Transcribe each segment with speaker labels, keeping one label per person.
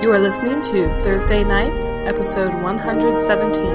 Speaker 1: You are listening to Thursday Nights, episode 117.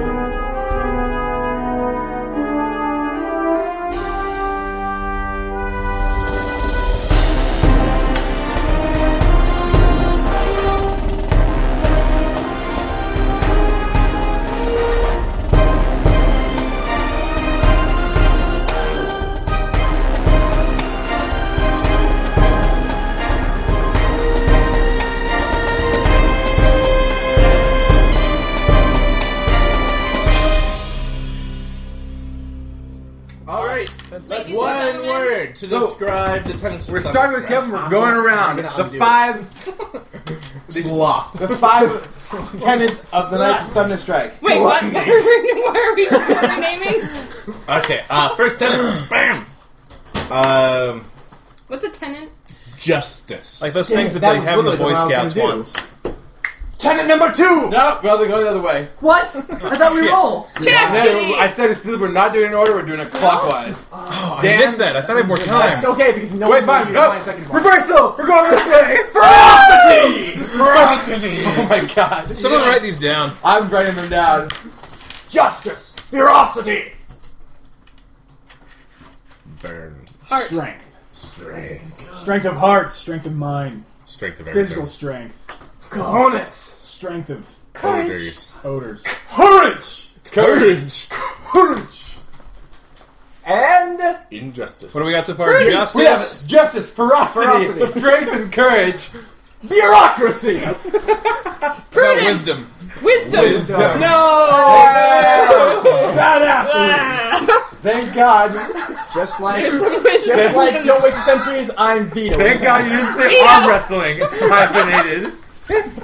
Speaker 2: All right.
Speaker 3: Ladies and
Speaker 2: One
Speaker 3: gentlemen.
Speaker 2: word to
Speaker 4: So,
Speaker 2: describe the tenants.
Speaker 4: We're starting with Kevin. We're going around the five,
Speaker 2: Sloth.
Speaker 4: the five tenets of the Knights of Thunder Strike.
Speaker 3: Wait, what? What are we, what are we, what are we naming?
Speaker 2: Okay. Uh, first tenant. Bam. Um,
Speaker 3: What's a tenant?
Speaker 2: justice.
Speaker 5: Like those
Speaker 4: Yeah,
Speaker 5: things that,
Speaker 4: that
Speaker 5: they
Speaker 4: was
Speaker 5: have in the Boy
Speaker 4: literally what I was
Speaker 5: Scouts
Speaker 4: gonna do.
Speaker 5: ones.
Speaker 2: tenant number two.
Speaker 4: No, well, they're going the other way.
Speaker 6: What? I thought we roll.
Speaker 4: I said, I
Speaker 3: Tragedy!
Speaker 4: said it's we're not doing it in order. We're doing it clockwise.
Speaker 5: Oh,
Speaker 4: Dan-
Speaker 5: I missed that. I thought I had more
Speaker 4: That's
Speaker 5: time.
Speaker 4: okay because no one
Speaker 5: Wait, fine.
Speaker 4: knew
Speaker 5: No.
Speaker 4: your second one.
Speaker 5: Reversal. We're going this way.
Speaker 4: Ferocity! Oh my god!
Speaker 5: Someone write these down.
Speaker 4: I'm writing them down.
Speaker 6: Justice, ferocity.
Speaker 2: Burn.
Speaker 6: Strength.
Speaker 2: Strength.
Speaker 6: Strength of heart, strength of mind,
Speaker 2: Strength of everything.
Speaker 6: physical strength,
Speaker 4: Cojones.
Speaker 6: strength of
Speaker 3: Courage!
Speaker 2: Orders.
Speaker 6: odors.
Speaker 4: Courage.
Speaker 2: Courage.
Speaker 4: Courage. And
Speaker 2: Injustice.
Speaker 5: What do we got so far? Justice.
Speaker 4: we have justice, ferocity,
Speaker 6: Ferocity.
Speaker 4: strength, and courage.
Speaker 6: Bureaucracy.
Speaker 3: Prudence!
Speaker 5: Wisdom.
Speaker 3: Wisdom!
Speaker 4: No!
Speaker 3: Ah.
Speaker 6: Badassery.
Speaker 4: Thank God.
Speaker 6: Just like,
Speaker 3: There's some wisdom.
Speaker 6: just like, don't wait for centuries. I'm Vito.
Speaker 4: Thank God you didn't say
Speaker 3: Yeah.
Speaker 4: arm wrestling hyphenated.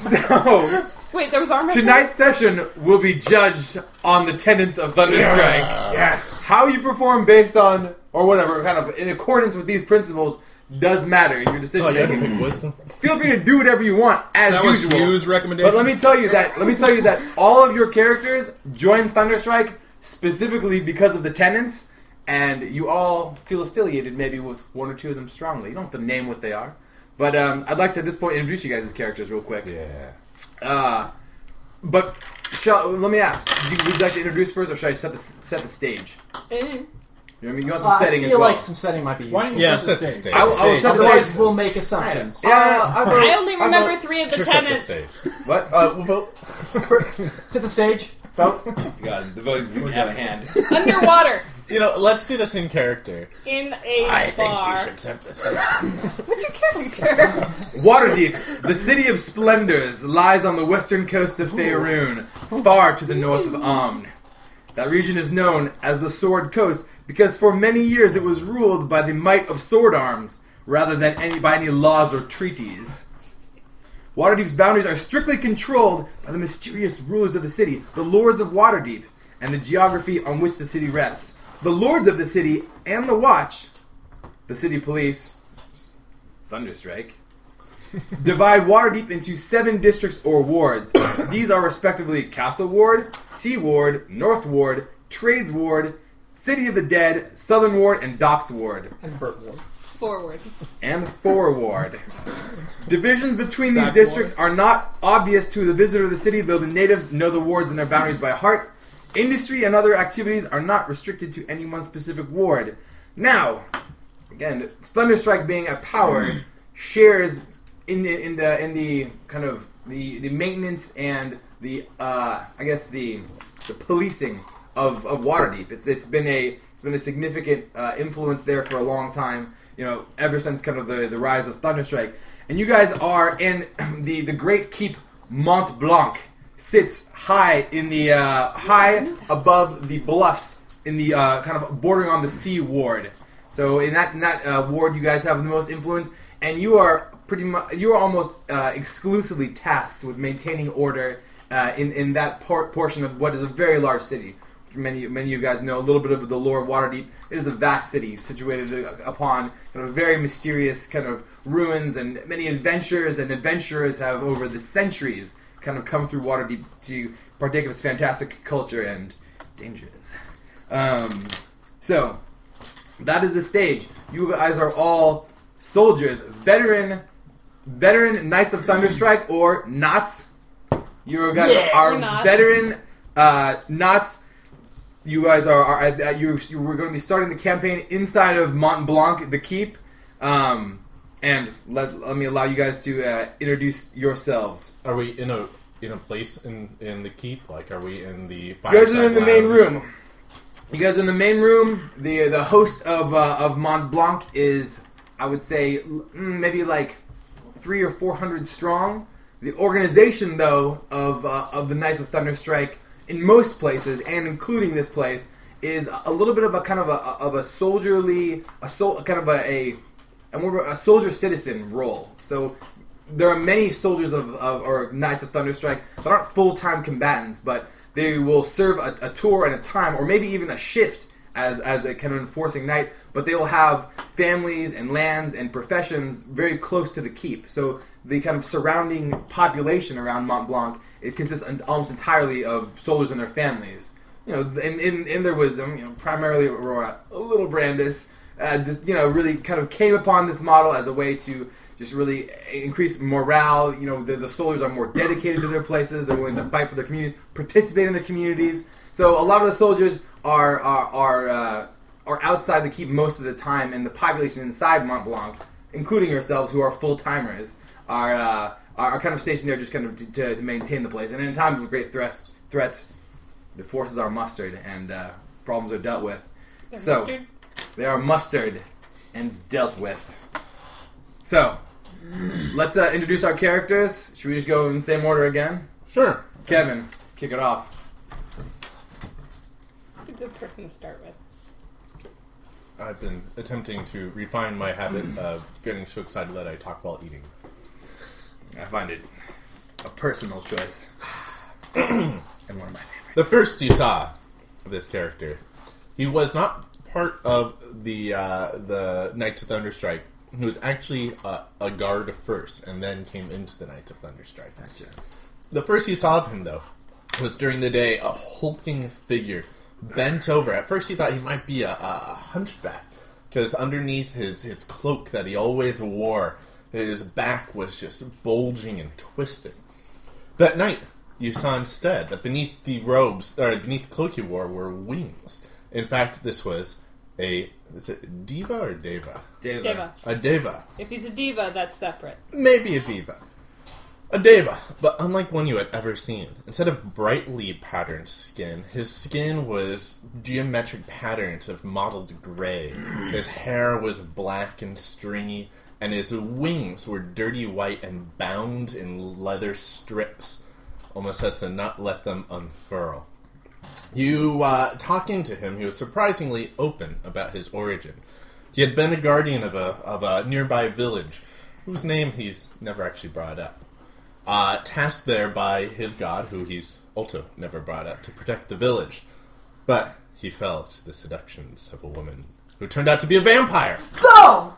Speaker 4: So
Speaker 3: Wait, there was armor.
Speaker 4: tonight's session will be judged on the tenets of Thunderstrike.
Speaker 6: Yes.
Speaker 4: How you perform based on or whatever, kind of in accordance with these principles, does matter in your decision
Speaker 2: Oh, you
Speaker 4: making.
Speaker 2: have to pick wisdom.
Speaker 4: Feel free to do whatever you want as
Speaker 5: That was
Speaker 4: usual.
Speaker 5: Hugh's recommendation.
Speaker 4: But let me tell you that let me tell you that all of your characters join Thunderstrike specifically because of the tenants, and you all feel affiliated maybe with one or two of them strongly. You don't have to name what they are, but um, I'd like to at this point introduce you guys as characters real quick.
Speaker 2: Yeah.
Speaker 4: Uh, but shall, let me ask: you, Would you like to introduce first, or should I set the set the stage?
Speaker 3: Eh.
Speaker 4: You know what I mean? You want some
Speaker 6: I
Speaker 4: setting
Speaker 6: feel
Speaker 4: as well.
Speaker 6: like some setting might be
Speaker 2: Why don't
Speaker 6: useful.
Speaker 2: you
Speaker 5: Yeah,
Speaker 2: set
Speaker 5: set
Speaker 2: the
Speaker 5: the
Speaker 2: stage?
Speaker 4: I, will- I will set the
Speaker 6: Otherwise,
Speaker 4: stage.
Speaker 6: we'll make assumptions.
Speaker 4: Yeah.
Speaker 2: I,
Speaker 3: I only remember three of the tenants.
Speaker 2: tenants.
Speaker 4: What?
Speaker 2: Uh, we'll vote.
Speaker 6: Set the stage. Vote.
Speaker 4: God, the voting's going out of hand.
Speaker 3: Underwater.
Speaker 2: You know, let's do this in character.
Speaker 3: In a bar.
Speaker 2: set this.
Speaker 3: What's your character?
Speaker 4: Waterdeep, the city of splendors, lies on the western coast of Faerun, far to the north of Omn. That region is known as the Sword Coast because for many years it was ruled by the might of sword arms rather than any by any laws or treaties. Waterdeep's boundaries are strictly controlled by the mysterious rulers of the city, the Lords of Waterdeep, and the geography on which the city rests. The Lords of the city and the Watch, the city police, Thunderstrike, divide Waterdeep into seven districts or wards. These are respectively Castle Ward, Sea Ward, North Ward, Trades Ward, City of the Dead, Southern Ward, and Docks Ward,
Speaker 3: Forward.
Speaker 4: and Four Ward. Divisions between these districts are not obvious to the visitor of the city, though the natives know the wards and their boundaries by heart. Industry and other activities are not restricted to any one specific ward. Now, again, Thunderstrike being a power shares in the, in the in the kind of the the maintenance and the uh, I guess the the policing of, of Waterdeep. It's it's been a it's been a significant uh, influence there for a long time. You know, ever since kind of the, the rise of Thunderstrike, and you guys are in the the Great Keep Mont Blanc sits high in the uh, high above the bluffs in the uh, kind of bordering on the sea ward. So in that in that uh, ward, you guys have the most influence, and you are pretty much you are almost uh, exclusively tasked with maintaining order uh, in in that por- portion of what is a very large city. Many many of you guys know a little bit of the lore of Waterdeep. It is a vast city situated u- upon kind of very mysterious kind of ruins, and many adventures and adventurers have over the centuries kind of come through Waterdeep to partake of its fantastic culture and dangers. Um, so that is the stage. You guys are all soldiers, veteran veteran Knights of Thunderstrike or knots. You guys
Speaker 6: Yeah,
Speaker 4: are
Speaker 3: we're knots.
Speaker 4: veteran uh, knots. You guys are, are at- at- you, you were going to be starting the campaign inside of Mont Blanc, the keep. Um, and let, let me allow you guys to uh, introduce yourselves.
Speaker 2: Are we in a in a place in in the keep? Like, are we in the?
Speaker 4: You guys are in the main
Speaker 2: fireside lounge?
Speaker 4: room. You guys are in the main room. The the host of uh, of Mont Blanc is, I would say, l- mm, maybe like three or four hundred strong. The organization, though, of uh, of the Knights of Thunderstrike in most places, and including this place, is a little bit of a kind of a of a soldierly, a sol- kind of a, a a more of a soldier citizen role. So there are many soldiers of, of or knights of Thunderstrike that aren't full time combatants, but they will serve a, a tour and a time, or maybe even a shift as as a kind of enforcing knight. But they will have families and lands and professions very close to the keep. So the kind of surrounding population around Mont Blanc it consists en- almost entirely of soldiers and their families. You know, in, in, in their wisdom, you know, primarily Aurora, a little Brandis, uh, just you know really kind of came upon this model as a way to just really increase morale. You know, the, the soldiers are more dedicated to their places. They're willing to fight for their communities, participate in their communities. So a lot of the soldiers are are are, uh, are outside the keep most of the time, and the population inside Mont Blanc, including yourselves who are full timers, are. Uh, are are kind of stationed there just kind of to, to, to maintain the place. And in times of great threats, threats, the forces are mustered and uh, problems are dealt with.
Speaker 3: They're
Speaker 4: So-
Speaker 3: mustard.
Speaker 4: They are mustered and dealt with. So, let's uh, introduce our characters. Should we just go in the same order again?
Speaker 2: Sure.
Speaker 4: Kevin, kick it off.
Speaker 3: It's a good person to start with.
Speaker 2: I've been attempting to refine my habit of getting so excited that I talk while eating.
Speaker 4: I find it a personal choice. and one of my favorites.
Speaker 2: The first you saw of this character, he was not part of the uh, the Knights of Thunderstrike. He was actually uh, a guard first, and then came into the Knights of Thunderstrike. The first you saw of him, though, was during the day a hulking figure bent over. At first, you thought he might be a, a hunchback because underneath his, his cloak that he always wore, his back was just bulging and twisted. That night, you saw instead that beneath the robes, or beneath the cloak he wore, were wings. In fact, this was a. Is it Diva or Deva?
Speaker 6: uh,
Speaker 4: Deva.
Speaker 3: Diva.
Speaker 2: A Deva
Speaker 3: If he's a diva, that's separate.
Speaker 2: maybe a diva. A deva, but unlike one you had ever seen. Instead of brightly patterned skin, his skin was geometric patterns of mottled gray. His hair was black and stringy, and his wings were dirty white and bound in leather strips, almost as to not let them unfurl. You, uh, talking to him, he was surprisingly open about his origin. He had been a guardian of a, of a nearby village, whose name he's never actually brought up. Uh, tasked there by his god, who he's also never brought up, to protect the village. But he fell to the seductions of a woman who turned out to be a vampire.
Speaker 6: No!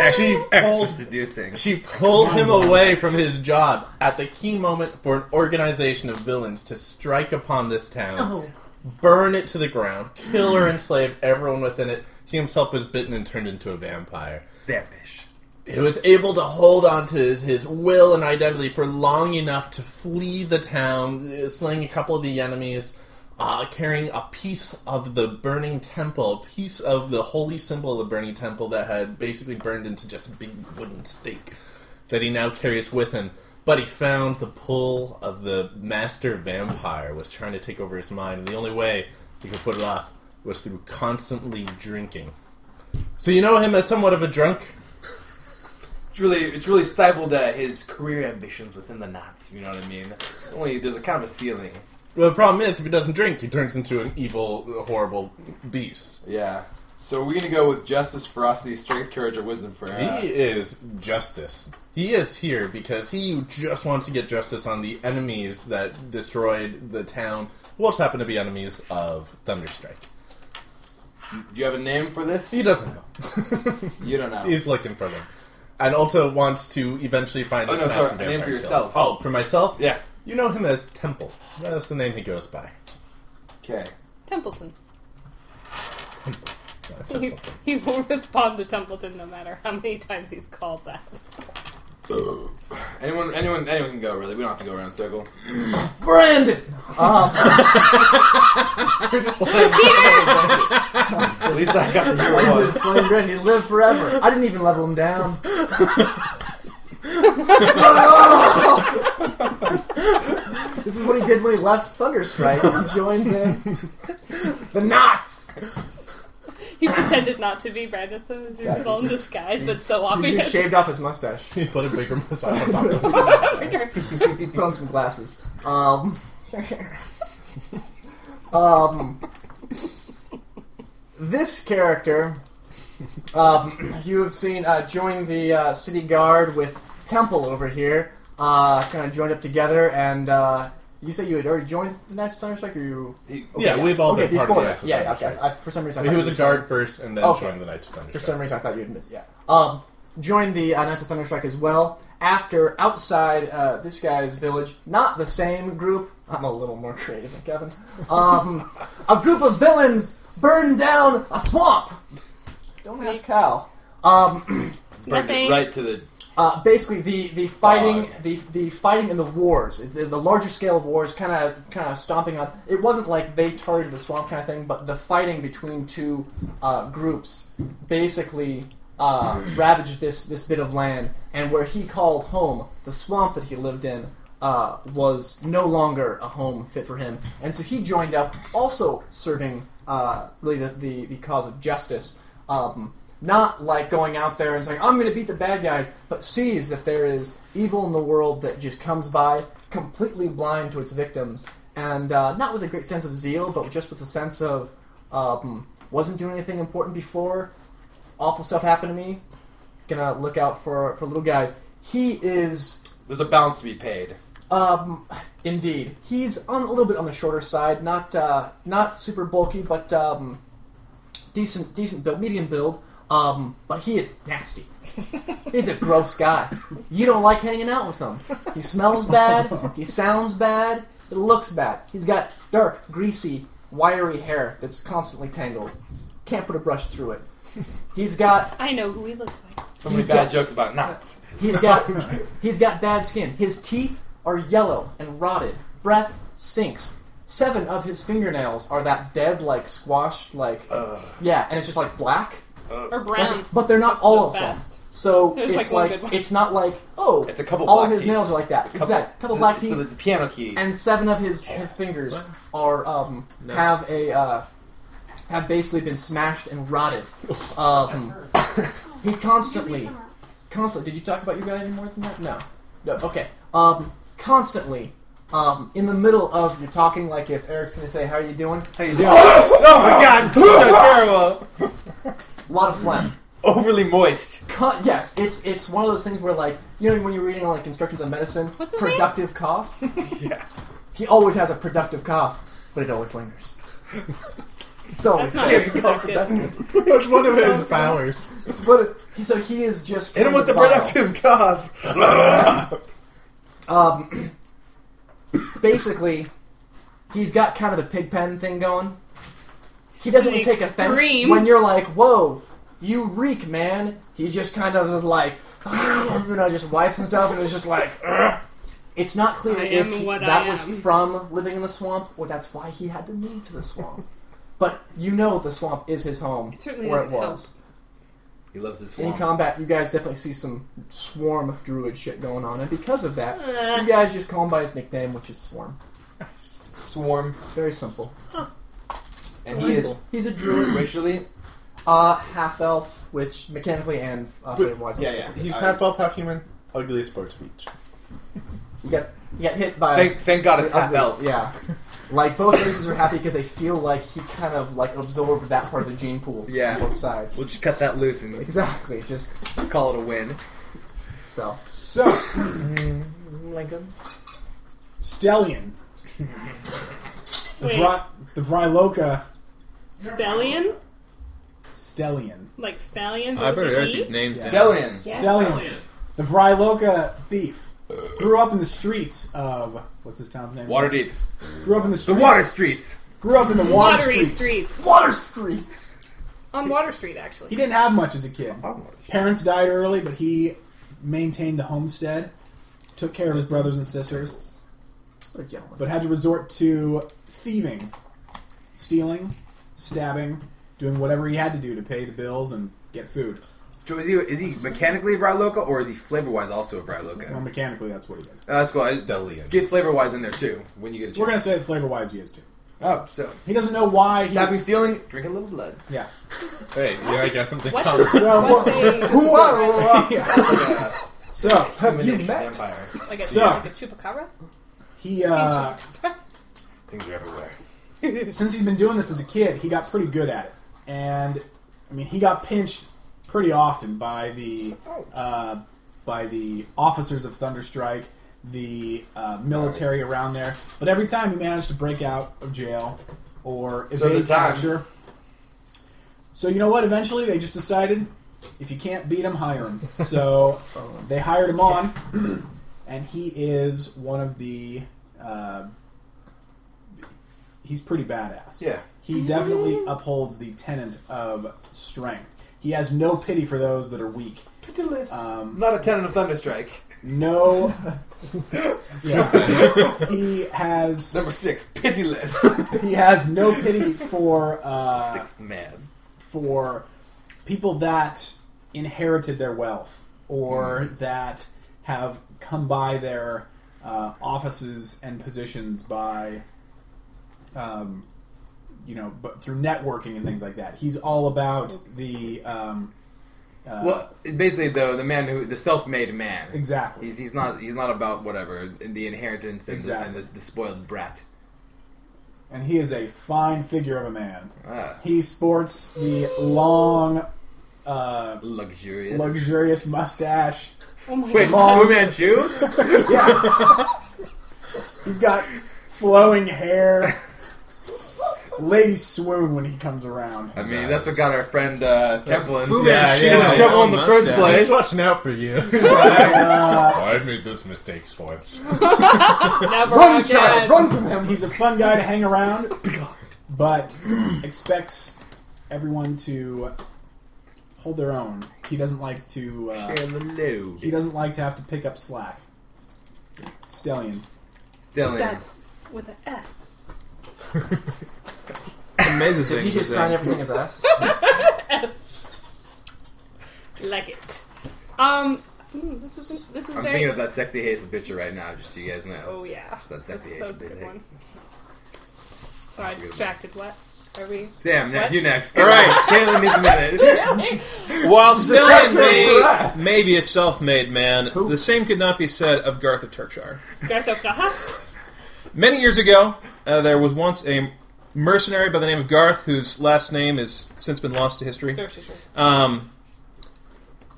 Speaker 4: Extra, extra
Speaker 2: pulled-
Speaker 4: seducing.
Speaker 2: She pulled him away from his job at the key moment for an organization of villains to strike upon this town, burn it to the ground, kill or enslave everyone within it. He himself was bitten and turned into a vampire.
Speaker 4: Vampish.
Speaker 2: He was able to hold on to his, his will and identity for long enough to flee the town, uh, slaying a couple of the enemies, uh, carrying a piece of the burning temple, a piece of the holy symbol of the burning temple that had basically burned into just a big wooden stake that he now carries with him. But he found the pull of the master vampire was trying to take over his mind, and the only way he could put it off was through constantly drinking. So you know him as somewhat of a drunk.
Speaker 4: It's really, it's really stifled uh, his career ambitions within the knots. You know what I mean? It's Only there's a kind of a ceiling.
Speaker 2: Well, the problem is, if he doesn't drink, he turns into an evil, horrible beast.
Speaker 4: Yeah. So we're gonna go with justice, ferocity, strength, courage, or wisdom for uh,
Speaker 2: he is justice. He is here because he just wants to get justice on the enemies that destroyed the town, who also happen to be enemies of Thunderstrike.
Speaker 4: Do you have a name for this?
Speaker 2: He doesn't know.
Speaker 4: You don't know.
Speaker 2: He's looking for them. And also wants to eventually find
Speaker 4: Oh,
Speaker 2: this
Speaker 4: no,
Speaker 2: master
Speaker 4: sorry, a
Speaker 2: vampire
Speaker 4: name for
Speaker 2: killer.
Speaker 4: yourself.
Speaker 2: Oh, for myself?
Speaker 4: yeah.
Speaker 2: You know him as Temple. That's the name he goes by.
Speaker 4: Okay.
Speaker 3: Templeton.
Speaker 2: Uh,
Speaker 3: He,
Speaker 2: Temple.
Speaker 3: he will respond to Templeton no matter how many times he's called that.
Speaker 4: Anyone, anyone, anyone can go. Really, we don't have to go around in a circle.
Speaker 6: Brand. Um,
Speaker 4: At least I got to hear
Speaker 6: Brandon
Speaker 4: one.
Speaker 6: Slim Brand, he lived forever. I didn't even level him down. Oh! this is what he did when he left Thunderstrike. He joined the the knots.
Speaker 3: He pretended not to be Brandon Slim as he was
Speaker 6: Exactly,
Speaker 3: all in
Speaker 6: just-
Speaker 3: disguise, but so
Speaker 6: He just
Speaker 3: obvious.
Speaker 6: shaved off his mustache.
Speaker 2: He put a bigger mustache on top of it.
Speaker 6: Put on some glasses. Um. um. This character, um, you have seen uh, join the uh, city guard with Temple over here. Uh, kind of joined up together, and uh, you said you had already joined the Knights of Thunderstrike, or you?
Speaker 2: yeah, we've all
Speaker 6: okay,
Speaker 2: been part
Speaker 6: before
Speaker 2: of
Speaker 6: that.
Speaker 2: the
Speaker 6: Yeah, okay. I, for some reason, I
Speaker 2: He was
Speaker 6: thought you
Speaker 2: a
Speaker 6: were
Speaker 2: guard first, and then
Speaker 6: Okay.
Speaker 2: joined the Knights of Thunder.
Speaker 6: for some reason, I thought you'd miss. Yeah. Um, joined the uh, Knights of Thunderstrike as well. After outside uh, this guy's village, not the same group. I'm a little more creative than Kevin. Um, a group of villains burned down a swamp. Don't ask how. Um,
Speaker 4: Burned it
Speaker 3: Nothing.
Speaker 4: right to the.
Speaker 6: uh, basically, the, the fighting,
Speaker 4: Fog.
Speaker 6: the, the fighting in the wars, it's the, the larger scale of wars, kind of kind of stomping on. It wasn't like they targeted the swamp kind of thing, but the fighting between two uh, groups basically uh, ravaged this this bit of land, and where he called home, the swamp that he lived in, uh, was no longer a home fit for him, and so he joined up, also serving uh, really the, the the cause of justice. Um, not like going out there and saying I'm going to beat the bad guys, but sees that there is evil in the world that just comes by completely blind to its victims, and uh, not with a great sense of zeal, but just with a sense of um, wasn't doing anything important before. Awful stuff happened to me. Gonna look out for for little guys. He is
Speaker 4: There's a balance to be paid.
Speaker 6: um, indeed. He's on a little bit on the shorter side. Not uh, not super bulky, but um, decent decent build, medium build. Um, but he is nasty. He's a gross guy. You don't like hanging out with him. He smells bad. He sounds bad. He looks bad. He's got dark, greasy, wiry hair that's constantly tangled. Can't put a brush through it. He's got
Speaker 3: I know who he looks like.
Speaker 4: So many
Speaker 6: He's
Speaker 4: bad
Speaker 6: got-
Speaker 4: jokes about knots.
Speaker 6: He's got he's got bad skin. His teeth are yellow and rotted. Breath stinks. Seven of his fingernails are that dead, like squashed, like yeah, and it's just like black.
Speaker 3: Or Brown.
Speaker 6: Oh, But they're not all of
Speaker 3: The
Speaker 6: them.
Speaker 3: best.
Speaker 6: So
Speaker 3: There's, like,
Speaker 6: it's
Speaker 3: one
Speaker 6: like,
Speaker 3: good one.
Speaker 6: it's not like oh,
Speaker 4: It's a couple
Speaker 6: all of
Speaker 4: black
Speaker 6: his
Speaker 4: teeth.
Speaker 6: nails are like that.
Speaker 4: Couple-
Speaker 6: exactly, couple black
Speaker 4: it's
Speaker 6: teeth,
Speaker 4: The, the piano key.
Speaker 6: and seven of his, his fingers are um have a uh, have basically been smashed and rotted. Um, he constantly constantly. Did you talk about your guy any more than that? No. No. Okay. Um, constantly, um, in the middle of you're talking, like if Eric's gonna say, "How are you doing?"
Speaker 4: How you doing? oh my god, this is so terrible.
Speaker 6: A lot of phlegm.
Speaker 4: Overly moist.
Speaker 6: Cut. Yes, it's it's one of those things where like you know when you're reading like instructions on medicine,
Speaker 3: What's his name?
Speaker 6: productive cough.
Speaker 4: Yeah.
Speaker 6: He always has a productive cough, but it always lingers. It's always
Speaker 3: That's not very productive.
Speaker 2: That's one of his powers.
Speaker 6: But so he is just
Speaker 4: Hit him with the
Speaker 6: vile.
Speaker 4: productive cough.
Speaker 6: Um, basically, he's got kind of a pig pen thing going. He doesn't
Speaker 3: An
Speaker 6: take offense
Speaker 3: extreme.
Speaker 6: when you're like, "Whoa, you reek, man." He just kind of is like, you know, just wipes and stuff, and is just like, "Ugh." it's not clear
Speaker 3: I
Speaker 6: if
Speaker 3: am
Speaker 6: he-
Speaker 3: what
Speaker 6: that
Speaker 3: I
Speaker 6: was
Speaker 3: am.
Speaker 6: from living in the swamp or that's why he had to move to the swamp. but you know, the swamp is his home,
Speaker 3: It certainly
Speaker 6: where it
Speaker 3: didn't
Speaker 6: was.
Speaker 4: He loves his
Speaker 6: In
Speaker 4: swamp.
Speaker 6: combat, you guys definitely see some swarm druid shit going on, and because of that,
Speaker 3: Uh.
Speaker 6: you guys just call him by his nickname, which is Swarm.
Speaker 4: Swarm.
Speaker 6: Very simple.
Speaker 4: And he is
Speaker 6: he's a druid,
Speaker 4: racially.
Speaker 6: uh, half elf, which mechanically and uh, flavor wise,
Speaker 4: Yeah, yeah.
Speaker 2: He's
Speaker 4: I-
Speaker 2: half elf, half human. Ugly sports speech.
Speaker 6: You got you got hit by
Speaker 4: Thank, thank God it's
Speaker 6: by
Speaker 4: half
Speaker 6: others,
Speaker 4: elf.
Speaker 6: Yeah, like both races are happy because they feel like he kind of like absorbed that part of the gene pool.
Speaker 4: Yeah.
Speaker 6: on both sides.
Speaker 4: We'll just cut that loose and
Speaker 6: Exactly. Just
Speaker 4: call it a win.
Speaker 6: so.
Speaker 5: So,
Speaker 6: Lincoln.
Speaker 5: Stellion. The,
Speaker 3: Wait.
Speaker 5: Vri- the Vriloka
Speaker 3: Stallion?
Speaker 5: Stellion.
Speaker 3: Like Stallion?
Speaker 5: I
Speaker 3: but with
Speaker 5: better
Speaker 3: an
Speaker 5: write
Speaker 3: E?
Speaker 5: these names down.
Speaker 4: Stellion.
Speaker 3: Yes.
Speaker 5: Stellion. The Vriloka thief. Grew up in the streets of. What's this town's name?
Speaker 4: Waterdeep.
Speaker 5: Grew up in the
Speaker 4: The
Speaker 5: streets.
Speaker 4: water streets.
Speaker 5: Grew up in the water
Speaker 3: Watery
Speaker 5: streets.
Speaker 3: streets.
Speaker 6: Water streets.
Speaker 3: On Water Street,
Speaker 5: He
Speaker 3: actually.
Speaker 5: didn't have much as a kid. Parents died early, but he maintained the homestead, took care of his brothers and sisters,
Speaker 6: What a gentleman.
Speaker 5: but had to resort to thieving, stealing, stabbing, doing whatever he had to do to pay the bills and get food.
Speaker 4: So is he, is he mechanically a Bryloka or is he flavor wise also a Bryloka?
Speaker 5: Well,
Speaker 4: Uh,
Speaker 5: mechanically, that's what he did.
Speaker 4: that's cool. I-
Speaker 2: Delian.
Speaker 4: Get flavor wise in there too when you get a chance.
Speaker 5: We're gonna say that flavor wise he is too.
Speaker 4: oh, so
Speaker 5: He doesn't know why he.
Speaker 4: stopping stealing, drink a little blood.
Speaker 5: yeah.
Speaker 2: Hey, yeah, I got something
Speaker 3: What?
Speaker 2: common.
Speaker 5: So,
Speaker 3: What's a,
Speaker 6: Who are
Speaker 4: Uh,
Speaker 5: so
Speaker 6: Have you
Speaker 4: Domination
Speaker 6: met?
Speaker 4: Empire.
Speaker 3: like a,
Speaker 5: So-
Speaker 3: like a chupacabra?
Speaker 5: he uh,
Speaker 4: Things are everywhere.
Speaker 5: since he's been doing this as a kid, he got pretty good at it. And I mean, he got pinched pretty often by the uh, by the officers of Thunderstrike, the uh, military around there. But every time he managed to break out of jail or
Speaker 4: So the
Speaker 5: evade
Speaker 4: time-
Speaker 5: capture. So you know what? Eventually, they just decided if you can't beat him, hire him. So they hired him on, and he is one of the. Uh, he's pretty badass.
Speaker 4: Yeah.
Speaker 5: He definitely upholds the tenet of strength. He has no pity for those that are weak.
Speaker 4: I'm not a tenant of Thunderstrike.
Speaker 5: No. Yeah. he has
Speaker 4: Number six, pitiless.
Speaker 5: he has no pity for uh,
Speaker 4: Sixth man.
Speaker 5: for people that inherited their wealth or that have come by their uh, offices and positions by, um, you know, but through networking and things like that. He's all about the um, uh,
Speaker 4: Well, basically, though, the man who the self-made man.
Speaker 5: exactly.
Speaker 4: He's, he's not he's not about whatever the inheritance and,
Speaker 5: Exactly.
Speaker 4: the, and the, the spoiled brat.
Speaker 5: and he is a fine figure of a man.
Speaker 4: Ah,
Speaker 5: He sports the long, uh,
Speaker 4: luxurious.
Speaker 5: luxurious mustache.
Speaker 3: Oh my
Speaker 4: Wait,
Speaker 3: god.
Speaker 5: Long-
Speaker 4: Fu Manchu?
Speaker 5: Yeah. He's got flowing hair. Ladies swoon when he comes around.
Speaker 4: I mean, that's what got our friend uh, Templin.
Speaker 2: Fu
Speaker 4: yeah,
Speaker 2: Manchu.
Speaker 4: yeah, trouble in the first
Speaker 2: Mustache.
Speaker 4: place.
Speaker 2: He's watching out for you. Oh, I've made those mistakes once.
Speaker 3: Now we're
Speaker 6: Run,
Speaker 3: run,
Speaker 6: child, run from him.
Speaker 5: He's a fun guy to hang around, but expects everyone to hold their own. He doesn't like to. Uh,
Speaker 4: Share the load.
Speaker 5: he doesn't like to have to pick up slack. Stellion.
Speaker 4: Still in.
Speaker 3: That's with an S.
Speaker 7: Amazing.
Speaker 6: Does he just sign everything as S?
Speaker 3: S. Like it. Um, mm, this is this is
Speaker 4: I'm
Speaker 3: very.
Speaker 4: thinking of that sexy Hazen picture right now, just so you guys know.
Speaker 3: oh yeah,
Speaker 4: It's that sexy
Speaker 3: that was a
Speaker 4: Asian
Speaker 3: good
Speaker 4: thing.
Speaker 3: one. Sorry,
Speaker 4: Good one.
Speaker 3: distracted. What are we?
Speaker 4: Sam, ne-
Speaker 3: What?
Speaker 4: you next.
Speaker 7: All right.
Speaker 4: Caitlin needs a minute.
Speaker 7: While still in
Speaker 6: Depression
Speaker 7: may,
Speaker 6: breath.
Speaker 7: may be a self-made man, the same could not be said of Garth of Turkshire.
Speaker 3: Garth O'Kaha?
Speaker 7: Many years ago, uh, there was once a mercenary by the name of Garth, whose last name has since been lost to history. um,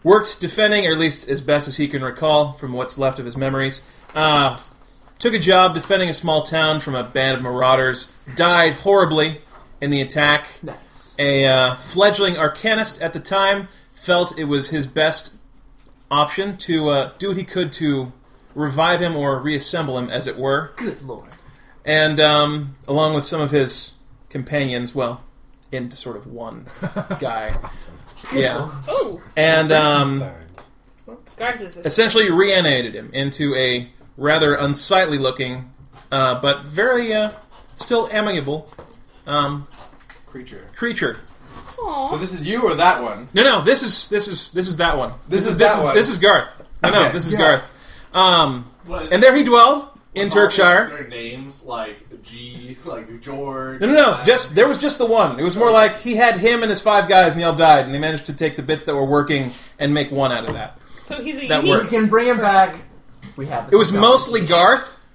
Speaker 7: worked defending, or at least as best as he can recall from what's left of his memories. Uh, took a job defending a small town from a band of marauders. Died horribly in the attack.
Speaker 6: Nice.
Speaker 7: A uh, fledgling arcanist at the time felt it was his best option to uh, do what he could to revive him or reassemble him, as it were
Speaker 6: Good lord.
Speaker 7: and um, along with some of his companions, well, into sort of one guy. Yeah,
Speaker 3: Oh,
Speaker 7: and um,
Speaker 3: Garth is a
Speaker 7: essentially reanimated him into a rather unsightly-looking, uh, but very uh, still amiable um,
Speaker 4: Creature.
Speaker 7: creature.
Speaker 4: So
Speaker 3: Aww.
Speaker 4: this is you or that one?
Speaker 7: No, no, this is this is this is that one.
Speaker 4: This is
Speaker 7: this
Speaker 4: that
Speaker 7: is
Speaker 4: one.
Speaker 7: this is Garth. No, no,
Speaker 4: Okay.
Speaker 7: this is
Speaker 6: Yeah.
Speaker 7: Garth. Um, and there he dwelled
Speaker 2: Oh,
Speaker 7: in Turkshire.
Speaker 8: Their names like G, like George.
Speaker 7: No, no, no.
Speaker 8: like-
Speaker 7: Just there was just the one. It was more like he had him and his five guys, and they all died, and they managed to take the bits that were working and make one out of that.
Speaker 3: So he's a
Speaker 7: That
Speaker 3: unique.
Speaker 6: We can bring him back. We have.
Speaker 7: It was mostly Garth,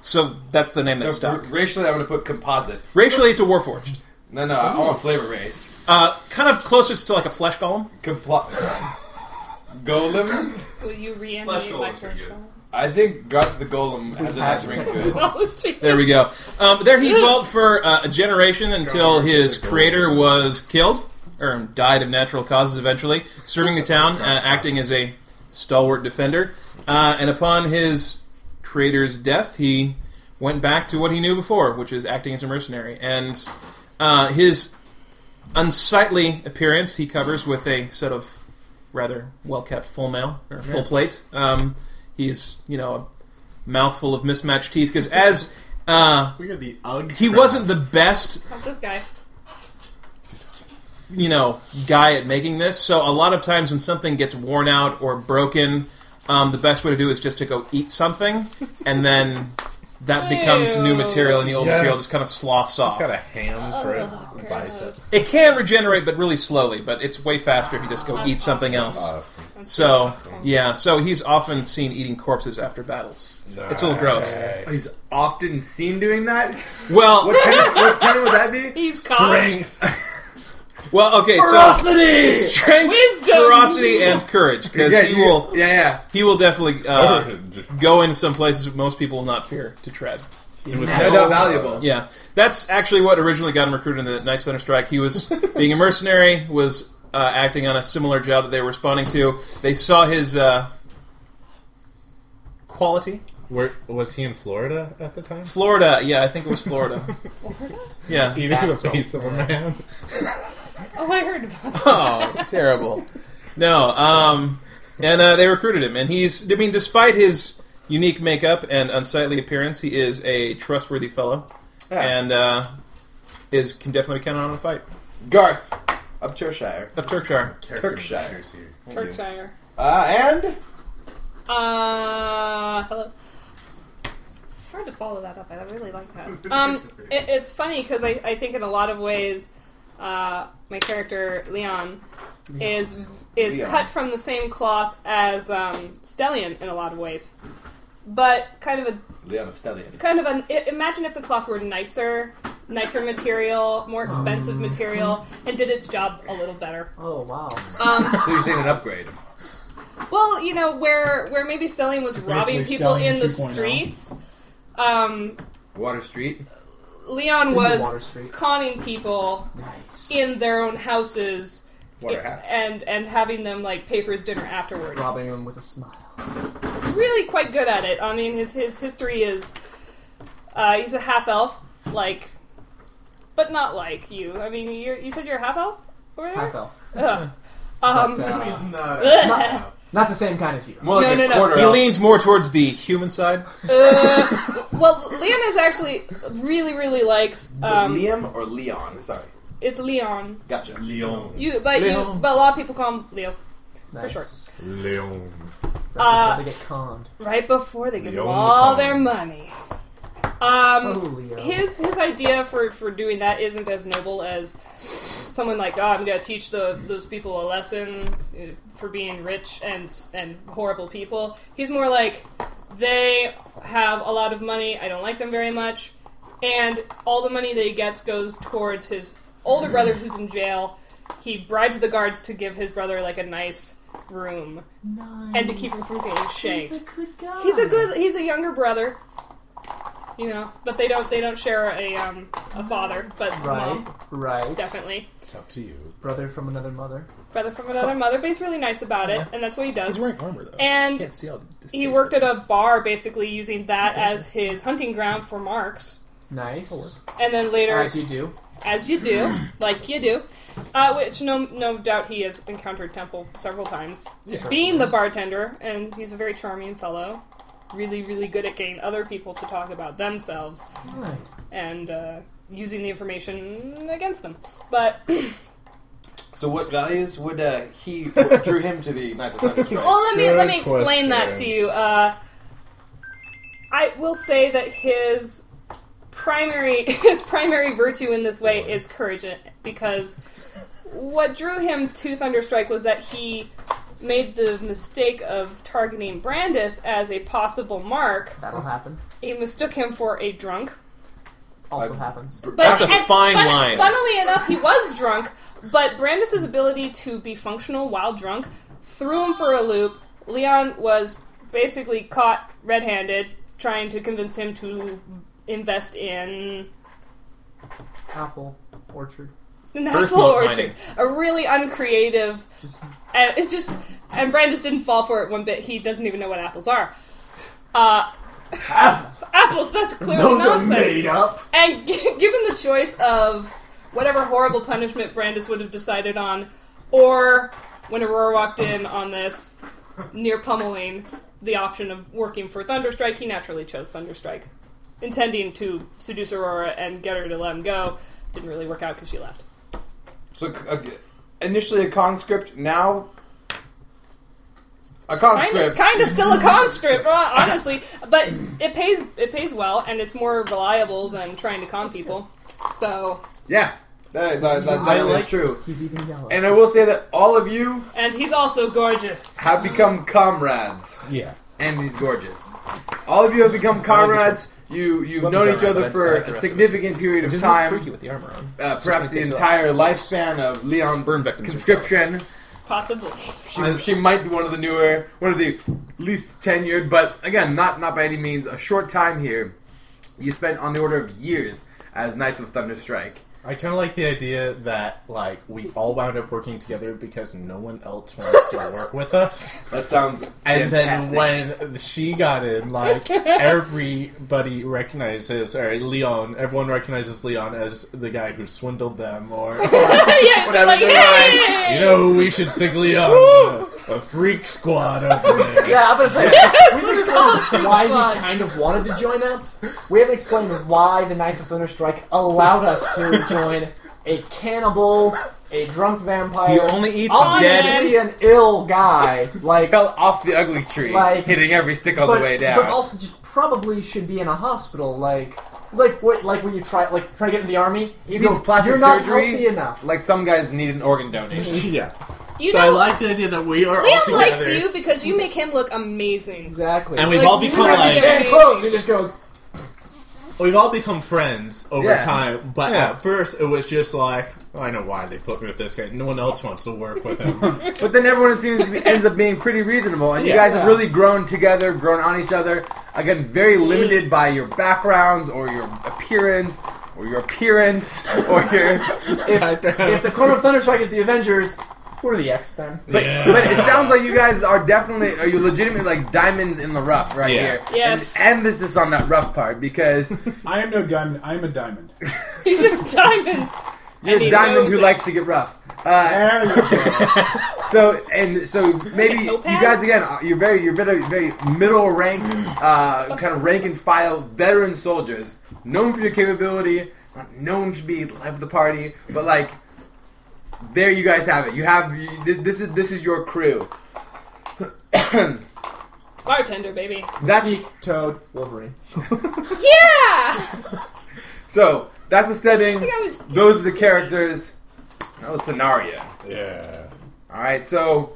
Speaker 7: so that's the name that
Speaker 4: So r-
Speaker 7: stuck.
Speaker 4: racially, I'm going to put composite.
Speaker 7: Racially, it's a Warforged.
Speaker 4: No, no, I want flavor race.
Speaker 7: Uh, kind of closest to like a flesh golem.
Speaker 4: Compl- golem?
Speaker 3: Will you
Speaker 8: Flesh
Speaker 3: reanimate my
Speaker 8: golems are
Speaker 3: first
Speaker 8: good.
Speaker 3: one?
Speaker 4: I think Garth the Golem has a nice ring to it.
Speaker 3: Oh, gee.
Speaker 7: There we go. Um, there he dwelt for uh, a generation until his creator was killed or died of natural causes. Eventually, serving the town, uh, acting as a stalwart defender. Uh, and upon his creator's death, he went back to what he knew before, which is acting as a mercenary. And uh, his unsightly appearance he covers with a set of rather well kept full mail or full plate. Um, he's you know a mouthful of mismatched teeth because as uh,
Speaker 9: We got the UG.
Speaker 7: he wasn't the best
Speaker 3: Fuck this guy.
Speaker 7: you know guy at making this. So a lot of times when something gets worn out or broken, um, the best way to do is just to go eat something, and then that becomes new
Speaker 3: Ew.
Speaker 7: material, and the old
Speaker 2: Yes.
Speaker 7: material just kind of sloughs off.
Speaker 2: Got a ham for a bicep.
Speaker 7: It can regenerate, but really slowly. But it's way faster if you just go eat something else.
Speaker 2: Awesome.
Speaker 7: So yeah, so he's often seen eating corpses after battles. It's a little gross.
Speaker 4: He's often seen doing that.
Speaker 7: Well,
Speaker 4: What ten, what ten would that be?
Speaker 3: He's caught.
Speaker 7: well, okay. So strength,
Speaker 3: Wisdom.
Speaker 7: ferocity, and courage, because
Speaker 4: Yeah,
Speaker 7: he
Speaker 4: you-
Speaker 7: will
Speaker 4: Yeah, yeah.
Speaker 7: he will definitely uh,
Speaker 2: Just
Speaker 7: go into some places most people will not fear to tread.
Speaker 4: No
Speaker 2: suicidal.
Speaker 4: doubt valuable.
Speaker 7: Yeah, that's actually what originally got him recruited in the Night Center strike. He was being a mercenary, was uh, acting on a similar job that they were responding to. They saw his uh, quality.
Speaker 2: Where, was he in Florida at the time?
Speaker 7: Florida, yeah, I think it was Florida. yeah.
Speaker 2: Eating the face of a man.
Speaker 3: Oh, I heard about that.
Speaker 7: Oh, terrible. No, um, and uh, they recruited him, and he's. I mean, despite his unique makeup and unsightly appearance, he is a trustworthy fellow, and uh, is can definitely count on a fight
Speaker 4: Garth of Cheshire.
Speaker 7: of Turkshire.
Speaker 4: Kirkshire.
Speaker 3: Berkshire.
Speaker 4: Uh, and
Speaker 3: Uh, hello. It's hard to follow that up. I really like that. Um, it, it's funny because I, I think in a lot of ways, uh, my character Leon is is
Speaker 4: Leon.
Speaker 3: cut from the same cloth as um, Stellion in a lot of ways, but kind of a
Speaker 4: Leon of Stallion.
Speaker 3: kind of an i- imagine if the cloth were nicer nicer material more expensive material and did its job a little better
Speaker 6: Oh wow.
Speaker 4: So you're saying an upgrade.
Speaker 3: well you know where where maybe stellion was robbing
Speaker 5: Basically,
Speaker 3: people
Speaker 5: Stallion
Speaker 3: in the
Speaker 5: 2.0.
Speaker 3: streets um,
Speaker 4: Water Street.
Speaker 3: leon
Speaker 6: Water
Speaker 3: was
Speaker 6: Street.
Speaker 3: conning people
Speaker 6: Nice.
Speaker 3: in their own houses
Speaker 4: Water Hats.
Speaker 3: and and having them like pay for his dinner afterwards
Speaker 6: Robbing him with a smile.
Speaker 3: really quite good at it. I mean, his his history is uh, he's a half elf, like, but not like you. I mean, you you said you're a half elf over there.
Speaker 6: Half elf.
Speaker 3: Ugh. Um,
Speaker 6: Uh,
Speaker 9: Not
Speaker 3: ugh.
Speaker 6: not the same kind as you.
Speaker 4: More
Speaker 3: No, no, no.
Speaker 4: quarter
Speaker 7: He
Speaker 4: elf.
Speaker 7: leans more towards the human side.
Speaker 3: Uh, well, Leon is actually really, really likes.
Speaker 4: Is it
Speaker 3: Um,
Speaker 4: Liam or Leon? Sorry.
Speaker 3: it's Leon.
Speaker 4: Gotcha.
Speaker 9: Leon.
Speaker 3: You, but
Speaker 7: Leon.
Speaker 3: you, but a lot of people call him Leo.
Speaker 6: Nice.
Speaker 3: sure. Uh,
Speaker 2: Leon.
Speaker 6: That's before they get conned.
Speaker 3: Right before they give him
Speaker 2: Leon
Speaker 3: all
Speaker 2: McCollum.
Speaker 3: their money.
Speaker 6: Oh,
Speaker 3: Um,
Speaker 6: Leo.
Speaker 3: his his idea for for doing that isn't as noble as someone like oh, I'm gonna teach the, those people a lesson uh, for being rich and and horrible people. He's more like they have a lot of money. I don't like them very much, and all the money that he gets goes towards his older brother who's in jail. He bribes the guards to give his brother like a nice room and to keep him from getting shanked. He's a good guy. He's
Speaker 6: Oh.
Speaker 3: a good. He's a younger brother. You know, but they don't they don't share a um a father, but
Speaker 6: Right.
Speaker 3: mom
Speaker 6: Right.
Speaker 3: definitely
Speaker 2: It's up to you.
Speaker 6: Brother from another mother.
Speaker 3: brother from another mother. But he's really nice about it, and that's what he
Speaker 7: He's
Speaker 3: does.
Speaker 7: wearing armor though.
Speaker 3: And
Speaker 7: Can't see how this
Speaker 3: He
Speaker 7: face
Speaker 3: worked at a
Speaker 7: works.
Speaker 3: bar, basically using that as his hunting ground for marks.
Speaker 6: Nice.
Speaker 3: And then later,
Speaker 6: As you do.
Speaker 3: as you do, like you do, uh, which no no doubt he has encountered Temple several times, being the bartender, and he's a very charming fellow, really really good at getting other people to talk about themselves
Speaker 6: Right.
Speaker 3: and uh, using the information against them. But
Speaker 4: So what values would uh, he what drew him to the Knights of Thunder Strike?
Speaker 3: Well, let me let me
Speaker 2: Good
Speaker 3: explain that
Speaker 2: question.
Speaker 3: to you. Uh, I will say that his primary his primary virtue in this way is courage, eh, because what drew him to Thunderstrike was that he made the mistake of targeting Brandis as a possible mark.
Speaker 6: That'll happen.
Speaker 3: He mistook him for a drunk.
Speaker 6: Also happens.
Speaker 3: But
Speaker 7: That's a
Speaker 3: and
Speaker 7: fine line.
Speaker 3: Funnily enough, he was drunk, but Brandis's ability to be functional while drunk threw him for a loop. Leon was basically caught red-handed trying to convince him to invest in
Speaker 6: Apple orchard.
Speaker 3: an
Speaker 7: Earth
Speaker 3: apple
Speaker 7: mold
Speaker 3: orchard. A really uncreative.
Speaker 6: Just
Speaker 3: And it just and Brandis didn't fall for it one bit. He doesn't even know what apples are. Uh, apples. That's clearly nonsense.
Speaker 9: up.
Speaker 3: And g- given the choice of whatever horrible punishment Brandis would have decided on, or when Aurora walked in on this near pummeling the option of working for Thunderstrike, he naturally chose Thunderstrike, intending to seduce Aurora and get her to let him go. Didn't really work out because she left.
Speaker 4: So uh, initially a conscript, now a
Speaker 3: Kind of,
Speaker 4: conscript.
Speaker 3: kind of still a conscript, uh, honestly, but it pays it pays well and it's more reliable than trying to con people. So,
Speaker 4: Yeah, that, that, that,
Speaker 2: I
Speaker 4: that is
Speaker 2: like-
Speaker 4: true.
Speaker 6: He's even yellow.
Speaker 4: And I will say that all of you
Speaker 3: and he's also gorgeous.
Speaker 4: have become comrades,
Speaker 5: Yeah.
Speaker 4: and he's gorgeous. All of you have become comrades. You you've
Speaker 7: Weapons
Speaker 4: known
Speaker 7: are
Speaker 4: each
Speaker 7: right,
Speaker 4: other
Speaker 7: but I- I
Speaker 4: for
Speaker 7: like the
Speaker 4: a
Speaker 7: rest of it.
Speaker 4: significant period
Speaker 7: It's
Speaker 4: of
Speaker 7: just
Speaker 4: time,
Speaker 7: freaky with the armor on.
Speaker 4: uh, perhaps the
Speaker 7: takes a lot.
Speaker 4: entire lifespan of Leon's
Speaker 7: Burn victims are
Speaker 4: conscription.
Speaker 3: Possibly.
Speaker 4: She, she might be one of the newer, one of the least tenured, but again, not not by any means a short time here. You spent on the order of years as Knights of Thunderstrike.
Speaker 2: I kind of like the idea that like we all wound up working together because no one else wants to work with us.
Speaker 4: That sounds
Speaker 2: And
Speaker 4: fantastic.
Speaker 2: then when she got in, like everybody recognizes, or Leon, everyone recognizes Leon as the guy who swindled them, or
Speaker 3: yeah, it's
Speaker 4: Whatever
Speaker 3: like,
Speaker 4: they're
Speaker 3: hey!
Speaker 2: you know, who we should stick Leon, a, a freak squad over there.
Speaker 6: yeah, I'm gonna say we've
Speaker 3: called
Speaker 6: explained why
Speaker 3: Squad.
Speaker 6: we kind of wanted to join up. We haven't explained why the Knights of Thunderstrike allowed us to join a cannibal, a drunk vampire,
Speaker 7: He only eats
Speaker 6: obviously
Speaker 7: dead.
Speaker 6: an ill guy like.
Speaker 4: fell off the ugly tree,
Speaker 6: Like-
Speaker 4: hitting every stick on
Speaker 6: but,
Speaker 4: the way down.
Speaker 6: but also just probably should be in a hospital. Like it's like what like when you try like try to get in the army,
Speaker 4: he
Speaker 6: you go,
Speaker 4: needs plastic
Speaker 6: You're not
Speaker 4: surgery.
Speaker 6: healthy enough.
Speaker 4: Like some guys need an organ donation.
Speaker 2: Yeah.
Speaker 3: You
Speaker 2: So
Speaker 3: know,
Speaker 2: I like the idea that we are all
Speaker 3: Liam
Speaker 2: together,
Speaker 3: likes you because you make him look amazing.
Speaker 6: exactly.
Speaker 2: and we've
Speaker 3: Like,
Speaker 2: all
Speaker 3: you
Speaker 2: become
Speaker 3: really
Speaker 2: like
Speaker 3: get
Speaker 6: Very close. He just goes.
Speaker 2: We've all become friends over
Speaker 4: Yeah.
Speaker 2: time, but
Speaker 4: Yeah.
Speaker 2: at first it was just like, I know why they put me with this guy. No one else wants to work with him.
Speaker 4: But then everyone seems to be, ends up being pretty reasonable, and you
Speaker 2: Yeah.
Speaker 4: guys have really grown together, grown on each other. Again, very limited by your backgrounds or your appearance. Or your appearance, or your.
Speaker 6: If, if the Corner of Thunderstrike is the Avengers, we're the X Men.
Speaker 4: But,
Speaker 2: Yeah.
Speaker 4: but it sounds like you guys are definitely, are you legitimately like diamonds in the rough right
Speaker 2: Yeah.
Speaker 4: here.
Speaker 3: Yes.
Speaker 4: And emphasis on that rough part because
Speaker 5: I am no diamond. I am a diamond.
Speaker 3: He's just diamond.
Speaker 4: you're
Speaker 3: And he
Speaker 4: a diamond
Speaker 3: knows
Speaker 4: who
Speaker 3: it.
Speaker 4: likes to get rough. Uh,
Speaker 5: There you go.
Speaker 4: So and so maybe you
Speaker 3: topaz?
Speaker 4: guys again are- you're very you're very very middle rank uh, kind of rank and file veteran soldiers known for your capability not known to be the life of the party but like there you guys have it you have you- this, this is this is your crew
Speaker 3: Bartender, baby.
Speaker 4: that's
Speaker 6: Toad, Wolverine.
Speaker 3: Yeah!
Speaker 4: so that's the setting
Speaker 3: I was-
Speaker 4: those are the characters that was scenario
Speaker 2: yeah.
Speaker 4: all right so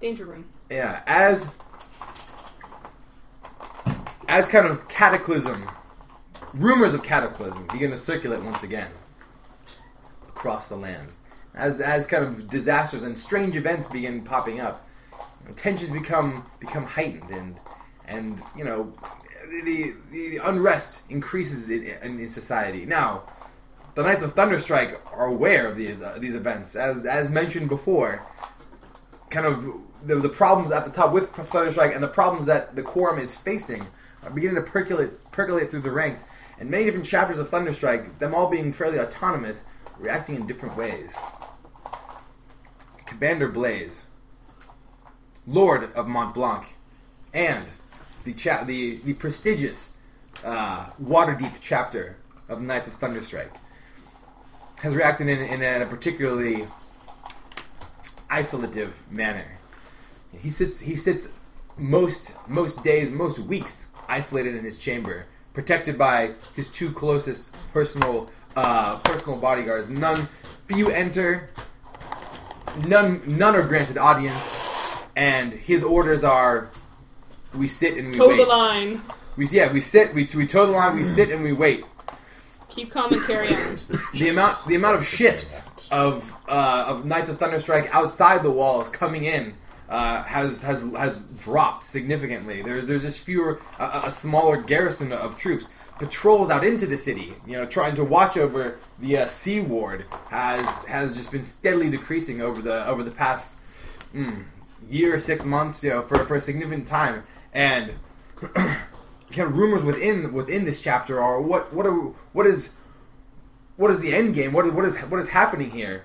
Speaker 3: Danger room.
Speaker 4: Yeah, as as kind of cataclysm, rumors of cataclysm begin to circulate once again across the lands. As as kind of disasters and strange events begin popping up, tensions become become heightened and and you know the the, the unrest increases in, in, in society now. The Knights of Thunderstrike are aware of these uh, these events, as as mentioned before kind of the, the problems at the top with Thunder Strike and the problems that the quorum is facing are beginning to percolate percolate through the ranks. And many different chapters of Thunderstrike, them all being fairly autonomous, reacting in different ways. Commander Blaze, Lord of Mont Blanc, and the cha- the, the prestigious uh, Waterdeep chapter of Knights of Thunderstrike, has reacted in, in a particularly isolative manner. He sits he sits most most days, most weeks isolated in his chamber, protected by his two closest personal uh, personal bodyguards. None few enter. None none are granted audience, and his orders are we sit and we
Speaker 3: Toe
Speaker 4: wait.
Speaker 3: the line.
Speaker 4: We yeah, we sit, we, we toe the line, we sit and we wait
Speaker 3: Keep calm and carry on.
Speaker 4: the amount the amount of shifts of uh, of Knights of Thunderstrike outside the walls coming in uh, has has has dropped significantly. There's there's just fewer a, a- a smaller garrison of troops. Patrols out into the city, you know, trying to watch over the uh, Sea Ward has has just been steadily decreasing over the over the past mm, year six months, you know, for for a significant time and kind of rumors within within this chapter are what what are what is what is the end game? What what is what is happening here?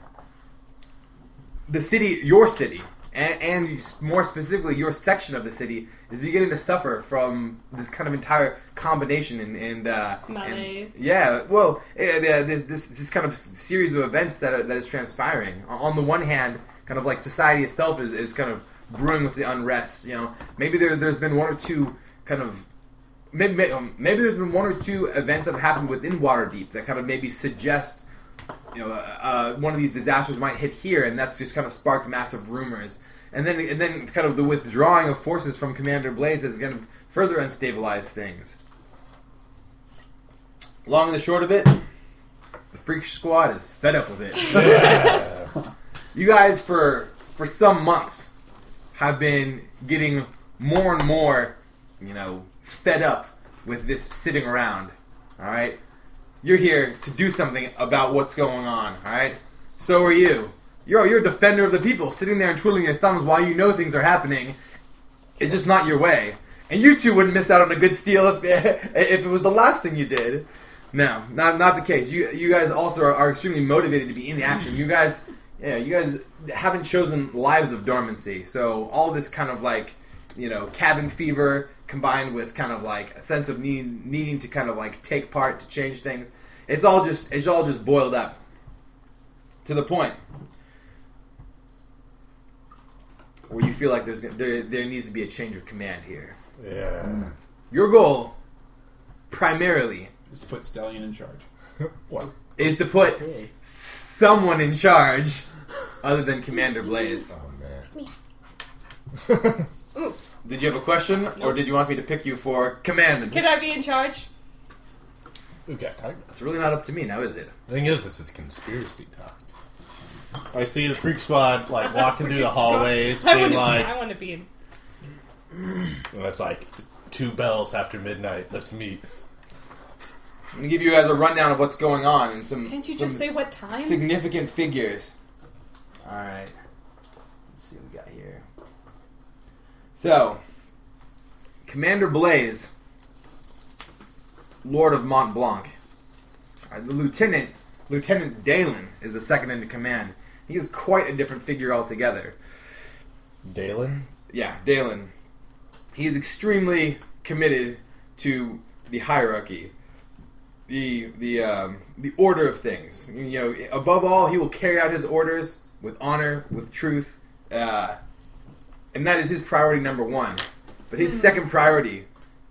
Speaker 4: The city, your city, and, and you- more specifically, your section of the city is beginning to suffer from this kind of entire combination and and, uh, and-
Speaker 3: Malaise.
Speaker 4: yeah, well, eh, eh, this, this this kind of series of events that are, that is transpiring. O- On the one hand, kind of like society itself is, is kind of brewing with the unrest. You know, maybe there there's been one or two kind of maybe, may- um, maybe there's been one or two events that have happened within Waterdeep that kind of maybe suggest you know, uh, uh, one of these disasters might hit here, and that's just kind of sparked massive rumors. And then, and then, kind of the withdrawing of forces from Commander Blaze has kind of further unstabilized things. Long and the short of it, the Freak Squad is fed up with it. you guys, for for some months, have been getting more and more, you know, fed up with this sitting around. All right, you're here to do something about what's going on, alright? So are you. You're, you're a defender of the people, sitting there and twiddling your thumbs while you know things are happening. It's just not your way. And you two wouldn't miss out on a good steal if, if it was the last thing you did. No, not not the case. You you guys also are, are extremely motivated to be in the action. You guys, yeah, you guys haven't chosen lives of dormancy. So all this kind of like, you know, cabin fever combined with kind of like a sense of need, needing to kind of like take part to change things. It's all just it's all just boiled up to the point where you feel like there's gonna- there there needs to be a change of command here. Mm.
Speaker 2: Yeah.
Speaker 4: Your goal, primarily,
Speaker 5: Just put Stellion in charge.
Speaker 2: What?
Speaker 4: is to put
Speaker 6: Okay.
Speaker 4: someone in charge other than Commander Blaze.
Speaker 2: Oh man.
Speaker 4: Did you have a question, or did you want me to pick you for command?
Speaker 3: Can I be in charge?
Speaker 2: We got tiger.
Speaker 4: It's really not up to me now, is it?
Speaker 2: The thing is, this is conspiracy talk. I see the freak squad like walking through the hallways,
Speaker 3: I want
Speaker 2: being
Speaker 3: to.
Speaker 2: like,
Speaker 3: I want to be in.
Speaker 2: and it's like two bells after midnight. Let's meet.
Speaker 4: I'm gonna give you guys a rundown of what's going on and some.
Speaker 3: Can't you
Speaker 4: some
Speaker 3: just say what time?
Speaker 4: significant figures? All right. Let's see what we got here. So, Commander Blaze, Lord of Mont Blanc, Uh, the Lieutenant Lieutenant Dalen is the second in command. He is quite a different figure altogether.
Speaker 2: Dalen.
Speaker 4: yeah, Dalen. He is extremely committed to the hierarchy, the the um, the order of things. You know, above all, he will carry out his orders with honor, with truth, uh, and that is his priority number one. But his second priority,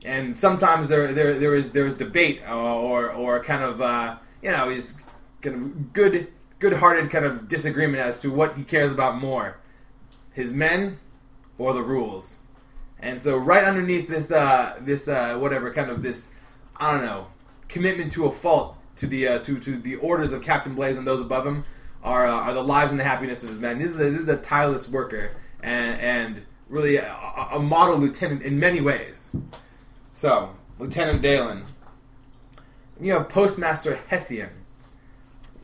Speaker 4: and sometimes there there there is there is debate uh, or or kind of uh, you know is kind of good good hearted kind of disagreement as to what he cares about more, his men or the rules. And so right underneath this uh this uh whatever kind of this I don't know commitment to a fault to the uh, to to the orders of Captain Blaze and those above him are uh, are the lives and the happiness of his men. This is a, this is a tireless worker and and really a, a model lieutenant in many ways. So, Lieutenant Dalen. You have Postmaster Hessian.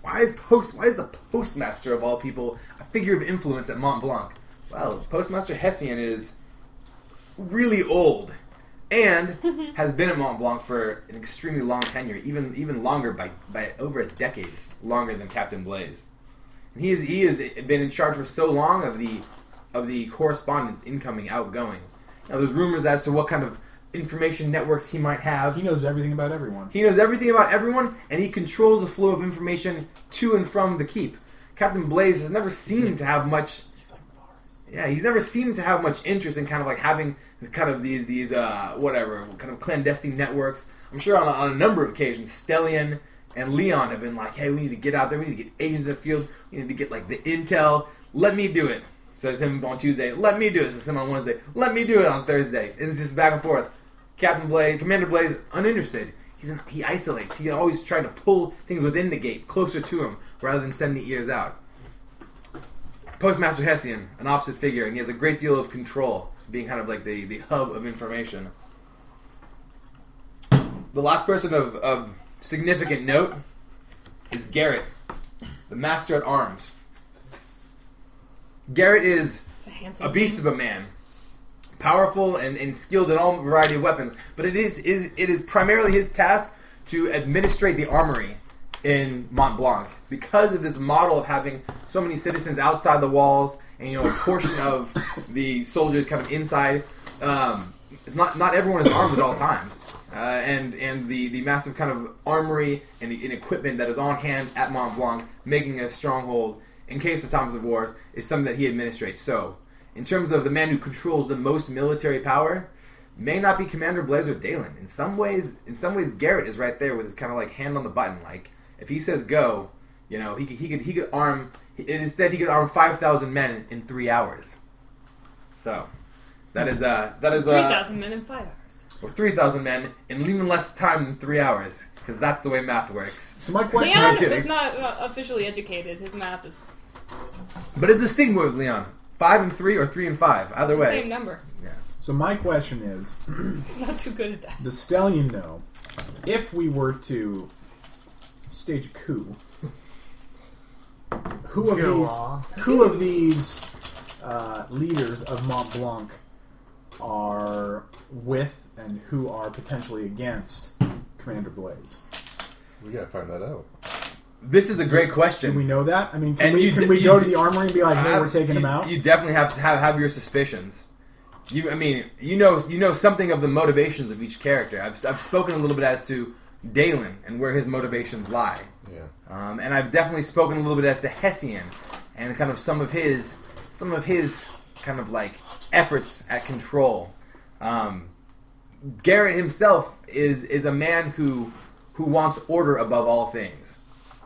Speaker 4: Why is post? Why is the postmaster of all people a figure of influence at Mont Blanc? Well, postmaster Hessian is really old and has been at Mont Blanc for an extremely long tenure, even even longer by by over a decade, longer than Captain Blaze. And he is he has been in charge for so long of the of the correspondence incoming, outgoing. Now, there's rumors as to what kind of information networks he might have.
Speaker 5: He knows everything about everyone.
Speaker 4: He knows everything about everyone, and he controls the flow of information to and from the keep. Captain Blaze has never seemed to have much.
Speaker 5: He's like Mars.
Speaker 4: Yeah, he's never seemed to have much interest in kind of like having kind of these these uh, whatever kind of clandestine networks. I'm sure on a, on a number of occasions, Stellion and Leon have been like, "Hey, we need to get out there. We need to get agents in the field. We need to get like the intel. Let me do it." Says him on Tuesday. Let me do it. Says him on Wednesday. Let me do it on Thursday. And it's just back and forth. Captain Blaze, Commander Blaze, uninterested. He's an, he isolates. He always trying to pull things within the gate, closer to him, rather than send the ears out. Postmaster Hessian, an opposite figure, and he has a great deal of control, being kind of like the, the hub of information. The last person of, of significant note is Garrett, the master at arms. Garrett is
Speaker 3: It's a handsome.
Speaker 4: a beast of a man, powerful and, and skilled in all variety of weapons. But it is is it is primarily his task to administrate the armory in Mont Blanc because of this model of having so many citizens outside the walls and you know a portion of the soldiers kind of inside. Um, it's not not everyone is armed at all times, uh, and and the, the massive kind of armory and, the, and equipment that is on hand at Mont Blanc, making a stronghold in case of times of war, is something that he administrates. So, in terms of the man who controls the most military power, may not be Commander Blaze or Dalen. In some ways, in some ways, Garrett is right there with his kind of like hand on the button. Like if he says go, you know, he could, he could he could arm. he- Instead, he could arm five thousand men in, in three hours. So that is uh that is
Speaker 3: Three
Speaker 4: uh
Speaker 3: thousand men in five hours.
Speaker 4: or three thousand men in even less time than three hours because that's the way math works.
Speaker 5: So my question,
Speaker 4: I'm
Speaker 3: Leon
Speaker 4: kidding.
Speaker 3: was not uh, officially educated. His math is
Speaker 4: But it's the stigma of Leon. Five and three or three and five. Either
Speaker 3: it's the
Speaker 4: way.
Speaker 3: same number.
Speaker 5: so my question is,
Speaker 3: He's not too good at that.
Speaker 5: does Stallion know if we were to stage a coup, who of these, who of these uh, leaders of Mont Blanc are with and who are potentially against Commander Blaze?
Speaker 2: We gotta find that out.
Speaker 4: This is a great question.
Speaker 5: Do we know that? I mean, can
Speaker 4: And
Speaker 5: we
Speaker 4: you
Speaker 5: can
Speaker 4: d-
Speaker 5: we
Speaker 4: you
Speaker 5: go
Speaker 4: d-
Speaker 5: to the armory and be like, hey,
Speaker 4: have-
Speaker 5: we're taking
Speaker 4: you,
Speaker 5: him out?
Speaker 4: You definitely have to have, have your suspicions. You, I mean, you know, you know something of the motivations of each character. I've, I've spoken a little bit as to Dalen and where his motivations lie,
Speaker 2: Yeah.
Speaker 4: um, and I've definitely spoken a little bit as to Hessian and kind of some of his, some of his kind of like efforts at control. Um, Garrett himself is is a man who who wants order above all things.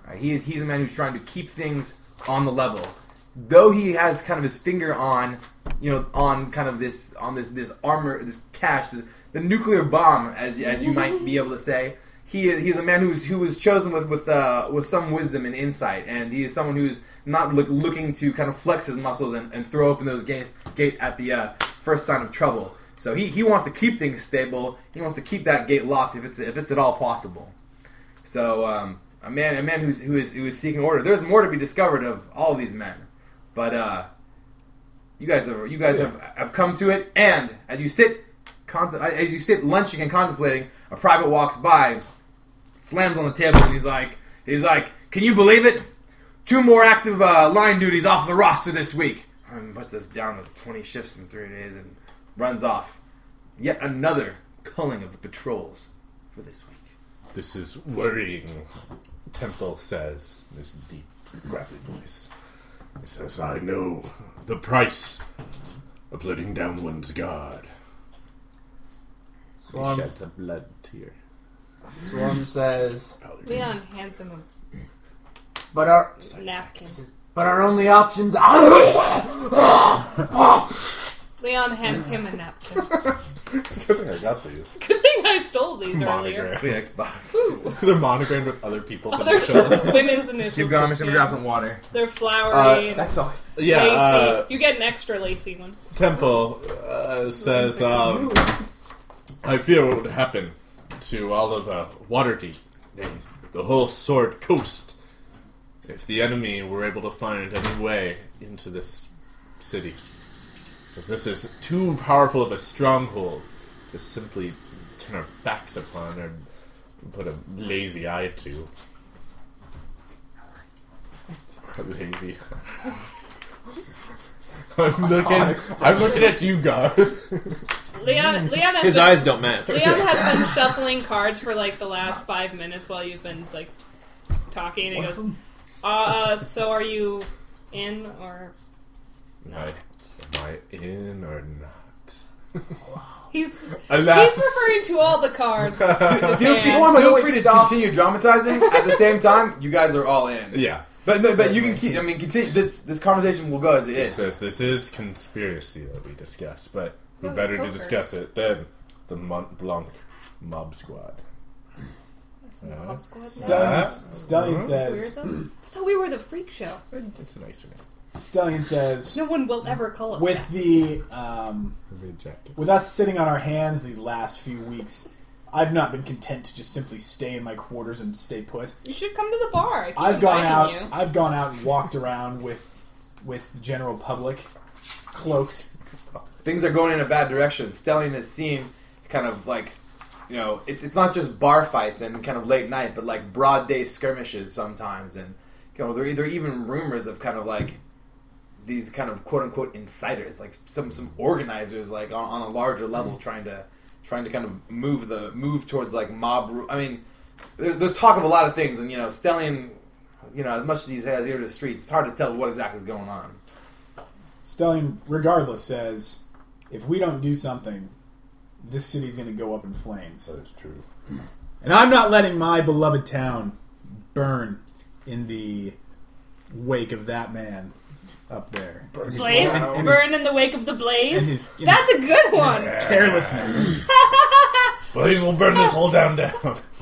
Speaker 4: Right? He is he's a man who's trying to keep things on the level. Though he has kind of his finger on, you know, on kind of this on this this armor, this cache, the, the nuclear bomb, as as you might be able to say. He is, he is a man who's who was chosen with with uh, with some wisdom and insight, and he is someone who's not look, looking to kind of flex his muscles and, and throw open those gates gate at the uh, first sign of trouble. So he, he wants to keep things stable. He wants to keep that gate locked if it's if it's at all possible. So um, a man, a man who's who is who is seeking order. There's more to be discovered of all these men, but uh, you guys have you guys have, have come to it. And as you sit, contem- as you sit lunching and contemplating, a private walks by, slams on the table, and he's like, he's like, can you believe it? Two more active uh, line duties off the roster this week. And puts us down to 20 shifts in three days and runs off. Yet another culling of the patrols for this week.
Speaker 2: This is worrying, Temple says, in his deep, gravelly voice. He says, I know the price of letting down one's guard.
Speaker 6: Swarm-
Speaker 2: He sheds a blood tear.
Speaker 6: Swarm says,
Speaker 3: Leon hands him
Speaker 6: but our
Speaker 3: a napkin.
Speaker 6: but our only options. are
Speaker 3: Leon hands him a napkin.
Speaker 2: Good thing I got these.
Speaker 3: Good thing I stole these earlier.
Speaker 2: Monogram.
Speaker 4: Kleenex box.
Speaker 2: They're monogrammed with other people's
Speaker 3: Other
Speaker 2: initials.
Speaker 3: women's initials.
Speaker 4: Keep going. I'm just gonna grab some
Speaker 3: yes.
Speaker 4: water.
Speaker 3: They're
Speaker 4: Uh,
Speaker 5: Uh,
Speaker 3: flowery. and
Speaker 6: That's all.
Speaker 2: yeah,
Speaker 3: lacy.
Speaker 2: uh,
Speaker 3: you get an extra lacy one.
Speaker 2: Temple uh, says, um, I fear what would happen to all of uh, Waterdeep, nay, the whole Sword Coast, if the enemy were able to find any way into this city. So this is too powerful of a stronghold to simply turn our backs upon or put a lazy eye to. lazy I'm looking. I'm looking at you, Garth.
Speaker 3: Leon, Leon has
Speaker 7: His
Speaker 3: been,
Speaker 7: eyes don't match.
Speaker 3: Leon has been shuffling cards for like the last five minutes while you've been like talking. And he goes, uh, so are you in or
Speaker 2: I, am I in or not?
Speaker 3: he's
Speaker 2: Alas,
Speaker 3: he's referring to all the cards. in his
Speaker 4: Feel,
Speaker 3: hand.
Speaker 4: feel,
Speaker 6: always
Speaker 4: free to
Speaker 6: stop.
Speaker 4: continue dramatizing. At the same time, you guys are all in.
Speaker 2: yeah.
Speaker 4: But but, but you can keep. I mean, continue. This this conversation will go as it
Speaker 2: It
Speaker 4: is.
Speaker 2: says this is conspiracy that we discuss, but who
Speaker 3: No, it's
Speaker 2: better to
Speaker 3: poker.
Speaker 2: discuss it than the Mont Blanc mob squad?
Speaker 3: That's in the Hub Squad now.
Speaker 5: Stallion,
Speaker 2: Uh,
Speaker 5: Stallion
Speaker 3: Weird
Speaker 5: says,
Speaker 3: though. I thought we were the freak show.
Speaker 2: It's a nicer name.
Speaker 5: Stallion says,
Speaker 3: No one will ever call us
Speaker 5: with
Speaker 3: that.
Speaker 5: the um,
Speaker 2: Rejected.
Speaker 5: with us sitting on our hands the last few weeks, I've not been content to just simply stay in my quarters and stay put.
Speaker 3: You should come to the bar. I keep
Speaker 5: I've gone out.
Speaker 3: inviting
Speaker 5: I've gone out and walked around with with the general public, cloaked.
Speaker 4: Things are going in a bad direction. Stellion has seen kind of like, you know, it's it's not just bar fights and kind of late night, but like broad day skirmishes sometimes, and you know, there there are even rumors of kind of like these kind of quote unquote insiders, like some some organizers, like on, on a larger level, trying to trying to kind of move the move towards like mob. ru- I mean, there's, there's talk of a lot of things, and you know, Stellion, you know, as much as he has ear to the streets, it's hard to tell what exactly is going on.
Speaker 5: Stellion, regardless, says if we don't do something, this city's going to go up in flames.
Speaker 2: is true.
Speaker 5: And I'm not letting my beloved town burn in the wake of that man up there. Burn
Speaker 3: Blaze, burn in the wake of the blaze.
Speaker 5: And his- and
Speaker 3: That's a good one.
Speaker 5: carelessness.
Speaker 2: Blaze will burn this whole town down.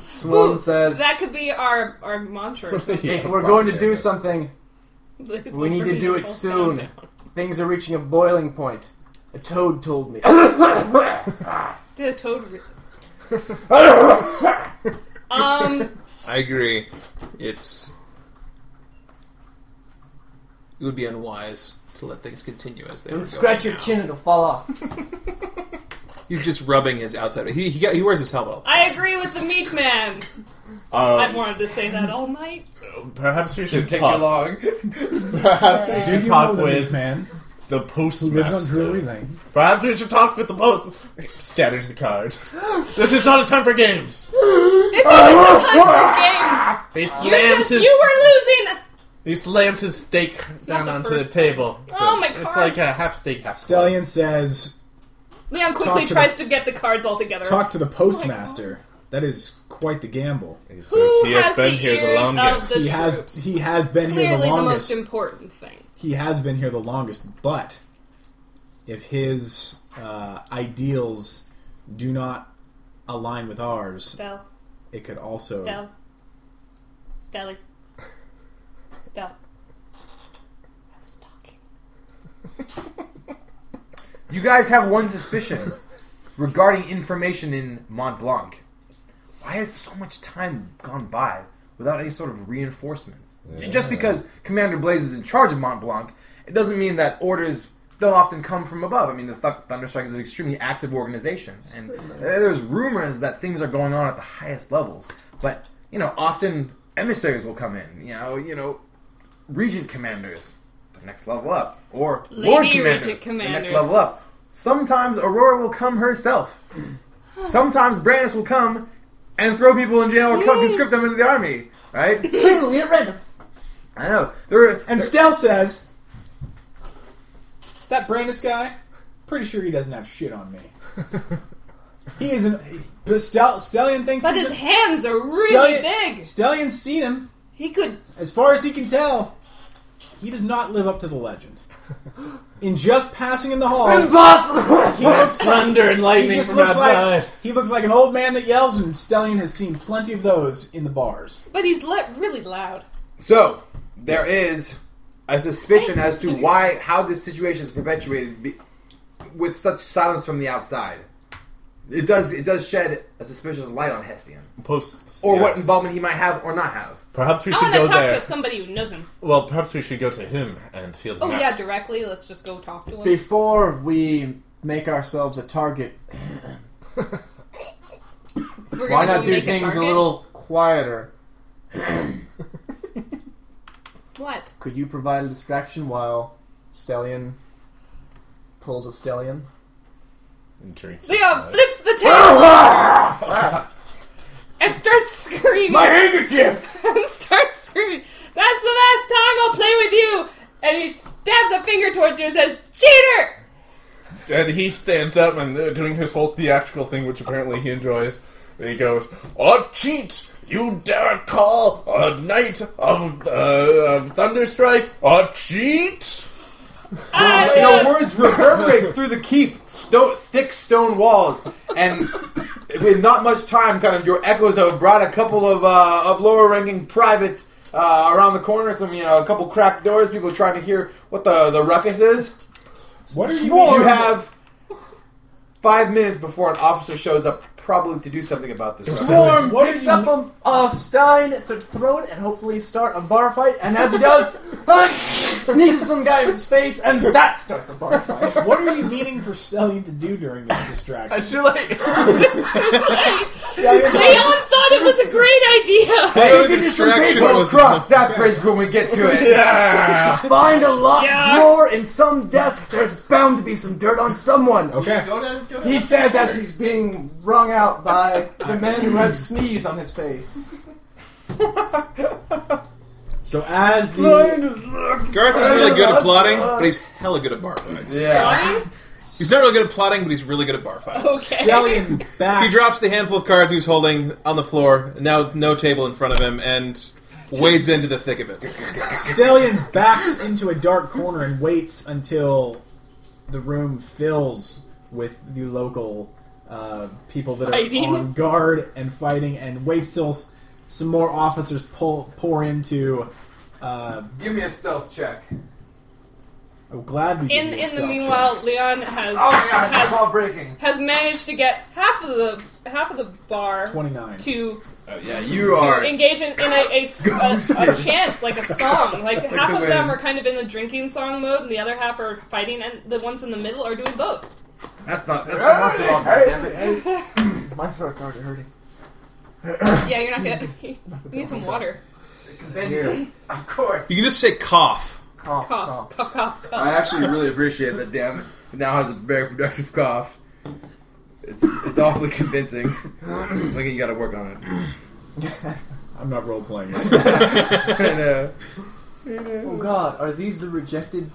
Speaker 6: Sloan says,
Speaker 3: That could be our our mantra. or something.
Speaker 6: if we're going to do something,
Speaker 3: Blaze
Speaker 6: we
Speaker 3: will
Speaker 6: need to
Speaker 3: burn
Speaker 6: do
Speaker 3: this
Speaker 6: it
Speaker 3: whole
Speaker 6: soon.
Speaker 3: town down.
Speaker 6: Things are reaching a boiling point. A toad told me.
Speaker 3: Did a toad. Re- um,
Speaker 7: I agree. It's it would be unwise to let things continue as they are.
Speaker 6: Don't scratch
Speaker 7: going
Speaker 6: your
Speaker 7: now.
Speaker 6: chin, it'll fall off.
Speaker 7: He's just rubbing his outside. He he, got, he wears his helmet. All the
Speaker 3: I agree with the meat man. I've
Speaker 2: Um,
Speaker 3: wanted to say that all night.
Speaker 2: perhaps we should
Speaker 4: Take you
Speaker 2: talk.
Speaker 4: along.
Speaker 2: Perhaps we should talk with
Speaker 5: man
Speaker 2: the
Speaker 5: lives on Drury
Speaker 2: postmaster.
Speaker 5: Lane.
Speaker 2: Perhaps we should talk with the post. Scatters the card. this is not a time for games.
Speaker 3: It's always a time for games.
Speaker 2: He
Speaker 3: You,
Speaker 2: slams
Speaker 3: just-
Speaker 2: his.
Speaker 3: you were losing.
Speaker 2: He slams his steak down
Speaker 3: the
Speaker 2: onto the
Speaker 3: first
Speaker 2: table.
Speaker 3: Oh, my
Speaker 2: It's
Speaker 3: cards.
Speaker 2: like a half steak, half
Speaker 5: Stellion says,
Speaker 3: Leon quickly
Speaker 5: Talk to
Speaker 3: tries to get the cards all together.
Speaker 5: "Talk to the postmaster." that is quite the gamble.
Speaker 2: He says
Speaker 3: Who
Speaker 2: he has,
Speaker 3: has
Speaker 2: been
Speaker 3: the
Speaker 2: here the
Speaker 3: ears of
Speaker 2: longest.
Speaker 3: the
Speaker 5: He
Speaker 3: troops?
Speaker 5: has he has been here
Speaker 3: Clearly,
Speaker 5: the
Speaker 3: the
Speaker 5: longest.
Speaker 3: most important thing.
Speaker 5: he has been here the longest, but if his uh, ideals do not align with ours,
Speaker 3: Stell,
Speaker 5: it could also
Speaker 3: Stell, Stelly, Stell. I was talking.
Speaker 4: You guys have one suspicion regarding information in Mont Blanc. Why has so much time gone by without any sort of reinforcements? And Just because Commander Blaze is in charge of Mont Blanc, it doesn't mean that orders don't often come from above. I mean, the Th- Thunderstrike is an extremely active organization, and there's rumors that things are going on at the highest levels. But you know, often emissaries will come in. You know, you know, regent commanders, the next level up, or lord
Speaker 3: Lady
Speaker 4: commanders,
Speaker 3: regent
Speaker 4: the next
Speaker 3: commanders.
Speaker 4: level up. Sometimes Aurora will come herself. Sometimes Brandis will come and throw people in jail or co- conscript them into the army. Right?
Speaker 6: Singly at random.
Speaker 4: I know. There are,
Speaker 5: And Stell says that Brandis guy, pretty sure he doesn't have shit on me. he is an but Stell, Stellion thinks
Speaker 3: But
Speaker 5: he's
Speaker 3: his
Speaker 5: a-
Speaker 3: hands are really
Speaker 5: Stellion-
Speaker 3: big.
Speaker 5: Stellion's seen him.
Speaker 3: He could.
Speaker 5: As far as he can tell, he does not live up to the legend. In just passing in the halls,
Speaker 6: Impossible!
Speaker 5: he looks
Speaker 2: Thunder and
Speaker 5: he
Speaker 2: lightning
Speaker 5: just
Speaker 2: from
Speaker 5: looks
Speaker 2: outside.
Speaker 5: like he looks like an old man that yells, and Stellion has seen plenty of those in the bars.
Speaker 3: But he's li- really loud.
Speaker 4: so there is a suspicion as to why how this situation is perpetuated be, with such silence from the outside. It does it does shed a suspicious light on Hessian
Speaker 2: Posts.
Speaker 4: or what
Speaker 2: yes.
Speaker 4: involvement he might have or not have.
Speaker 2: Perhaps we
Speaker 3: I
Speaker 2: should
Speaker 3: want to
Speaker 2: go
Speaker 3: talk
Speaker 2: there.
Speaker 3: to somebody who knows him.
Speaker 2: Well, perhaps we should go to him and feel him
Speaker 3: Oh
Speaker 2: out.
Speaker 3: yeah, directly. Let's just go talk to him.
Speaker 6: Before we make ourselves a target,
Speaker 3: We're
Speaker 6: why
Speaker 3: gonna
Speaker 6: not
Speaker 3: go
Speaker 6: do
Speaker 3: make
Speaker 6: things a
Speaker 3: target?
Speaker 6: little quieter?
Speaker 3: What?
Speaker 6: Could you provide a distraction while Stellion pulls a Stellion?
Speaker 2: And drink.
Speaker 3: Leon flips the table over and starts screaming.
Speaker 6: handkerchief!
Speaker 3: and starts screaming, That's the last time I'll play with you! And he stabs a finger towards you and says, Cheater!
Speaker 2: And he stands up and uh, doing his whole theatrical thing, which apparently he enjoys. And he goes, "Oh, cheat! You dare call a knight of, uh, of Thunderstrike a cheat?"
Speaker 3: I
Speaker 4: Your
Speaker 3: am
Speaker 4: words reverberate through the keep, sto- thick stone walls, and with not much time, kind of your echoes have brought a couple of uh, of lower ranking privates uh, around the corner. Some you know, a couple cracked doors. People trying to hear what the the ruckus is.
Speaker 5: What are you?
Speaker 4: You have five minutes before an officer shows up, probably to do something about this. ruckus.
Speaker 6: Swarm
Speaker 5: What
Speaker 6: picks
Speaker 5: did you-
Speaker 6: up a, a stein to throw it and hopefully start a bar fight, and as he does, sneezes some guy in his face, and that starts a bar fight.
Speaker 5: what are you meaning for Stellion to do during this distraction?
Speaker 2: It's too late.
Speaker 5: Stellion,
Speaker 3: Leon thought of was a great idea.
Speaker 7: Although
Speaker 4: Hey,
Speaker 7: the
Speaker 4: we did some
Speaker 7: distraction
Speaker 4: great- we'll
Speaker 7: was-
Speaker 4: cross that bridge when we get to it.
Speaker 2: Yeah.
Speaker 6: Find a locked
Speaker 3: Yeah.
Speaker 6: drawer in some desk. There's bound to be some dirt on someone.
Speaker 5: Okay.
Speaker 8: Go down, go down.
Speaker 6: He says as he's being wrung out by the man who has sneeze on his face.
Speaker 5: So as the
Speaker 7: Garth is really good at plotting, but he's hella good at bar fights.
Speaker 3: Johnny?
Speaker 7: He's not really good at plotting, but he's really good at bar fights.
Speaker 3: Okay.
Speaker 5: stallion back,
Speaker 7: He drops the handful of cards he was holding on the floor, now with no table in front of him, and wades into the thick of it.
Speaker 5: stallion backs into a dark corner and waits until the room fills with the local uh, people that are
Speaker 3: Fighting?
Speaker 5: on guard and fighting, and waits till s- some more officers pull pour into. Uh,
Speaker 4: Give me a stealth check.
Speaker 5: I'm glad we
Speaker 3: In
Speaker 5: did
Speaker 3: in the
Speaker 5: stealth
Speaker 3: meanwhile, Leon has
Speaker 4: Oh my god, it's
Speaker 3: has
Speaker 4: all breaking.
Speaker 3: has managed to get half of the half of the bar
Speaker 5: check. 29.
Speaker 3: to
Speaker 4: Oh yeah, you
Speaker 3: to
Speaker 4: are.
Speaker 3: engage in, in a, a s- a- a chant, like a song. Like half
Speaker 4: the
Speaker 3: of them
Speaker 4: wind.
Speaker 3: are kind of in the drinking song mode, and the other half are fighting, and the ones in the middle are doing both.
Speaker 4: That's not. That's not so wrong. Damn it.
Speaker 6: My throat's already hurting.
Speaker 3: Yeah, you're not gonna. You need some water.
Speaker 6: Here,
Speaker 4: Of course.
Speaker 7: You can just say cough.
Speaker 6: cough,
Speaker 3: Cough, cough, cough, cough.
Speaker 4: I actually really appreciate that. Damn it. It now has a very productive cough. It's it's awfully convincing. Like you got to work on it.
Speaker 5: I'm not role playing.
Speaker 4: and, uh,
Speaker 6: Oh God, are these the rejected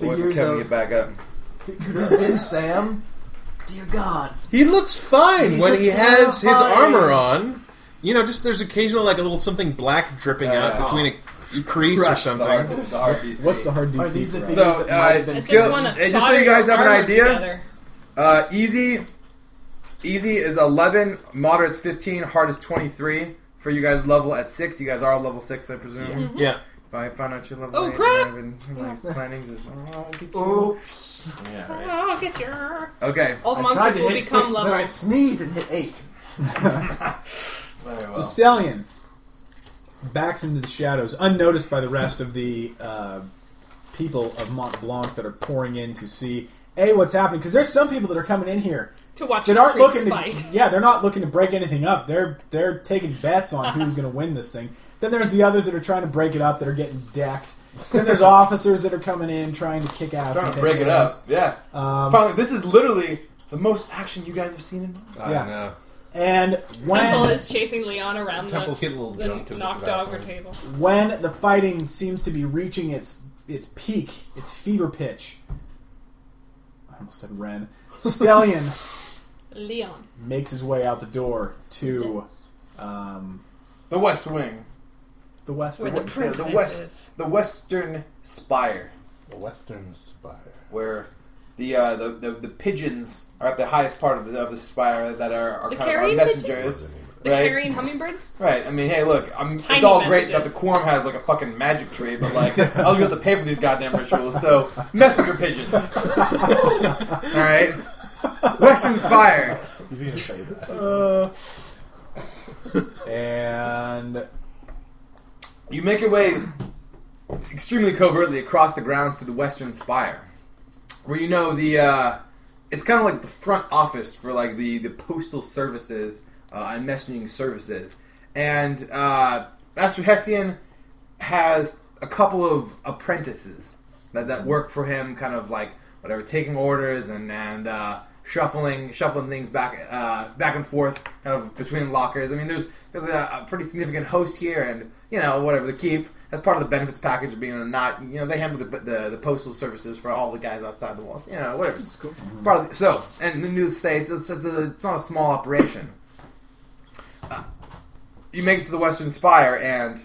Speaker 4: we're
Speaker 6: figures
Speaker 4: coming
Speaker 6: of?
Speaker 4: it back up.
Speaker 6: It could have been Sam. Dear God.
Speaker 7: He looks fine
Speaker 6: He's
Speaker 7: when he has his
Speaker 6: terrifying.
Speaker 7: armor on. You know, just there's occasional like a little something black dripping out
Speaker 4: Yeah.
Speaker 7: between a crease or
Speaker 4: Crush the hard-
Speaker 7: something.
Speaker 4: the hard DC.
Speaker 5: What's the hard DC?
Speaker 6: Are these the
Speaker 5: for us?
Speaker 6: figures
Speaker 4: So,
Speaker 6: that might
Speaker 4: uh,
Speaker 6: have been
Speaker 3: It's
Speaker 4: Gil-
Speaker 3: just want to
Speaker 4: and just so you guys have an idea,
Speaker 3: Together.
Speaker 4: Uh, easy, easy is eleven. Moderate's fifteen. Hard is twenty-three. For you guys, level at six. You guys are level six, I presume.
Speaker 7: Yeah.
Speaker 4: If I find out your level,
Speaker 3: Oh,
Speaker 4: eight,
Speaker 3: crap!
Speaker 4: and I've been, like, planning is oh,
Speaker 6: Oops.
Speaker 3: Oh, get your.
Speaker 4: okay.
Speaker 3: All the
Speaker 6: I tried
Speaker 3: monsters
Speaker 6: to
Speaker 3: will
Speaker 6: hit
Speaker 3: become
Speaker 6: six,
Speaker 3: level.
Speaker 6: Then I sneezed and hit eight.
Speaker 5: So Stallion backs into the shadows, unnoticed by the rest of the uh, people of Mont Blanc that are pouring in to see a what's happening. Because there's some people that are coming in here
Speaker 3: to watch
Speaker 5: that
Speaker 3: the
Speaker 5: aren't
Speaker 3: freaks
Speaker 5: looking
Speaker 3: fight.
Speaker 5: to yeah, they're not looking to break anything up. They're they're taking bets on who's going to win this thing. Then there's the others that are trying to break it up that are getting decked. Then there's officers that are coming in trying to kick ass. and
Speaker 4: Trying to
Speaker 5: take
Speaker 4: break it
Speaker 5: names.
Speaker 4: up. Yeah.
Speaker 5: Um,
Speaker 4: Probably- this is literally the most action you guys have seen in.
Speaker 5: Yeah.
Speaker 2: know.
Speaker 5: And
Speaker 3: Temple
Speaker 5: when
Speaker 3: is chasing Leon around
Speaker 2: Temple's
Speaker 3: the,
Speaker 2: getting a little
Speaker 3: the
Speaker 2: drunk. 'cause it's
Speaker 3: knock
Speaker 2: about
Speaker 3: dog or
Speaker 2: time.
Speaker 3: table.
Speaker 5: when the fighting seems to be reaching its its peak, its fever pitch. I almost said Ren. Stallion
Speaker 3: Leon.
Speaker 5: makes his way out the door to um,
Speaker 4: The West Wing.
Speaker 5: the west.
Speaker 3: Where
Speaker 5: Wing.
Speaker 3: the
Speaker 4: Yeah,
Speaker 3: prison
Speaker 4: the West.
Speaker 3: is.
Speaker 4: The Western Spire,
Speaker 2: The Western Spire.
Speaker 4: where the uh, the, the the pigeons are at the highest part of the, of the spire that are, are
Speaker 3: The
Speaker 4: kind of our
Speaker 3: carrion
Speaker 4: messengers.
Speaker 3: The
Speaker 4: right?
Speaker 3: carrying hummingbirds?
Speaker 4: Right. I mean, hey, look, I'm, it's,
Speaker 3: tiny
Speaker 4: all great that
Speaker 3: messages.
Speaker 4: the quorum has like a fucking magic tree, but like, I'll have to pay for these goddamn rituals. So, messenger pigeons. all right. Western Spire.
Speaker 2: He's gonna say that.
Speaker 5: Uh, and
Speaker 4: You make your way extremely covertly across the grounds to the Western Spire, where you know the uh, it's kind of like the front office for like the the postal services uh, and messaging services. And uh, Master Hessian has a couple of apprentices that, that work for him, kind of like whatever, taking orders and and uh, shuffling shuffling things back uh, back and forth, kind of between lockers. I mean, there's there's a, a pretty significant host here, and you know whatever the keep as part of the benefits package of being a not you know they handle the, the the postal services for all the guys outside the walls, you know whatever. It's cool. Part of the, so and needless to say, it's it's, it's, a, it's not a small operation. Uh, You make it to the Western Spire, and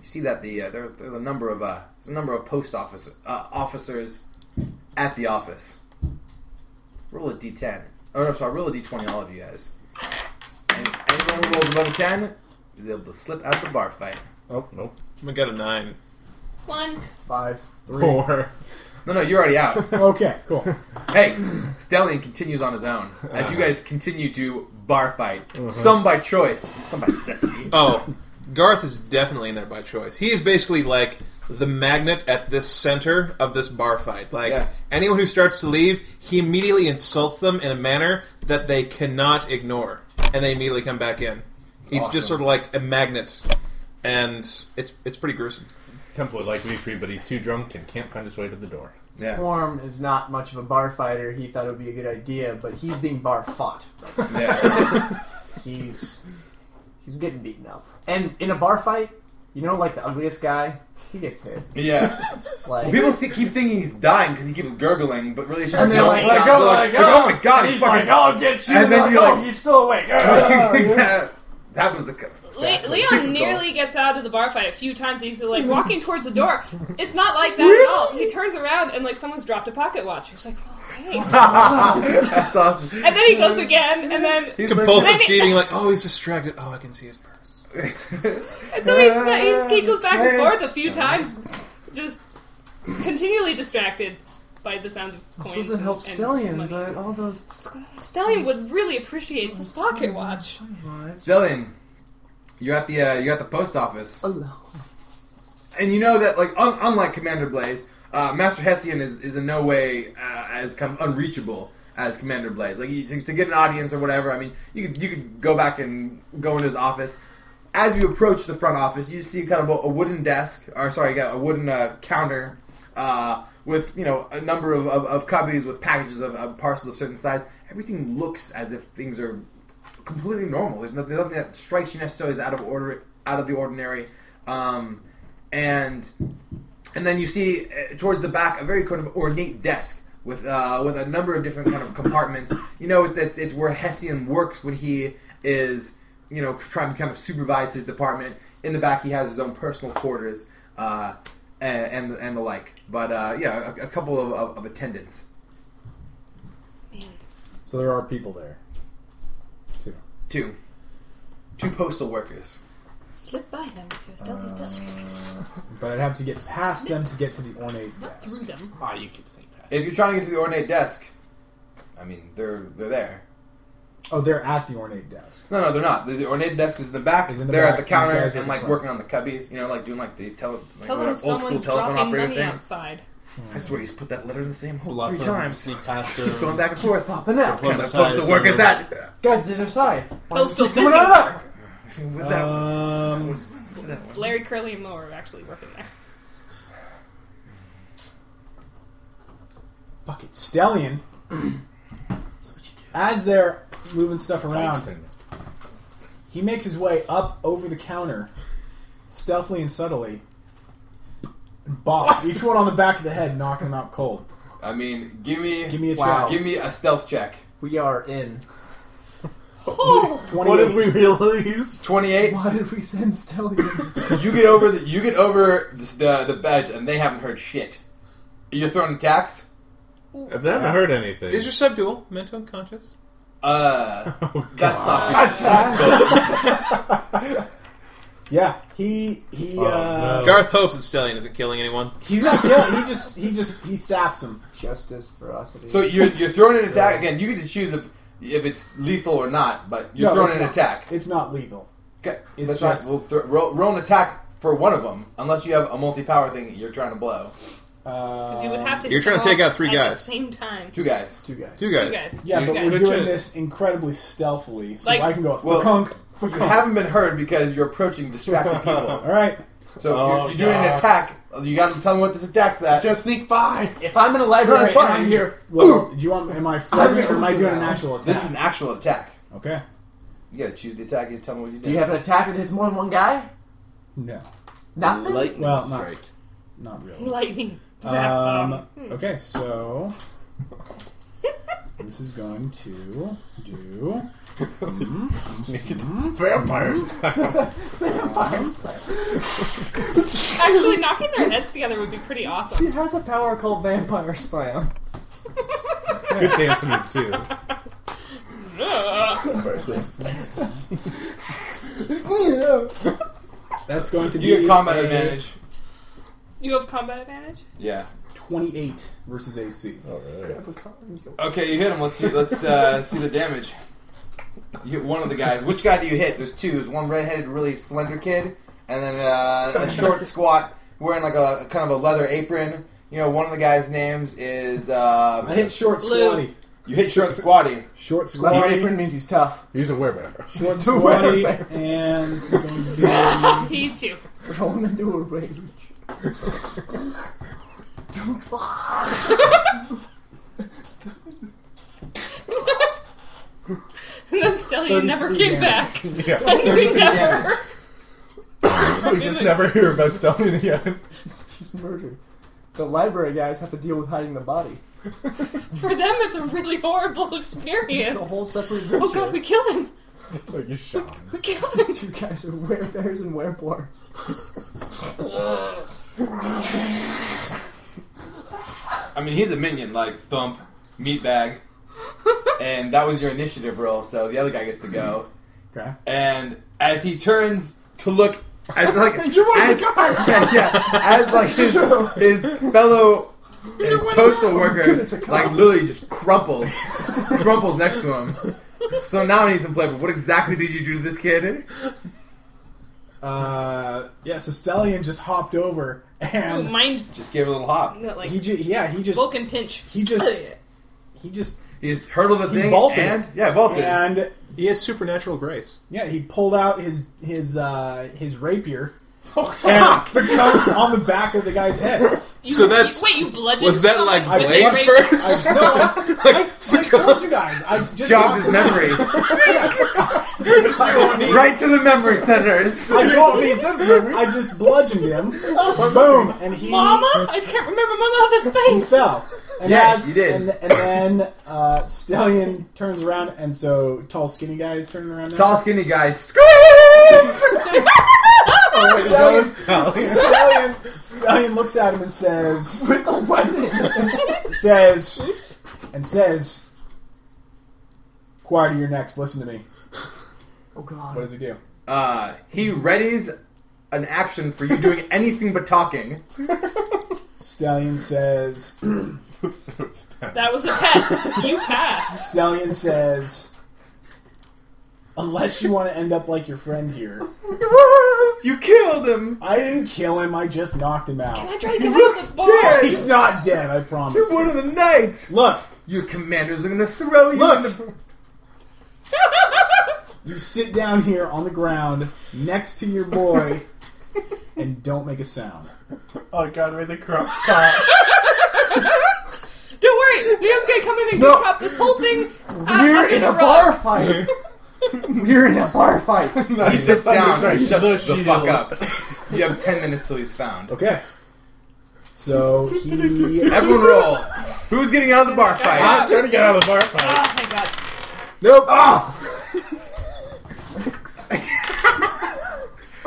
Speaker 4: you see that the uh, there's there's a number of uh, there's a number of post office uh, officers at the office. Roll a d10. Oh no, sorry, roll a d20, all of you guys. And anyone who rolls above a 10 is able to slip out of the bar fight.
Speaker 2: Oh, nope.
Speaker 7: I got a nine.
Speaker 3: One.
Speaker 6: Five.
Speaker 2: Four.
Speaker 4: No, no, you're already out.
Speaker 5: okay, cool.
Speaker 4: hey, Stellian continues on his own as you guys continue to bar fight. Some by choice, some by necessity.
Speaker 7: Oh, Garth is definitely in there by choice. He is basically like the magnet at this center of this bar fight. Like
Speaker 4: Yeah.
Speaker 7: anyone who starts to leave, he immediately insults them in a manner that they cannot ignore, and they immediately come back in. He's
Speaker 5: Awesome.
Speaker 7: just sort of like a magnet, and it's it's pretty gruesome.
Speaker 2: Temple would like to be free, but he's too drunk and can't find his way to the door.
Speaker 4: Yeah.
Speaker 6: Swarm is not much of a bar fighter. He thought it would be a good idea, but he's being bar fought.
Speaker 4: yeah.
Speaker 6: He's he's getting beaten up, and in a bar fight, you know, like the ugliest guy, he gets hit.
Speaker 4: yeah.
Speaker 6: Like
Speaker 4: People thi- keep thinking he's dying because he keeps gurgling, but really, it's just
Speaker 6: And they're
Speaker 4: no,
Speaker 6: like,
Speaker 4: let it go, let it go. Oh my god, he's,
Speaker 6: he's
Speaker 4: fucking
Speaker 6: like, "I'll get you,"
Speaker 4: And
Speaker 6: and
Speaker 4: then
Speaker 6: then
Speaker 4: you're like-
Speaker 6: he's still awake. Oh,
Speaker 4: that happens a couple.
Speaker 3: Le-
Speaker 4: exactly. Super
Speaker 3: Leon
Speaker 4: cool.
Speaker 3: nearly gets out of the bar fight a few times. He's like walking towards the door. It's not like that at all. He turns around and like someone's dropped a pocket watch. He's like, okay.
Speaker 4: That's awesome.
Speaker 3: And then he goes again, and then
Speaker 4: He's
Speaker 7: Compulsive
Speaker 3: Maybe-
Speaker 7: feeding, like oh, he's distracted. Oh, I can see his purse.
Speaker 3: and so he's, he, he goes back and forth a few times, just continually distracted by the sounds of coins.
Speaker 6: This doesn't
Speaker 3: and-
Speaker 6: help
Speaker 3: and
Speaker 6: Stallion,
Speaker 3: money.
Speaker 6: but all those
Speaker 3: Stallion would really appreciate this pocket watch.
Speaker 4: Zillion, you're at the uh, you're at the post office,
Speaker 6: alone.
Speaker 4: and you know that like un- unlike Commander Blaze, uh, Master Hessian is, is in no way uh, as com- unreachable as Commander Blaze. Like you, to, to get an audience or whatever, I mean, you could you could go back and go into his office. As you approach the front office, you see kind of a, a wooden desk, or sorry, yeah, a wooden uh, counter uh, with you know a number of, of, of cubbies with packages of, of parcels of certain size. Everything looks as if things are completely normal. There's nothing, nothing that strikes you necessarily as out of order, out of the ordinary. Um, and and then you see uh, towards the back a very kind of ornate desk with uh, with a number of different kind of compartments. You know, it's, it's it's where Hessian works when he is you know trying to kind of supervise his department. In the back, he has his own personal quarters uh, and, and and the like. But uh, yeah, a, a couple of, of, of attendants.
Speaker 5: So there are people there. Too.
Speaker 4: Two. Two postal workers.
Speaker 3: Slip by them with your stealthy steps.
Speaker 5: Uh, But I'd have to get past them to get to the ornate
Speaker 3: Not
Speaker 5: desk.
Speaker 3: through them.
Speaker 2: Ah, you keep saying that.
Speaker 4: If you're trying to get to the ornate desk, I mean, they're they're there.
Speaker 5: Oh, they're at the ornate desk.
Speaker 4: No, no, they're not. The, the ornate desk is in the back.
Speaker 5: Is in the
Speaker 4: they're
Speaker 5: back.
Speaker 4: at the
Speaker 5: These
Speaker 4: counter
Speaker 5: guys are
Speaker 4: and
Speaker 5: in
Speaker 4: like
Speaker 5: front.
Speaker 4: working on the cubbies. You know, like doing like the tele, like,
Speaker 3: Tell
Speaker 4: what,
Speaker 3: them
Speaker 4: old school
Speaker 3: someone's
Speaker 4: telephone
Speaker 3: dropping
Speaker 4: operator
Speaker 3: money
Speaker 4: thing.
Speaker 3: outside.
Speaker 4: I swear, he's put that letter in the same hole
Speaker 2: Bluff
Speaker 4: three
Speaker 2: him,
Speaker 4: times.
Speaker 2: Sneak past
Speaker 4: Keeps
Speaker 2: him.
Speaker 4: going back and forth. What
Speaker 6: But now,
Speaker 2: Pull him
Speaker 4: kind of
Speaker 2: aside,
Speaker 4: postal work is
Speaker 2: someone-
Speaker 4: that?
Speaker 6: guys, the other side. Why
Speaker 3: Postal
Speaker 6: don't you keep coming out of
Speaker 3: visitor.
Speaker 6: there?
Speaker 4: With that
Speaker 5: Uh,
Speaker 2: Um,
Speaker 3: It's Larry Curly and Moe are actually working there.
Speaker 5: Fuck it, stallion. As they're moving stuff around, he makes his way up over the counter, stealthily and subtly. and Bops each one on the back of the head, knocking them out cold.
Speaker 4: I mean, give me,
Speaker 5: Give me a
Speaker 6: Wow.
Speaker 5: check.
Speaker 4: give me a stealth check.
Speaker 6: We are in.
Speaker 2: what if
Speaker 5: Twenty-eight.
Speaker 2: we realize?
Speaker 4: Twenty-eight.
Speaker 6: Why did we send Stellium?
Speaker 4: you get over the, you get over the, the the badge, and they haven't heard shit. You're throwing attacks.
Speaker 2: If they haven't heard anything,
Speaker 7: Is your subdual mental unconscious?
Speaker 4: Uh,
Speaker 5: Oh,
Speaker 4: that's not.
Speaker 5: Yeah, he he uh,
Speaker 2: no.
Speaker 7: Garth hopes that Stallion isn't killing anyone.
Speaker 5: he's not killing. He just he just he saps him.
Speaker 6: Justice, ferocity.
Speaker 4: So you're, you're throwing an attack again. You get to choose if, if it's lethal or not, but you're
Speaker 5: No,
Speaker 4: throwing
Speaker 5: it's
Speaker 4: an
Speaker 5: not.
Speaker 4: attack.
Speaker 5: It's not lethal.
Speaker 4: Okay,
Speaker 5: it's
Speaker 4: that's
Speaker 5: just-
Speaker 4: right. We'll thro- roll, roll an attack for one of them, unless you have a multi-power thing that you're trying to blow.
Speaker 5: Uh,
Speaker 3: Because you would have to.
Speaker 7: You're
Speaker 3: hit
Speaker 7: trying to
Speaker 3: them
Speaker 7: take
Speaker 3: all
Speaker 7: out three
Speaker 3: at the
Speaker 7: guys.
Speaker 3: same time.
Speaker 4: Two guys.
Speaker 6: two guys.
Speaker 7: Two
Speaker 3: Two
Speaker 7: guys.
Speaker 3: guys.
Speaker 5: yeah, but
Speaker 7: You
Speaker 5: we're
Speaker 7: could
Speaker 5: doing
Speaker 7: just-
Speaker 5: this incredibly stealthily, so
Speaker 3: Like-
Speaker 5: I can go
Speaker 4: Well,
Speaker 5: funk.
Speaker 4: You haven't been heard because you're approaching distracted people.
Speaker 5: All right,
Speaker 4: So
Speaker 2: Oh,
Speaker 4: you're, you're doing an
Speaker 2: God.
Speaker 4: attack. You got to tell me what this attack's at.
Speaker 2: Just sneak by.
Speaker 6: If I'm in a
Speaker 4: no,
Speaker 6: library
Speaker 4: it's
Speaker 6: and
Speaker 4: fine.
Speaker 6: I'm here,
Speaker 5: well, do you want? Am I flaring
Speaker 6: I'm
Speaker 5: or am I doing an
Speaker 6: around.
Speaker 5: actual
Speaker 4: This is
Speaker 5: attack?
Speaker 4: an actual attack.
Speaker 5: Okay.
Speaker 4: You got to choose the attack. You tell me what you did.
Speaker 6: do you have an attack that hits more than one guy?
Speaker 5: No,
Speaker 6: Nothing?
Speaker 8: Lightning
Speaker 5: Well, not-
Speaker 8: strike.
Speaker 5: not really.
Speaker 3: Lightning. zap.
Speaker 5: Um,
Speaker 3: Hmm.
Speaker 5: okay, so this is going to do.
Speaker 2: Vampires.
Speaker 3: Actually, knocking their heads together would be pretty awesome.
Speaker 6: It has a power called Vampire Slam.
Speaker 2: Good dance move too.
Speaker 3: Ugh.
Speaker 5: That's going to be
Speaker 4: You get combat
Speaker 5: a
Speaker 4: advantage.
Speaker 3: You have combat advantage?
Speaker 4: Yeah.
Speaker 5: Twenty-eight versus AC.
Speaker 4: Oh, Okay, you hit him. Let's see. Let's uh, see the damage. You hit one of the guys. Which guy do you hit? There's two. There's one redheaded, really slender kid, and then uh, a short, squat, wearing like a kind of a leather apron. You know, one of the guys' names is
Speaker 5: I
Speaker 4: uh,
Speaker 5: hit short,
Speaker 3: Blue.
Speaker 5: squatty.
Speaker 4: You hit short squatty.
Speaker 5: Short
Speaker 6: Leather
Speaker 5: squatty.
Speaker 6: apron means he's tough.
Speaker 2: He's a werebear.
Speaker 5: Short squatty.
Speaker 6: Whatever.
Speaker 5: and it's going to be.
Speaker 3: he eats you.
Speaker 6: Throw him into a rage.
Speaker 3: And then Stella, you never
Speaker 6: 33
Speaker 3: came back.
Speaker 6: damage.
Speaker 2: Yeah.
Speaker 3: And we never.
Speaker 2: we just never hear about Stalin again.
Speaker 6: It's just murder. The library guys have to deal with hiding the body.
Speaker 3: For them, it's a really horrible experience.
Speaker 6: It's a whole separate group.
Speaker 3: oh god, we killed him.
Speaker 2: Like you shot him.
Speaker 3: We killed him.
Speaker 6: Two guys are werebears and wereblars.
Speaker 4: I mean, he's a minion, like thump, meatbag, and that was your initiative roll. So the other guy gets to go.
Speaker 5: Okay.
Speaker 4: And as he turns to look, as like
Speaker 6: one
Speaker 4: as, yeah, yeah, as like his, his fellow uh, postal worker,
Speaker 6: It's a cop.
Speaker 4: like literally just crumples, crumples next to him. So now he needs some play. But what exactly did you do to this kid?
Speaker 5: Uh, yeah, so Stellion just hopped over
Speaker 3: Oh,
Speaker 5: and
Speaker 3: mind
Speaker 4: Just gave it a little hop.
Speaker 3: that like
Speaker 5: he ju- yeah, he just
Speaker 3: Vulcan pinch.
Speaker 5: he just he just
Speaker 4: He just hurdled the
Speaker 5: He
Speaker 4: thing
Speaker 5: bolted.
Speaker 4: and yeah, bolted.
Speaker 5: and
Speaker 7: He has supernatural grace.
Speaker 5: yeah, he pulled out his his uh his rapier and become on the back of the guy's head.
Speaker 3: You,
Speaker 7: So that's-
Speaker 3: wait, you bludgeoned.
Speaker 7: Was that
Speaker 3: someone
Speaker 7: like
Speaker 3: with
Speaker 7: blade
Speaker 3: a rapier?
Speaker 7: first?
Speaker 5: I, no, I,
Speaker 7: like,
Speaker 5: I told you guys. I just
Speaker 4: Jogged his memory right to the memory centers.
Speaker 5: I don't need this memory. I just bludgeoned him. boom, and he
Speaker 3: Mama, I can't remember my
Speaker 5: he
Speaker 3: mother's face.
Speaker 5: fell. And
Speaker 4: Yeah,
Speaker 5: as,
Speaker 4: you did.
Speaker 5: And, and then uh, Stellion turns around, and so tall, skinny guy is turning around. Now.
Speaker 4: Tall skinny guy screams.
Speaker 5: Stallion, Stallion, Stallion looks at him and says, says, and says, "Choir to your necks. Listen to me."
Speaker 6: Oh
Speaker 5: What
Speaker 6: god.
Speaker 5: does he do?
Speaker 4: Uh, he readies an action for you doing anything but talking.
Speaker 5: Stallion says.
Speaker 3: That was a test. You passed.
Speaker 5: Stallion says, "Unless you want to end up like your friend here,
Speaker 4: You killed him.
Speaker 5: I didn't kill him. I just knocked him
Speaker 3: Can
Speaker 5: out.
Speaker 3: I try to get out of the bar?
Speaker 5: He's not dead. I promise."
Speaker 4: One of the knights.
Speaker 5: Look,
Speaker 4: Your commanders are gonna throw you. in
Speaker 5: look.
Speaker 4: the...
Speaker 5: You sit down here on the ground next to your boy and don't make a sound.
Speaker 6: Oh god, with the crop top.
Speaker 3: Don't worry, Liam's gonna come in and
Speaker 6: No.
Speaker 3: no. cop this whole thing. out
Speaker 6: We're
Speaker 3: under
Speaker 6: in
Speaker 3: the
Speaker 6: a
Speaker 3: rug.
Speaker 6: bar fight. We're in a bar fight.
Speaker 4: He sits down and shuts the
Speaker 2: shield.
Speaker 4: fuck up. You have ten minutes till he's found.
Speaker 5: Okay. So he.
Speaker 4: Everyone roll. Who's getting out of the bar fight?
Speaker 2: I'm trying to get out of the bar fight.
Speaker 3: Oh my god.
Speaker 4: Nope.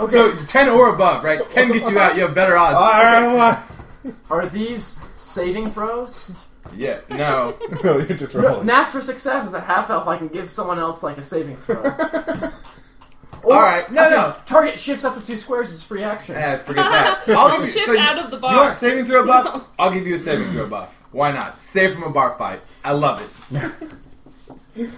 Speaker 4: So ten or above, right? Ten gets you out. You have better odds.
Speaker 6: Are these saving throws?
Speaker 4: Yeah. No.
Speaker 2: No, you're just rolling.
Speaker 6: Knack for success is a half elf. I can give someone else like a saving throw.
Speaker 4: All right. No. No.
Speaker 6: Target shifts up to two squares is free action.
Speaker 4: Eh, forget that. I'll give you-
Speaker 3: Shift
Speaker 4: so you-
Speaker 3: out of the
Speaker 4: You
Speaker 3: bar.
Speaker 4: want saving throw buffs? I'll give you a saving throw buff. Why not? Save from a bar fight. I love it.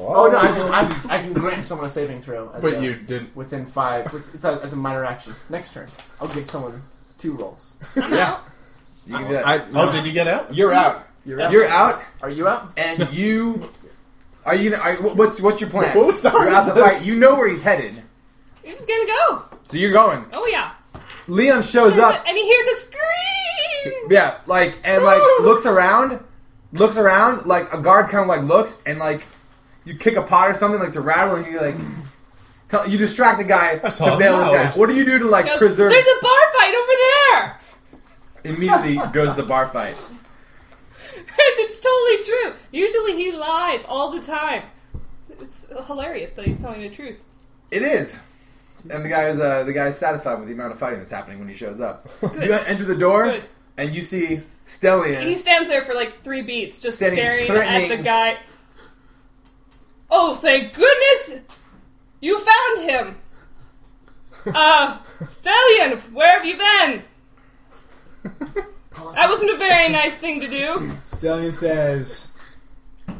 Speaker 6: Oh no, I just I, I can grant someone a saving throw. As
Speaker 2: But
Speaker 6: a,
Speaker 2: you didn't.
Speaker 6: within five. It's, it's a, as a minor action. Next turn, I'll give someone two rolls.
Speaker 4: Yeah. You can do that.
Speaker 7: I,
Speaker 2: Oh, did you get out?
Speaker 4: You're out.
Speaker 6: You're out.
Speaker 4: You're out,
Speaker 6: Are you out?
Speaker 4: and you are you. Gonna, are, you- what's what's your plan?
Speaker 2: Oh, sorry.
Speaker 4: You're out the fight. You know where he's headed,
Speaker 3: He's gonna go.
Speaker 4: so you're going.
Speaker 3: Oh yeah.
Speaker 4: Leon shows up.
Speaker 3: And he hears a scream.
Speaker 4: Yeah, like and like looks around, looks around. Like a guard kind of like looks and like you kick a pot or something like to rattle, and you like. Tell, you distract the guy to
Speaker 2: saw
Speaker 4: bail us out.
Speaker 2: mouse.
Speaker 4: What do you do to like
Speaker 3: Goes,
Speaker 4: preserve?
Speaker 3: There's a bar fight over there.
Speaker 4: immediately goes to the bar fight.
Speaker 3: and it's totally true. Usually he lies all the time. It's hilarious that he's telling the truth.
Speaker 4: It is. And the guy is uh, the guy is satisfied with the amount of fighting that's happening when he shows up. You enter the door
Speaker 3: Good.
Speaker 4: and you see Stellian.
Speaker 3: He stands there for like three beats, just
Speaker 4: Standing
Speaker 3: staring at the
Speaker 4: threatening.
Speaker 3: guy. Oh, thank goodness! You found him! Uh, Stallion, where have you been? That wasn't a very nice thing to do.
Speaker 5: Stallion says.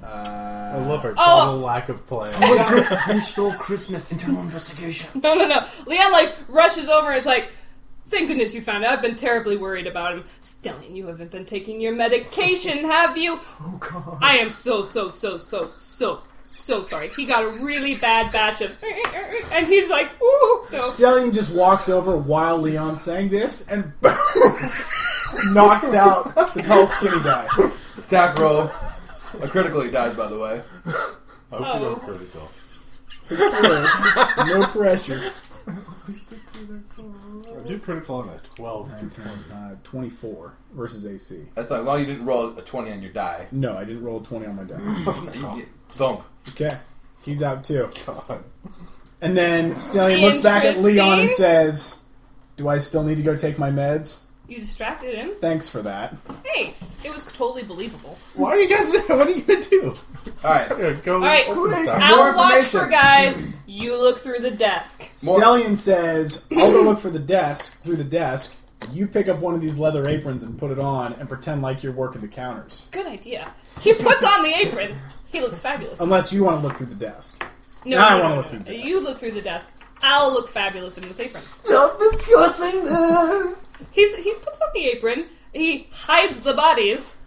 Speaker 2: I love her
Speaker 3: Oh.
Speaker 2: total lack of plan.
Speaker 6: stole Christmas. Internal investigation.
Speaker 3: No, no, no. Leon, like, rushes over and is like, Thank goodness you found out. I've been terribly worried about him. Stellion, you haven't been taking your medication, have you?
Speaker 6: Oh god.
Speaker 3: I am so, so, so, so, so, so sorry. He got a really bad batch of. And he's like, ooh. So,
Speaker 5: Stellion just walks over while Leon's saying this and boom, knocks out the tall, skinny guy.
Speaker 4: Attack roll. A critical he dies, by the way.
Speaker 2: Hope you don't critical.
Speaker 5: No pressure.
Speaker 2: I did critical on a 12.
Speaker 5: 19, uh, 24 versus AC.
Speaker 4: That's not, as long as you didn't roll a 20 on your die.
Speaker 5: No, I didn't roll a 20 on my die.
Speaker 4: You get thump.
Speaker 5: Okay. He's out too. And then Stellion looks
Speaker 3: Interesting.
Speaker 5: back at Leon and says, Do I still need to go take my meds?
Speaker 3: you distracted him.
Speaker 5: Thanks for that.
Speaker 3: Hey, it was totally believable.
Speaker 2: Why are you guys there? What are you gonna do?
Speaker 4: Alright.
Speaker 2: Yeah, go
Speaker 3: All right,
Speaker 2: open stuff.
Speaker 4: More
Speaker 3: I'll watch
Speaker 4: information.
Speaker 3: for guys. You look through the desk.
Speaker 4: More-
Speaker 5: Stellion says, I'll go look for the desk, through the desk. You pick up one of these leather aprons and put it on and pretend like you're working the counters.
Speaker 3: Good idea. He puts on the apron. He looks fabulous.
Speaker 5: Unless you want to look through the desk.
Speaker 3: No,
Speaker 5: Now I
Speaker 3: no,
Speaker 5: wanna
Speaker 3: no,
Speaker 5: look
Speaker 3: no,
Speaker 5: through the
Speaker 3: no.
Speaker 5: desk.
Speaker 3: You look through the desk. I'll look fabulous in this apron.
Speaker 6: Stop discussing this!
Speaker 3: He's he puts on the apron. He hides the bodies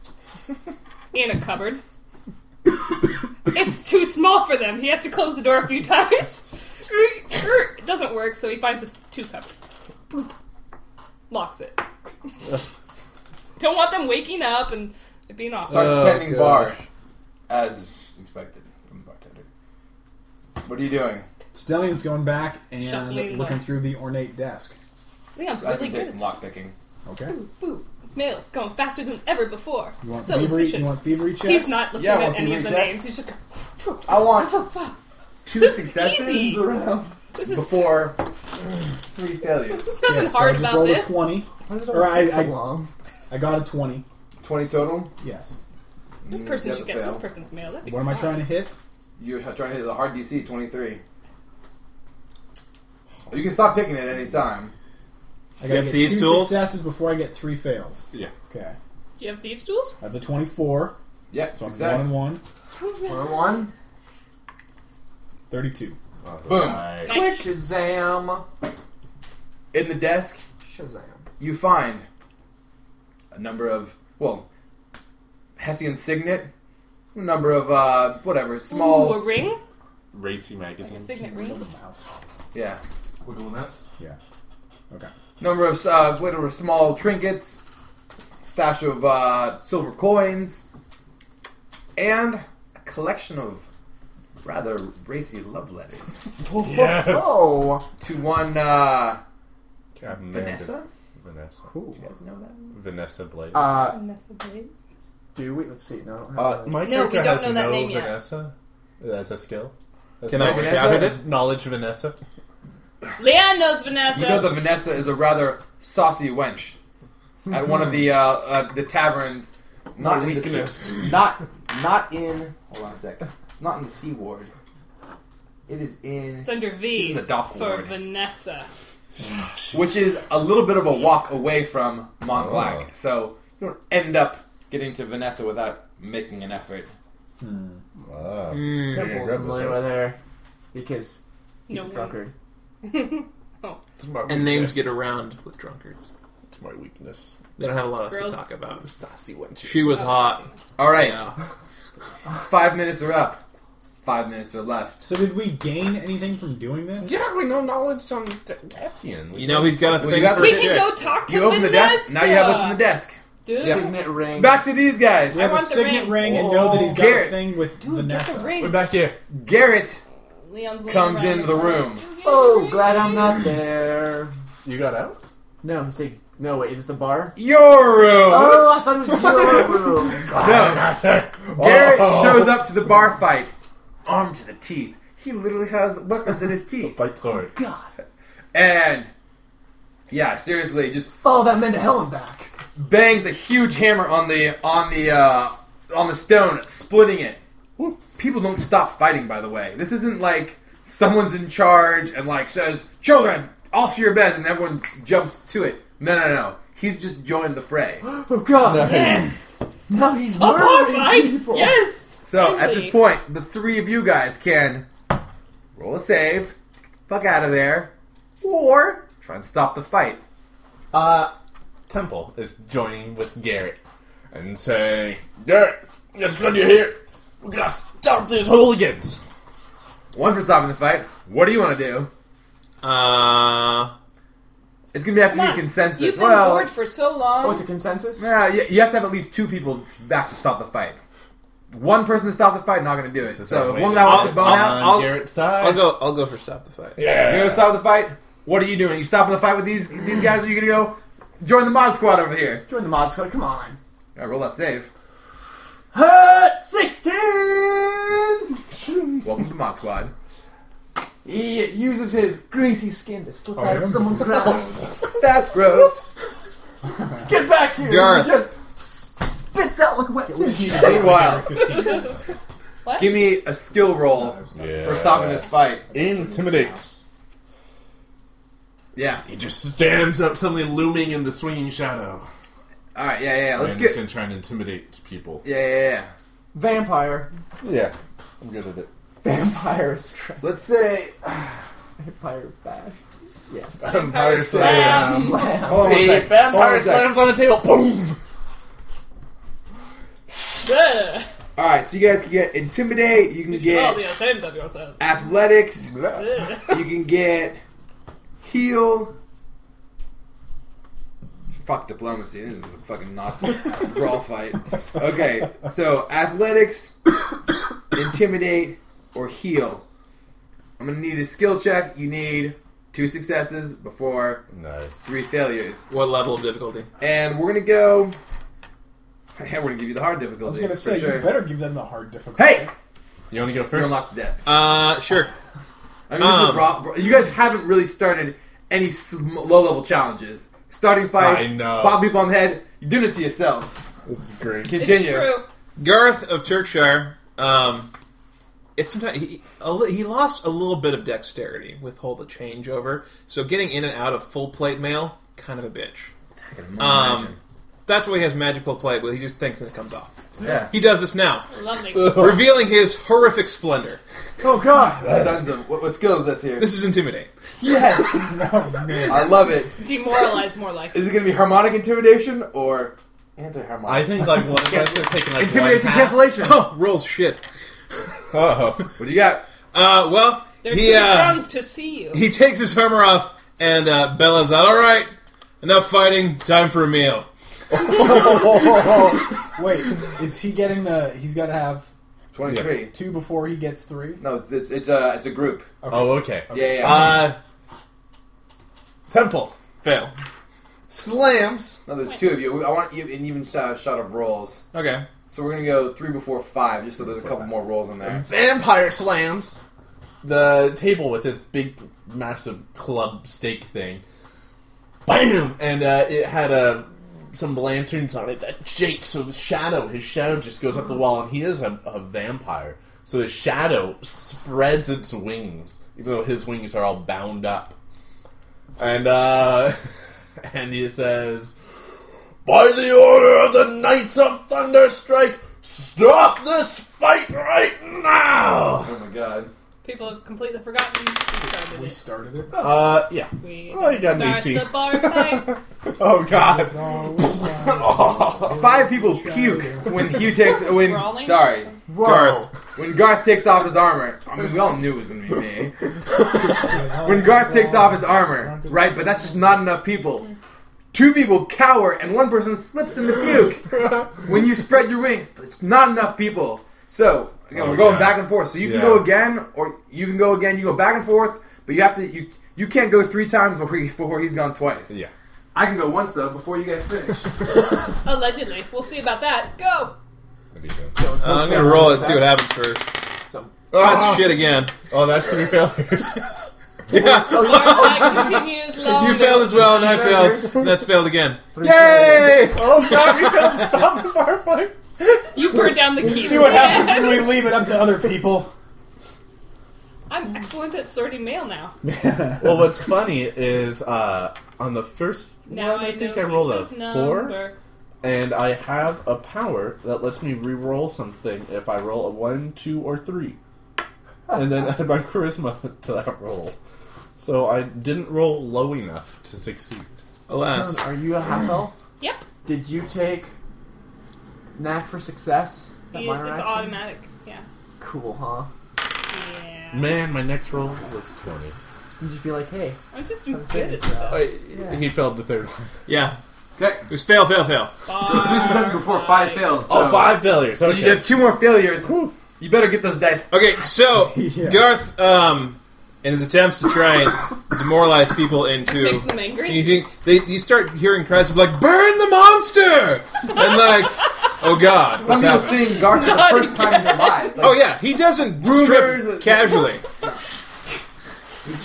Speaker 3: in a cupboard. it's too small for them. He has to close the door a few times. it doesn't work, so he finds us two cupboards. Locks it. Don't want them waking up and it being off.
Speaker 4: Starts
Speaker 2: Oh,
Speaker 4: tending
Speaker 2: gosh.
Speaker 4: bar. As expected from the bartender. What are you doing?
Speaker 5: Stellion's going back and
Speaker 3: Shuffling
Speaker 5: looking
Speaker 3: the-
Speaker 5: through the ornate desk.
Speaker 3: Leon's
Speaker 4: That's
Speaker 3: really
Speaker 4: gonna
Speaker 3: good.
Speaker 4: take some
Speaker 3: at
Speaker 4: lock
Speaker 3: this.
Speaker 4: picking.
Speaker 5: Okay.
Speaker 3: Ooh, Nails going faster than ever before.
Speaker 5: You want
Speaker 3: so
Speaker 5: thievery?
Speaker 3: efficient.
Speaker 5: You want thievery checks?
Speaker 3: He's not looking
Speaker 4: Yeah,
Speaker 3: at
Speaker 4: want
Speaker 3: any of the
Speaker 4: thievery
Speaker 3: names.
Speaker 4: checks?
Speaker 3: He's just going.
Speaker 6: I want
Speaker 3: "Oh, fuck,
Speaker 4: Two
Speaker 3: This is
Speaker 4: successes
Speaker 3: easy.
Speaker 6: around.
Speaker 3: This is
Speaker 4: before three failures.
Speaker 3: nothing
Speaker 5: Yeah, so I
Speaker 3: hard
Speaker 5: just
Speaker 3: about
Speaker 5: rolled
Speaker 3: this.
Speaker 5: a twenty.
Speaker 6: Why did
Speaker 5: Or I-
Speaker 6: take so
Speaker 5: I-
Speaker 6: long?
Speaker 5: I got a twenty.
Speaker 4: Twenty total?
Speaker 5: Yes.
Speaker 3: This
Speaker 4: Mm,
Speaker 3: person
Speaker 4: you
Speaker 3: should
Speaker 4: have
Speaker 3: get
Speaker 4: to
Speaker 3: this
Speaker 4: fail.
Speaker 3: person's mail. That'd be
Speaker 5: What am I
Speaker 3: fine.
Speaker 5: trying to hit?
Speaker 4: You're trying to hit the hard DC, 23. You can stop picking it at any time.
Speaker 5: I
Speaker 7: You
Speaker 5: gotta
Speaker 7: have
Speaker 5: get
Speaker 7: thieves'
Speaker 5: two
Speaker 7: tools?
Speaker 5: successes before I get three fails.
Speaker 2: Yeah.
Speaker 5: Okay.
Speaker 3: Do you have thieves' tools?
Speaker 5: That's a twenty-four.
Speaker 4: Yep,
Speaker 5: So
Speaker 4: success.
Speaker 5: I'm one and one.
Speaker 6: One on one.
Speaker 5: Thirty-two.
Speaker 4: Boom.
Speaker 2: Alright.
Speaker 6: Quick
Speaker 3: Nice.
Speaker 6: Shazam.
Speaker 4: In the desk,
Speaker 6: Shazam.
Speaker 4: you find a number of, well, Hessian signet, a number of, uh, whatever,
Speaker 3: Ooh,
Speaker 4: small.
Speaker 3: a ring,
Speaker 2: Racy
Speaker 3: like a
Speaker 2: magazine.
Speaker 3: signet ring.
Speaker 4: Yeah.
Speaker 8: Wiggle maps.
Speaker 5: Yeah. Okay.
Speaker 4: Number of, uh, whatever, small trinkets, stash of, uh, silver coins, and a collection of rather racy love letters.
Speaker 2: Yes.
Speaker 6: Oh.
Speaker 4: to one, uh,
Speaker 2: Amanda-
Speaker 4: Vanessa?
Speaker 2: Vanessa.
Speaker 4: Do you guys know that?
Speaker 2: Vanessa Blade.
Speaker 6: Uh,
Speaker 3: Vanessa Blades.
Speaker 6: do we? Let's see. No.
Speaker 2: Uh, my
Speaker 3: No, we
Speaker 2: character
Speaker 3: don't
Speaker 2: has
Speaker 3: know that
Speaker 2: no
Speaker 3: name yet.
Speaker 2: Vanessa as a skill. As
Speaker 7: Can I
Speaker 2: knowledge-
Speaker 4: shout it?
Speaker 2: Knowledge Vanessa.
Speaker 3: Leanne knows
Speaker 4: You know
Speaker 3: Vanessa.
Speaker 4: that Vanessa is a rather saucy wench at one of the uh, uh, the taverns. Not in the
Speaker 2: weakness.
Speaker 4: sea- not not in. Hold on a second. It's not in the Sea Ward. It is in,
Speaker 3: It's under
Speaker 4: She's
Speaker 3: V
Speaker 4: in the dock
Speaker 3: for
Speaker 4: ward.
Speaker 3: Vanessa.
Speaker 4: which is a little bit of a walk away from Mont Blanc. So you don't end up getting to Vanessa without making an effort.
Speaker 2: Wow.
Speaker 7: Mm.
Speaker 6: Temple's familiar with her because he's
Speaker 3: No
Speaker 6: a drunkard.
Speaker 2: It's my
Speaker 7: And names
Speaker 2: weakness.
Speaker 7: get around with drunkards.
Speaker 2: It's my weakness.
Speaker 7: They don't have a lot else
Speaker 3: Girls-
Speaker 7: to talk about.
Speaker 2: Sassy wenches.
Speaker 7: She was
Speaker 3: Oh,
Speaker 7: hot.
Speaker 3: sassy.
Speaker 4: All right,
Speaker 7: Yeah.
Speaker 4: five minutes are up. Five minutes are left.
Speaker 5: So did we gain anything from doing this?
Speaker 2: Yeah, we know knowledge on Tessian.
Speaker 7: You know he's got a
Speaker 4: Well, you
Speaker 7: thing
Speaker 4: got
Speaker 7: for
Speaker 4: the-
Speaker 3: We
Speaker 7: chicks.
Speaker 3: can go talk to
Speaker 4: You open the
Speaker 3: Vanessa.
Speaker 4: desk. Now you have what's in the desk.
Speaker 3: Dude,
Speaker 6: Signet ring.
Speaker 4: Back to these guys.
Speaker 5: We have
Speaker 3: I
Speaker 5: a
Speaker 3: want the
Speaker 5: signet
Speaker 3: ring.
Speaker 5: ring, and know that he's got
Speaker 4: Garrett.
Speaker 5: a thing with
Speaker 3: dude, get
Speaker 5: Vanessa.
Speaker 3: the ring.
Speaker 2: We're back here.
Speaker 4: Garrett
Speaker 3: Leon's looking
Speaker 4: comes
Speaker 3: around.
Speaker 4: into the room.
Speaker 6: Oh, glad I'm not there.
Speaker 2: You got out?
Speaker 6: No, I'm saying. No, wait. Is this the bar?
Speaker 4: Your room.
Speaker 6: Oh, I thought it was your room.
Speaker 4: No, Garrett
Speaker 2: Oh.
Speaker 4: shows up to the bar fight, armed to the teeth. He literally has weapons in his teeth.
Speaker 2: Fight sword.
Speaker 4: And yeah, seriously, just
Speaker 6: Follow Oh, that man to hell and back.
Speaker 4: bangs a huge hammer on the on the uh, on the stone, splitting it. People don't stop fighting, by the way. This isn't like someone's in charge and like says, "Children, off to your beds," and everyone jumps to it. No, no, no. He's just joined the fray.
Speaker 6: Oh god.
Speaker 3: Yes,
Speaker 6: Now he's
Speaker 5: Oh.
Speaker 3: a bar
Speaker 6: murdering
Speaker 3: fight.
Speaker 6: people.
Speaker 3: Oh, Yes.
Speaker 4: So at
Speaker 3: Finally.
Speaker 4: this point, the three of you guys can roll a save, fuck out of there, or try and stop the fight.
Speaker 6: Uh,
Speaker 2: Temple is joining with Garrett and saying, Garrett, it's good you're here. We gotta stop these hooligans.
Speaker 4: One for stopping the fight. What do you want to do?
Speaker 7: Uh,
Speaker 4: It's gonna be after
Speaker 3: Come
Speaker 4: you
Speaker 3: on.
Speaker 4: consensus.
Speaker 3: You've been
Speaker 4: well,
Speaker 3: bored for so long.
Speaker 6: oh, it's a consensus.
Speaker 4: nah, you, you have to have at least two people back to stop the fight. One person to stop the fight, not gonna do it.
Speaker 2: This is
Speaker 4: So
Speaker 2: our
Speaker 4: if
Speaker 2: way
Speaker 4: one
Speaker 2: to-
Speaker 4: guy wants to
Speaker 7: I'll-
Speaker 4: bone
Speaker 7: I'll-
Speaker 4: out.
Speaker 2: On Garrett's side.
Speaker 7: I'll go. I'll go for stop the fight.
Speaker 4: You're gonna
Speaker 2: Yeah.
Speaker 4: stop the fight. What are you doing? You stopping the fight with these these guys? Or you gonna go join the mod squad over here?
Speaker 6: Join the mods. club, Come on.
Speaker 4: All right, roll that save.
Speaker 6: Hut sixteen.
Speaker 4: Welcome to mod squad.
Speaker 6: He uses his greasy skin to
Speaker 7: Oh,
Speaker 6: slip out of someone's mouth.
Speaker 4: That's gross.
Speaker 6: Get back here!
Speaker 7: Garth.
Speaker 6: He just spits out like a wet fish.
Speaker 4: Meanwhile,
Speaker 3: what?
Speaker 4: give me a skill roll
Speaker 2: Yeah.
Speaker 4: for stopping this fight.
Speaker 2: Intimidate.
Speaker 4: Yeah.
Speaker 2: He just stands up, suddenly looming in the swinging shadow.
Speaker 4: All right. Yeah. Yeah. yeah. Let's
Speaker 2: and
Speaker 4: get.
Speaker 2: he's gonna try and intimidate people.
Speaker 4: Yeah. Yeah. Yeah.
Speaker 6: Vampire.
Speaker 2: Yeah, I'm good at it.
Speaker 6: Vampire is tra-
Speaker 4: Let's say.
Speaker 6: Vampire bash.
Speaker 2: Vampire
Speaker 3: slam.
Speaker 2: slam.
Speaker 4: Hold on one sec. Hold on
Speaker 2: Vampire
Speaker 4: one sec.
Speaker 2: slams on the table. Boom.
Speaker 3: Ugh.
Speaker 4: All right. So you guys can get intimidate. You can
Speaker 3: You should all be
Speaker 4: get
Speaker 3: ashamed of yourself.
Speaker 4: athletics.
Speaker 3: Ugh.
Speaker 4: You can get heal. Fuck diplomacy. This is a fucking not brawl fight. Okay, so athletics, intimidate, or heal. I'm gonna need a skill check. You need two successes before
Speaker 2: Nice.
Speaker 4: three failures,
Speaker 7: What level of difficulty?
Speaker 4: and we're gonna go. Yeah, we're gonna give you the hard
Speaker 5: I was
Speaker 4: difficulty.
Speaker 5: going to say,
Speaker 4: for sure.
Speaker 5: you better give them the hard difficulty.
Speaker 4: Hey,
Speaker 2: You want to go
Speaker 4: you
Speaker 2: first?
Speaker 4: unlock the desk.
Speaker 7: Uh, sure.
Speaker 4: I mean, this is a
Speaker 7: Um,
Speaker 4: bra- bra- you guys haven't really started any sm- low level challenges. Starting fights,
Speaker 2: I know.
Speaker 4: pop people on the head, you're doing it to yourselves.
Speaker 2: This is great.
Speaker 4: Continue.
Speaker 3: It's true.
Speaker 7: Garth of Turkshire. Um, it's sometimes he a, li- he lost a little bit of dexterity with whole the changeover, so getting in and out of full plate mail kind of a bitch.
Speaker 4: I can
Speaker 7: Um,
Speaker 4: imagine.
Speaker 7: that's why he has magical plate, but he just thinks and it comes off.
Speaker 4: yeah.
Speaker 7: He does this now,
Speaker 3: Lovely.
Speaker 7: revealing his horrific splendor.
Speaker 5: Oh, God!
Speaker 4: Stuns him. What, what skill is this here?
Speaker 7: This is intimidate.
Speaker 4: yes!
Speaker 5: no, man.
Speaker 4: I love it.
Speaker 3: Demoralized more like.
Speaker 4: Is it going to be harmonic intimidation or anti
Speaker 2: I
Speaker 4: harmonic?
Speaker 2: think like one of us is taking like
Speaker 4: Intimidation
Speaker 2: one half.
Speaker 4: cancellation!
Speaker 7: Oh, rolls shit.
Speaker 2: Oh,
Speaker 4: What do you got?
Speaker 7: Uh, well,
Speaker 3: They're
Speaker 7: he
Speaker 3: too
Speaker 7: uh,
Speaker 3: drunk to see you.
Speaker 7: he takes his armor off and uh, bellows out, "All right, enough fighting. Time for a meal."
Speaker 5: Wait, is he getting the. He's got to have
Speaker 4: 23.
Speaker 5: two before he gets three?
Speaker 4: No, it's, it's, it's, a, it's a group.
Speaker 2: oh, okay.
Speaker 4: Yeah, yeah.
Speaker 2: Uh, Temple
Speaker 7: Fail.
Speaker 2: slams.
Speaker 4: no, there's two of you. I want you an even uh, shot of rolls.
Speaker 7: Okay.
Speaker 4: So we're going to go three before five, just so there's a couple more rolls in there.
Speaker 2: Vampire slams the table with his big, massive club stake thing. Bam! And uh, it had uh, some lanterns on it that shake. So the shadow, his shadow just goes up the wall, and he is a, a vampire. So his shadow spreads its wings, even though his wings are all bound up. And uh, and he says, "By the order of the Knights of Thunderstrike, stop this fight right now!"
Speaker 4: Oh my god.
Speaker 3: People have completely forgotten we started
Speaker 5: We
Speaker 3: it.
Speaker 5: started it.
Speaker 2: Uh, yeah.
Speaker 3: We
Speaker 2: Oh, you got an
Speaker 3: start
Speaker 2: 18.
Speaker 3: the bar fight.
Speaker 2: Oh God.
Speaker 4: Five people puke when Hugh takes when
Speaker 3: Brawling?
Speaker 4: sorry
Speaker 6: Whoa.
Speaker 4: when Garth takes off his armor. I mean, we all knew it was gonna be me. When Garth takes off his armor, right? But that's just not enough people. Two people cower and one person slips in the puke when you spread your wings. But it's not enough people. So again,
Speaker 2: Oh,
Speaker 4: we're going
Speaker 2: God.
Speaker 4: back and forth. So you can
Speaker 2: Yeah.
Speaker 4: go again, or you can go again. You go back and forth, but you have to you you can't go three times before he, before he's gone twice.
Speaker 2: Yeah.
Speaker 4: I can go once though before you guys finish.
Speaker 3: Allegedly. We'll see about that. Go!
Speaker 2: Oh,
Speaker 7: Uh, I'm gonna roll it and see what happens first. That's shit again.
Speaker 2: Oh, that's three failures.
Speaker 3: The bar fight continues
Speaker 4: Oh,
Speaker 3: long.
Speaker 7: You failed as well, and I failed. And that's failed again.
Speaker 2: Yay! Oh God, we gotta stop the bar fight.
Speaker 3: You burned down the key.
Speaker 5: See what happens when we leave it up to other people.
Speaker 3: I'm excellent at sorting mail now.
Speaker 2: Well, what's funny is uh, on the first
Speaker 3: Now
Speaker 2: one,
Speaker 3: I,
Speaker 2: I think
Speaker 3: know
Speaker 2: I rolled a
Speaker 3: Lisa's
Speaker 2: four,
Speaker 3: number.
Speaker 2: and I have a power that lets me re-roll something if I roll a one, two, or three, and then add my charisma to that roll. So I didn't roll low enough to succeed.
Speaker 7: Alas.
Speaker 6: Are you a half elf?
Speaker 3: Yep.
Speaker 6: Did you take knack for success? That
Speaker 3: It-
Speaker 6: minor
Speaker 3: it's
Speaker 6: action?
Speaker 3: automatic. Yeah.
Speaker 6: Cool, huh?
Speaker 3: Yeah.
Speaker 2: Man, my next roll was 20.
Speaker 6: You just be like, hey,
Speaker 3: I'm just good
Speaker 6: saving
Speaker 3: at stuff.
Speaker 2: Oh,
Speaker 6: Yeah.
Speaker 2: He failed the third one.
Speaker 7: Yeah.
Speaker 4: Okay.
Speaker 7: It was fail, fail, fail.
Speaker 4: So three successes before five
Speaker 3: Five.
Speaker 4: fails. So,
Speaker 2: Oh, five failures.
Speaker 4: So
Speaker 2: Okay.
Speaker 4: you get two more failures. You better get those dice.
Speaker 7: Okay, so
Speaker 5: Yeah.
Speaker 7: Garth, um, in his attempts to try and demoralize people into,
Speaker 3: Makes them angry.
Speaker 7: you, think- they, you start hearing cries of like "Burn the monster!" and like, "Oh God,
Speaker 4: Some
Speaker 7: what's
Speaker 4: people
Speaker 7: happening?"
Speaker 4: seeing Garth for the first time in their lives. Like,
Speaker 7: Oh yeah, he doesn't
Speaker 4: Rumors-
Speaker 7: strip casually.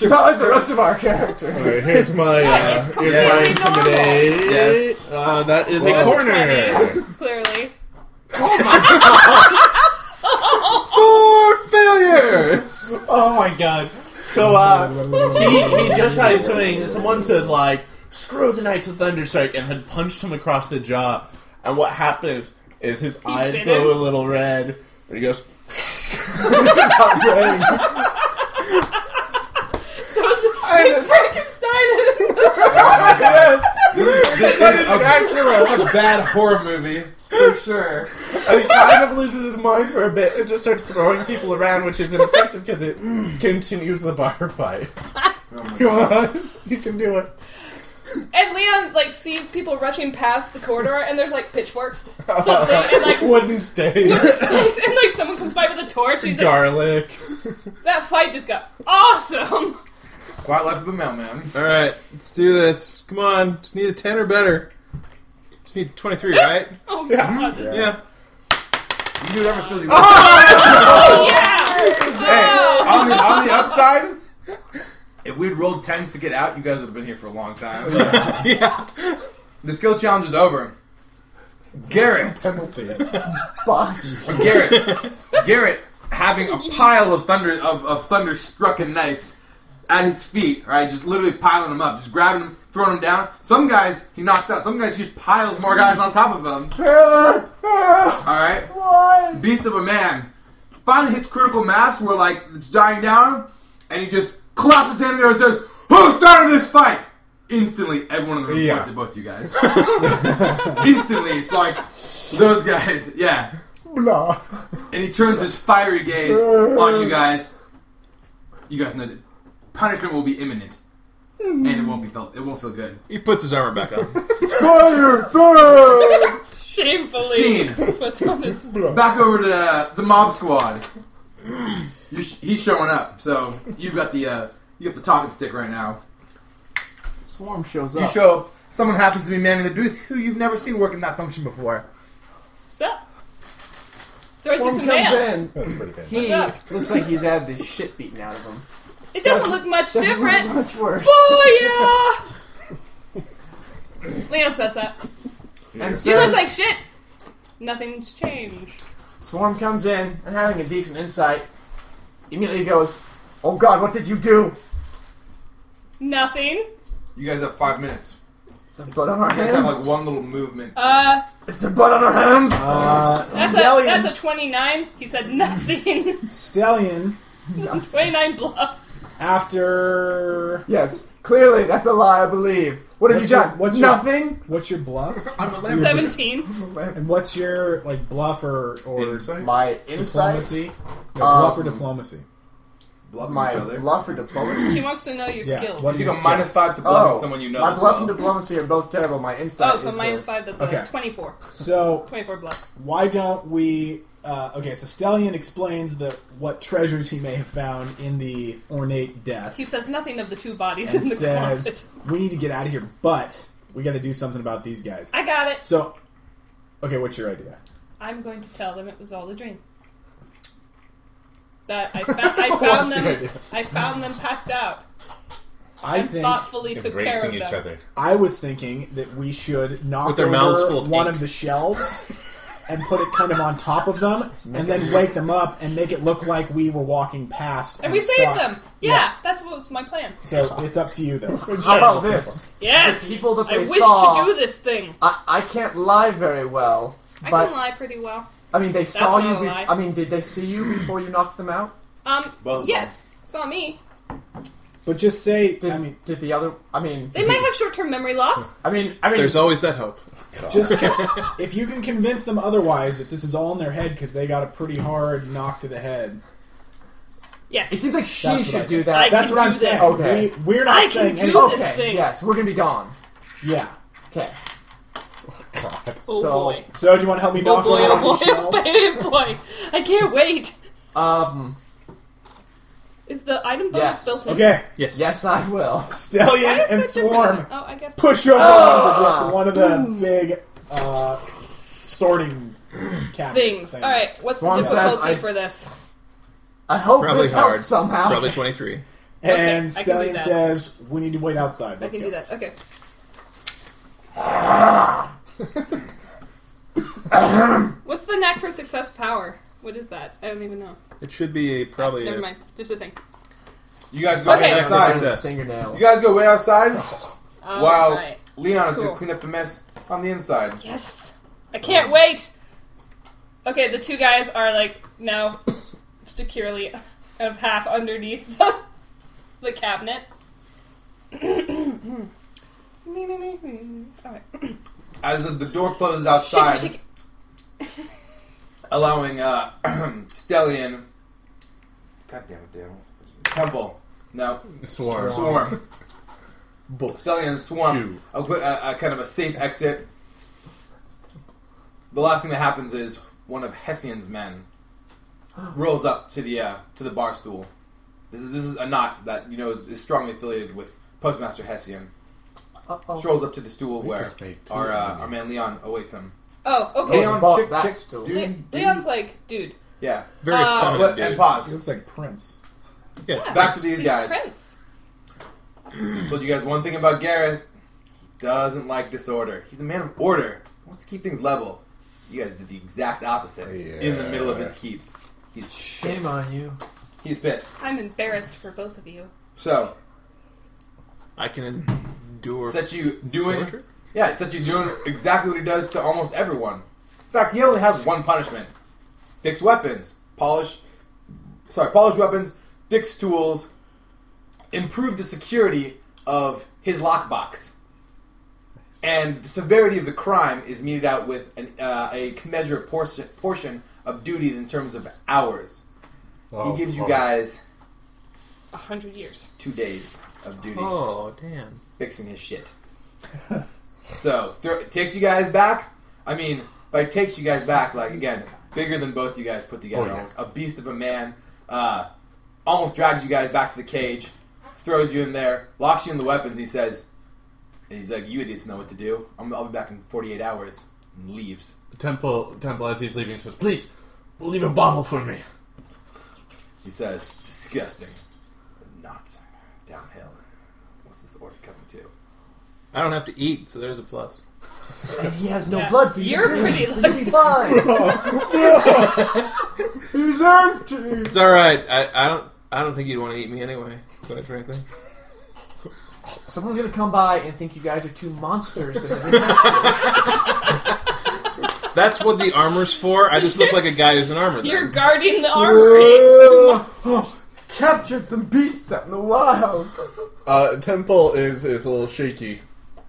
Speaker 6: you're not like the rest of our characters.
Speaker 2: Alright, here's my uh,
Speaker 3: Yes.
Speaker 2: here's
Speaker 4: Yes.
Speaker 2: my intimidate.
Speaker 4: Yes.
Speaker 2: Uh, that is
Speaker 4: Wow.
Speaker 2: a
Speaker 3: That's
Speaker 2: corner.
Speaker 3: Clearly.
Speaker 7: Four failures.
Speaker 2: Oh my god. So uh, he he just had something. Someone says like, "Screw the Knights of Thunderstrike," and had punched him across the jaw. And what happens is his eyes
Speaker 3: bit
Speaker 2: go
Speaker 3: him?
Speaker 2: a little red, and he goes,
Speaker 3: So it's, it's Frankenstein.
Speaker 4: this is a, a bad horror movie for sure.
Speaker 2: and he kind of loses his mind for a bit, and just starts throwing people around, which is ineffective because it continues the bar fight. Come on, you can do it.
Speaker 3: and Leon like sees people rushing past the corridor, and there's like pitchforks, something, and like.
Speaker 2: Wooden staves,
Speaker 3: and like someone comes by with a torch. He's like,
Speaker 2: garlic.
Speaker 3: that fight just got awesome.
Speaker 4: Quiet Life of the Mailman.
Speaker 7: All right, let's do this. Come on, just need a ten or better. Just need twenty-three, right?
Speaker 3: Oh
Speaker 2: Yeah.
Speaker 3: god, this is
Speaker 7: Yeah.
Speaker 4: You do whatever feels you want.
Speaker 3: Oh,
Speaker 4: Hey, on the, on the upside, if we'd rolled tens to get out, you guys would have been here for a long time.
Speaker 7: Yeah.
Speaker 4: The skill challenge is over. Garrett,
Speaker 2: Penalty.
Speaker 6: Botched.
Speaker 4: Garrett, Garrett, having a pile of thunder of, of thunderstrucken knights at his feet, right? Just literally piling them up, just grabbing them, throwing them down. Some guys he knocks out. Some guys he just piles more guys on top of him. All right. Beast of a man finally hits critical mass where like it's dying down, and he just claps his hand in the air and says, "Who started this fight?" Instantly, everyone in the room
Speaker 2: Yeah.
Speaker 4: points at both you guys. Instantly, it's like those guys. Yeah,
Speaker 2: Blah.
Speaker 4: and he turns his fiery gaze on you guys. You guys know that punishment will be imminent, and it won't be felt. It won't feel good.
Speaker 7: He puts his armor back on.
Speaker 3: shamefully.
Speaker 4: Scene.
Speaker 3: What's on this?
Speaker 4: Back over to the, the mob squad. You sh- he's showing up, so you've got the uh, you have the talking stick right now.
Speaker 6: Swarm shows
Speaker 4: You
Speaker 6: up.
Speaker 4: show up. Someone happens to be manning the booth who you've never seen working that function before.
Speaker 3: So, there's
Speaker 6: Swarm
Speaker 3: just a
Speaker 6: comes
Speaker 3: mail.
Speaker 6: in.
Speaker 2: That's pretty fantastic.
Speaker 6: He
Speaker 3: What's
Speaker 6: looks like he's had the shit beaten out of him.
Speaker 3: It doesn't look much
Speaker 6: Doesn't look
Speaker 3: different.
Speaker 6: Much worse.
Speaker 3: Booyah! Leon says that.
Speaker 6: And
Speaker 3: You
Speaker 6: says,
Speaker 3: look like shit. Nothing's changed.
Speaker 6: Swarm comes in and having a decent insight, immediately goes, "Oh God, what did you do?"
Speaker 3: Nothing.
Speaker 4: You guys have five minutes.
Speaker 6: Some blood on our
Speaker 4: You guys have like
Speaker 6: hands.
Speaker 4: one little movement.
Speaker 3: Uh,
Speaker 6: Is there blood on our hands?
Speaker 5: Uh,
Speaker 3: that's a,
Speaker 6: Stallion.
Speaker 3: that's a 29. He said nothing.
Speaker 5: Stallion,
Speaker 3: 29 bluff.
Speaker 5: after
Speaker 6: Yes, clearly that's a lie. I believe. What have
Speaker 5: What's
Speaker 6: you
Speaker 5: your-
Speaker 6: done?
Speaker 5: what's your-
Speaker 6: Nothing.
Speaker 5: what's your bluff
Speaker 3: 17.
Speaker 5: and what's your like bluff or or
Speaker 6: My insight.
Speaker 5: diplomacy? Yeah, bluff or
Speaker 6: Um,
Speaker 5: diplomacy?
Speaker 4: Bluff
Speaker 6: My
Speaker 4: each other.
Speaker 6: bluff or diplomacy.
Speaker 3: He wants to know your
Speaker 5: Yeah,
Speaker 3: skills.
Speaker 5: what
Speaker 4: You
Speaker 5: do
Speaker 4: got minus five to bluff
Speaker 6: Oh,
Speaker 4: someone you know.
Speaker 6: My
Speaker 4: as
Speaker 6: bluff
Speaker 4: well.
Speaker 6: and diplomacy are both terrible. My insight.
Speaker 3: Oh, so
Speaker 6: is uh,
Speaker 3: minus
Speaker 6: a-
Speaker 3: five, that's
Speaker 5: Okay.
Speaker 3: a 24.
Speaker 5: So
Speaker 3: 24 bluff.
Speaker 5: why don't we? Uh, okay, so Stellion explains that what treasures he may have found in the ornate desk.
Speaker 3: He says nothing of the two bodies
Speaker 5: and
Speaker 3: in the closet.
Speaker 5: says, "We need to get out of here, but we got to do something about these guys."
Speaker 3: I got it.
Speaker 5: So, okay, what's your idea?
Speaker 3: I'm going to tell them it was all a dream. That I, found I found them. I found them passed out.
Speaker 5: I
Speaker 3: and
Speaker 5: think
Speaker 3: thoughtfully took care of
Speaker 2: Embracing
Speaker 3: them.
Speaker 2: each other.
Speaker 5: I was thinking that we should knock
Speaker 7: With their
Speaker 5: over
Speaker 7: mouths full of
Speaker 5: one
Speaker 7: ink.
Speaker 5: of the shelves and put it kind of on top of them, and
Speaker 7: Mm-hmm.
Speaker 5: then wake them up and make it look like we were walking past.
Speaker 3: And we saved
Speaker 5: saw-
Speaker 3: them. Yeah,
Speaker 5: Yeah.
Speaker 3: that's what was my plan.
Speaker 5: So it's up to you, though.
Speaker 6: How about this?
Speaker 3: Yes,
Speaker 6: The people that
Speaker 3: I
Speaker 6: they
Speaker 3: wish
Speaker 6: saw-
Speaker 3: to do this thing.
Speaker 6: I, I can't lie very well,
Speaker 3: I
Speaker 6: but
Speaker 3: can lie pretty well.
Speaker 6: I mean they saw
Speaker 3: not
Speaker 6: you.
Speaker 3: a
Speaker 6: Be-
Speaker 3: lie.
Speaker 6: I mean, did they see you before you knocked them out?
Speaker 3: Um,
Speaker 4: Both of
Speaker 3: yes, saw me.
Speaker 5: But just say,
Speaker 6: Did,
Speaker 7: Mm.
Speaker 5: I mean,
Speaker 6: did the other? I mean,
Speaker 3: They might have short-term memory loss.
Speaker 6: I mean, I mean,
Speaker 7: There's always that hope.
Speaker 5: just if you can convince them otherwise that this is all in their head because they got a pretty hard knock to the head.
Speaker 3: Yes.
Speaker 6: it seems like she
Speaker 5: That's what I
Speaker 6: should do
Speaker 5: think.
Speaker 6: that.
Speaker 3: I
Speaker 5: That's
Speaker 3: can
Speaker 5: what I'm
Speaker 3: do
Speaker 5: saying.
Speaker 3: this.
Speaker 6: Okay.
Speaker 5: We, we're not
Speaker 3: I can
Speaker 5: saying
Speaker 3: do
Speaker 5: anything.
Speaker 3: this.
Speaker 6: okay,
Speaker 3: thing.
Speaker 6: yes, we're gonna be gone.
Speaker 5: Yeah.
Speaker 6: Okay,
Speaker 2: God.
Speaker 3: oh
Speaker 6: so-
Speaker 3: boy.
Speaker 5: So do you want to help me
Speaker 3: Oh
Speaker 5: knock
Speaker 3: boy,
Speaker 5: over
Speaker 3: oh boy,
Speaker 5: these
Speaker 3: oh boy,
Speaker 5: shelves?
Speaker 3: oh boy. I can't wait.
Speaker 6: um,
Speaker 3: Is the item
Speaker 6: Yes.
Speaker 3: bonus built in?
Speaker 5: Okay.
Speaker 7: Yes.
Speaker 6: yes, I will.
Speaker 5: Stallion
Speaker 3: Why is
Speaker 5: and
Speaker 3: that different?
Speaker 5: Swarm
Speaker 3: Oh, I guess.
Speaker 5: push over
Speaker 6: Ah!
Speaker 5: one of the big uh, sorting cabinet
Speaker 3: Things. All right. What's the
Speaker 6: Swarm says
Speaker 3: difficulty
Speaker 6: I-
Speaker 3: for this?
Speaker 6: I hope
Speaker 7: Probably
Speaker 6: this
Speaker 7: hard.
Speaker 6: helps somehow.
Speaker 7: Probably 23.
Speaker 3: Okay, I can
Speaker 5: And
Speaker 3: do
Speaker 5: Stallion
Speaker 3: that.
Speaker 5: says, "We need to wait outside."
Speaker 3: I
Speaker 5: Let's
Speaker 3: can do
Speaker 5: go.
Speaker 3: that. Okay. What's the knack for success power? What is that? I don't even know.
Speaker 7: It should be a, probably.
Speaker 3: Never
Speaker 7: a-
Speaker 3: mind. Just a thing.
Speaker 4: You guys go
Speaker 3: Okay.
Speaker 4: wait
Speaker 6: Down to
Speaker 4: outside.
Speaker 6: his
Speaker 7: Success.
Speaker 6: Fingernail.
Speaker 4: You guys go wait outside
Speaker 3: All
Speaker 4: while
Speaker 3: right.
Speaker 4: Leon is going
Speaker 3: Cool.
Speaker 4: to clean up the mess on the inside.
Speaker 3: Yes. I can't wait. Okay, the two guys are like now securely kind of half underneath the, the cabinet. Alright.
Speaker 4: As the door closes outside,
Speaker 3: Shake it, shake
Speaker 4: allowing uh, Stellian. God damn it, damn. Temple. No.
Speaker 2: Swarm.
Speaker 4: Swarm.
Speaker 2: Bull.
Speaker 4: Stellion Swarm.
Speaker 2: Shoot.
Speaker 4: A, qu- a, a kind of a safe exit. The last thing that happens is one of Hessian's men rolls up to the uh, to the bar stool. This is this is a knot that you know is, is strongly affiliated with Postmaster Hessian.
Speaker 6: Uh-oh.
Speaker 4: Strolls up to the stool where
Speaker 2: just made two
Speaker 4: our uh,
Speaker 2: enemies.
Speaker 4: our man Leon awaits him.
Speaker 3: it. Oh, okay.
Speaker 4: Leon,
Speaker 6: Bought
Speaker 4: chick,
Speaker 6: that
Speaker 4: chick,
Speaker 6: stool.
Speaker 4: dude,
Speaker 3: Le-
Speaker 4: dude.
Speaker 3: Leon's like, dude.
Speaker 4: Yeah.
Speaker 7: Very
Speaker 3: Uh,
Speaker 7: feminine
Speaker 4: But-
Speaker 7: Oh, dude.
Speaker 4: and
Speaker 5: He
Speaker 4: pause.
Speaker 5: looks like Prince.
Speaker 7: Yeah.
Speaker 3: yeah,
Speaker 4: Back to these
Speaker 3: he's
Speaker 4: guys.
Speaker 3: Prince.
Speaker 4: Told you guys one thing about Gareth. Doesn't like disorder. He's a man of order. Wants to keep things level. You guys did the exact opposite. In the
Speaker 2: Yeah.
Speaker 4: middle of his keep. He's
Speaker 6: Shame
Speaker 4: pissed.
Speaker 6: on you.
Speaker 4: He's pissed.
Speaker 3: I'm embarrassed for both of you.
Speaker 4: So,
Speaker 7: I can endure.
Speaker 4: set you doing.
Speaker 7: torture?
Speaker 4: Yeah, set you doing exactly what he does to almost everyone. In fact, he only has one punishment fix weapons, polish. Sorry, polish weapons, fix tools, improve the security of his lockbox. And the severity of the crime is meted out with an, uh, a commensurate portion, portion of duties in terms of hours. he gives you guys
Speaker 3: A hundred years.
Speaker 4: two days of duty
Speaker 7: Oh, damn.
Speaker 4: fixing his shit. so thro- takes you guys back. I mean, by takes you guys back, like again, bigger than both you guys put together.
Speaker 2: Oh, yeah.
Speaker 4: almost. A beast of a man uh, almost drags you guys back to the cage, throws you in there, locks you in the weapons. He says, and "He's like, you idiots know what to do. I'm, I'll be back in 48 hours." And leaves.
Speaker 2: Temple, Temple, as he's leaving, says, "Please, leave a bottle for me."
Speaker 4: He says, "Disgusting." Not downhill. What's this order coming to?
Speaker 7: I don't have to eat, so there's a plus.
Speaker 6: And he has no
Speaker 3: Yeah.
Speaker 6: blood for you.
Speaker 3: You're pretty lucky.
Speaker 6: Be fine. He's empty.
Speaker 7: It's all right. I, I don't. I don't think you'd want to eat me anyway. Quite frankly.
Speaker 6: Someone's gonna come by and think you guys are two monsters. that have been-
Speaker 7: That's what the armor's for. I just look like a guy who's in armor. then.
Speaker 3: You're guarding the armory.
Speaker 6: Captured some beasts out in the wild.
Speaker 2: Uh, Temple is is a little shaky.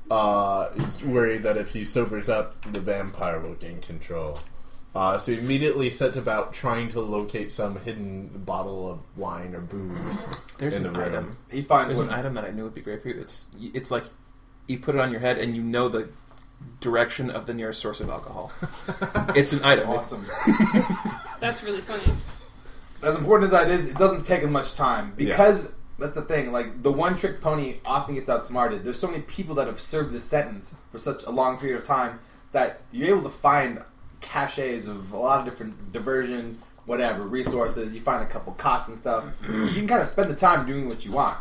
Speaker 2: Uh, he's worried that if he sobers up, the vampire will gain control. Uh, so he immediately sets about trying to locate some hidden bottle of wine or booze
Speaker 7: There's
Speaker 2: in
Speaker 7: an
Speaker 2: the room.
Speaker 7: item.
Speaker 4: He finds
Speaker 7: There's an
Speaker 4: one.
Speaker 7: item that I knew would be great for you. It's it's like you put it on your head and you know the direction of the nearest source of alcohol. it's an item. It's-
Speaker 4: Awesome.
Speaker 3: That's really funny.
Speaker 4: as important as that is, it doesn't take as much time because that's the thing. Like the one trick pony often gets outsmarted. There's so many people that have served this sentence for such a long period of time that you're able to find caches of a lot of different diversion, whatever resources. You find a couple cots and stuff. So you can kind of spend the time doing what you want,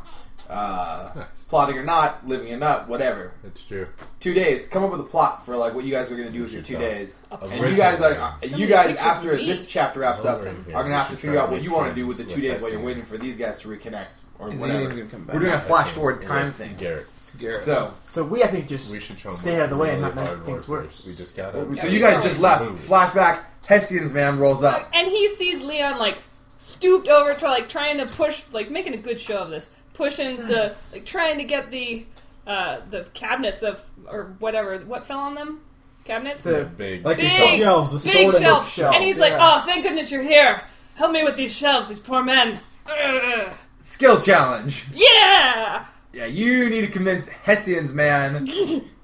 Speaker 4: uh,
Speaker 2: Nice.
Speaker 4: plotting or not, living it up, whatever.
Speaker 2: It's true.
Speaker 4: Two days, come up with a plot for like what you guys were gonna do with your two
Speaker 2: should try.
Speaker 4: days.
Speaker 3: A
Speaker 4: And you guys, like, uh,
Speaker 3: So
Speaker 4: you
Speaker 3: many
Speaker 4: guys,
Speaker 3: pictures
Speaker 4: after
Speaker 3: indeed.
Speaker 4: this chapter wraps up,
Speaker 2: Over
Speaker 4: are
Speaker 2: in here.
Speaker 4: gonna have
Speaker 2: We
Speaker 4: to
Speaker 2: should
Speaker 4: figure
Speaker 2: try
Speaker 4: out
Speaker 2: to
Speaker 4: what you
Speaker 2: make
Speaker 4: want to do with
Speaker 2: friends
Speaker 4: the
Speaker 2: with
Speaker 4: two days while you're
Speaker 2: Hessian.
Speaker 4: waiting for these guys to reconnect or
Speaker 7: Is
Speaker 4: whatever.
Speaker 7: anyone gonna come back?
Speaker 4: We're doing a
Speaker 7: That's
Speaker 4: flash forward time thing.
Speaker 2: Garrett,
Speaker 7: Garrett.
Speaker 4: So,
Speaker 6: So we, I think, just
Speaker 2: we should show him
Speaker 6: stay out of the way and
Speaker 2: really
Speaker 6: not make
Speaker 2: hard
Speaker 6: things
Speaker 2: work
Speaker 6: worse.
Speaker 2: first. We just gotta.
Speaker 4: so you guys just left.
Speaker 2: Booze.
Speaker 4: Flashback. Hessian's man rolls up.
Speaker 3: And he sees Leon like stooped over to like trying to push, like making a good show of this, pushing the, like trying to get the, uh, the cabinets of or whatever what fell on them, cabinets.
Speaker 4: The-
Speaker 2: Big.
Speaker 4: Like
Speaker 3: Big-
Speaker 4: the shelf.
Speaker 5: Shelves, the
Speaker 3: Big
Speaker 5: sword and
Speaker 3: shelf.
Speaker 6: bookshelf,
Speaker 3: and he's like,
Speaker 6: yeah.
Speaker 3: "Oh, thank goodness you're here. Help me with these shelves, these poor men." Ugh.
Speaker 4: skill challenge.
Speaker 3: Yeah.
Speaker 4: Yeah, you need to convince Hessian's man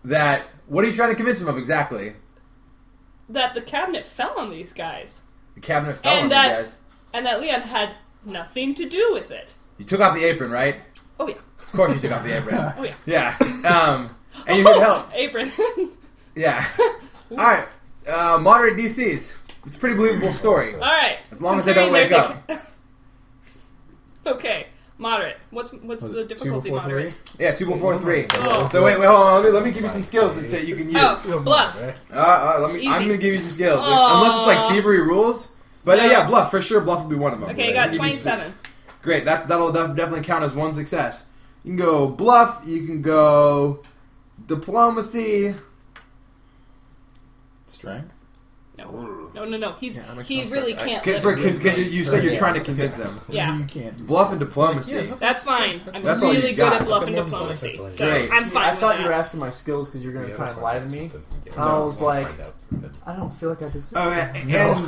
Speaker 4: that. What are you trying to convince him of exactly?
Speaker 3: That the cabinet fell on these guys,
Speaker 4: The cabinet fell
Speaker 3: And
Speaker 4: on
Speaker 3: that-
Speaker 4: you guys.
Speaker 3: and that Leon had nothing to do with it.
Speaker 4: You took off the apron, right?
Speaker 3: Oh yeah.
Speaker 4: Of course, you took off the apron.
Speaker 3: Oh yeah.
Speaker 4: Yeah. Um, and you need help.
Speaker 3: Apron.
Speaker 4: Yeah. All right. Uh, moderate DCs. It's a pretty believable story.
Speaker 3: All right.
Speaker 4: As long as they
Speaker 3: Considering
Speaker 4: don't wake
Speaker 3: there's a
Speaker 4: up.
Speaker 3: ca- okay. Moderate. What's what's
Speaker 5: Was
Speaker 3: the
Speaker 5: it two
Speaker 3: difficulty
Speaker 5: before three?
Speaker 3: moderate?
Speaker 4: Yeah, two before three.
Speaker 3: Oh.
Speaker 4: So wait, wait, hold on. Let me, let me give you some skills that you can use.
Speaker 3: Oh, bluff.
Speaker 4: Uh, uh, let me,
Speaker 3: Easy.
Speaker 4: I'm gonna give you some skills,
Speaker 3: Aw.
Speaker 4: unless it's like thievery rules. But uh, yeah,
Speaker 3: No.
Speaker 4: yeah, bluff for sure. Bluff will be one of them.
Speaker 3: Okay, you
Speaker 4: Let
Speaker 3: got
Speaker 4: me give you some-
Speaker 3: 27.
Speaker 4: Great. That that'll def- definitely count as one success. You can go bluff. You can go diplomacy.
Speaker 5: Strength.
Speaker 3: No, no, no, no. He's
Speaker 7: Yeah, I'm a
Speaker 3: he
Speaker 7: contractor.
Speaker 3: really
Speaker 7: I-
Speaker 3: can't.
Speaker 4: Because
Speaker 3: live.
Speaker 4: you, you said you're trying to convince them.
Speaker 3: Yeah,
Speaker 5: You can't.
Speaker 4: Bluff and diplomacy.
Speaker 3: that's fine. I'm
Speaker 4: That's all you
Speaker 3: really good
Speaker 4: got.
Speaker 3: at bluff and
Speaker 2: That's more
Speaker 3: diplomacy,
Speaker 2: than
Speaker 3: so
Speaker 4: Great.
Speaker 3: I'm
Speaker 6: See,
Speaker 3: fine
Speaker 6: I
Speaker 3: with
Speaker 6: thought
Speaker 3: that.
Speaker 6: you were asking my skills because you're going to try and lie to me. I was like- I don't feel like I deserve.
Speaker 4: Oh, and,
Speaker 5: No.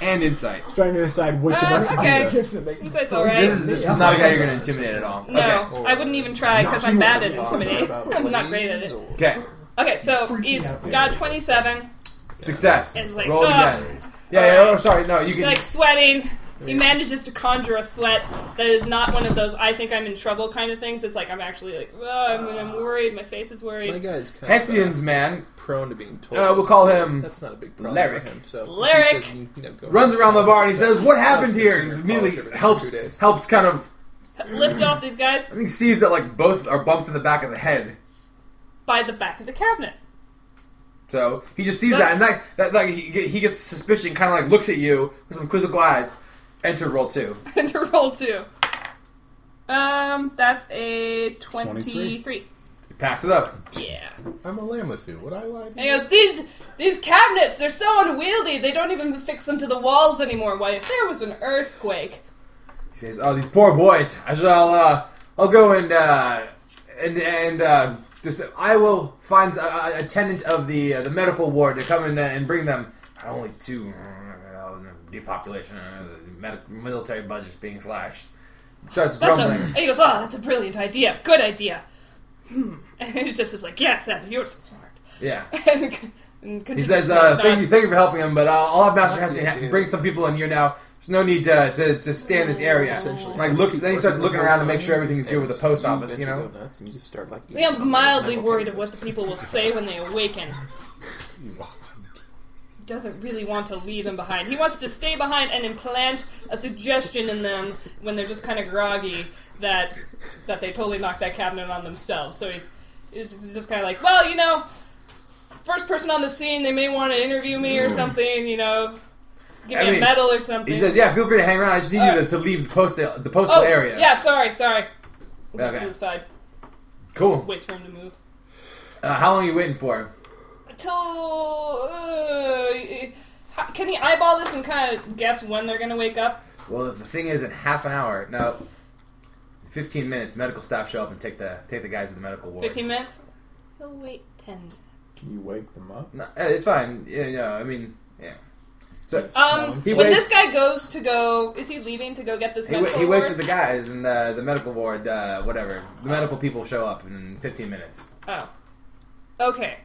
Speaker 4: and insight.
Speaker 5: Trying to decide which
Speaker 3: Uh,
Speaker 5: of us.
Speaker 3: okay.
Speaker 5: I'm
Speaker 6: Give to make this
Speaker 3: Insight's
Speaker 6: story.
Speaker 3: alright.
Speaker 4: This is, this is not a guy you're going to intimidate at all.
Speaker 3: No, I wouldn't even try because I'm bad at intimidate.
Speaker 5: About
Speaker 3: I'm not great at it.
Speaker 4: Okay. Okay.
Speaker 3: Okay, so he's got 27.
Speaker 4: Success.
Speaker 3: It's like,
Speaker 4: Roll
Speaker 3: ugh.
Speaker 4: again. Yeah, yeah, oh, sorry. No, you
Speaker 3: He's
Speaker 4: can.
Speaker 3: like sweating. He manages to conjure a sweat that is not one of those "I think I'm in trouble" kind of things. It's like I'm actually like, oh, I'm, I'm worried. My face is
Speaker 7: My
Speaker 3: worried.
Speaker 7: guy's kind
Speaker 4: Hessian's man
Speaker 7: prone to being told.
Speaker 4: Uh, we'll call him
Speaker 7: That's not a big problem
Speaker 4: Larrick.
Speaker 7: for him. So
Speaker 3: Larrick.
Speaker 7: he says, you know, go
Speaker 4: runs around the bar and he
Speaker 7: Stuff.
Speaker 4: says, "What happened
Speaker 7: Stuff
Speaker 4: here?"
Speaker 7: in your
Speaker 4: And
Speaker 7: college
Speaker 4: immediately
Speaker 7: every
Speaker 4: helps
Speaker 7: two days.
Speaker 4: helps kind of.
Speaker 3: Lift off these guys
Speaker 4: I think sees that like both are bumped in the back of the head.
Speaker 3: by the back of the cabinet.
Speaker 4: So he just sees that, and that that like he, get- he gets suspicion, kind of like looks at you with some quizzical eyes. Enter roll two.
Speaker 3: and to roll two. Um, that's a 23.
Speaker 4: He packs it up.
Speaker 3: Yeah.
Speaker 2: I'm a Lamassu. Would I lie to
Speaker 3: And he
Speaker 2: you?
Speaker 3: goes, these, these cabinets, they're so unwieldy, they don't even fix them to the walls anymore. Why, if there was an earthquake.
Speaker 4: He says, "Oh, these poor boys. I shall. Uh, I'll go and uh, and and uh, just, I will find a, a- a tenant of the uh, the medical ward to come in and bring them. Only two uh, depopulation, uh, med- military budgets being slashed." Starts
Speaker 3: That's a,
Speaker 4: grumbling.
Speaker 3: and he goes, oh, that's a brilliant idea. Good idea. Hmm. And he just is like, yes, that's, you're so smart.
Speaker 4: Yeah.
Speaker 3: And, c- and
Speaker 4: He
Speaker 3: continues
Speaker 4: says,
Speaker 3: not-
Speaker 4: uh,
Speaker 3: not-
Speaker 4: "Thank you, thank you for helping him, but I'll, I'll have Master Hesse
Speaker 2: Yeah, dude.
Speaker 4: bring some people in here now. There's no need to, to, to stay in this area."
Speaker 7: Essentially.
Speaker 4: Like look, then he starts looking around to make sure everything's good with the post office. You know,
Speaker 7: go nuts and you just start like. eating
Speaker 3: Leon's
Speaker 7: something,
Speaker 3: mildly
Speaker 7: and I'm okay
Speaker 3: worried
Speaker 7: with
Speaker 3: of what the people will say when they awaken. He doesn't really want to leave them behind. He wants to stay behind and implant a suggestion in them when they're just kind of groggy that that they totally knocked that cabinet on themselves. So he's he's just kind of like, well, you know, first person on the scene, they may want to interview me or something. You know, give
Speaker 4: I
Speaker 3: me a
Speaker 4: mean,
Speaker 3: medal or something.
Speaker 4: he says, "Yeah, feel free to hang around. I just need you to,
Speaker 3: Alright.
Speaker 4: to leave the post the postal
Speaker 3: oh,
Speaker 4: area."
Speaker 3: yeah, sorry, sorry. Goes
Speaker 4: Okay.
Speaker 3: to the side,
Speaker 4: cool.
Speaker 3: waits for him to move.
Speaker 4: Uh, how long are you waiting for?
Speaker 3: till uh, how- can he eyeball this and kind of guess when they're gonna wake up?
Speaker 4: Well, the thing is, in half an hour, no, fifteen minutes, medical staff show up and take the take the guys to the medical ward.
Speaker 3: Fifteen minutes. He'll wait ten.
Speaker 5: Can you wake them up?
Speaker 4: No, eh, it's fine. Yeah, yeah, I mean, yeah. So
Speaker 3: Um,
Speaker 4: He
Speaker 3: when
Speaker 4: waits-
Speaker 3: this guy goes to go, is he leaving to go get this
Speaker 4: He, wa-
Speaker 3: medical
Speaker 4: he waits
Speaker 3: ward?
Speaker 4: with the guys and the, the medical ward, uh, whatever. The medical people show up in 15 minutes.
Speaker 3: Oh, okay,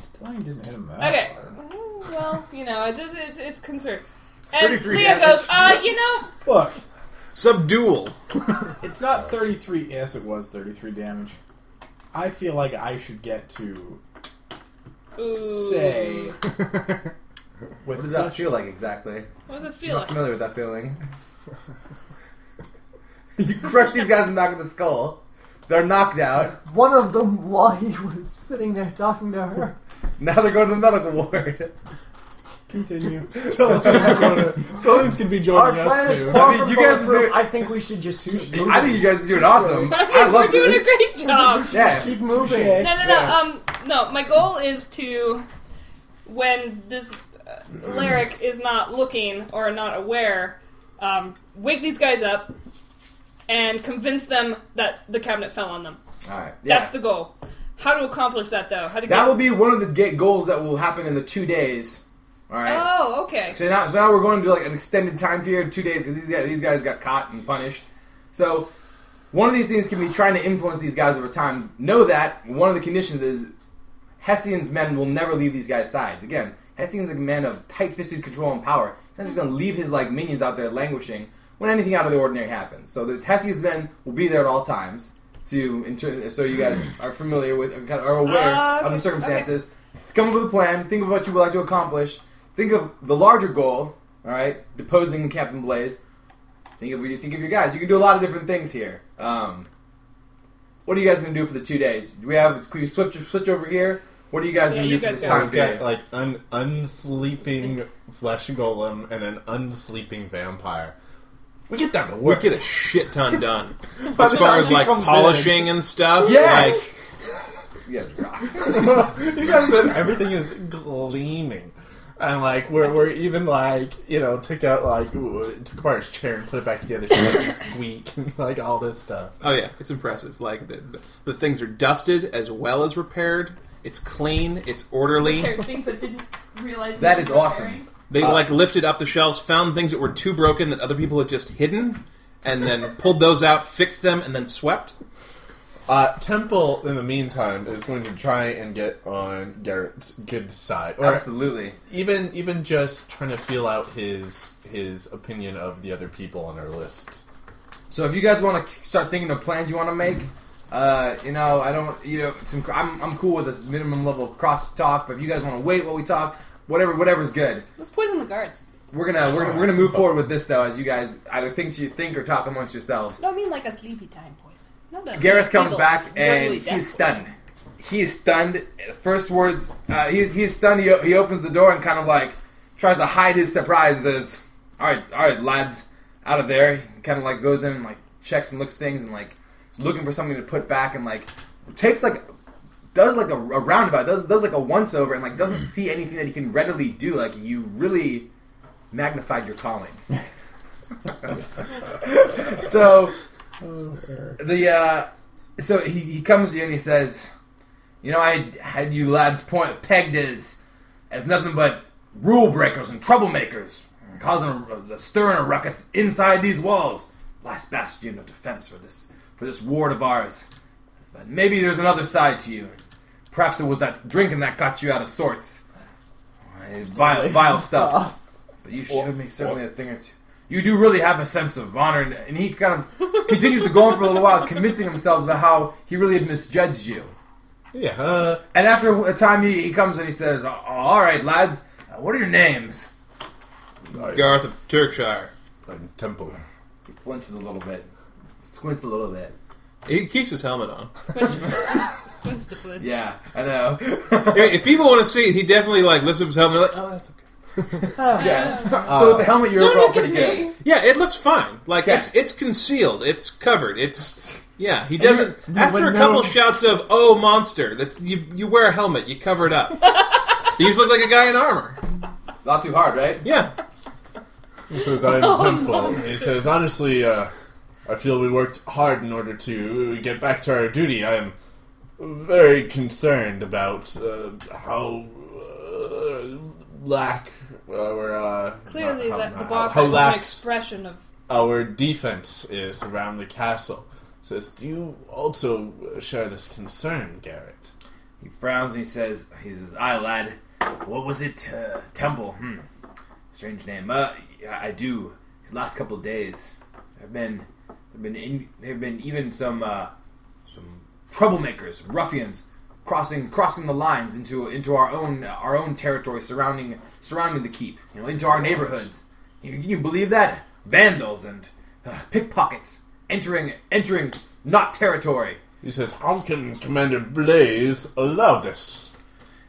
Speaker 5: Stallion didn't hit him that
Speaker 3: okay.
Speaker 5: hard.
Speaker 3: Mm, Well, you know, it just it's it's concern. And
Speaker 4: 33
Speaker 3: Leah
Speaker 4: damage.
Speaker 3: goes, uh, you know,
Speaker 5: Look,
Speaker 7: it. Subdual.
Speaker 5: it's not 33. Yes, it was 33 damage. I feel like I should get to
Speaker 3: ooh,
Speaker 5: say
Speaker 4: What
Speaker 5: with
Speaker 4: does that
Speaker 5: such
Speaker 4: feel like exactly?
Speaker 3: what does it
Speaker 4: I'm
Speaker 3: feel
Speaker 4: not
Speaker 3: like?
Speaker 4: familiar with that feeling. you crush these guys and knock at the skull. They're knocked out.
Speaker 6: One of them, while he was sitting there talking to her,
Speaker 4: Now they're going to the medical ward.
Speaker 5: continue. Someone's gonna be
Speaker 6: our
Speaker 5: joining
Speaker 6: plan
Speaker 5: us
Speaker 6: is
Speaker 5: soon.
Speaker 6: far
Speaker 4: mean,
Speaker 6: from
Speaker 4: you guys
Speaker 6: bulletproof.
Speaker 4: do-
Speaker 6: I think we should just keep moving.
Speaker 4: I think you guys are doing awesome.
Speaker 3: I
Speaker 4: I
Speaker 3: think we're
Speaker 4: love
Speaker 3: doing
Speaker 4: this.
Speaker 3: a great job.
Speaker 4: Yeah.
Speaker 6: just keep moving.
Speaker 5: Touche.
Speaker 3: No, no, no. Um, no. My goal is to, when this uh, lyric is not looking or not aware, um, wake these guys up and convince them that the cabinet fell on them.
Speaker 4: All right. Yeah.
Speaker 3: That's the goal. How to accomplish that though? How to
Speaker 4: that
Speaker 3: get?
Speaker 4: will be one of the get goals that will happen in the two days. All right.
Speaker 3: oh, okay.
Speaker 4: So now, so now we're going to like an extended time period, two days, because these guys, these guys got caught and punished. So one of these things can be trying to influence these guys over time. Know that one of the conditions is Hessian's men will never leave these guys' sides. Again, Hessian's a man of tight-fisted control and power. He's not just going to leave his like minions out there languishing when anything out of the ordinary happens. So there's Hessian's men will be there at all times. To inter- so you guys are familiar with are aware
Speaker 3: Ah,
Speaker 4: of
Speaker 3: okay,
Speaker 4: the circumstances. Come up with a plan. Think of what you would like to accomplish. Think of the larger goal. All right, deposing Captain Blaze. Think of think of your guys. You can do a lot of different things here. Um, what are you guys gonna do for the two days? Do we have? Can we switch switch over here? What are you guys
Speaker 3: Yeah,
Speaker 4: gonna
Speaker 3: you
Speaker 4: do for
Speaker 3: guys
Speaker 4: this
Speaker 3: go.
Speaker 4: time
Speaker 2: I've got
Speaker 4: period?
Speaker 2: like an unsleeping flesh golem and an unsleeping vampire. We get that to
Speaker 7: We
Speaker 2: work.
Speaker 7: get a shit ton done
Speaker 2: By
Speaker 7: as
Speaker 2: the
Speaker 7: far
Speaker 2: time
Speaker 7: as
Speaker 2: she
Speaker 7: like
Speaker 2: comes
Speaker 7: polishing and stuff.
Speaker 4: Yes! You guys rock.
Speaker 2: in. you guys said everything is gleaming. And like we're, we're even like you know took out like w- took apart his chair and put it back together so it doesn't squeak and like all this stuff.
Speaker 7: Like, oh yeah, it's impressive. Like the, the, the things are dusted as well as repaired. It's clean. It's orderly.
Speaker 3: There are things I didn't realize.
Speaker 4: That
Speaker 3: they
Speaker 4: is
Speaker 3: were
Speaker 4: awesome.
Speaker 3: carrying.
Speaker 7: They like lifted up the shelves, found things that were too broken that other people had just hidden, and then pulled those out, fixed them, and then swept.
Speaker 2: Uh, Temple in the meantime is going to try and get on Garrett's good side, or
Speaker 4: Absolutely.
Speaker 2: even even just trying to feel out his his opinion of the other people on our list.
Speaker 4: So if you guys want to start thinking of plans you want to make, uh, you know, I don't, you know, some, I'm, I'm cool with this minimum level of cross talk. But if you guys want to wait while we talk, whatever, whatever's good.
Speaker 3: Let's poison the guards.
Speaker 4: We're gonna we're, gonna- we're gonna move forward with this though, as you guys either things you think or talk amongst yourselves.
Speaker 3: No, I mean like a sleepy time poison. Not a
Speaker 4: Gareth comes
Speaker 3: people-
Speaker 4: back and
Speaker 3: regularly death
Speaker 4: he's stunned. He is stunned. First words, uh, he's he's stunned. He, o- he opens the door and kind of like tries to hide his surprise. And says, "All right, all right, lads, out of there." He kind of like goes in and like checks and looks things and like is looking for something to put back and like takes like does like a, a roundabout does does like a once over and like doesn't see anything that he can readily do. Like you really magnified your calling. so the uh, so he, he comes to you and he says, "You know, I had you lads point pegged as as nothing but rule breakers and troublemakers, causing a, a stir and a ruckus inside these walls. Last bastion of defense for this for this ward of ours. But maybe there's another side to you. Perhaps it was that drinking that got you out of sorts. Vile, vile stuff."
Speaker 6: Sauce.
Speaker 4: But you showed me certainly a thing or two. You do really have a sense of honor, and, and he kind of continues to go on for a little while, convincing himself about how he really had misjudged you.
Speaker 2: Yeah, uh,
Speaker 4: And after a time, he, he comes and he says, "A- "All right, lads, uh, what are your names?"
Speaker 7: Garth of Turkshire.
Speaker 2: and Temple.
Speaker 4: He flinches a little bit, squints a little bit.
Speaker 7: He keeps his helmet on.
Speaker 3: squints to flinch.
Speaker 4: Yeah, I know.
Speaker 7: If if people want to see it, he definitely like lifts up his helmet. Like, oh, that's okay.
Speaker 4: yeah. so with the helmet, you're
Speaker 3: Don't
Speaker 4: overall
Speaker 3: look at
Speaker 4: pretty good.
Speaker 3: me.
Speaker 7: Yeah, it looks fine. Like
Speaker 4: Yeah.
Speaker 7: it's it's concealed. It's covered. It's yeah. He doesn't.
Speaker 2: you're- you
Speaker 7: After a
Speaker 2: would
Speaker 7: couple
Speaker 2: notice.
Speaker 7: shouts of "Oh, monster!" That you you wear a helmet. You cover it up. you just look like a guy in armor.
Speaker 4: Not too hard, right?
Speaker 7: Yeah.
Speaker 2: He says, "I am
Speaker 3: Oh,
Speaker 2: Temple." He says, "Honestly, uh, I feel we worked hard in order to get back to our duty. I am very concerned about uh, how uh, lack or uh,
Speaker 3: Clearly,
Speaker 2: not how-
Speaker 3: that the
Speaker 2: not how,
Speaker 3: bonfire
Speaker 2: how
Speaker 3: was an
Speaker 2: lax
Speaker 3: expression of
Speaker 2: our defense is around the castle." Says, "Do you also share this concern, Garrett?"
Speaker 4: He frowns and he says, "He says, aye, lad. What was it? Uh, Temple. Hmm. Strange name. Uh, I I do. These last couple of days, there've been, there've been, in, there've been even some, uh, some troublemakers, ruffians, crossing, crossing the lines into into our own, our own territory surrounding, surrounding the keep. You know, into our neighborhoods. You, you believe that? Vandals and uh, pickpockets entering, entering not territory."
Speaker 2: He says, "How can Commander Blaze allow this?"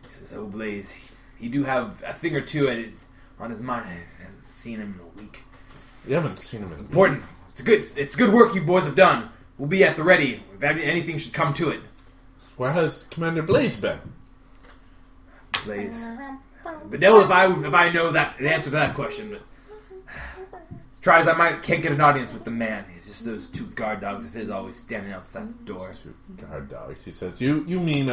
Speaker 4: He says, "Oh, Blaze, he, he do have a thing or two at it, on his mind. I haven't seen him in a week.
Speaker 2: You haven't seen him in
Speaker 4: Important. It's good. It's good work you boys have done. We'll be at the ready. If any- anything should come to it,
Speaker 2: Where has Commander Blaze been?
Speaker 4: Blaze. But no, if I if I know that the answer to that question, but Try as I might, can't get an audience with the man. It's just those two guard dogs of his always standing outside the door.
Speaker 2: To guard dogs. He says, "You you mean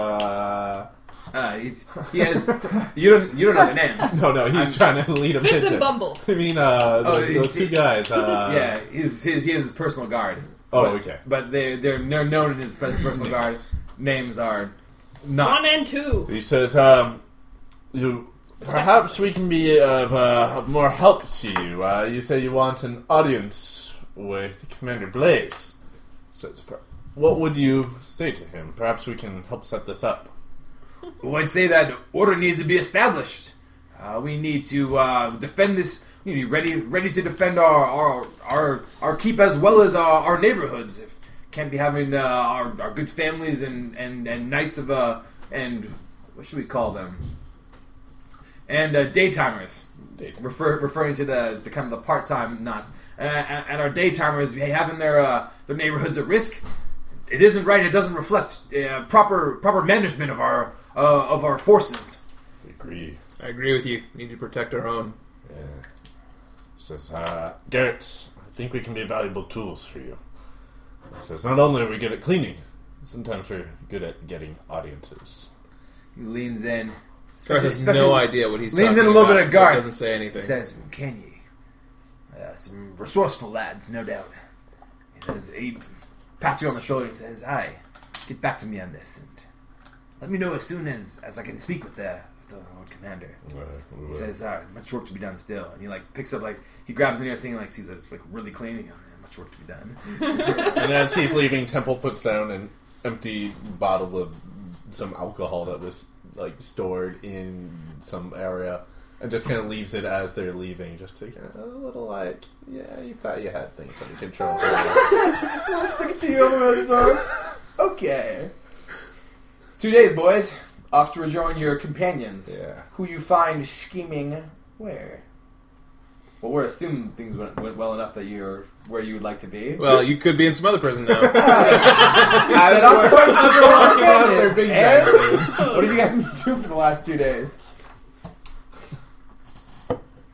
Speaker 2: uh?"
Speaker 4: Uh, he's, he has. You don't. You don't know the names.
Speaker 2: No, no. He's trying to lead him.
Speaker 3: Fitz
Speaker 2: into-
Speaker 3: and Bumble.
Speaker 2: I mean, uh,
Speaker 4: Oh,
Speaker 2: those,
Speaker 4: you
Speaker 2: those
Speaker 4: see-
Speaker 2: two guys. Uh,
Speaker 4: Yeah, he's, he's, he has his personal guard.
Speaker 2: Oh,
Speaker 4: But-
Speaker 2: okay.
Speaker 4: But they they're, they're known in his pers- personal guard. Names are not.
Speaker 3: One and two.
Speaker 2: He says, um, you, perhaps we can be of uh, more help to you. Uh, you say you want an audience with Commander Blaze. Says, per- what would you say to him? Perhaps we can help set this up.
Speaker 4: Well, I'd say that order needs to be established. Uh, we need to uh, defend this. We need to be ready, ready to defend our our our, our keep as well as our, our neighborhoods. If can't be having uh, our, our good families and and and knights of uh and what should we call them? And uh, daytimers,
Speaker 2: Daytimers.
Speaker 4: refer, referring to the, the kind of the part time knots. Uh, and and our daytimers having their uh, their neighborhoods at risk it isn't right. It doesn't reflect uh, proper proper management of our uh, of our forces.
Speaker 2: Agree.
Speaker 7: I agree with you. We need to protect our own.
Speaker 2: Says, uh, Garrett, I think we can be valuable tools for you. He says, not only are we good at cleaning, sometimes we're good at getting audiences.
Speaker 4: He leans in,
Speaker 7: Garth has
Speaker 4: Especially-
Speaker 7: no idea what he's
Speaker 4: leans
Speaker 7: talking
Speaker 4: in a little
Speaker 7: about,
Speaker 4: bit of
Speaker 7: but
Speaker 4: Garth.
Speaker 7: Doesn't say anything.
Speaker 4: He says, "Can ye? Uh, some resourceful lads, no doubt." He says, "He pats you on the shoulder and says, "Aye, get back to me on this, and let me know as soon as as I can speak with the with the Lord Commander."
Speaker 2: Uh,
Speaker 4: He says, uh, much work to be done still. And he like picks up like he grabs the nearest thing and like sees that it's like really clean. and He goes, "Yeah, much work to be done.
Speaker 2: And as he's leaving, Temple puts down an empty bottle of some alcohol that was like stored in some area, and just kind of leaves it as they're leaving, just to kind of a little like, yeah, you thought you had things under control.
Speaker 4: Okay. Two days, boys. Off to rejoin your companions.
Speaker 2: yeah.
Speaker 6: Who you find scheming where?
Speaker 4: Well, we're assuming things went, went well enough that you're where you would like to be.
Speaker 7: well, you could be in some other prison now.
Speaker 2: As we're talking about their big guys.
Speaker 4: Eh? what have you guys been doing for the last two days?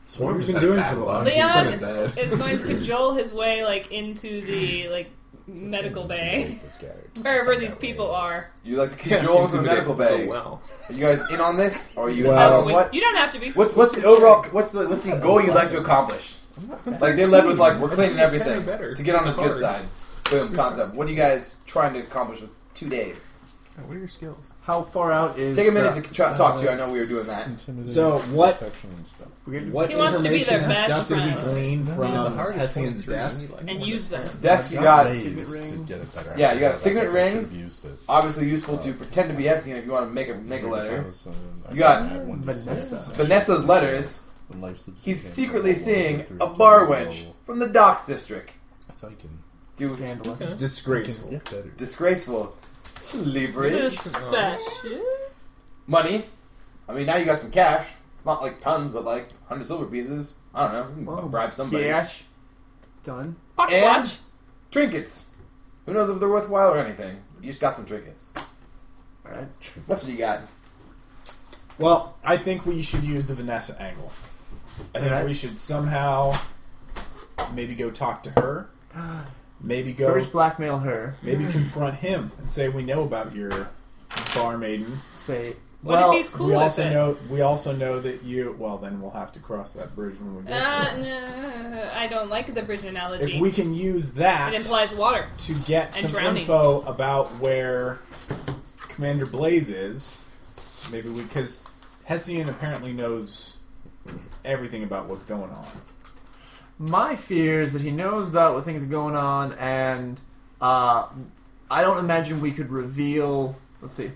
Speaker 2: Swarm
Speaker 5: What have
Speaker 2: just
Speaker 5: you been
Speaker 2: had a
Speaker 5: doing
Speaker 2: bad
Speaker 5: for the
Speaker 2: luck.
Speaker 5: last-
Speaker 2: He
Speaker 3: Leon
Speaker 2: put it
Speaker 3: is,
Speaker 2: dead.
Speaker 3: is going to cajole his way like into the like medical bay, wherever these people are.
Speaker 4: You like to cajole into the
Speaker 7: Intimidate.
Speaker 4: medical bay.
Speaker 7: Oh, well.
Speaker 4: Are you guys in on this? Or are you
Speaker 5: Well-
Speaker 4: out on Uh, what?
Speaker 3: You don't have to be.
Speaker 4: What's what's the overall? What's the what's the goal you'd like to accomplish? Like they led with like we're cleaning
Speaker 7: Ten or
Speaker 4: everything
Speaker 7: better.
Speaker 4: to get on the good
Speaker 7: Hard.
Speaker 4: side. Boom concept. What are you guys trying to accomplish with two days?
Speaker 5: Oh, What are your skills?
Speaker 6: How far out is?
Speaker 4: Take a minute
Speaker 6: uh,
Speaker 4: to try, talk to you. I know we were doing that.
Speaker 5: So what- What
Speaker 3: He wants to be
Speaker 5: information
Speaker 3: their
Speaker 5: and
Speaker 3: best
Speaker 5: stuff did we
Speaker 3: friends.
Speaker 5: glean from Hessian's desk?
Speaker 3: and use them.
Speaker 4: Desk, you got Yeah, you got a signet ring.
Speaker 2: Used it.
Speaker 4: obviously useful to pretend to be Essien if you want to make a make a
Speaker 2: That
Speaker 4: letter.
Speaker 2: was, um, I
Speaker 4: You got
Speaker 2: had one just
Speaker 6: Vanessa.
Speaker 4: Vanessa's letters.
Speaker 2: when life slips
Speaker 4: He's
Speaker 2: through
Speaker 4: secretly
Speaker 2: the gap,
Speaker 4: seeing
Speaker 2: through
Speaker 4: a
Speaker 2: to
Speaker 4: bar
Speaker 2: the
Speaker 4: wench
Speaker 2: level.
Speaker 4: from the docks district.
Speaker 2: So I can
Speaker 4: You
Speaker 6: Scandalous.
Speaker 5: Disgraceful.
Speaker 2: get better.
Speaker 4: disgraceful leverage
Speaker 3: Suspicious.
Speaker 4: money. I mean, now you got some cash. It's not like tons, but like hundred silver pieces. I don't know. You can
Speaker 6: Whoa.
Speaker 4: bribe somebody.
Speaker 6: Cash. Done.
Speaker 3: Pocket
Speaker 4: And-
Speaker 3: watch.
Speaker 4: Trinkets. Who knows if they're worthwhile or anything? You just got some trinkets.
Speaker 6: All right.
Speaker 4: What else you got?
Speaker 5: Well, I think we should use the Vanessa angle. I think
Speaker 6: Alright.
Speaker 5: we should somehow maybe go talk to her. Maybe go
Speaker 6: First blackmail her.
Speaker 5: maybe confront him and say we know about your bar maiden.
Speaker 6: Say.
Speaker 3: What if
Speaker 6: well,
Speaker 3: he's cool
Speaker 5: we
Speaker 3: with
Speaker 5: also
Speaker 3: it?
Speaker 5: know we also know that you well then we'll have to cross that bridge when we
Speaker 3: Uh,
Speaker 5: get there.
Speaker 3: no, I don't like the bridge analogy.
Speaker 5: If we can use that
Speaker 3: it implies water.
Speaker 5: to get some
Speaker 3: drowning.
Speaker 5: info about where Commander Blaze is, maybe we because Hessian apparently knows everything about what's going on.
Speaker 6: My fear is that he knows about what things are going on, and uh, I don't imagine we could reveal. Let's see,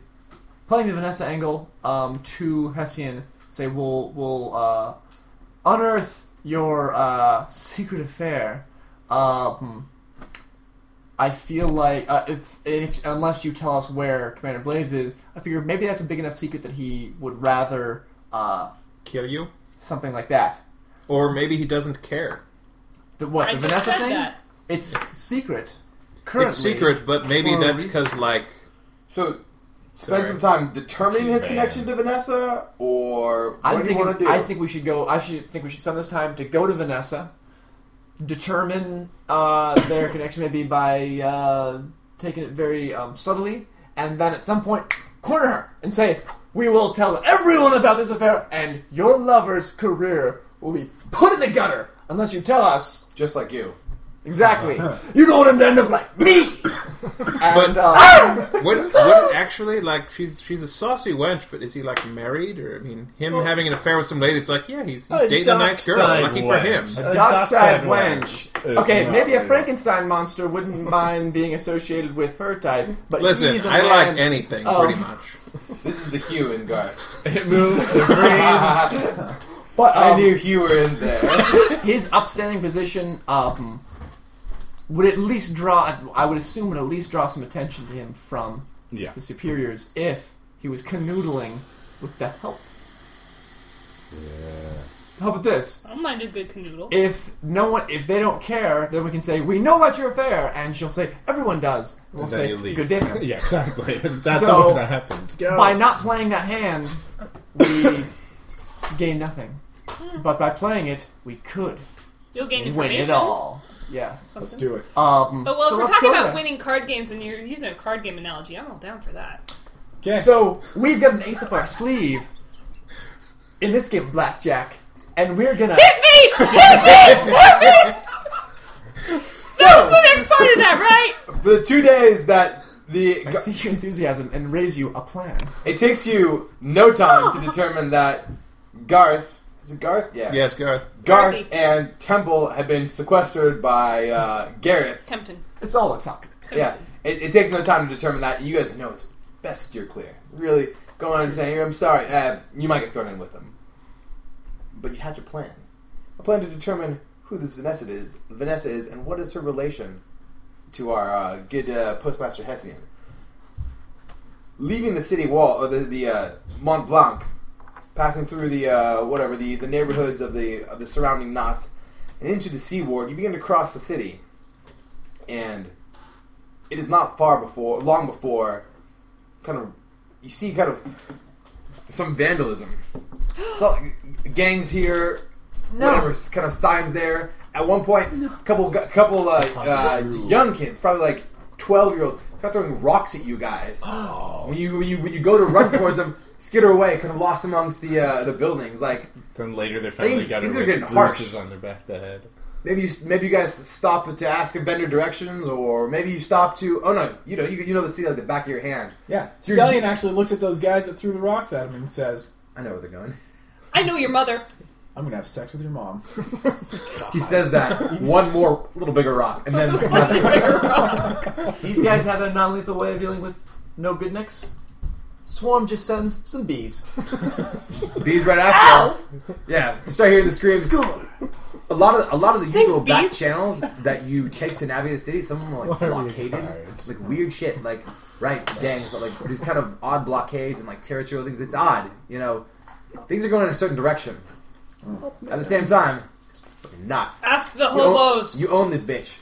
Speaker 6: playing the Vanessa angle um, to Hessian. Say we'll we'll uh, unearth your uh, secret affair. Um, I feel like uh, if it, unless you tell us where Commander Blaze is, I figure maybe that's a big enough secret that he would rather uh,
Speaker 7: Kill you,
Speaker 6: something like that.
Speaker 7: or maybe he doesn't care.
Speaker 6: The what?
Speaker 3: I
Speaker 6: the
Speaker 3: just
Speaker 6: Vanessa
Speaker 3: said
Speaker 6: thing?
Speaker 3: that.
Speaker 6: It's secret. Currently,
Speaker 7: it's secret, but maybe
Speaker 6: for a
Speaker 7: that's
Speaker 6: reason.
Speaker 7: because like
Speaker 4: So spend
Speaker 7: Sorry.
Speaker 4: some time determining his
Speaker 2: Keyman.
Speaker 4: connection to Vanessa, or what
Speaker 6: I'm
Speaker 4: do you
Speaker 6: thinking-
Speaker 4: want to do?
Speaker 6: I think we should go. I should think we should spend this time to go to Vanessa, determine uh, their connection maybe by uh, taking it very um, subtly, and then at some point corner her and say, "We will tell everyone about this affair, and your lover's career will be put in the gutter unless you tell us."
Speaker 4: Just like you.
Speaker 6: Exactly. you don't want him to end up like me. and
Speaker 7: But-
Speaker 6: uh,
Speaker 7: Wouldn't, wouldn't actually like she's she's a saucy wench, but is he like married or I mean him having an affair with some lady? It's like yeah, he's, he's
Speaker 2: A
Speaker 7: dating a nice girl.
Speaker 2: dark-side
Speaker 7: Lucky for
Speaker 2: wench.
Speaker 7: him.
Speaker 2: A
Speaker 6: a Uh, dark
Speaker 2: dark-side
Speaker 6: side wench.
Speaker 2: is
Speaker 6: Okay,
Speaker 2: not
Speaker 6: maybe a
Speaker 2: real.
Speaker 6: Frankenstein monster wouldn't mind being associated with her type, but
Speaker 7: Listen,
Speaker 6: he's a
Speaker 7: I
Speaker 6: man. Oh.
Speaker 7: like anything
Speaker 6: of-
Speaker 7: pretty much.
Speaker 4: This is the Hugh in Garth.
Speaker 2: It moves. It breathes.
Speaker 6: But
Speaker 4: I
Speaker 6: um,
Speaker 4: knew Hugh were in there.
Speaker 6: his upstanding position um, would at least draw. I would assume would at least draw some attention to him from
Speaker 2: yeah.
Speaker 6: the superiors if he was canoodling with the help. How about this?
Speaker 3: I don't mind a good canoodle.
Speaker 6: If no one, if they don't care, then we can say we know about your affair, and she'll say everyone does. And we'll
Speaker 2: And then
Speaker 6: say
Speaker 2: you leave.
Speaker 6: good day. ma'am."
Speaker 2: Yeah, exactly. That's
Speaker 6: So-
Speaker 2: always that happens. Go.
Speaker 6: By not playing that hand, we gain nothing. But by playing it, we could
Speaker 3: You'll gain
Speaker 6: win
Speaker 3: information.
Speaker 6: it all. Yes.
Speaker 5: Let's
Speaker 3: Something.
Speaker 5: do it.
Speaker 6: Um,
Speaker 3: But well,
Speaker 6: so
Speaker 3: if we're
Speaker 6: let's
Speaker 3: talking
Speaker 6: go
Speaker 3: about
Speaker 6: there.
Speaker 3: winning card games and you're using a card game analogy, I'm all down for that.
Speaker 5: Okay.
Speaker 6: So we've got an ace up our sleeve in this game, of blackjack, and we're gonna.
Speaker 3: Hit me! Hit me! Hit me! that was the next part of that, right?
Speaker 4: For the two days that the
Speaker 6: I see your enthusiasm and raise you a plan.
Speaker 4: it takes you no time to determine that Garth is it Garth? Yeah.
Speaker 7: Yes, Garth.
Speaker 4: Garth
Speaker 3: Garthy.
Speaker 4: and Temple have been sequestered by uh, Gareth.
Speaker 3: Tempton.
Speaker 6: It's all a talk.
Speaker 3: Tempton.
Speaker 4: Yeah. It, it takes no time to determine that. You guys know it's best you're clear. Really go on and saying I'm sorry. Uh, you might get thrown in with them, but you had to plan. A plan to determine who this Vanessa is, Vanessa is, and what is her relation to our uh, good uh, postmaster Hessian. Leaving the city wall or the, the uh, Mont Blanc, passing through the uh, whatever the, the neighborhoods of the of the surrounding knots, and into the seaward, you begin to cross the city, and it is not far before, long before, kind of you see kind of some vandalism. So, gangs here, whatever kind of signs there. At one point, a couple gu- couple uh, uh, young kids, probably like twelve year olds, got throwing rocks at you guys. When you when you when you go to run towards them, skitter away, kind of lost amongst the uh, the buildings. Like
Speaker 2: Then later their family
Speaker 4: Things-
Speaker 2: got
Speaker 4: things
Speaker 2: away
Speaker 4: are getting
Speaker 2: with
Speaker 4: harsh.
Speaker 2: bruises on their back of the head.
Speaker 4: Maybe you, maybe you guys stop to ask and bend your directions, or maybe you stop to. Oh no, you know you, you know the sea like the back of your hand.
Speaker 5: yeah,
Speaker 4: You're-
Speaker 5: Stallion actually looks at those guys that threw the rocks at him and says,
Speaker 4: I know where they're going.
Speaker 3: I know your mother.
Speaker 5: "I'm gonna have sex with your mom."
Speaker 4: He says that one more little bigger rock, and then
Speaker 6: These guys had a non-lethal way of dealing with no good nicks. Swarm just sends some bees.
Speaker 4: these right after. Yeah, you start hearing the screams.
Speaker 6: School.
Speaker 4: A lot of a lot of the
Speaker 3: Thanks,
Speaker 4: usual back
Speaker 3: bees.
Speaker 4: channels that you take to navigate the city, some of them are like
Speaker 2: What are we
Speaker 4: blockaded.
Speaker 2: cards?
Speaker 4: It's like weird shit, like right gangs, but like these kind of odd blockades and like territorial things. It's odd, you know. Things are going in a certain direction. At the same time, fucking nuts.
Speaker 3: Ask the
Speaker 4: You own-
Speaker 3: hobos.
Speaker 4: You own this bitch.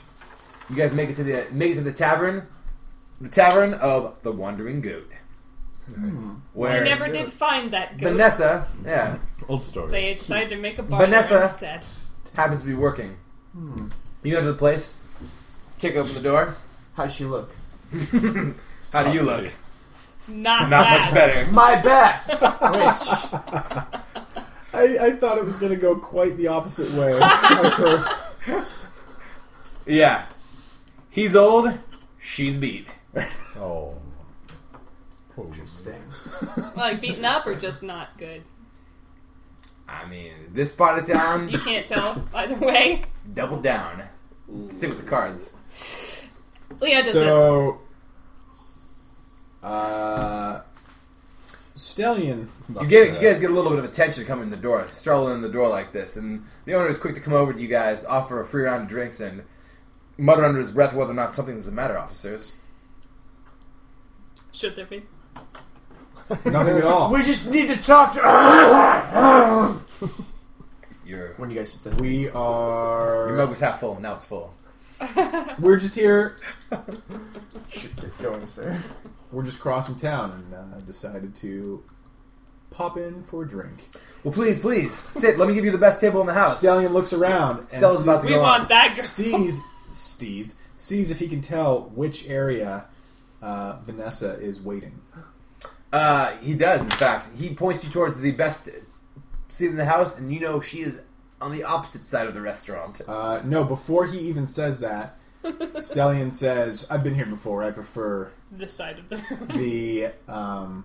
Speaker 4: You guys make it to the make it to the tavern, the tavern of the Wandering Goat,
Speaker 3: I
Speaker 4: where
Speaker 3: never did find that goat.
Speaker 4: Vanessa, yeah,
Speaker 2: Old story.
Speaker 3: They decided to make a bar
Speaker 4: Vanessa.
Speaker 3: there instead.
Speaker 4: happens to be working. You enter the place, kick open the door.
Speaker 6: How'd she look?
Speaker 4: How do you look?
Speaker 3: Not,
Speaker 4: Not
Speaker 3: bad.
Speaker 4: much better.
Speaker 6: My best. Which
Speaker 5: I, I thought it was gonna go quite the opposite way at first.
Speaker 4: Yeah, he's old. She's beat.
Speaker 2: Oh. Poor
Speaker 3: Like beaten up or just not good.
Speaker 4: I mean, this part of town,
Speaker 3: You can't tell either way.
Speaker 4: double down. Stick with the cards.
Speaker 3: Leah does this.
Speaker 5: so, uh, Stallion.
Speaker 4: You get you guys get a little bit of attention coming in the door, strolling in the door like this, and the owner is quick to come over to you guys, offer a free round of drinks, and mutter under his breath whether or not something's the matter, officers.
Speaker 3: Should there be?
Speaker 5: Nothing at all.
Speaker 6: we just need to talk to. her.
Speaker 4: Your
Speaker 6: when you guys said
Speaker 5: We
Speaker 4: your
Speaker 5: are.
Speaker 4: mug was half full, now it's full.
Speaker 5: We're just here.
Speaker 6: should get going, sir.
Speaker 5: We're just crossing town and uh, decided to pop in for a drink.
Speaker 4: Well, please, please sit. Let me give you the best table in the house.
Speaker 5: Stallion looks around.
Speaker 4: Oh, Stella's
Speaker 5: and
Speaker 4: about to
Speaker 3: We
Speaker 4: go on.
Speaker 3: want that girl.
Speaker 5: Steez, Steez, sees if he can tell which area uh, Vanessa is waiting.
Speaker 4: Uh, he does, in fact. He points you towards the best seat in the house, and you know she is on the opposite side of the restaurant.
Speaker 5: Uh, no, before he even says that, Stellion says, "I've been here before. I prefer
Speaker 3: This side of the room.
Speaker 5: the." Um,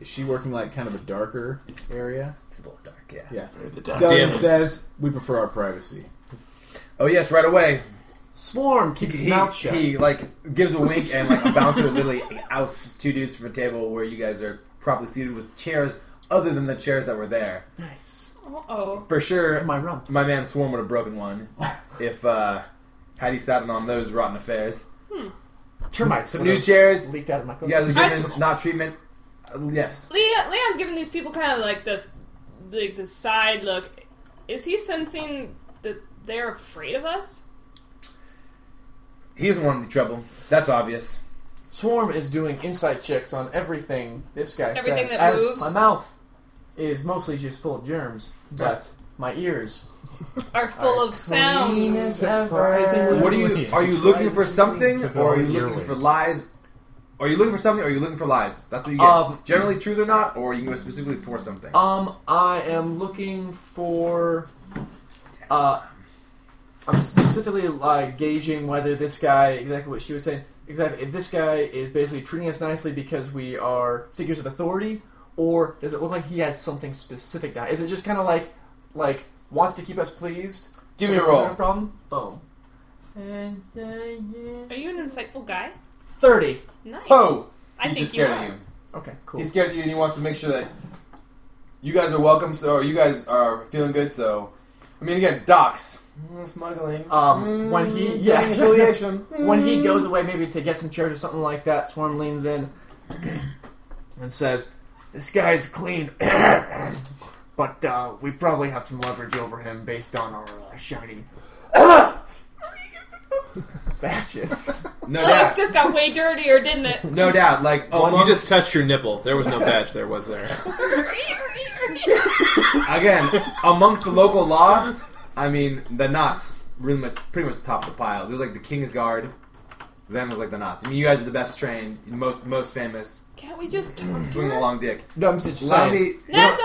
Speaker 5: is she working like kind of a darker area?
Speaker 4: It's a little dark, yeah.
Speaker 5: Yeah.
Speaker 2: Damn
Speaker 5: Stellion
Speaker 2: it.
Speaker 5: says, "We prefer our privacy."
Speaker 4: Oh yes, right away.
Speaker 6: Swarm keeps his
Speaker 4: He,
Speaker 6: mouth shut.
Speaker 4: he like gives a wink and like a bouncer literally ousts two dudes from a table where you guys are probably seated with chairs other than the chairs that were there.
Speaker 6: nice.
Speaker 3: Uh-oh.
Speaker 4: For sure,
Speaker 6: My rump.
Speaker 4: my man Swarm would have broken one if uh, had he sat in on those rotten affairs.
Speaker 6: Termites.
Speaker 4: Some
Speaker 6: would
Speaker 4: new
Speaker 6: have
Speaker 4: chairs.
Speaker 6: leaked out of my
Speaker 4: You
Speaker 6: clothes.
Speaker 4: guys are given not treatment. Uh, yes.
Speaker 3: Leon, Leon's giving these people kind of like this, like the side look. Is he sensing that they're afraid of us?
Speaker 4: He doesn't want any trouble. That's obvious.
Speaker 6: Swarm is doing inside checks on everything this guy
Speaker 3: Everything
Speaker 6: says.
Speaker 3: that
Speaker 6: as
Speaker 3: moves.
Speaker 6: My mouth is mostly just full of germs, but my ears.
Speaker 3: Are full of
Speaker 6: clean
Speaker 3: sounds.
Speaker 6: as ever.
Speaker 4: What are you? Are you looking for something,
Speaker 2: Because
Speaker 4: or are
Speaker 2: all
Speaker 4: you
Speaker 2: the
Speaker 4: looking for
Speaker 2: earwigs.
Speaker 4: lies? Are you looking for something, or are you looking for lies? That's what you get.
Speaker 6: Um,
Speaker 4: Generally, truth or not, or you can go specifically for something.
Speaker 6: Um, I am looking for. Uh, I'm specifically like gauging whether this guy exactly what she was saying exactly if this guy is basically treating us nicely because we are figures of authority, or does it look like he has something specific? Now, is it just kind of like like wants to keep us pleased?
Speaker 4: Give me a
Speaker 6: Sort of
Speaker 4: roll.
Speaker 6: no Problem. Boom.
Speaker 3: Are you an insightful guy?
Speaker 6: Thirty.
Speaker 3: Nice.
Speaker 4: Oh,
Speaker 3: I
Speaker 4: he's
Speaker 3: think
Speaker 4: just
Speaker 3: you
Speaker 4: scared
Speaker 3: are.
Speaker 4: of you.
Speaker 6: Okay. Cool.
Speaker 4: He's scared of you, and he wants to make sure that you guys are welcome. So, or you guys are feeling good. So, I mean, again, docs. Mm, smuggling.
Speaker 6: Um,
Speaker 4: Mm,
Speaker 6: when he-
Speaker 4: gang
Speaker 6: yeah.
Speaker 4: affiliation.
Speaker 6: when he goes away, maybe to get some chairs or something like that, Swarm leans in and says, "This guy's clean, but uh, we probably have some leverage over him based on our uh, shiny badges."
Speaker 4: no
Speaker 3: Oh,
Speaker 4: doubt,
Speaker 3: it just got way dirtier, didn't it?
Speaker 4: no doubt. Like
Speaker 7: Oh,
Speaker 4: among-
Speaker 7: you just touched your nipple. There was no badge there, was there?
Speaker 4: again, amongst the local law, I mean, the knots really much, pretty much top of the pile. There's like the King's Guard, then was like the knots. I mean, you guys are the best trained, most most famous,
Speaker 3: Can't we just talk to
Speaker 4: swing the
Speaker 3: her?
Speaker 4: long dick.
Speaker 6: no, I'm just
Speaker 4: Allow
Speaker 6: saying.
Speaker 4: me you know,
Speaker 3: Nessa!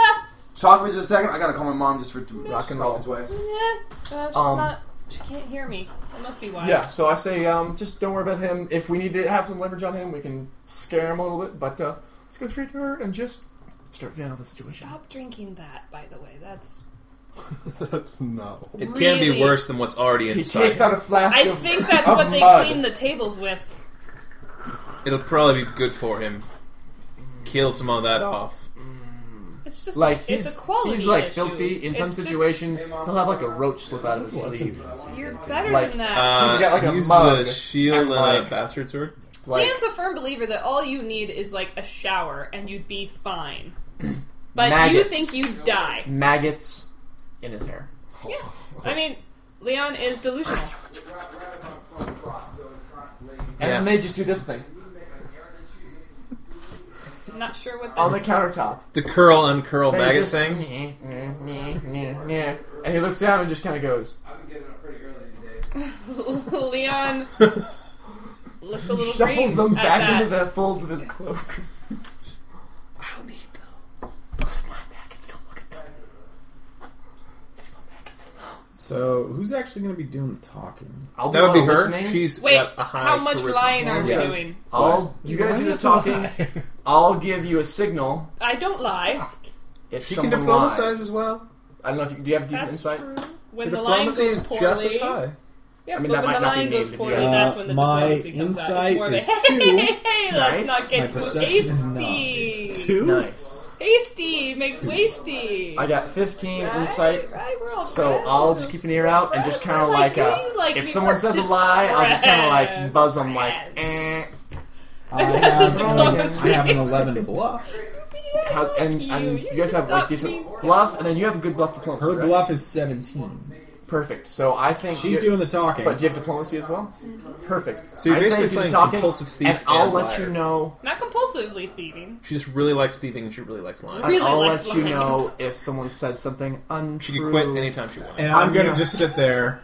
Speaker 4: talk for just a second. I gotta call my mom just for two,
Speaker 6: Rock and roll.
Speaker 4: twice.
Speaker 3: Yeah. Uh, she's
Speaker 6: Um,
Speaker 3: not. She can't hear me. That must be why.
Speaker 6: Yeah, so I say, um, just don't worry about him. If we need to have some leverage on him, we can scare him a little bit. But uh, let's go straight to her and just start figuring out the situation.
Speaker 3: Stop drinking that, by the way. That's.
Speaker 2: no.
Speaker 7: It can be
Speaker 3: Really?
Speaker 7: worse than what's already
Speaker 6: He
Speaker 7: inside.
Speaker 6: takes out a flask.
Speaker 3: I
Speaker 6: of,
Speaker 3: think that's
Speaker 6: of
Speaker 3: what they
Speaker 6: mud.
Speaker 3: clean the tables with.
Speaker 7: It'll probably be good for him. Kill some of that off.
Speaker 3: It's just
Speaker 6: like
Speaker 3: it's
Speaker 6: he's,
Speaker 3: a quality
Speaker 6: he's like
Speaker 3: issue.
Speaker 6: filthy in some
Speaker 3: It's just-
Speaker 6: situations.
Speaker 4: Hey, Mom.
Speaker 6: he'll have like a roach slip out of his sleeve.
Speaker 3: You're better
Speaker 6: Like-
Speaker 3: than that.
Speaker 7: Uh,
Speaker 6: He's got, like, a
Speaker 7: uses
Speaker 6: mug
Speaker 7: shield
Speaker 6: and,
Speaker 7: and
Speaker 6: like-
Speaker 7: a bastard sword.
Speaker 6: Like
Speaker 3: Leon's a firm believer that all you need is like a shower and you'd be fine. But you
Speaker 6: Maggots.
Speaker 3: think you'd die.
Speaker 6: maggots in his hair.
Speaker 3: Yeah. I mean, Leon is delusional.
Speaker 6: And then they just do this thing
Speaker 3: I'm not sure what
Speaker 6: on
Speaker 3: that
Speaker 6: the countertop.
Speaker 7: The curl uncurl
Speaker 6: They
Speaker 7: maggot
Speaker 6: just-
Speaker 7: thing.
Speaker 6: And he looks down and just kind of goes,
Speaker 4: I've been getting up pretty early these days.
Speaker 3: Leon looks a little
Speaker 6: shuffles
Speaker 3: grieved
Speaker 6: them
Speaker 3: at
Speaker 6: back
Speaker 3: that.
Speaker 6: into the folds of his cloak. I don't need those. Those are my maggots. Don't look at them. Leave my maggots alone.
Speaker 5: So, who's actually going to be doing the talking?
Speaker 6: I'll
Speaker 7: That would be
Speaker 6: the one
Speaker 7: her.
Speaker 6: listening.
Speaker 7: She's
Speaker 3: Oh, Wait,
Speaker 7: got a high
Speaker 3: how much
Speaker 7: charisma.
Speaker 3: lying are we
Speaker 6: Yes.
Speaker 3: doing?
Speaker 6: I'll, you guys do the talking. I'll give you a signal
Speaker 3: I don't lie.
Speaker 6: if
Speaker 7: She can
Speaker 6: someone
Speaker 7: diplomatize
Speaker 6: lies.
Speaker 7: as well.
Speaker 6: I don't know if you, do you have decent
Speaker 3: That's
Speaker 6: insight.
Speaker 3: true. When
Speaker 7: Her
Speaker 3: the line
Speaker 7: diplomacy
Speaker 3: goes
Speaker 7: is
Speaker 3: poorly,
Speaker 7: just as high.
Speaker 3: yes,
Speaker 6: I mean, that
Speaker 3: but when the
Speaker 6: might not be
Speaker 3: line
Speaker 6: me,
Speaker 3: goes
Speaker 6: but
Speaker 3: poorly,
Speaker 6: yeah.
Speaker 3: that's when the
Speaker 5: Uh, my
Speaker 3: diplomacy comes out.
Speaker 5: insight
Speaker 3: It's more of a,
Speaker 5: is
Speaker 3: hey,
Speaker 5: two.
Speaker 3: hey, hey,
Speaker 6: Nice.
Speaker 3: let's not get
Speaker 5: My
Speaker 3: too
Speaker 5: perception is
Speaker 3: hasty.
Speaker 6: Nice.
Speaker 3: Hasty makes wasty.
Speaker 6: I got 15
Speaker 3: right?
Speaker 6: insight.
Speaker 3: Right, we're all
Speaker 6: So
Speaker 3: friends.
Speaker 6: I'll just keep an ear out and just kind of like,
Speaker 3: Friends are like
Speaker 6: uh,
Speaker 3: me, like
Speaker 6: if
Speaker 3: we
Speaker 6: someone
Speaker 3: were
Speaker 6: says a
Speaker 3: just
Speaker 6: lie, I'll just kind of like
Speaker 3: friends.
Speaker 6: buzz them like, eh.
Speaker 5: I
Speaker 3: That's
Speaker 5: have,
Speaker 3: a
Speaker 5: I
Speaker 3: diplomacy.
Speaker 5: have an 11 to bluff.
Speaker 6: How, and,
Speaker 3: you.
Speaker 6: and
Speaker 3: You
Speaker 6: you guys have
Speaker 3: just
Speaker 6: like decent
Speaker 3: upped me.
Speaker 6: bluff, and then you have good bluff diplomacy.
Speaker 5: Her
Speaker 6: right?
Speaker 5: bluff is 17.
Speaker 6: Perfect. So I think
Speaker 5: She's
Speaker 6: you-
Speaker 5: doing the talking.
Speaker 6: But do you have diplomacy as well? Perfect.
Speaker 7: So you're
Speaker 6: I say
Speaker 7: basically
Speaker 6: do the
Speaker 7: playing
Speaker 6: talking,
Speaker 7: compulsive thief
Speaker 6: and I'll
Speaker 7: and
Speaker 6: let you
Speaker 7: liar.
Speaker 6: know
Speaker 3: Not compulsive. compulsively thieving.
Speaker 7: She just really likes thieving and she really likes lying.
Speaker 3: Really
Speaker 6: I'll
Speaker 3: likes
Speaker 6: let you
Speaker 3: lying.
Speaker 6: know if someone says something untrue.
Speaker 7: She could quit anytime she wanted.
Speaker 5: And I'm,
Speaker 6: I'm
Speaker 5: gonna,
Speaker 6: gonna-
Speaker 5: just sit there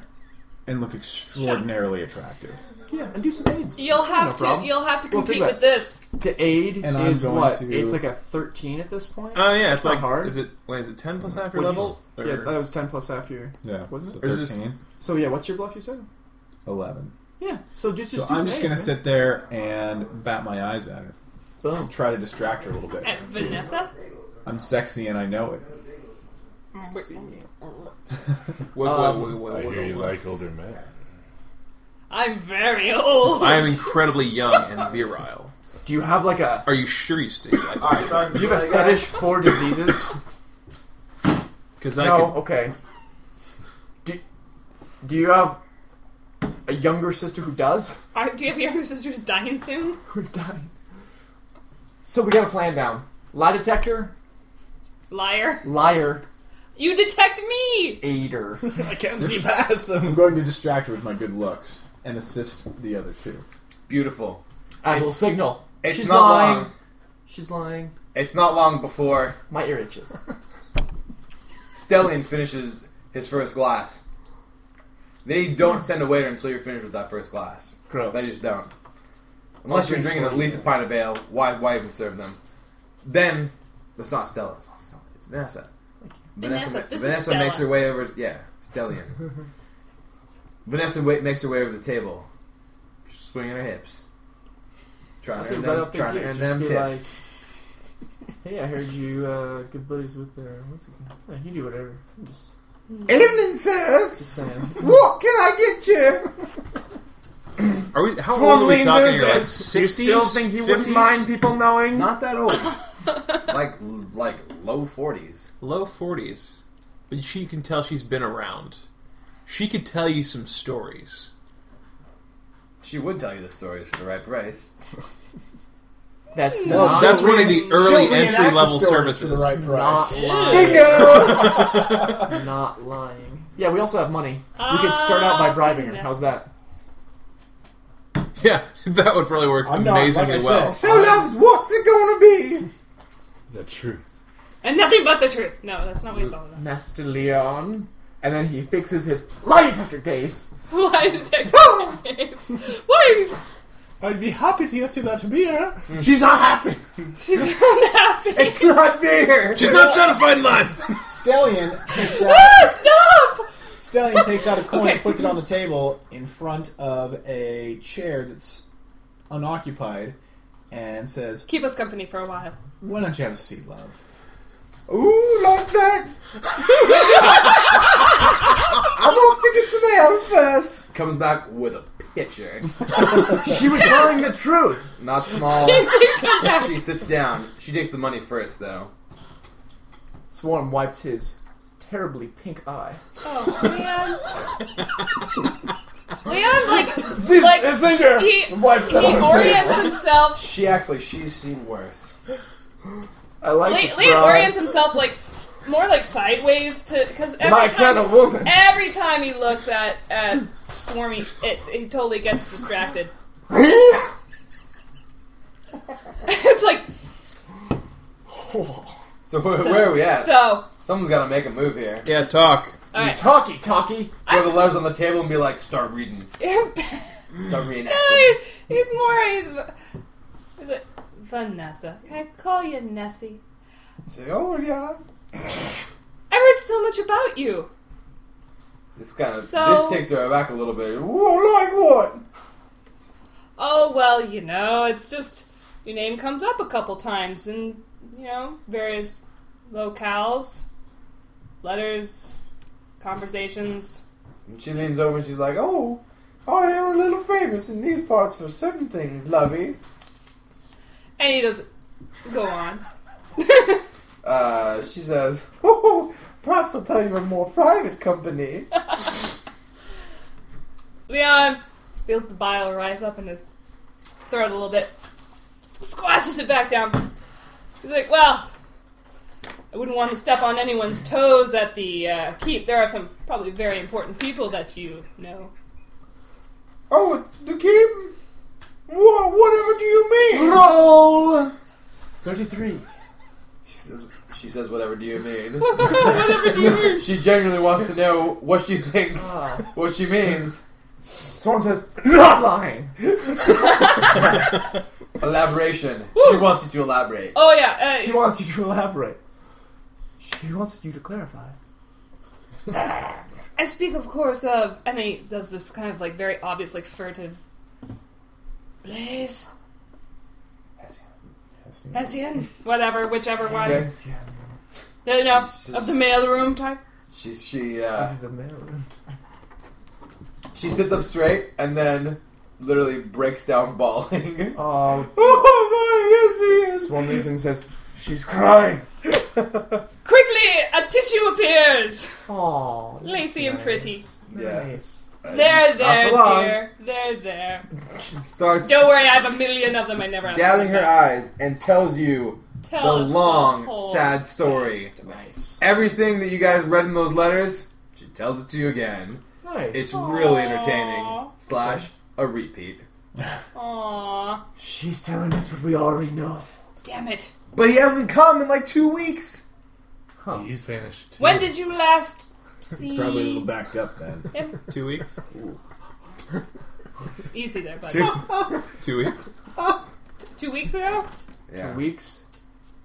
Speaker 5: and look extraordinarily attractive.
Speaker 6: Yeah, and do some aids.
Speaker 3: You'll have
Speaker 6: no
Speaker 3: to.
Speaker 6: problem.
Speaker 3: You'll have to
Speaker 6: We'll
Speaker 3: compete
Speaker 6: figure
Speaker 3: with this.
Speaker 6: To aid
Speaker 5: And I'm
Speaker 6: is
Speaker 5: going
Speaker 6: what?
Speaker 5: to-
Speaker 6: It's like a 13 at this point?
Speaker 7: Oh yeah, it's
Speaker 6: Not
Speaker 7: like
Speaker 6: hard.
Speaker 7: is it wait is it ten plus after
Speaker 6: Well, you
Speaker 7: level? Or-
Speaker 6: Yes, that was 10 plus half your.
Speaker 5: Yeah.
Speaker 6: Wasn't
Speaker 5: so
Speaker 6: it?
Speaker 7: Or is this-
Speaker 5: 13,
Speaker 6: So, yeah, what's your bluff you said?
Speaker 5: 11.
Speaker 6: Yeah, so just,
Speaker 5: So
Speaker 6: just do
Speaker 5: I'm
Speaker 6: some
Speaker 5: just
Speaker 6: aids,
Speaker 5: gonna
Speaker 6: man.
Speaker 5: sit there and bat my eyes at her.
Speaker 6: Boom.
Speaker 5: Try to distract her a little bit.
Speaker 3: At eh, Vanessa.
Speaker 5: I'm sexy and I know it.
Speaker 7: Wait,
Speaker 6: Um,
Speaker 7: wait, wait, wait, wait, wait.
Speaker 2: like older men.
Speaker 3: I'm very old.
Speaker 7: I am incredibly young and virile.
Speaker 6: Do you have like a.
Speaker 7: Are you sure you stay like
Speaker 8: Alright, so I'm
Speaker 6: Do you have a fetish for diseases?
Speaker 7: Because I
Speaker 6: no,
Speaker 7: could.
Speaker 6: okay. Do, do you have a younger sister who does?
Speaker 3: Are, do you have your younger sisters dying soon?
Speaker 6: Who's dying? So we got a plan down. Lie detector,
Speaker 3: Liar.
Speaker 6: liar,
Speaker 3: You detect me.
Speaker 6: aider.
Speaker 2: I can't see past
Speaker 5: I'm
Speaker 2: them.
Speaker 5: going to distract her with my good looks and assist the other two.
Speaker 4: Beautiful.
Speaker 6: I will signal.
Speaker 4: It's
Speaker 6: She's
Speaker 4: not
Speaker 6: lying.
Speaker 4: long.
Speaker 6: She's lying.
Speaker 4: It's not long before
Speaker 6: My ear itches.
Speaker 4: Stellian finishes his first glass. They don't send a waiter until you're finished with that first glass.
Speaker 6: Gross.
Speaker 4: They just don't. Unless you're
Speaker 6: drink
Speaker 4: drinking
Speaker 6: for
Speaker 4: at
Speaker 6: you.
Speaker 4: least a pint of ale, why why even serve them? Then it's not Stella. It's, not Stella, it's Vanessa.
Speaker 3: Vanessa, this is
Speaker 4: Vanessa
Speaker 3: Stella.
Speaker 4: makes her way over. Yeah, Stellian. Vanessa wa- makes her way over the table, swinging her hips, trying to
Speaker 6: So
Speaker 4: earn
Speaker 6: right
Speaker 4: them,
Speaker 6: up there,
Speaker 4: trying to
Speaker 6: yeah,
Speaker 4: earn
Speaker 6: just
Speaker 4: them
Speaker 6: be
Speaker 4: tips.
Speaker 6: like, hey, I heard you uh, good buddies with their. What's it called? Yeah, you do whatever. I'm just,
Speaker 4: Evening, sirs.
Speaker 6: just saying.
Speaker 4: What can I get you?
Speaker 7: Are we? How
Speaker 4: Swan
Speaker 7: old are we
Speaker 4: Wings
Speaker 7: talking
Speaker 4: is-
Speaker 7: here? Like
Speaker 4: you
Speaker 7: sixties?
Speaker 4: still think he wouldn't mind
Speaker 6: people knowing?
Speaker 4: Not that old. like like low forties.
Speaker 7: Low forties, but she can tell she's been around. She could tell you some stories.
Speaker 4: She would tell you the stories for the right price.
Speaker 6: That's
Speaker 5: Well,
Speaker 6: not.
Speaker 7: That's one of the early
Speaker 5: She'll reenact
Speaker 7: entry level
Speaker 5: the stories
Speaker 7: services.
Speaker 5: for the right price.
Speaker 6: Not lying. not lying. Yeah, we also have money. We could start out by bribing her. How's that?
Speaker 7: Yeah, that would probably work
Speaker 5: I'm not-
Speaker 7: amazingly
Speaker 5: like I
Speaker 7: well.
Speaker 5: said,
Speaker 4: Oh,
Speaker 5: I'm-
Speaker 4: what's it gonna be?
Speaker 2: The truth.
Speaker 3: And nothing but the truth. No, that's not what he's all about.
Speaker 6: Master Leon. And then he fixes his lie detector gaze.
Speaker 3: Why detect Why?
Speaker 2: I'd be happy to get you that beer.
Speaker 6: She's not happy.
Speaker 3: She's unhappy.
Speaker 6: It's not beer.
Speaker 7: She's not satisfied in life.
Speaker 5: Stallion takes out,
Speaker 3: Stop!
Speaker 5: Stallion takes out a coin
Speaker 3: Okay.
Speaker 5: and puts it on the table in front of a chair that's unoccupied and says,
Speaker 3: Keep us company for a while.
Speaker 5: Why don't you have a seat, love?
Speaker 4: Ooh, like that. I'm off to get some ale first. Comes back with a pitcher,
Speaker 6: She was telling the truth.
Speaker 4: not small.
Speaker 3: She did come back.
Speaker 4: she sits down. She takes the money first, though.
Speaker 6: Swarm wipes his terribly pink eye.
Speaker 3: Oh, Leon. Leon's
Speaker 6: This
Speaker 3: like, like
Speaker 6: is anger.
Speaker 3: he, he
Speaker 6: Wipes it on his
Speaker 3: orients himself.
Speaker 4: She acts like she's seen worse.
Speaker 6: I like
Speaker 3: Le-
Speaker 6: the
Speaker 3: Leon
Speaker 6: fry.
Speaker 3: orients himself like more like sideways to because every
Speaker 6: My
Speaker 3: time
Speaker 6: kind of woman.
Speaker 3: every time he looks at at Swarmy, it he totally gets distracted. it's like
Speaker 4: So where, where are we at?
Speaker 3: so.
Speaker 4: Someone's got to make a move here.
Speaker 7: Yeah, talk.
Speaker 3: All right.
Speaker 6: Talkie talkie.
Speaker 4: Throw the letters on the table and be like, start reading, start
Speaker 3: No,
Speaker 4: reenacting.
Speaker 3: he- he's more. He's. Is it Vanessa? Can I call you Nessie?
Speaker 4: Say, oh yeah.
Speaker 3: I heard so much about you.
Speaker 4: This kind of
Speaker 3: So-
Speaker 4: this takes her back a little bit. Whoa, like what?
Speaker 3: Oh well, you know, it's just your name comes up a couple times in you know various locales, letters, conversations.
Speaker 4: And she leans over and she's like, oh, I am a little famous in these parts for certain things, lovey.
Speaker 3: And he doesn't go on.
Speaker 4: Uh, she says, oh, perhaps I'll tell you a more private company.
Speaker 3: Leon feels the bile rise up in his throat a little bit, squashes it back down. He's like, well, I wouldn't want to step on anyone's toes at the uh, keep. There are some probably very important people that you know.
Speaker 4: oh, the keep. What? Whatever do you mean?
Speaker 6: Roll.
Speaker 4: 33. She says, she says, whatever do you mean? she genuinely wants to know what she thinks,
Speaker 6: Ah.
Speaker 4: what she means.
Speaker 6: Swarm says, not lying.
Speaker 4: Elaboration. She wants you to elaborate.
Speaker 3: Oh yeah.
Speaker 6: She
Speaker 3: Uh,
Speaker 6: wants you to elaborate. She wants you to clarify.
Speaker 3: I speak, of course, of and he does this kind of like very obvious, like furtive. Blaze, Hessian, whatever, whichever one.
Speaker 4: Okay.
Speaker 3: You know, of the mailroom type.
Speaker 4: She she uh,
Speaker 6: The man.
Speaker 4: she sits up straight and then literally breaks down bawling.
Speaker 6: Um,
Speaker 4: oh my yes he is.
Speaker 6: Swarm leaves and says, she's crying.
Speaker 3: Quickly, a tissue appears.
Speaker 6: Aw. that's
Speaker 3: Lacy and
Speaker 6: nice.
Speaker 3: pretty.
Speaker 6: Nice.
Speaker 3: There,
Speaker 4: Not
Speaker 3: there,
Speaker 4: for long.
Speaker 3: dear. There, there.
Speaker 4: Starts
Speaker 3: Don't worry, I have a million of them. I never.
Speaker 4: dabbing her eyes and tells you
Speaker 3: Tell
Speaker 4: the
Speaker 3: us
Speaker 4: long,
Speaker 3: whole
Speaker 4: sad story.
Speaker 6: Nice.
Speaker 4: everything that you guys read in those letters. She tells it to you again.
Speaker 6: Nice.
Speaker 4: It's
Speaker 3: Aw.
Speaker 4: really entertaining. Slash a repeat.
Speaker 3: Aw,
Speaker 6: She's telling us what we already know.
Speaker 3: damn it.
Speaker 4: But he hasn't come in like two weeks.
Speaker 2: He's vanished.
Speaker 3: When did you last see?
Speaker 5: Probably a little backed up then.
Speaker 7: Two weeks.
Speaker 3: Easy there, buddy.
Speaker 4: Two,
Speaker 3: Two,
Speaker 7: Two weeks.
Speaker 3: weeks ago.
Speaker 4: yeah.
Speaker 6: Weeks.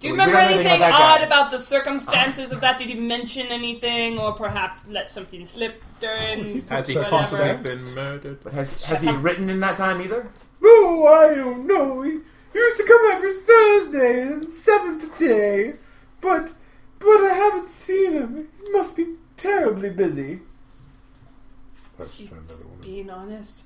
Speaker 3: Do you
Speaker 6: We
Speaker 3: remember
Speaker 6: don't know anything
Speaker 3: anything
Speaker 6: about that
Speaker 3: odd
Speaker 6: guy.
Speaker 3: about the circumstances of that? Did he mention anything, or perhaps let something slip during?
Speaker 7: Has he
Speaker 3: whatever?
Speaker 7: possibly been murdered?
Speaker 6: But has has he written in that time either?
Speaker 4: Oh, I don't know. He used to come every Thursday and seventh day, but but I haven't seen him. He must be terribly busy.
Speaker 3: Being honest.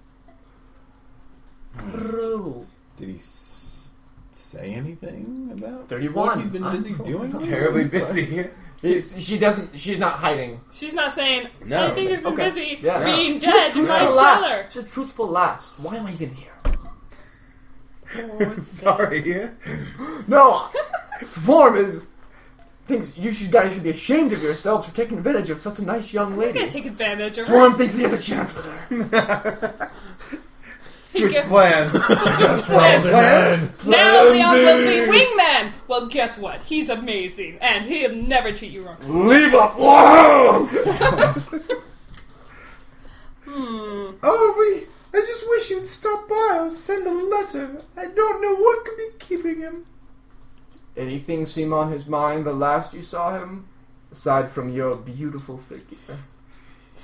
Speaker 6: Bro.
Speaker 5: Did he s- say anything about
Speaker 6: 31.
Speaker 5: what he's been busy
Speaker 6: I'm
Speaker 5: doing?
Speaker 6: cool.
Speaker 4: Terribly busy.
Speaker 6: It's, she doesn't. She's not hiding.
Speaker 3: She's not saying
Speaker 4: No.
Speaker 3: I think he's been
Speaker 6: Okay.
Speaker 3: busy
Speaker 4: Yeah.
Speaker 3: being dead in my cellar.
Speaker 6: She's a truthful lass. Why am I even here?
Speaker 4: Sorry.
Speaker 6: No, Swarm is thinks you should, guys should be ashamed of yourselves for taking advantage of such a nice young
Speaker 3: I'm gonna
Speaker 6: lady.
Speaker 3: take advantage of her.
Speaker 6: Swarm thinks he has a chance with her.
Speaker 4: Switch
Speaker 3: Get-
Speaker 4: plans.
Speaker 3: Now Leon will be wingman. Well, guess what? He's amazing, and he'll never treat you wrong.
Speaker 6: Leave us alone. Hmm.
Speaker 4: Oh, we. I just wish you'd stop by or send a letter. I don't know what could be keeping him.
Speaker 6: Anything seem on his mind the last you saw him, aside from your beautiful figure?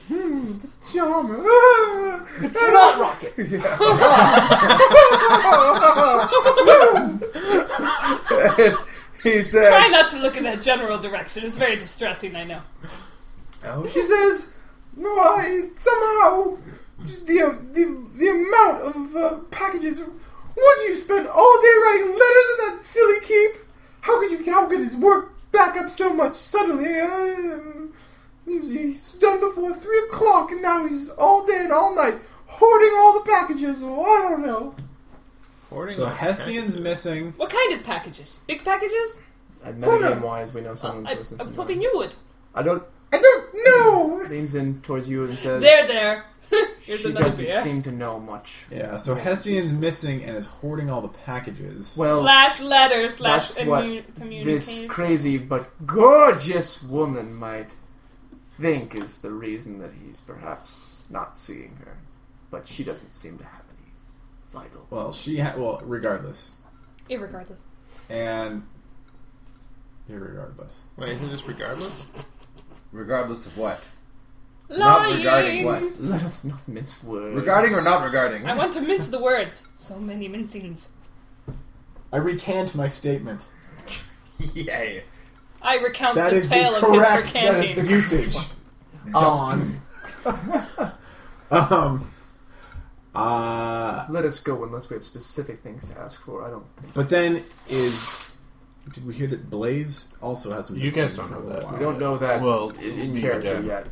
Speaker 4: Hmm, Charmer.
Speaker 6: It's not Rocket.
Speaker 4: he
Speaker 3: Try
Speaker 4: says.
Speaker 3: not to look in that general direction. It's very distressing, I know.
Speaker 4: She says. No, I somehow just the um, the the amount of uh, packages. What do you spend all day writing letters in that silly keep? How could you? How could his work back up so much suddenly? Um, he's done before three o'clock, and now he's all day and all night hoarding all the packages. Oh, I don't know.
Speaker 5: So Hessian's missing.
Speaker 3: What kind of packages? Big packages?
Speaker 6: At metagame wise, we know someone's
Speaker 3: Uh, I,
Speaker 6: listening.
Speaker 3: I was hoping you would.
Speaker 6: I don't.
Speaker 4: I don't know.
Speaker 6: Leans in towards you and says,
Speaker 3: There, there. Here's
Speaker 6: Uh, "She
Speaker 3: another
Speaker 6: doesn't
Speaker 3: beer.
Speaker 6: seem to know much."
Speaker 5: Yeah, so Hessian's missing and is hoarding all the packages.
Speaker 6: Well,
Speaker 3: slash letter slash
Speaker 6: that's what
Speaker 3: immu-
Speaker 6: this
Speaker 3: communicate.
Speaker 6: crazy but gorgeous woman might think is the reason that he's perhaps not seeing her. But she doesn't seem to have any vital.
Speaker 5: Well, she ha- well, regardless,
Speaker 3: Irregardless.
Speaker 5: and irregardless.
Speaker 7: Wait, isn't this regardless?
Speaker 4: Regardless of what?
Speaker 3: Lying.
Speaker 6: Let us not mince words.
Speaker 4: or not regarding?
Speaker 3: I want to mince the words. So many mincings.
Speaker 5: I recant my statement.
Speaker 4: Yay.
Speaker 3: I recount
Speaker 5: That
Speaker 3: this
Speaker 5: is
Speaker 3: tale
Speaker 5: the
Speaker 3: of his
Speaker 5: correct that is
Speaker 3: recanting.
Speaker 5: the usage.
Speaker 6: on,
Speaker 5: Um, uh,
Speaker 6: let us go unless we have specific things to ask for. I don't. Think.
Speaker 5: but then is did we hear that Blaze also has? been
Speaker 2: You guys
Speaker 5: missing
Speaker 2: don't know
Speaker 5: for a
Speaker 2: that.
Speaker 5: while?
Speaker 6: We don't know that
Speaker 2: Well,
Speaker 6: in, in
Speaker 2: we
Speaker 6: character
Speaker 2: did.
Speaker 6: yet.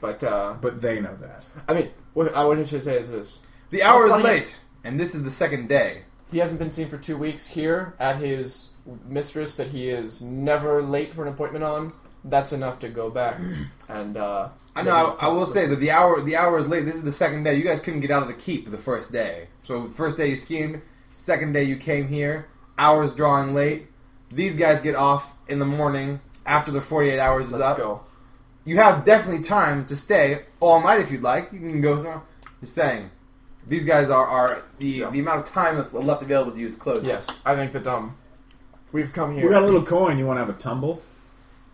Speaker 6: But uh,
Speaker 5: but they know that.
Speaker 6: I mean, what I wanted to say is this:
Speaker 4: The hour
Speaker 6: That's not
Speaker 4: is late, and this is the second day.
Speaker 6: He hasn't been seen for two weeks here at his mistress that he is never late for an appointment on. That's enough to go back. And uh,
Speaker 4: I know. I, I will say that the hour the hour is late. This is the second day. You guys couldn't get out of the keep the first day. So the first day you schemed, second day you came here. Hours drawing late. These guys get off in the morning after the 48 hours is
Speaker 6: Let's
Speaker 4: up.
Speaker 6: go.
Speaker 4: You have definitely time to stay all night if you'd like. You can go somewhere. Just saying. These guys are, are the,
Speaker 6: Yeah.
Speaker 4: the amount of time that's left available to you is closed.
Speaker 6: Yes, I think that um, we've come
Speaker 5: We
Speaker 6: here.
Speaker 5: got a little coin. You want to have a tumble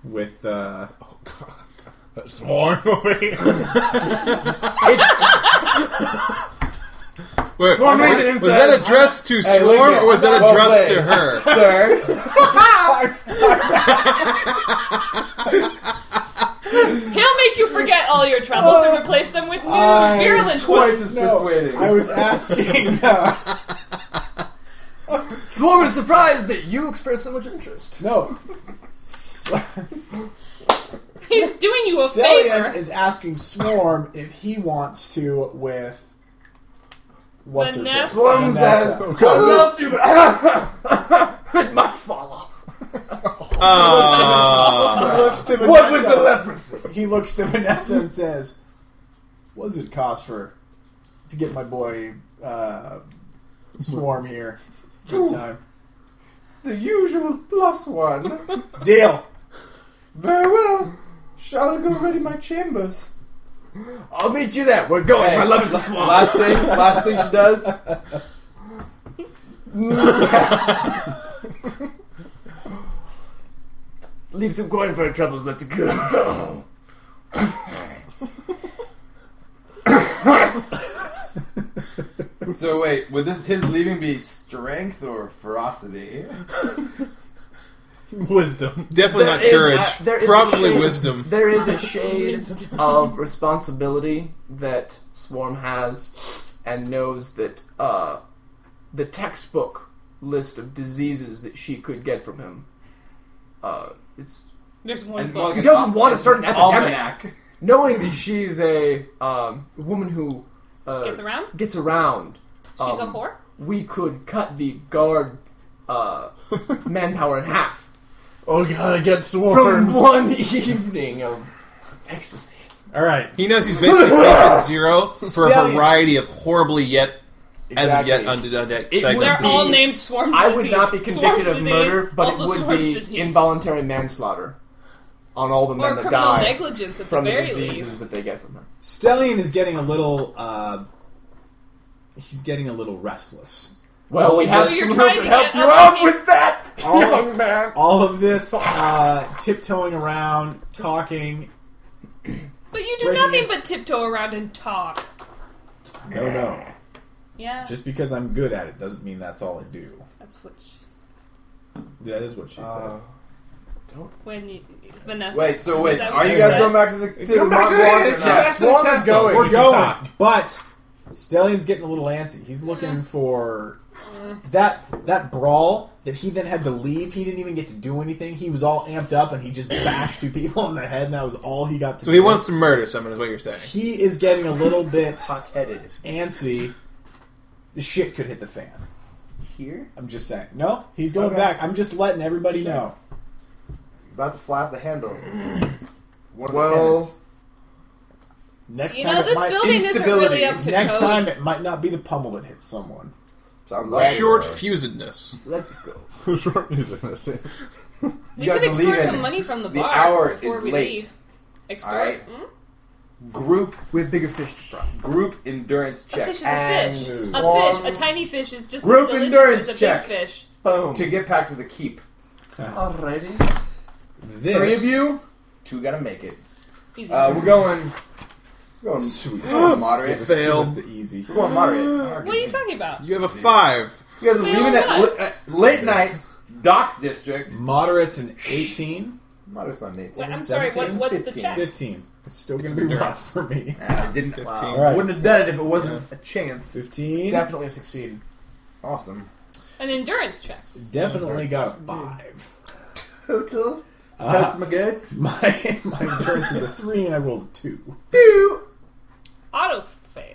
Speaker 5: with uh,
Speaker 2: It's warm over here.
Speaker 7: Wait,
Speaker 4: Swarm
Speaker 7: was,
Speaker 4: Maiden
Speaker 7: was that
Speaker 4: says-
Speaker 7: addressed to
Speaker 4: Hey, look
Speaker 7: Swarm
Speaker 4: at-
Speaker 7: or was that
Speaker 4: well
Speaker 7: addressed
Speaker 4: played.
Speaker 7: to her?
Speaker 4: Sir,
Speaker 2: Ah!
Speaker 3: He'll make you forget all your troubles and replace them with new,
Speaker 5: I-
Speaker 3: virulent
Speaker 4: twice
Speaker 3: ones.
Speaker 4: is
Speaker 5: No,
Speaker 4: persuading.
Speaker 5: I was asking. Uh,
Speaker 6: Swarm is surprised that you express so much interest.
Speaker 5: no. S-
Speaker 3: He's doing you a
Speaker 5: Stellium
Speaker 3: favor.
Speaker 5: is asking Swarm if he wants to with. What's her
Speaker 3: Vanessa.
Speaker 5: face?
Speaker 4: Swarm
Speaker 5: Vanessa.
Speaker 4: says,
Speaker 5: Okay.
Speaker 4: I love you, but
Speaker 6: It might fall off.
Speaker 7: Ah.
Speaker 5: He looks to Vanessa.
Speaker 4: what was the leprosy?
Speaker 5: He looks to Vanessa and says, "What does it cost for to get my boy uh, Swarm here? Good time
Speaker 4: The usual plus one.
Speaker 5: deal."
Speaker 4: Very well. Shall go ready my chambers.
Speaker 6: I'll meet you there. We're going.
Speaker 4: Hey.
Speaker 6: My love is a swarm.
Speaker 4: Last thing, last thing she does.
Speaker 6: Leave some coin for her troubles. Let's go.
Speaker 4: So wait, would this his leaving be strength or ferocity?
Speaker 2: Wisdom.
Speaker 7: Definitely
Speaker 6: There
Speaker 7: not
Speaker 6: is-
Speaker 7: courage.
Speaker 6: uh, there is
Speaker 7: Probably
Speaker 6: shade-
Speaker 7: wisdom.
Speaker 6: There is a shade of responsibility that Swarm has, and knows that uh, the textbook list of diseases that she could get from him. Uh, it's
Speaker 3: There's one
Speaker 4: And more
Speaker 3: book.
Speaker 4: like
Speaker 6: He
Speaker 4: an
Speaker 6: doesn't
Speaker 4: al-
Speaker 6: want to start an epidemic.
Speaker 4: almanac.
Speaker 6: knowing that she's a um, woman who uh,
Speaker 3: Gets around?
Speaker 6: Gets around.
Speaker 3: She's a
Speaker 6: um,
Speaker 3: whore?
Speaker 6: We could cut the guard uh, manpower in half.
Speaker 2: Oh god, I get
Speaker 6: from
Speaker 2: swarms.
Speaker 6: one evening of ecstasy.
Speaker 5: All right.
Speaker 7: He knows he's basically patient zero for a
Speaker 5: Stallion.
Speaker 7: variety of horribly yet, as of yet,
Speaker 6: Exactly.
Speaker 7: undiagnosed
Speaker 6: It would-
Speaker 3: They're
Speaker 6: Swarms
Speaker 3: all
Speaker 6: disease.
Speaker 3: named Swarms
Speaker 6: I would
Speaker 3: disease.
Speaker 6: not be
Speaker 3: Swarms
Speaker 6: convicted of
Speaker 3: disease,
Speaker 6: murder, but
Speaker 3: also
Speaker 6: it would
Speaker 3: Swarms
Speaker 6: be
Speaker 3: disease.
Speaker 6: involuntary manslaughter on all the
Speaker 3: Or
Speaker 6: men that
Speaker 3: criminal
Speaker 6: die
Speaker 3: negligence at the
Speaker 6: from the,
Speaker 3: very
Speaker 6: diseases
Speaker 3: least.
Speaker 6: that they get from her.
Speaker 5: Stellion is getting a little. Uh, he's getting a little restless.
Speaker 6: Well, we
Speaker 5: So
Speaker 6: have
Speaker 3: you're
Speaker 6: some who
Speaker 3: trying to
Speaker 6: can help
Speaker 3: get
Speaker 6: you
Speaker 3: other
Speaker 6: out
Speaker 3: people-
Speaker 6: with that,
Speaker 5: All-
Speaker 6: young man.
Speaker 5: All of this uh, tiptoeing around, talking.
Speaker 3: But you do
Speaker 5: Breaking
Speaker 3: nothing
Speaker 5: it.
Speaker 3: but tiptoe around and talk.
Speaker 5: No, no.
Speaker 3: Yeah,
Speaker 5: Just because I'm good at it doesn't mean that's all I do.
Speaker 3: that's what she's.
Speaker 5: That is what she
Speaker 4: Uh,
Speaker 3: When you, Vanessa.
Speaker 4: wait, so wait,
Speaker 3: Is that
Speaker 4: are
Speaker 3: what
Speaker 4: you
Speaker 3: you
Speaker 4: guys
Speaker 3: said?
Speaker 4: going back to the to
Speaker 5: Come
Speaker 4: the
Speaker 5: back
Speaker 4: Mont
Speaker 5: to the-
Speaker 4: Blanc or
Speaker 5: come
Speaker 4: not?
Speaker 5: back to the
Speaker 4: Swarm is
Speaker 5: test
Speaker 4: going.
Speaker 5: We're
Speaker 4: You can
Speaker 5: going,
Speaker 4: talk.
Speaker 5: but Stellion's getting a little antsy. He's looking for that that brawl that he then had to leave. He didn't even get to do anything. He was all amped up and he just bashed two people in the head, and that was all he got to.
Speaker 7: So
Speaker 5: do.
Speaker 7: he wants to murder someone, is what you're saying.
Speaker 5: He is getting a little bit
Speaker 6: Hot-headed.
Speaker 5: antsy. The shit could hit the fan.
Speaker 4: Here,
Speaker 5: I'm just saying. No, he's going
Speaker 4: Okay.
Speaker 5: back. I'm just letting everybody
Speaker 4: Sure.
Speaker 5: know.
Speaker 4: about to fly off the handle. One of the
Speaker 6: Well,
Speaker 4: tenants.
Speaker 5: Next
Speaker 3: you
Speaker 5: time,
Speaker 3: know,
Speaker 5: it
Speaker 3: this
Speaker 5: might,
Speaker 3: building isn't
Speaker 4: instability.
Speaker 3: really up to
Speaker 5: next
Speaker 3: code.
Speaker 5: time it might not be the pummel that hits someone.
Speaker 4: Sounds like
Speaker 7: Short fusedness.
Speaker 6: let's go.
Speaker 2: Short music, that's it.
Speaker 3: we
Speaker 4: You
Speaker 3: could
Speaker 4: guys are
Speaker 3: extort
Speaker 4: leaving.
Speaker 3: some money from the
Speaker 4: The
Speaker 3: bar
Speaker 4: hour
Speaker 3: before
Speaker 4: is
Speaker 3: we
Speaker 4: late.
Speaker 3: leave. Extort?
Speaker 4: All right.
Speaker 3: Mm?
Speaker 4: group
Speaker 6: We have bigger fish to fry.
Speaker 4: group endurance
Speaker 3: A
Speaker 4: check
Speaker 3: fish is a
Speaker 6: And
Speaker 3: fish. A
Speaker 4: Swarm-
Speaker 3: fish, a tiny fish, is just
Speaker 4: Group
Speaker 3: as delicious
Speaker 4: endurance
Speaker 3: as a big
Speaker 4: check.
Speaker 3: fish.
Speaker 6: Boom.
Speaker 4: to get back to the keep.
Speaker 6: Alrighty.
Speaker 5: This,
Speaker 4: Three of you, two gotta make it.
Speaker 3: Easy.
Speaker 4: Uh, we're going. We're going
Speaker 5: Sweet.
Speaker 4: Oh, moderate.
Speaker 5: Give us- give us
Speaker 7: Fail.
Speaker 5: the easy.
Speaker 4: We're going moderate.
Speaker 3: what are you talking about?
Speaker 7: You have a five.
Speaker 4: You guys are
Speaker 3: Fail
Speaker 4: leaving at
Speaker 3: what?
Speaker 4: li- uh, late night docks district.
Speaker 5: Moderate's an 18,
Speaker 4: Moderate's not Nate.
Speaker 3: Wait, I'm sorry, what,
Speaker 5: Seventeen,
Speaker 3: what's the
Speaker 4: fifteen.
Speaker 3: check?
Speaker 5: 15. It's still
Speaker 7: It's
Speaker 5: going to be
Speaker 7: endurance.
Speaker 5: rough for me.
Speaker 4: I didn't.
Speaker 7: 15.
Speaker 4: Wow.
Speaker 5: All right.
Speaker 4: Wouldn't have done it if it wasn't a chance.
Speaker 5: 15.
Speaker 6: Definitely succeed.
Speaker 4: Awesome.
Speaker 3: An endurance check.
Speaker 5: Definitely got a 5.
Speaker 4: Total.
Speaker 5: Uh,
Speaker 4: my goods.
Speaker 5: my, my endurance is a 3 and I rolled a 2.
Speaker 3: Auto fail.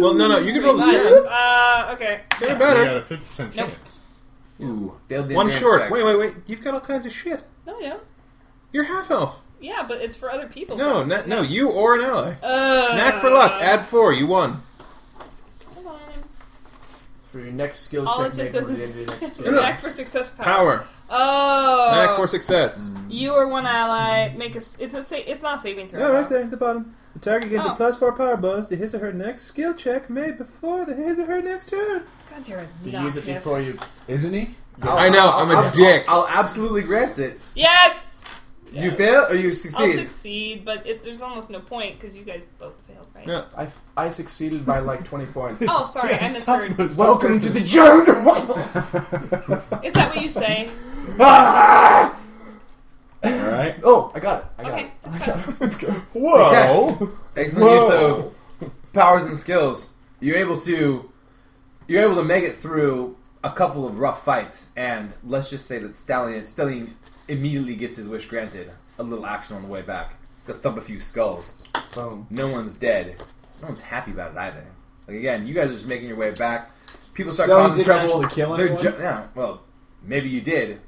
Speaker 7: Well, no, no, you could roll the
Speaker 3: Pretty
Speaker 7: ten.
Speaker 3: much. Uh, okay.
Speaker 7: Ten or
Speaker 2: You
Speaker 7: better.
Speaker 2: got a 50%
Speaker 3: Nope.
Speaker 2: chance.
Speaker 4: Ooh. Failed the
Speaker 7: One
Speaker 4: endurance
Speaker 7: short.
Speaker 4: check.
Speaker 7: Wait, wait, wait. You've got all kinds of shit.
Speaker 3: No, no.
Speaker 7: You're half elf.
Speaker 3: Yeah, but it's for other people.
Speaker 7: No, not, no, you or an ally.
Speaker 3: Uh,
Speaker 7: Knack for luck. Add four. You won.
Speaker 3: Hold on.
Speaker 6: For your next skill
Speaker 3: All
Speaker 6: check,
Speaker 3: it just
Speaker 6: make
Speaker 3: says
Speaker 6: for the end
Speaker 3: is-
Speaker 6: of your next turn.
Speaker 3: Back for success power.
Speaker 7: Power.
Speaker 3: Oh.
Speaker 7: Back for success.
Speaker 3: You or one ally make a. s- It's a. Sa- it's not a saving throw.
Speaker 4: Mm.
Speaker 7: Yeah, right
Speaker 3: though.
Speaker 7: there at the bottom. The target gets
Speaker 3: Oh.
Speaker 7: a plus four power bonus to his or her next skill check made before the his or her next turn.
Speaker 3: God, you're
Speaker 6: You use it
Speaker 3: obnoxious.
Speaker 6: before you.
Speaker 5: Isn't he?
Speaker 7: I know, I'm a
Speaker 4: a
Speaker 7: dick.
Speaker 4: I'll absolutely grant it.
Speaker 3: Yes.
Speaker 4: You
Speaker 3: Yes.
Speaker 4: fail or you
Speaker 3: I'll
Speaker 4: succeed.
Speaker 3: succeed, but it, there's almost no point because you guys both failed, right?
Speaker 7: Yeah.
Speaker 6: I, I succeeded by like 20 points.
Speaker 3: Oh, sorry, I misheard.
Speaker 6: Welcome to the jungle!
Speaker 3: Is that what you say?
Speaker 5: All right.
Speaker 6: oh, I got it. I got
Speaker 3: Okay,
Speaker 6: it.
Speaker 3: success.
Speaker 2: Whoa!
Speaker 4: Excellent
Speaker 2: Whoa.
Speaker 4: use of powers and skills. You're able to you're able to make it through a couple of rough fights, and let's just say that Stallion Stallion immediately gets his wish granted. A little action on the way back. To thump a few skulls.
Speaker 6: Boom.
Speaker 4: No one's dead. No one's happy about it either. Like again, you guys are just making your way back. People start
Speaker 5: Stallion
Speaker 4: causing
Speaker 5: didn't
Speaker 4: trouble.
Speaker 5: actually kill
Speaker 4: They're
Speaker 5: anyone?
Speaker 4: ju- yeah, well, maybe you did.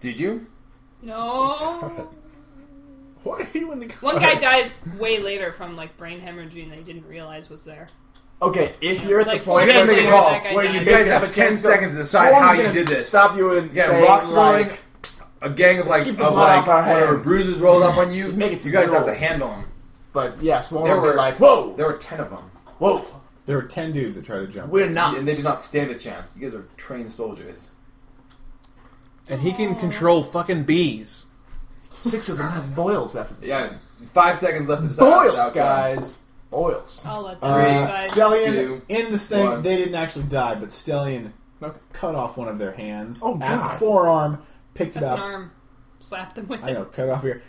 Speaker 4: Did you?
Speaker 3: No.
Speaker 2: Why are you in the car?
Speaker 3: One guy dies way later from like brain hemorrhage and they didn't realize was there.
Speaker 6: Okay, if you're at
Speaker 3: Like
Speaker 6: the point
Speaker 4: You guys
Speaker 3: Yes,
Speaker 4: make a
Speaker 3: yes,
Speaker 4: call.
Speaker 3: that guy
Speaker 4: Where
Speaker 3: died.
Speaker 4: you
Speaker 3: You
Speaker 4: guys
Speaker 6: guys
Speaker 4: have,
Speaker 6: have a
Speaker 4: ten
Speaker 6: chance to-
Speaker 4: seconds to decide
Speaker 6: Someone's
Speaker 4: how you
Speaker 6: gonna
Speaker 4: did this.
Speaker 6: Stop you and
Speaker 4: Yeah,
Speaker 6: say,
Speaker 4: rock throwing.
Speaker 6: like,
Speaker 4: a gang of
Speaker 6: Let's
Speaker 4: like
Speaker 6: keep
Speaker 4: of
Speaker 6: the blood
Speaker 4: like
Speaker 6: off our
Speaker 4: whatever
Speaker 6: hands.
Speaker 4: bruises rolled up on you.
Speaker 6: Just make it
Speaker 4: you guys have to
Speaker 6: roll.
Speaker 4: handle them.
Speaker 6: but yes, one
Speaker 4: There
Speaker 6: would
Speaker 4: were-
Speaker 6: be like, whoa,
Speaker 4: There were ten of them,
Speaker 6: whoa,
Speaker 5: There were ten dudes that tried to jump.
Speaker 6: we're
Speaker 3: Ah.
Speaker 6: not.
Speaker 4: and they did not stand a chance. You guys are trained soldiers.
Speaker 7: And he can control fucking bees.
Speaker 6: Six of them have boils after this.
Speaker 4: Yeah, five seconds left to decide.
Speaker 5: Boils,
Speaker 4: Outcome.
Speaker 5: guys.
Speaker 6: Boils.
Speaker 3: I'll let them
Speaker 5: Uh,
Speaker 3: decide.
Speaker 5: Stellion
Speaker 4: two,
Speaker 5: in this thing.
Speaker 4: one.
Speaker 5: They didn't actually die, but Stellion
Speaker 6: Okay.
Speaker 5: cut off one of their hands.
Speaker 2: Oh,
Speaker 5: at
Speaker 2: God.
Speaker 5: the forearm, picked
Speaker 3: That's
Speaker 5: it
Speaker 3: an
Speaker 5: up.
Speaker 3: arm. Slap them with
Speaker 5: I know,
Speaker 3: it.
Speaker 5: cut it off here.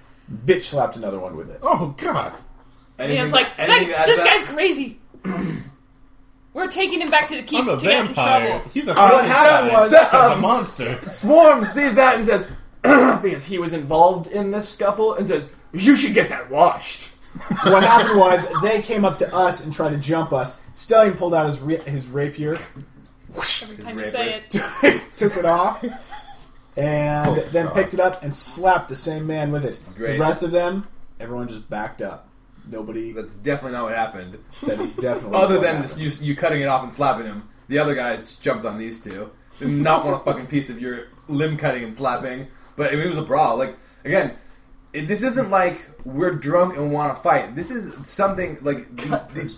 Speaker 5: Bitch slapped another one with it.
Speaker 2: Oh god!
Speaker 4: Anything-
Speaker 3: And it's like,
Speaker 4: anything
Speaker 3: "That-
Speaker 4: to add
Speaker 3: this
Speaker 4: to that?
Speaker 3: guy's crazy. We're taking him back to the keep
Speaker 2: I'm a
Speaker 3: to get in
Speaker 2: vampire.
Speaker 3: trouble.
Speaker 2: He's a
Speaker 6: what happened was,
Speaker 2: Step is a
Speaker 6: um,
Speaker 2: monster.
Speaker 6: Swarm sees that and says, because he was involved in this scuffle, and says, you should get that washed.
Speaker 5: what happened was they came up to us and tried to jump us. Stellion pulled out his ra- his rapier,
Speaker 3: Every time you say it.
Speaker 5: took it off, and then picked it up and slapped the same man with it.
Speaker 4: Great.
Speaker 5: The rest of them, everyone just backed up. Nobody.
Speaker 4: That's definitely not what happened.
Speaker 5: That is definitely
Speaker 4: Other
Speaker 5: what
Speaker 4: than
Speaker 5: happened.
Speaker 4: this, you, you cutting it off and slapping him, the other guys just jumped on these two. Did not want a fucking piece of your limb cutting and slapping. But I mean, it was a brawl. Like again, it, this isn't like we're drunk and want to fight. This is something like the, the,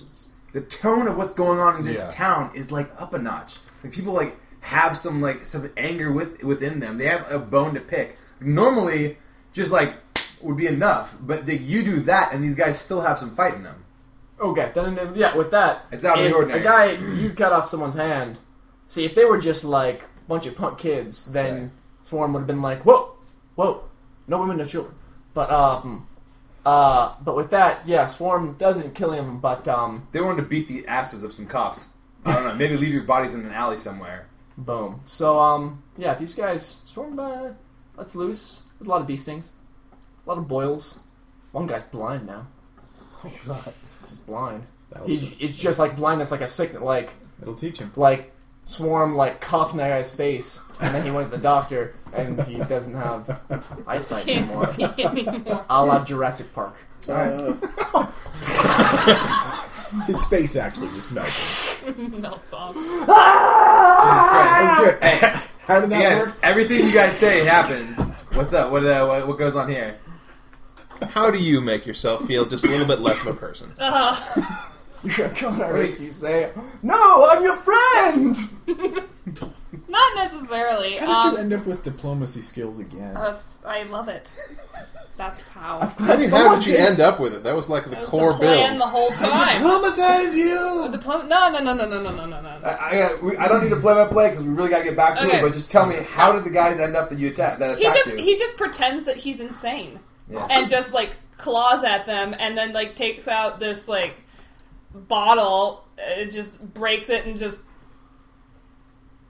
Speaker 4: the tone of what's going on in this
Speaker 2: Yeah.
Speaker 4: town is like up a notch. Like people like have some like some anger with within them. They have a bone to pick. Normally, just like would be enough. But the, you do that, and these guys still have some fight in them.
Speaker 6: Okay, then, then yeah, with that,
Speaker 4: It's out of the
Speaker 6: if
Speaker 4: ordinary.
Speaker 6: A guy, you cut off someone's hand. See, if they were just like bunch of punk kids, then
Speaker 4: Right.
Speaker 6: Swarm would have been like, "Whoa, whoa, no women, no children." But um, uh, but with that, yeah, Swarm doesn't kill him, but um,
Speaker 4: They wanted to beat the asses of some cops. I don't know. Maybe leave your bodies in an alley somewhere.
Speaker 6: boom. So um, yeah, these guys Swarm uh, lets loose. There's a lot of bee stings, a lot of boils. One guy's blind now. Oh He's blind.
Speaker 5: That'll,
Speaker 6: He, it's just like blindness, like a sickness, like
Speaker 5: it'll teach him.
Speaker 6: like swarm like coughed in that guy's face and then he went to the doctor and he doesn't have eyesight anymore.
Speaker 3: Can't see anymore.
Speaker 6: A la Jurassic Park.
Speaker 5: His face actually just melted.
Speaker 3: Melts off.
Speaker 4: Jesus
Speaker 5: That was good.
Speaker 4: Christ. Hey,
Speaker 5: How did that
Speaker 4: again,
Speaker 5: work?
Speaker 4: everything you guys say happens. What's up? What, uh, what what goes on here?
Speaker 7: How do you make yourself feel just a little bit less of a person?
Speaker 6: God, I wish you say, No, I'm your friend!
Speaker 3: Not necessarily.
Speaker 5: How did
Speaker 3: Um,
Speaker 5: you end up with diplomacy skills again?
Speaker 3: that's, I love it. That's how.
Speaker 7: I mean, how did you end up with it? That was like the
Speaker 3: That was
Speaker 7: core
Speaker 3: the plan
Speaker 7: build.
Speaker 3: the whole time.
Speaker 5: Homicide is you!
Speaker 3: the pl- no, no, no, no, no, no, no, no, no.
Speaker 4: I, I, we, I don't need to play by play because we really got to get back to
Speaker 3: Okay.
Speaker 4: it. But just tell me, how did the guys end up that you attacked? That
Speaker 3: He
Speaker 4: attacked
Speaker 3: just
Speaker 4: you?
Speaker 3: he just pretends that he's insane
Speaker 4: Yeah.
Speaker 3: and just like claws at them and then like takes out this like bottle and just breaks it and just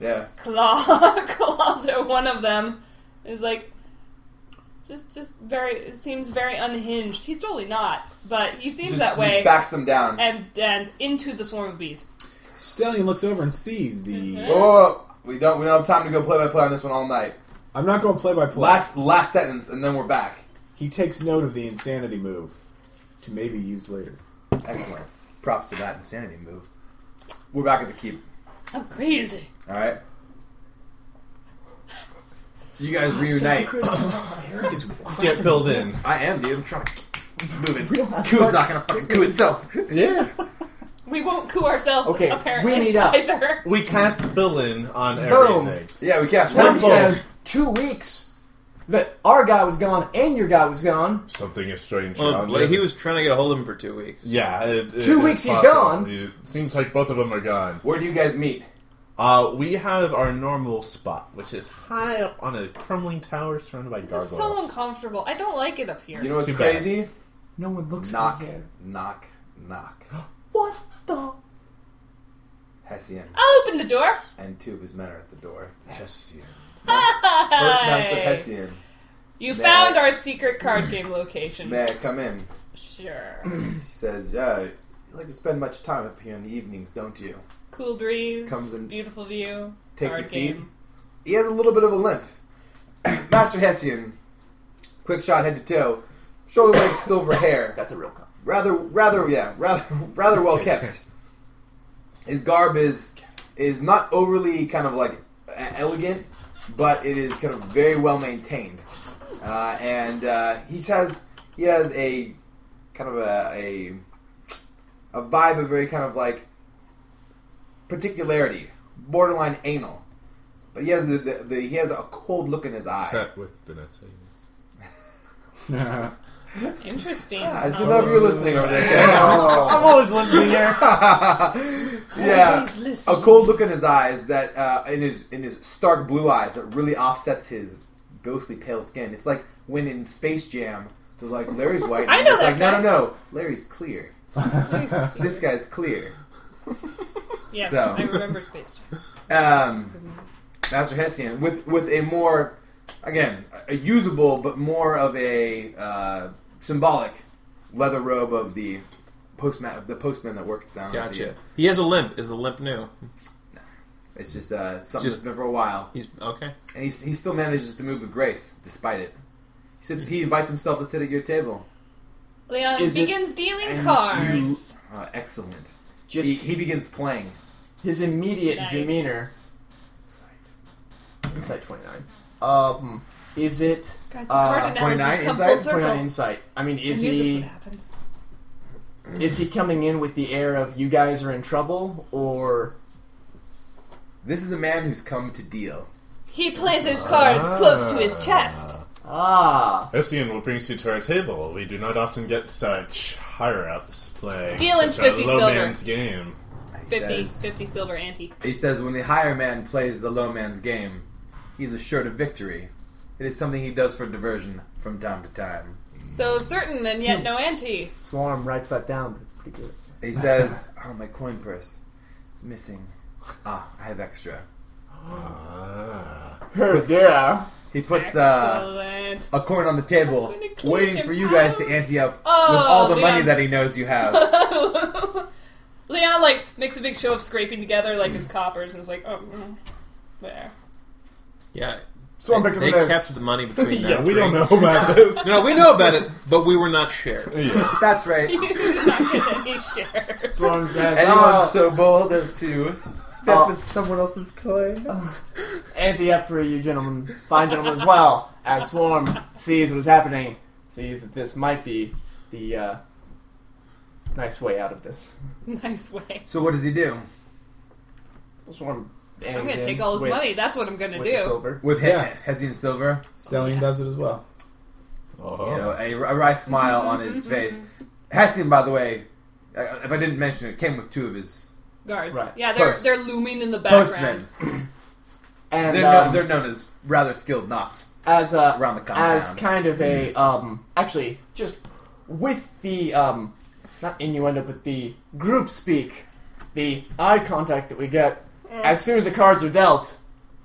Speaker 4: yeah.
Speaker 3: claw claws at one of them. Is like just just very seems very unhinged. He's totally not, but he seems
Speaker 4: Just-
Speaker 3: that way.
Speaker 4: Just backs them down.
Speaker 3: and and into the swarm of bees.
Speaker 5: Stallion looks over and sees the.
Speaker 4: Whoa, whoa, whoa. we don't we don't have time to go play by play on this one all night.
Speaker 5: I'm not going play by play.
Speaker 4: Last last sentence, and then we're back.
Speaker 5: He takes note of the insanity move to maybe use later.
Speaker 4: Excellent. Props to that insanity move. We're back at the keep.
Speaker 3: I'm crazy.
Speaker 4: All right. You guys reunite.
Speaker 2: Get filled in.
Speaker 4: I am, dude. I'm trying to move it. Cool's not gonna fucking do itself.
Speaker 2: Yeah.
Speaker 3: We won't coup ourselves.
Speaker 6: Okay,
Speaker 3: apparently
Speaker 6: we need up.
Speaker 3: either.
Speaker 2: We cast fill in on
Speaker 6: Boom.
Speaker 2: everything.
Speaker 4: Yeah, we cast
Speaker 6: One
Speaker 4: one ball.
Speaker 6: says two weeks that our guy was gone and your guy was gone.
Speaker 2: Something is strange.
Speaker 7: Well,
Speaker 2: around
Speaker 7: like,
Speaker 2: him.
Speaker 7: he was trying to get a hold of him for two weeks.
Speaker 2: Yeah. It, it-
Speaker 6: Two
Speaker 2: it's
Speaker 6: weeks he's
Speaker 2: possible.
Speaker 6: gone.
Speaker 2: It seems like both of them are gone.
Speaker 4: Where do you guys meet?
Speaker 2: Uh, we have our normal spot, which is high up on a crumbling tower surrounded by
Speaker 3: This is so
Speaker 2: gargoyles.
Speaker 3: uncomfortable. I don't like it up here.
Speaker 4: You know what's
Speaker 2: Too bad.
Speaker 4: crazy?
Speaker 6: No one looks
Speaker 4: Knock,
Speaker 6: in here.
Speaker 4: knock, knock.
Speaker 6: What the?
Speaker 4: Hessian
Speaker 3: I'll open the door.
Speaker 4: and two of his men are at the door.
Speaker 2: Yes, yeah.
Speaker 4: First
Speaker 3: Hi.
Speaker 4: Master Hessian,
Speaker 3: You
Speaker 4: May
Speaker 3: found
Speaker 4: I-
Speaker 3: our secret card game location.
Speaker 4: may I come in?
Speaker 3: Sure.
Speaker 4: She says, uh, you like to spend much time up here in the evenings, don't you?
Speaker 3: Cool breeze.
Speaker 4: Comes in-
Speaker 3: beautiful view.
Speaker 4: Takes
Speaker 3: card
Speaker 4: a seat.
Speaker 3: game.
Speaker 4: He has a little bit of a limp. Master Hessian, quick shot head to toe, shoulder length silver hair.
Speaker 6: That's a real cup.
Speaker 4: rather rather yeah rather rather well kept his garb is is not overly kind of like e- elegant but it is kind of very well maintained uh, and uh, he has he has a kind of a, a a vibe of very kind of like particularity borderline anal but he has the, the, the he has a cold look in his eye
Speaker 2: Except with Vanessa.
Speaker 3: Interesting.
Speaker 4: Ah, I don't
Speaker 3: Um,
Speaker 4: know if you're listening over there Kevin.
Speaker 6: I'm always listening here.
Speaker 4: yeah
Speaker 3: Always listen.
Speaker 4: a cold look in his eyes that uh, in his in his stark blue eyes that really offsets his ghostly pale skin. It's like when in Space Jam they're like Larry's white.
Speaker 3: I
Speaker 4: and
Speaker 3: know
Speaker 4: it's
Speaker 3: that
Speaker 4: like,
Speaker 3: guy.
Speaker 4: No, no, no. Larry's clear. this guy's clear.
Speaker 3: Yes,
Speaker 4: So.
Speaker 3: I remember Space Jam.
Speaker 4: Um, Master Hessian with with a more again a usable but more of a uh, symbolic leather robe of the postman of the postman that worked down. at the-
Speaker 7: Gotcha. He has a limp. Is the limp new?
Speaker 4: It's just uh, something that's
Speaker 7: Just-
Speaker 4: been for a while.
Speaker 7: He's okay.
Speaker 4: and he, he still manages to move with grace despite it. He sits. He invites himself to sit at your table.
Speaker 3: Leon
Speaker 6: Is it-
Speaker 3: begins dealing
Speaker 4: And
Speaker 3: cards.
Speaker 4: Uh, excellent.
Speaker 6: Just
Speaker 4: he, he begins playing.
Speaker 6: his immediate
Speaker 3: Nice.
Speaker 6: demeanor. Insight twenty nine. Um, is it
Speaker 3: Guys, the
Speaker 6: Uh,
Speaker 3: card analogies
Speaker 4: 29
Speaker 3: come
Speaker 4: inside?
Speaker 6: 29
Speaker 3: full circle.
Speaker 6: insight? I mean,
Speaker 3: I
Speaker 6: is
Speaker 3: knew this would
Speaker 6: he
Speaker 3: happen.
Speaker 6: is he coming in with the air of you guys are in trouble or
Speaker 4: This is a man who's come to deal.
Speaker 3: He plays his cards
Speaker 4: Ah.
Speaker 3: close to his chest.
Speaker 6: ah?
Speaker 2: Hessian, what brings you to our table? We do not often get such higher ups playing.
Speaker 3: Dealing's
Speaker 2: such a
Speaker 3: 50
Speaker 2: low
Speaker 3: silver.
Speaker 2: man's game.
Speaker 4: He
Speaker 3: 50,
Speaker 4: Says,
Speaker 3: 50 silver ante.
Speaker 4: he says, "When the higher man plays the low man's game, he's assured of victory. It is something he does for diversion from time to time."
Speaker 3: So certain and
Speaker 4: Hmm.
Speaker 3: yet no ante.
Speaker 6: Swarm writes that down, but it's pretty good.
Speaker 4: He says, "Oh, my coin purse, it's missing. Ah, I have extra."
Speaker 2: Ah.
Speaker 6: yeah.
Speaker 4: He puts uh,
Speaker 3: Excellent.
Speaker 4: a coin on the table,
Speaker 3: I'm gonna clean
Speaker 4: waiting
Speaker 3: him
Speaker 4: for you guys to
Speaker 3: out.
Speaker 4: ante up
Speaker 3: Oh,
Speaker 4: with all the money
Speaker 3: Leon's-
Speaker 4: that he knows you have.
Speaker 3: Leon like makes a big show of scraping together like his coppers and is like, oh, mm, there.
Speaker 7: Yeah.
Speaker 6: Swarm
Speaker 7: they
Speaker 6: picks up
Speaker 7: they
Speaker 6: the nose.
Speaker 7: kept the money between them.
Speaker 2: Yeah, we don't know about this.
Speaker 7: No, we know about it, but we were not shared.
Speaker 2: yeah.
Speaker 4: That's right.
Speaker 3: He's not getting any shares.
Speaker 6: Swarm says,
Speaker 4: Anyone's
Speaker 6: oh,
Speaker 4: so bold as to
Speaker 6: Oh.
Speaker 4: dip in someone else's coin?
Speaker 6: anti up for you gentlemen, fine gentlemen as well. As Swarm sees what's happening, sees that this might be the uh, nice way out of this.
Speaker 3: Nice way.
Speaker 4: So what does he do
Speaker 6: Swarm.
Speaker 3: I'm gonna take all his money. That's what I'm gonna
Speaker 6: with the
Speaker 3: do.
Speaker 6: silver.
Speaker 4: with
Speaker 5: Yeah.
Speaker 4: yeah. Hessian Silver?
Speaker 5: Stellion
Speaker 3: Yeah.
Speaker 5: does it as well.
Speaker 4: You know,
Speaker 2: Oh.
Speaker 4: a, a wry smile on his face. Hessian, by the way, uh, if I didn't mention it, came with two of his
Speaker 3: Guards.
Speaker 6: Right.
Speaker 3: Yeah, they're
Speaker 4: Post.
Speaker 3: they're looming in the background.
Speaker 4: postmen.
Speaker 6: And
Speaker 4: They're,
Speaker 6: um,
Speaker 4: kno- they're known as rather skilled knots
Speaker 6: as a
Speaker 4: around the compound.
Speaker 6: as kind of a um actually just with the um not innuendo but the group speak the eye contact that we get as soon as the cards are dealt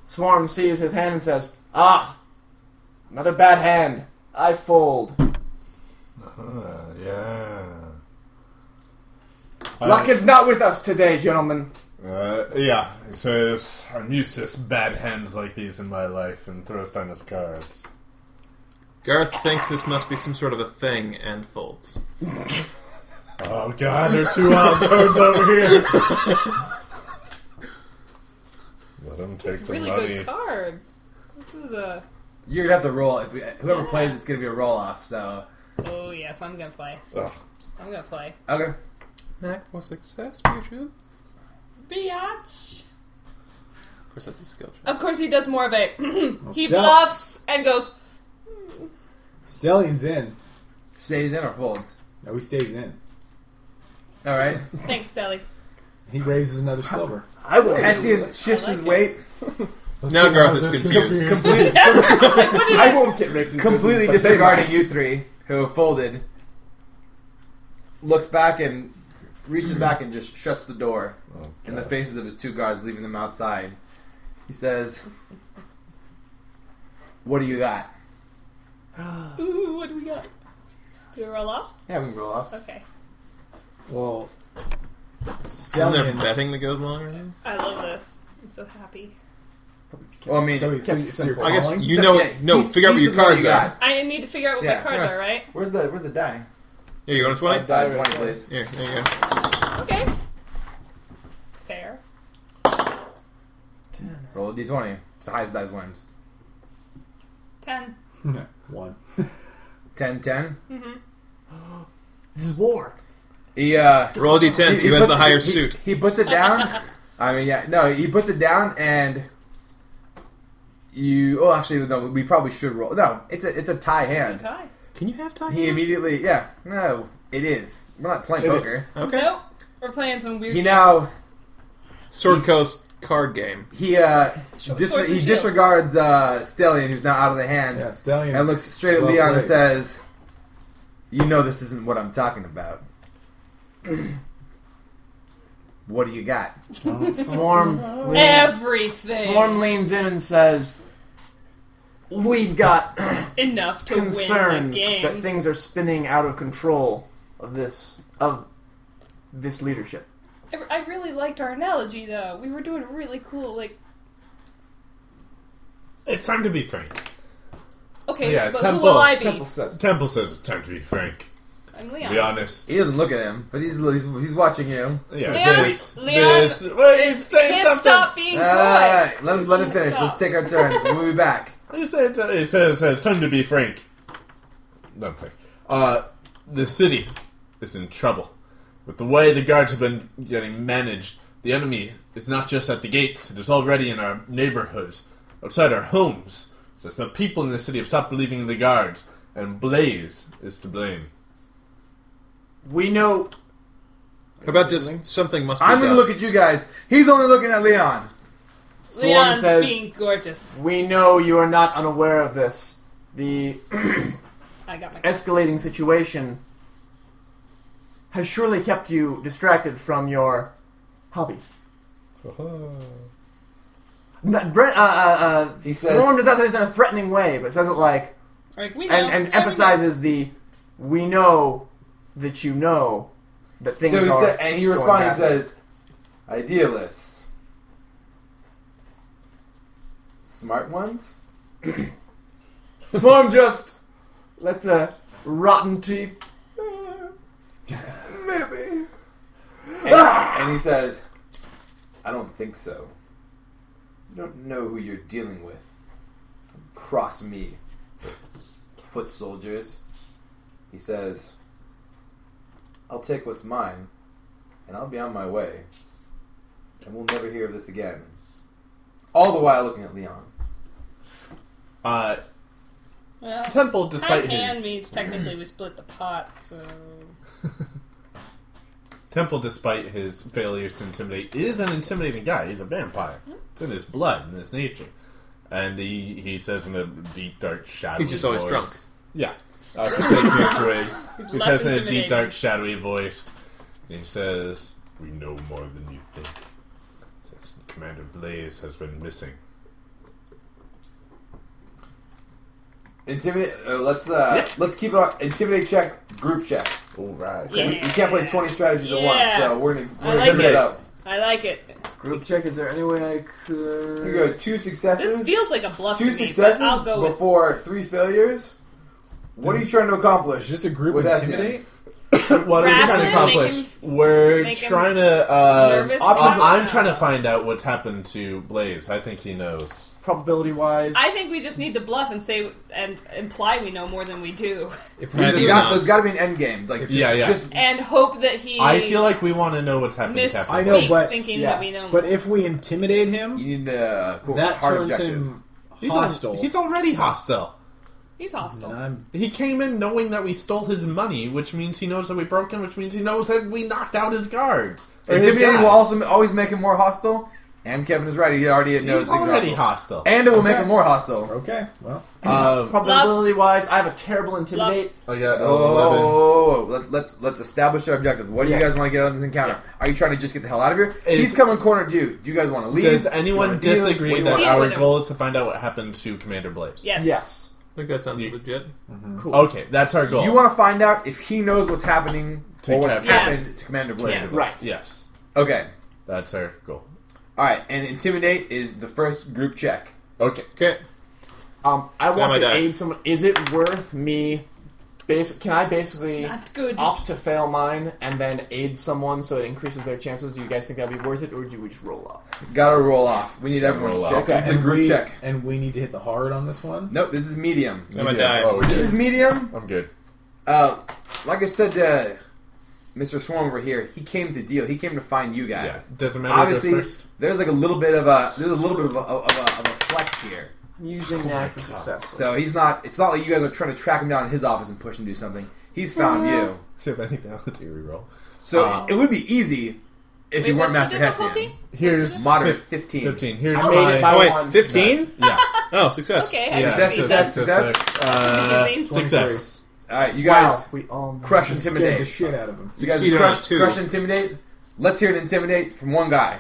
Speaker 6: swarm sees his hand and says ah another bad hand i fold
Speaker 2: Ah, yeah.
Speaker 6: luck is not with us today gentlemen
Speaker 2: Uh, yeah, he says, I'm used to bad hands like these in my life, and throws down his cards.
Speaker 7: Garth thinks this must be some sort of a thing and folds.
Speaker 2: Oh god, there are two wild cards over here! Let him take
Speaker 3: It's
Speaker 2: the
Speaker 3: really
Speaker 2: money.
Speaker 3: good cards. This is a.
Speaker 4: You're gonna have to roll. If we, whoever plays, it's gonna be a roll off. So
Speaker 3: Oh yes, I'm gonna play.
Speaker 2: Ugh.
Speaker 3: I'm gonna play.
Speaker 4: okay,
Speaker 7: Knack for success, bitches.
Speaker 3: Biatch.
Speaker 7: Of course, that's a skill check.
Speaker 3: Of course, he does more of a. he
Speaker 5: stop.
Speaker 3: bluffs and goes.
Speaker 5: Stallion's in.
Speaker 4: stays in or folds.
Speaker 5: No, he stays in.
Speaker 4: All right.
Speaker 3: Thanks, Deli.
Speaker 5: He raises another silver.
Speaker 4: I will. Hessian shifts
Speaker 3: I like
Speaker 4: his
Speaker 3: it.
Speaker 4: weight.
Speaker 7: Now Garth is confused.
Speaker 4: Completely,
Speaker 6: I won't get raped.
Speaker 4: completely disregarding you three who folded. Looks back and reaches back and just shuts the door
Speaker 6: Oh,
Speaker 4: in the faces of his two guards, leaving them outside. He says, "What do you got?"
Speaker 3: Ooh, what do we got? Do we roll off?
Speaker 4: Yeah, we can roll off.
Speaker 3: Okay.
Speaker 5: Well,
Speaker 7: And they're
Speaker 5: Stellion.
Speaker 7: betting that goes long. Right?
Speaker 3: I love this. I'm so happy.
Speaker 4: Well, I mean,
Speaker 5: So, he's, so, so you're
Speaker 7: I guess
Speaker 5: calling?
Speaker 7: you know.
Speaker 4: Yeah,
Speaker 7: no,
Speaker 4: he's-
Speaker 7: figure out what
Speaker 4: he's
Speaker 7: your
Speaker 4: the one
Speaker 7: cards
Speaker 4: you
Speaker 7: are.
Speaker 4: got.
Speaker 3: I need to figure out what
Speaker 4: Yeah,
Speaker 3: my cards
Speaker 7: yeah.
Speaker 3: are, right?
Speaker 4: Where's the Where's the die?
Speaker 7: Here, you want to
Speaker 4: Uh,
Speaker 7: twenty?
Speaker 4: die twenty, please.
Speaker 7: Here, there you go.
Speaker 3: Okay. Fair.
Speaker 4: Roll a d20. It's the highest dice wins.
Speaker 3: Ten.
Speaker 5: No, one.
Speaker 4: 10, 10.
Speaker 6: This is war.
Speaker 4: He, uh,
Speaker 7: Roll a d10. See
Speaker 4: he
Speaker 7: who has
Speaker 4: puts-
Speaker 7: the higher
Speaker 4: he-
Speaker 7: suit.
Speaker 4: He puts it down. I mean, yeah, no, he puts it down and you. Oh, actually, no, we probably should roll. No, it's a it's a tie
Speaker 3: It's a
Speaker 4: hand.
Speaker 3: tie.
Speaker 7: Can you have time?
Speaker 4: He immediately, yeah, no, it is. We're not playing
Speaker 6: It is.
Speaker 4: poker.
Speaker 7: Okay.
Speaker 3: Nope. We're playing some weird.
Speaker 4: He now
Speaker 7: Sword
Speaker 4: He's-
Speaker 7: Coast card game.
Speaker 4: he uh
Speaker 3: Swords
Speaker 4: dis-
Speaker 3: and
Speaker 4: he
Speaker 3: shields.
Speaker 4: disregards uh Stellion, who's now out of the hand,
Speaker 5: Yeah, Stellion.
Speaker 4: and looks straight at
Speaker 5: Well
Speaker 4: Leon and
Speaker 5: played.
Speaker 4: says, "You know this isn't what I'm talking about. what do you got?"
Speaker 6: Swarm. leans-
Speaker 3: everything.
Speaker 6: Swarm leans in and says, "We've got
Speaker 3: enough to win
Speaker 6: concerns
Speaker 3: the game.
Speaker 6: that things are spinning out of control of this of this leadership."
Speaker 3: I- I really liked our analogy, though. We were doing really cool, like.
Speaker 2: It's time to be frank.
Speaker 3: Okay,
Speaker 2: Yeah,
Speaker 3: but who
Speaker 2: Temple-
Speaker 3: will I be?
Speaker 4: says,
Speaker 2: Temple says it's time to be frank.
Speaker 3: I'm
Speaker 2: Be
Speaker 3: Leon.
Speaker 2: honest.
Speaker 4: He doesn't look at him, but he's he's, he's watching you.
Speaker 2: Yeah.
Speaker 3: Leon-
Speaker 2: this,
Speaker 3: Leon
Speaker 2: this. Well, he's saying
Speaker 3: Can't
Speaker 2: something.
Speaker 3: stop being coy.
Speaker 4: Alright, let him let him
Speaker 3: Can't
Speaker 4: finish.
Speaker 3: stop.
Speaker 4: Let's take our turns. We'll be back.
Speaker 2: I just said it says it says time to be frank. No, I'm frank. Uh, the city is in trouble. With the way the guards have been getting managed, the enemy is not just at the gates; it is already in our neighborhoods, outside our homes. Since the people in the city have stopped believing in the guards, and Blaze is to blame.
Speaker 6: We know
Speaker 7: How about just something must be
Speaker 4: I'm gonna
Speaker 7: done?
Speaker 4: look at you guys. He's only looking at Leon.
Speaker 6: Swarm
Speaker 3: Leon's
Speaker 6: says,
Speaker 3: being gorgeous.
Speaker 6: "We know you are not unaware of this. The
Speaker 3: I got my.
Speaker 6: escalating situation has surely kept you distracted from your hobbies." N- Brent, uh, uh, uh,
Speaker 4: He says-
Speaker 6: Norm does not say this in a threatening way, but says it like
Speaker 3: Like, we know,
Speaker 6: and, and
Speaker 3: yeah, we know.
Speaker 6: emphasizes the we know that you know that things
Speaker 4: so he
Speaker 6: are
Speaker 4: said, and he
Speaker 6: going
Speaker 4: responds and
Speaker 6: badly.
Speaker 4: says, "Idealists, smart ones."
Speaker 6: Swarm just lets a rotten teeth
Speaker 4: Maybe. And, and he says, I don't think so. You don't know who you're dealing with. Cross me. Foot soldiers. He says, I'll take what's mine, and I'll be on my way. And we'll never hear of this again. All the while looking at Leon.
Speaker 2: Uh,
Speaker 3: Well,
Speaker 2: Temple,
Speaker 3: Tie
Speaker 2: despite
Speaker 3: hand
Speaker 2: his
Speaker 3: means technically we split the pot, so.
Speaker 2: Temple, despite his failures to intimidate, is an intimidating guy. He's a vampire.
Speaker 3: Hmm?
Speaker 2: It's in his blood, in his nature. And he, he says in a deep, dark, shadowy
Speaker 7: He's just always
Speaker 2: voice-
Speaker 7: drunk.
Speaker 2: Yeah. Uh, so it takes me astray. he
Speaker 3: less
Speaker 2: says in a
Speaker 3: intimidating.
Speaker 2: deep, dark, shadowy voice, he says, We know more than you think. Since Commander Blaze has been missing.
Speaker 4: Intimidate. Uh, let's uh, let's keep it on. Intimidate check. Group check.
Speaker 2: Alright.
Speaker 3: Yeah.
Speaker 4: We, we can't play twenty strategies at once,
Speaker 3: Yeah.
Speaker 4: so we're gonna
Speaker 3: I
Speaker 4: we're gonna
Speaker 3: like
Speaker 4: keep
Speaker 3: it.
Speaker 4: it up.
Speaker 3: I like it.
Speaker 6: group check. Is there any way I
Speaker 4: You go
Speaker 6: could?
Speaker 4: two
Speaker 3: This
Speaker 4: successes,
Speaker 3: feels like a bluff
Speaker 4: two
Speaker 3: to me, but
Speaker 4: successes
Speaker 3: I'll go with.
Speaker 4: before three failures. What are you trying to accomplish?
Speaker 5: Is this a group
Speaker 4: With
Speaker 5: with
Speaker 4: that,
Speaker 5: intimidate?
Speaker 2: what are we
Speaker 3: Rather
Speaker 2: trying to
Speaker 3: than
Speaker 2: accomplish?
Speaker 3: make him-
Speaker 2: We're
Speaker 3: make him
Speaker 2: trying to. Uh,
Speaker 3: nervous,
Speaker 2: uh,
Speaker 3: I don't
Speaker 2: I'm
Speaker 3: know.
Speaker 2: trying to find out what's happened to Blaze. I think he knows.
Speaker 6: probability wise.
Speaker 3: I think we just need to bluff and say and imply we know more than we do,
Speaker 4: If we,
Speaker 7: Right,
Speaker 4: there's
Speaker 7: even
Speaker 4: got,
Speaker 7: us.
Speaker 4: there's got to be an end game. Like, just,
Speaker 2: Yeah, yeah.
Speaker 4: just
Speaker 3: and hope that he.
Speaker 2: I feel like we want to know what's happened to
Speaker 3: misspeaks
Speaker 2: Captain
Speaker 5: I know,
Speaker 2: Blaze.
Speaker 5: but-
Speaker 3: thinking
Speaker 6: yeah,
Speaker 3: that we know.
Speaker 5: But
Speaker 3: more.
Speaker 5: if we intimidate him,
Speaker 4: you need a quote,
Speaker 5: that
Speaker 4: hard
Speaker 5: turns
Speaker 4: objective.
Speaker 5: him
Speaker 2: He's, al-
Speaker 5: hostile.
Speaker 2: he's already hostile.
Speaker 3: he's hostile.
Speaker 5: And I'm-
Speaker 2: He came in knowing that we stole his money, which means he knows that we broke him, which means he knows that we knocked out his guards. Or his
Speaker 4: Intimidating
Speaker 2: guys.
Speaker 4: will also always make him more hostile. And Kevin is right; he already knows.
Speaker 2: He's
Speaker 4: things are
Speaker 2: already
Speaker 4: hostile.
Speaker 2: hostile.
Speaker 4: And it will make him more hostile.
Speaker 5: okay, well,
Speaker 2: Um,
Speaker 6: probability wise, I have a terrible intimidate.
Speaker 2: I got
Speaker 4: Oh,
Speaker 2: eleven.
Speaker 4: Let, let's let's establish our objective. What do you
Speaker 6: Yeah.
Speaker 4: guys want to get out of this encounter? Are you trying to just get the hell out of here?
Speaker 2: Is-
Speaker 4: He's coming cornered you. Do you guys want to leave?
Speaker 2: Does
Speaker 4: Do you
Speaker 2: anyone
Speaker 4: wanna deal? What do
Speaker 2: disagree
Speaker 4: you
Speaker 2: that
Speaker 3: Deal
Speaker 2: our
Speaker 3: with him.
Speaker 2: goal is to find out what happened to Commander Blaze?
Speaker 3: yes.
Speaker 6: Yes.
Speaker 7: I think that sounds
Speaker 2: You-
Speaker 7: legit.
Speaker 2: Okay, that's our goal.
Speaker 4: You want to find out if he knows what's happening
Speaker 2: To
Speaker 4: or what's
Speaker 2: Captain-
Speaker 4: happened
Speaker 3: Yes.
Speaker 4: to Commander Blaze.
Speaker 3: Yes.
Speaker 6: Right.
Speaker 2: Yes,
Speaker 4: Okay.
Speaker 2: that's our goal.
Speaker 4: All right. And intimidate is the first group check.
Speaker 2: Okay.
Speaker 7: Okay.
Speaker 6: Um, I
Speaker 7: Am
Speaker 6: want
Speaker 7: I
Speaker 6: to
Speaker 7: dying?
Speaker 6: aid someone. Is it worth me? Basic, can I basically
Speaker 3: Not good.
Speaker 6: opt to fail mine and then aid someone so it increases their chances? Do you guys think that'd be worth it, or do we just roll up?
Speaker 4: Gotta roll off. We need everyone's
Speaker 2: Roll
Speaker 4: check.
Speaker 2: off.
Speaker 6: Okay.
Speaker 4: This is a
Speaker 5: and
Speaker 4: group
Speaker 5: we,
Speaker 4: check.
Speaker 5: and we need to hit the hard on this one.
Speaker 4: Nope. This is medium.
Speaker 7: Am I
Speaker 2: Yeah.
Speaker 7: dying?
Speaker 2: Oh,
Speaker 4: This is
Speaker 2: yes.
Speaker 4: medium.
Speaker 2: I'm good.
Speaker 4: Uh, like I said, uh, Mr. Swarm over here, he came to deal. He came to find you guys.
Speaker 2: Yes. Doesn't Uh, matter. Obviously,
Speaker 4: Obviously,
Speaker 2: first.
Speaker 4: there's like a little bit of a there's a little bit of a, of a, of a flex here.
Speaker 6: Using that for success.
Speaker 4: So he's not. It's not like you guys are trying to track him down in his office and push him to do something. He's found you.
Speaker 2: If anything, let's reroll.
Speaker 4: So
Speaker 2: Uh,
Speaker 4: it would be easy if
Speaker 3: Wait,
Speaker 4: you weren't
Speaker 3: what's
Speaker 4: Master
Speaker 3: the difficulty?
Speaker 4: Hessian.
Speaker 2: Here's
Speaker 4: Moderate
Speaker 2: fif-
Speaker 4: 15.
Speaker 2: Fifteen. Here's
Speaker 6: I made
Speaker 2: my.
Speaker 6: it by-
Speaker 7: Oh, wait,
Speaker 6: one.
Speaker 7: 15?
Speaker 2: Yeah.
Speaker 7: Oh, success.
Speaker 3: Okay. I
Speaker 2: yeah.
Speaker 3: just
Speaker 4: Success,
Speaker 3: made
Speaker 4: success,
Speaker 3: that.
Speaker 4: success.
Speaker 2: Uh,
Speaker 3: Amazing.
Speaker 2: success.
Speaker 4: All right, you
Speaker 6: Wow,
Speaker 4: guys
Speaker 6: we all know.
Speaker 4: crush
Speaker 5: I scared the
Speaker 4: intimidate.
Speaker 5: shit out of him.
Speaker 4: You guys
Speaker 7: Succeeded on
Speaker 4: crush,
Speaker 7: two.
Speaker 4: crush intimidate. Let's hear an intimidate from one guy.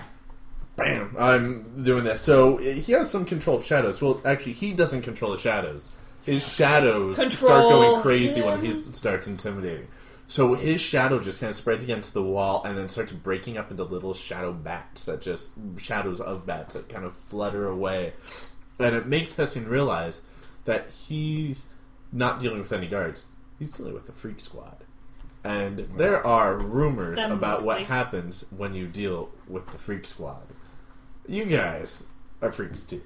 Speaker 2: Bam. I'm doing this. So uh, he has some control of shadows. Well, actually, he doesn't control the shadows. His shadows start
Speaker 3: Control
Speaker 2: going crazy when he
Speaker 3: him.
Speaker 2: starts intimidating. So his shadow just kind of spreads against the wall and then starts breaking up into little shadow bats that just shadows of bats that kind of flutter away. And it makes Pessin realize that he's not dealing with any guards. He's dealing with the freak squad. And there are rumors
Speaker 3: them
Speaker 2: about what
Speaker 3: mostly.
Speaker 2: happens when you deal with the freak squad. You guys are freaks too.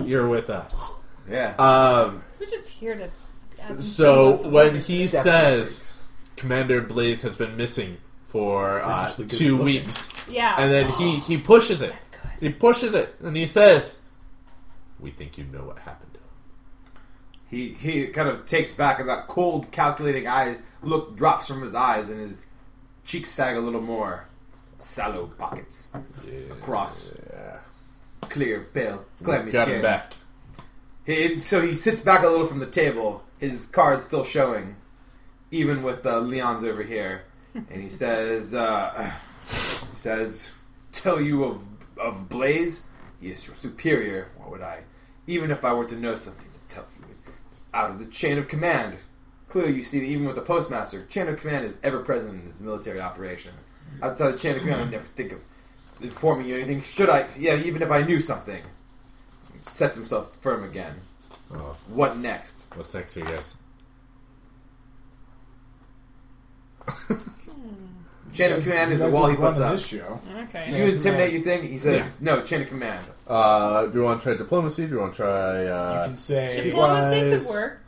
Speaker 2: You're with us.
Speaker 4: Yeah.
Speaker 2: Um,
Speaker 3: We're just here to. add some
Speaker 2: so
Speaker 3: semblance of
Speaker 2: when
Speaker 3: order.
Speaker 2: he
Speaker 6: Definitely
Speaker 2: says Commander Blaze has been missing for uh,
Speaker 5: Freakishly good
Speaker 2: two
Speaker 5: looking.
Speaker 2: weeks,
Speaker 3: yeah,
Speaker 2: and then he he pushes it,
Speaker 3: that's good.
Speaker 2: he pushes it, and he says, "We think you know what happened to him."
Speaker 4: He he kind of takes back and that cold, calculating eyes look drops from his eyes and his cheeks sag a little more. Sallow pockets across clear, pale, clammy
Speaker 2: Got
Speaker 4: skin.
Speaker 2: him back.
Speaker 4: He- so he sits back a little from the table. His card's still showing, even with uh, Leon's over here. And he says, uh, he says, tell you of, of Blaze? He is your superior. Why would I? Even if I were to know something to tell you, it's out of the chain of command. Clearly, you see that even with the postmaster, chain of command is ever present in this military operation. Outside the chain of command, I never think of informing you anything. Should I? Yeah, even if I knew something. He sets himself firm again.
Speaker 2: Oh,
Speaker 4: What next?
Speaker 2: what's next, you guys?
Speaker 4: Chain of command is the wall he puts up.
Speaker 5: This show.
Speaker 4: Do
Speaker 3: Okay.
Speaker 4: you intimidate? You think he says no? Chain of command.
Speaker 2: Uh, do you want to try diplomacy? Do you want to try? Uh,
Speaker 5: You can say
Speaker 3: Diplomacy
Speaker 2: Wise.
Speaker 3: could work.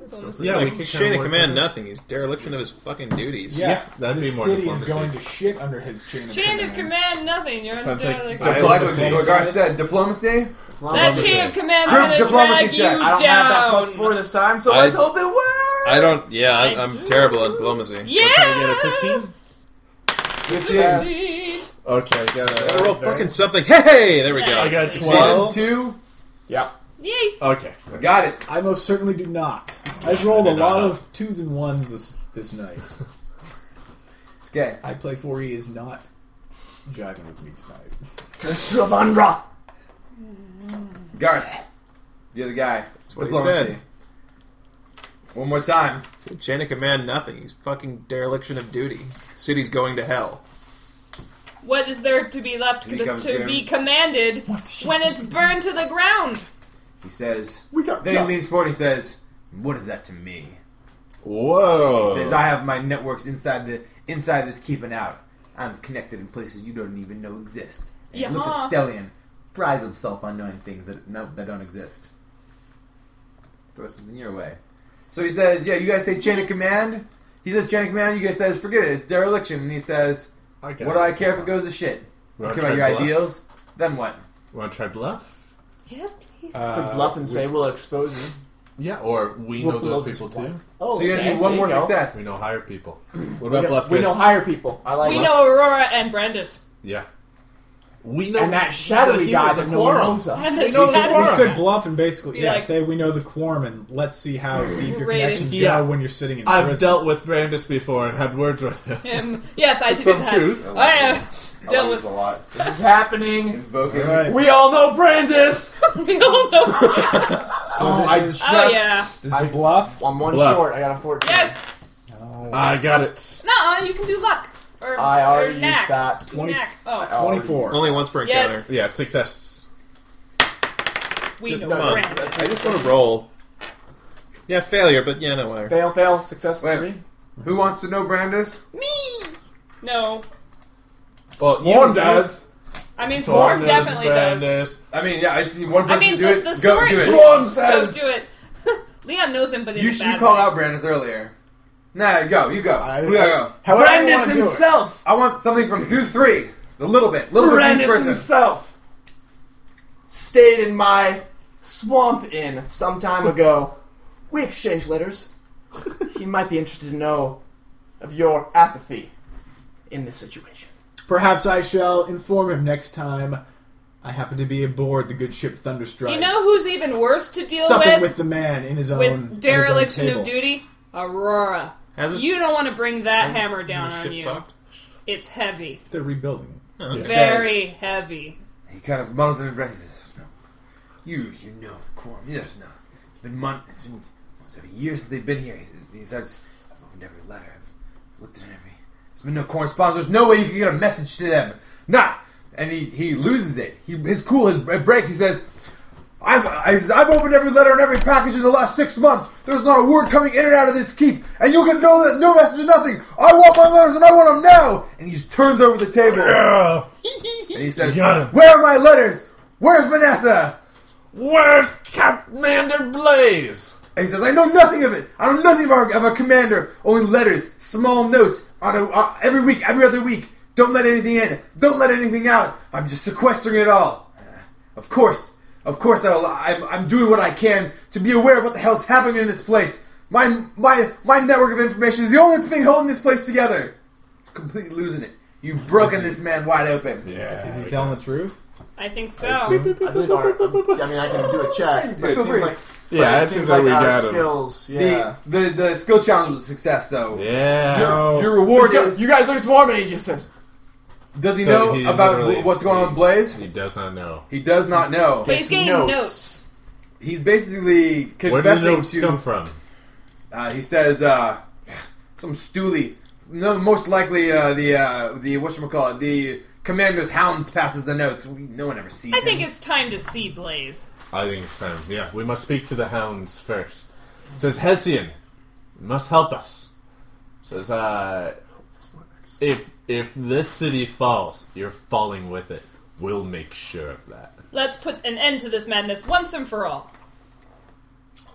Speaker 3: Diplomacy.
Speaker 2: Yeah,
Speaker 7: like,
Speaker 2: we could
Speaker 7: chain
Speaker 2: kinda
Speaker 7: of
Speaker 2: work
Speaker 7: command,
Speaker 2: with it.
Speaker 7: nothing. He's dereliction of his fucking duties.
Speaker 5: Yeah,
Speaker 2: that'd
Speaker 5: this
Speaker 2: be more
Speaker 5: city
Speaker 2: diplomacy.
Speaker 5: is going to shit under his chain of
Speaker 3: Chain
Speaker 5: command.
Speaker 3: of command, nothing. You're
Speaker 2: Sounds
Speaker 3: under
Speaker 2: like-
Speaker 4: I
Speaker 3: the-
Speaker 4: like what
Speaker 2: Diplomacy.
Speaker 4: Beauregard said. Diplomacy.
Speaker 3: That chain of command's
Speaker 4: Group
Speaker 3: gonna
Speaker 4: diplomacy
Speaker 3: drag you
Speaker 4: check.
Speaker 6: I don't have that plus four
Speaker 3: down.
Speaker 6: this time, so
Speaker 7: I-
Speaker 6: let's hope it works.
Speaker 7: I don't. Yeah, I,
Speaker 3: I
Speaker 7: I'm
Speaker 3: do.
Speaker 7: terrible at diplomacy.
Speaker 3: Yes.
Speaker 4: Fifteen.
Speaker 2: Okay, I got
Speaker 7: I
Speaker 2: a
Speaker 7: roll fucking something. Hey, there we go.
Speaker 2: I got
Speaker 3: Nice.
Speaker 4: One,
Speaker 2: 12.
Speaker 4: two.
Speaker 3: Yay.
Speaker 2: Okay.
Speaker 4: Got it.
Speaker 5: I most certainly do not. I've rolled a
Speaker 2: I do not.
Speaker 5: lot of twos and ones this this night.
Speaker 4: Okay.
Speaker 5: I play 4E is not jiving with me tonight.
Speaker 6: Stravandra.
Speaker 4: Garth, you're the guy. That's
Speaker 7: what he said.
Speaker 4: One more time.
Speaker 7: Chain of command, nothing. He's fucking dereliction of duty. City's going to hell.
Speaker 3: What is there to be left
Speaker 4: Here
Speaker 3: to,
Speaker 4: comes
Speaker 3: to
Speaker 4: Grim.
Speaker 3: be commanded when it's burned to the ground?
Speaker 4: He says.
Speaker 6: We got
Speaker 4: Then he leans forward. He says, "What is that to me?
Speaker 2: Whoa.
Speaker 4: Says I have my networks inside the inside that's keeping out. I'm connected in places you don't even know exist. And he looks
Speaker 3: Yaha.
Speaker 4: at Stellion, prides himself on knowing things that no, that don't exist. Throw something your way. So he says, "Yeah, you guys say chain of command." He says chain of command. You guys says, "Forget it, it's dereliction." And he says,
Speaker 2: Okay.
Speaker 4: uh, "What do I care if it goes to shit?
Speaker 2: You
Speaker 4: I
Speaker 2: wanna
Speaker 4: care about
Speaker 2: try
Speaker 4: your
Speaker 2: bluff?
Speaker 4: ideals. Then what?"
Speaker 2: You want to try bluff?
Speaker 3: Yes, please.
Speaker 5: Uh,
Speaker 6: Could bluff and say we'll expose you.
Speaker 2: Yeah, or we
Speaker 6: We'll
Speaker 2: know
Speaker 6: bluff
Speaker 2: those
Speaker 6: as
Speaker 2: people
Speaker 6: well.
Speaker 2: too.
Speaker 6: Oh,
Speaker 4: So you guys
Speaker 6: okay,
Speaker 4: need one
Speaker 6: there
Speaker 4: more
Speaker 6: you go.
Speaker 4: success.
Speaker 2: We know higher people. What
Speaker 6: We
Speaker 2: about
Speaker 6: know-
Speaker 2: bluff?
Speaker 6: we know
Speaker 2: twist?
Speaker 6: higher people. I like
Speaker 3: we
Speaker 6: that.
Speaker 3: know Aurora and Brandis.
Speaker 2: Yeah. We know
Speaker 6: And that shadowy
Speaker 2: the
Speaker 6: guy
Speaker 2: hero,
Speaker 6: that
Speaker 2: the
Speaker 6: no one
Speaker 2: quorum.
Speaker 6: knows of.
Speaker 3: And the
Speaker 2: know the
Speaker 3: shadow.
Speaker 2: quorum.
Speaker 5: we could bluff and basically
Speaker 3: Be
Speaker 5: yeah,
Speaker 3: like-
Speaker 5: say we know the quorum and let's see how deep your
Speaker 3: Rating.
Speaker 5: connections go
Speaker 2: Yeah.
Speaker 5: when you're sitting in
Speaker 2: I've
Speaker 5: prison.
Speaker 2: dealt with Brandis before and had words with him.
Speaker 3: Him. Yes, I did
Speaker 2: From
Speaker 3: that.
Speaker 2: truth.
Speaker 3: I am. Dealt with.
Speaker 4: lot.
Speaker 6: This is happening.
Speaker 4: Invoking.
Speaker 5: Alright,
Speaker 6: We all know Brandis.
Speaker 3: We all know.
Speaker 5: so
Speaker 6: Oh,
Speaker 5: this
Speaker 6: I
Speaker 5: is
Speaker 3: Oh yeah.
Speaker 5: this is a bluff.
Speaker 6: I'm one
Speaker 2: Bluff.
Speaker 6: short. I got a fourteen.
Speaker 3: Yes.
Speaker 2: I got it.
Speaker 3: No, you can do luck. Or,
Speaker 6: I
Speaker 3: or
Speaker 6: already
Speaker 3: knack.
Speaker 6: used that.
Speaker 5: Twenty-
Speaker 3: Knack. Oh,
Speaker 6: already-
Speaker 5: Twenty four.
Speaker 7: Only once per encounter.
Speaker 3: Yes.
Speaker 2: Yeah, success.
Speaker 3: we
Speaker 7: Just
Speaker 3: know
Speaker 7: come on.
Speaker 3: Brandis.
Speaker 7: I just want to roll. Yeah, failure, but yeah, no matter.
Speaker 6: Fail, fail, success
Speaker 4: Wait.
Speaker 6: three.
Speaker 4: Who wants to know Brandis?
Speaker 3: Me. No.
Speaker 2: Well,
Speaker 6: Sworn does.
Speaker 3: I mean, Swarm
Speaker 2: Brandis,
Speaker 3: definitely does.
Speaker 2: Brandis.
Speaker 4: I mean, yeah, I just need one
Speaker 3: I
Speaker 4: person
Speaker 3: mean,
Speaker 4: to
Speaker 3: the-
Speaker 4: do
Speaker 3: the
Speaker 4: it. Go
Speaker 3: story-
Speaker 4: do it.
Speaker 6: Swan
Speaker 3: Don't
Speaker 6: says.
Speaker 3: do it. Leon knows him, but in
Speaker 4: You
Speaker 3: a
Speaker 4: should
Speaker 3: bad
Speaker 4: you call
Speaker 3: way.
Speaker 4: out Brandis earlier. Nah, go, you go.
Speaker 5: I-
Speaker 4: Who gotta go?
Speaker 5: However you
Speaker 6: Brandis
Speaker 5: wanna do it.
Speaker 6: himself.
Speaker 4: I want something from you three. A little bit. Little bit from
Speaker 6: Brandis
Speaker 4: each person.
Speaker 6: himself stayed in my swamp inn some time ago. We exchange letters. he might be interested to know of your apathy in this situation.
Speaker 5: Perhaps I shall inform him next time I happen to be aboard the good ship Thunderstrike.
Speaker 3: You know who's even worse to deal
Speaker 5: supping
Speaker 3: with?
Speaker 5: with, the man in his own at his
Speaker 3: with
Speaker 5: own
Speaker 3: dereliction of
Speaker 5: table.
Speaker 3: duty? Aurora.
Speaker 7: Hasn't-
Speaker 3: You don't want to bring that hammer down
Speaker 7: Shit
Speaker 3: on you.
Speaker 7: fucked.
Speaker 3: It's heavy.
Speaker 5: They're rebuilding it.
Speaker 3: Very heavy.
Speaker 4: He kind of muddles in his breath. He says, "No, you, you know the quorum. You just know. It's been months. It's been almost a year since they've been here." He, says- he starts. I've opened every letter. I've looked at every. There's been no correspondence. There's no way you can get a message to them. Nah. And he, he loses it. He, his cool his it breaks. He says, "I've I, he says, I've opened every letter and every package in the last six months. There's not a word coming in and out of this keep, and you'll get no no message or nothing. I want my letters and I want them now." And he just turns over the table.
Speaker 2: Ugh.
Speaker 4: And he says,
Speaker 2: You got him.
Speaker 4: Where are my letters? Where's Vanessa?
Speaker 2: Where's Commander Blaze?
Speaker 4: And he says, I know nothing of it. I know nothing of our, of our commander. Only letters, small notes, on a, uh, every week, every other week. Don't let anything in. Don't let anything out. I'm just sequestering it all. Uh, Of course. Of course I'll, I'm, I'm doing what I can to be aware of what the hell's happening in this place. My, my, my network of information is the only thing holding this place together. Completely losing it. You've broken this man wide open.
Speaker 2: Yeah.
Speaker 5: Is he telling the truth?
Speaker 3: I think so.
Speaker 6: I believe our, um, I mean, I can do a check, but it seems like
Speaker 2: Yeah,
Speaker 6: but
Speaker 2: it seems like we
Speaker 6: our
Speaker 2: got him.
Speaker 6: skills. Yeah.
Speaker 4: The, the, the skill challenge was a success, so.
Speaker 2: Yeah.
Speaker 5: So-
Speaker 4: Your reward
Speaker 6: So,
Speaker 4: is.
Speaker 6: you guys are swarm and he just says,
Speaker 4: Does he
Speaker 2: So
Speaker 4: know
Speaker 2: he
Speaker 4: about
Speaker 2: literally-
Speaker 4: wh- what's going on with Blaze?
Speaker 2: He does not know.
Speaker 4: He does not know.
Speaker 3: But he's getting
Speaker 6: notes.
Speaker 3: notes.
Speaker 4: He's basically
Speaker 2: Where do the
Speaker 4: confessing
Speaker 2: notes come
Speaker 4: to.
Speaker 2: from?
Speaker 4: Uh, he says, uh, "Some stoolie, no, most likely uh, the uh, the what call it, the commander's hounds passes the notes. We, no one ever sees.
Speaker 3: I think
Speaker 4: him.
Speaker 3: it's time to see Blaze.
Speaker 2: I think it's time. Yeah, we must speak to the hounds first. Says Hessian, you must help us. Says, uh, if if this city falls, you're falling with it. We'll make sure of that.
Speaker 3: Let's put an end to this madness once and for all.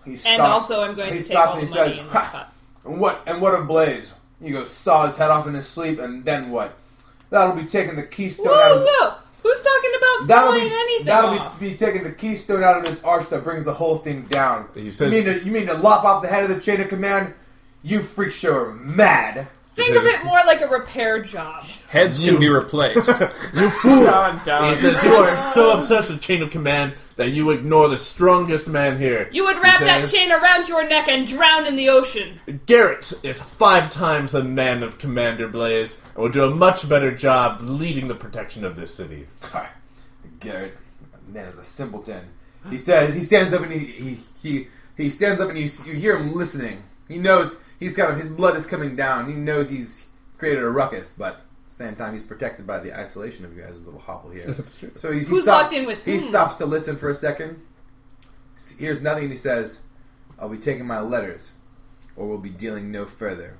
Speaker 4: He
Speaker 3: And
Speaker 4: stops-
Speaker 3: also, I'm going
Speaker 4: he
Speaker 3: to take
Speaker 4: stops
Speaker 3: all the
Speaker 4: and he
Speaker 3: money
Speaker 4: says,
Speaker 3: in the
Speaker 4: "Ha,
Speaker 3: pot."
Speaker 4: And what? And what of Blaze? He goes saw his head off in his sleep, and then what? That'll be taking the keystone out
Speaker 3: Whoa,
Speaker 4: of
Speaker 3: whoa! Who's talking about
Speaker 4: That'll be
Speaker 3: sawing anything
Speaker 4: that'll be-
Speaker 3: off?
Speaker 4: be, taking the keystone out of this arch that brings the whole thing down.
Speaker 2: He says-
Speaker 4: you mean to, you mean to lop off the head of the chain of command? You freak show are mad.
Speaker 3: Think of it more like a repair job.
Speaker 7: Heads can be replaced.
Speaker 6: "Dun,
Speaker 2: He
Speaker 6: dun."
Speaker 2: says, you are so obsessed with chain of command that you ignore the strongest man here.
Speaker 3: You would wrap
Speaker 2: He
Speaker 3: that
Speaker 2: says,
Speaker 3: chain around your neck and drown in the ocean.
Speaker 2: Garrett is five times the man of Commander Blaze and will do a much better job leading the protection of this city.
Speaker 4: Ah, Garrett, man is a simpleton. He says he stands up and he he he, he stands up and you s- you hear him listening. He knows he's kind of his blood is coming down. He knows he's created a ruckus, but at the same time he's protected by the isolation of you guys. Little hopple here. That's true. So he's, he
Speaker 3: Who's
Speaker 4: stops-
Speaker 3: locked in with
Speaker 4: He
Speaker 3: whom?
Speaker 4: stops to listen for a second. S- Hears nothing. and He says, "I'll be taking my letters. or will be dealing no further.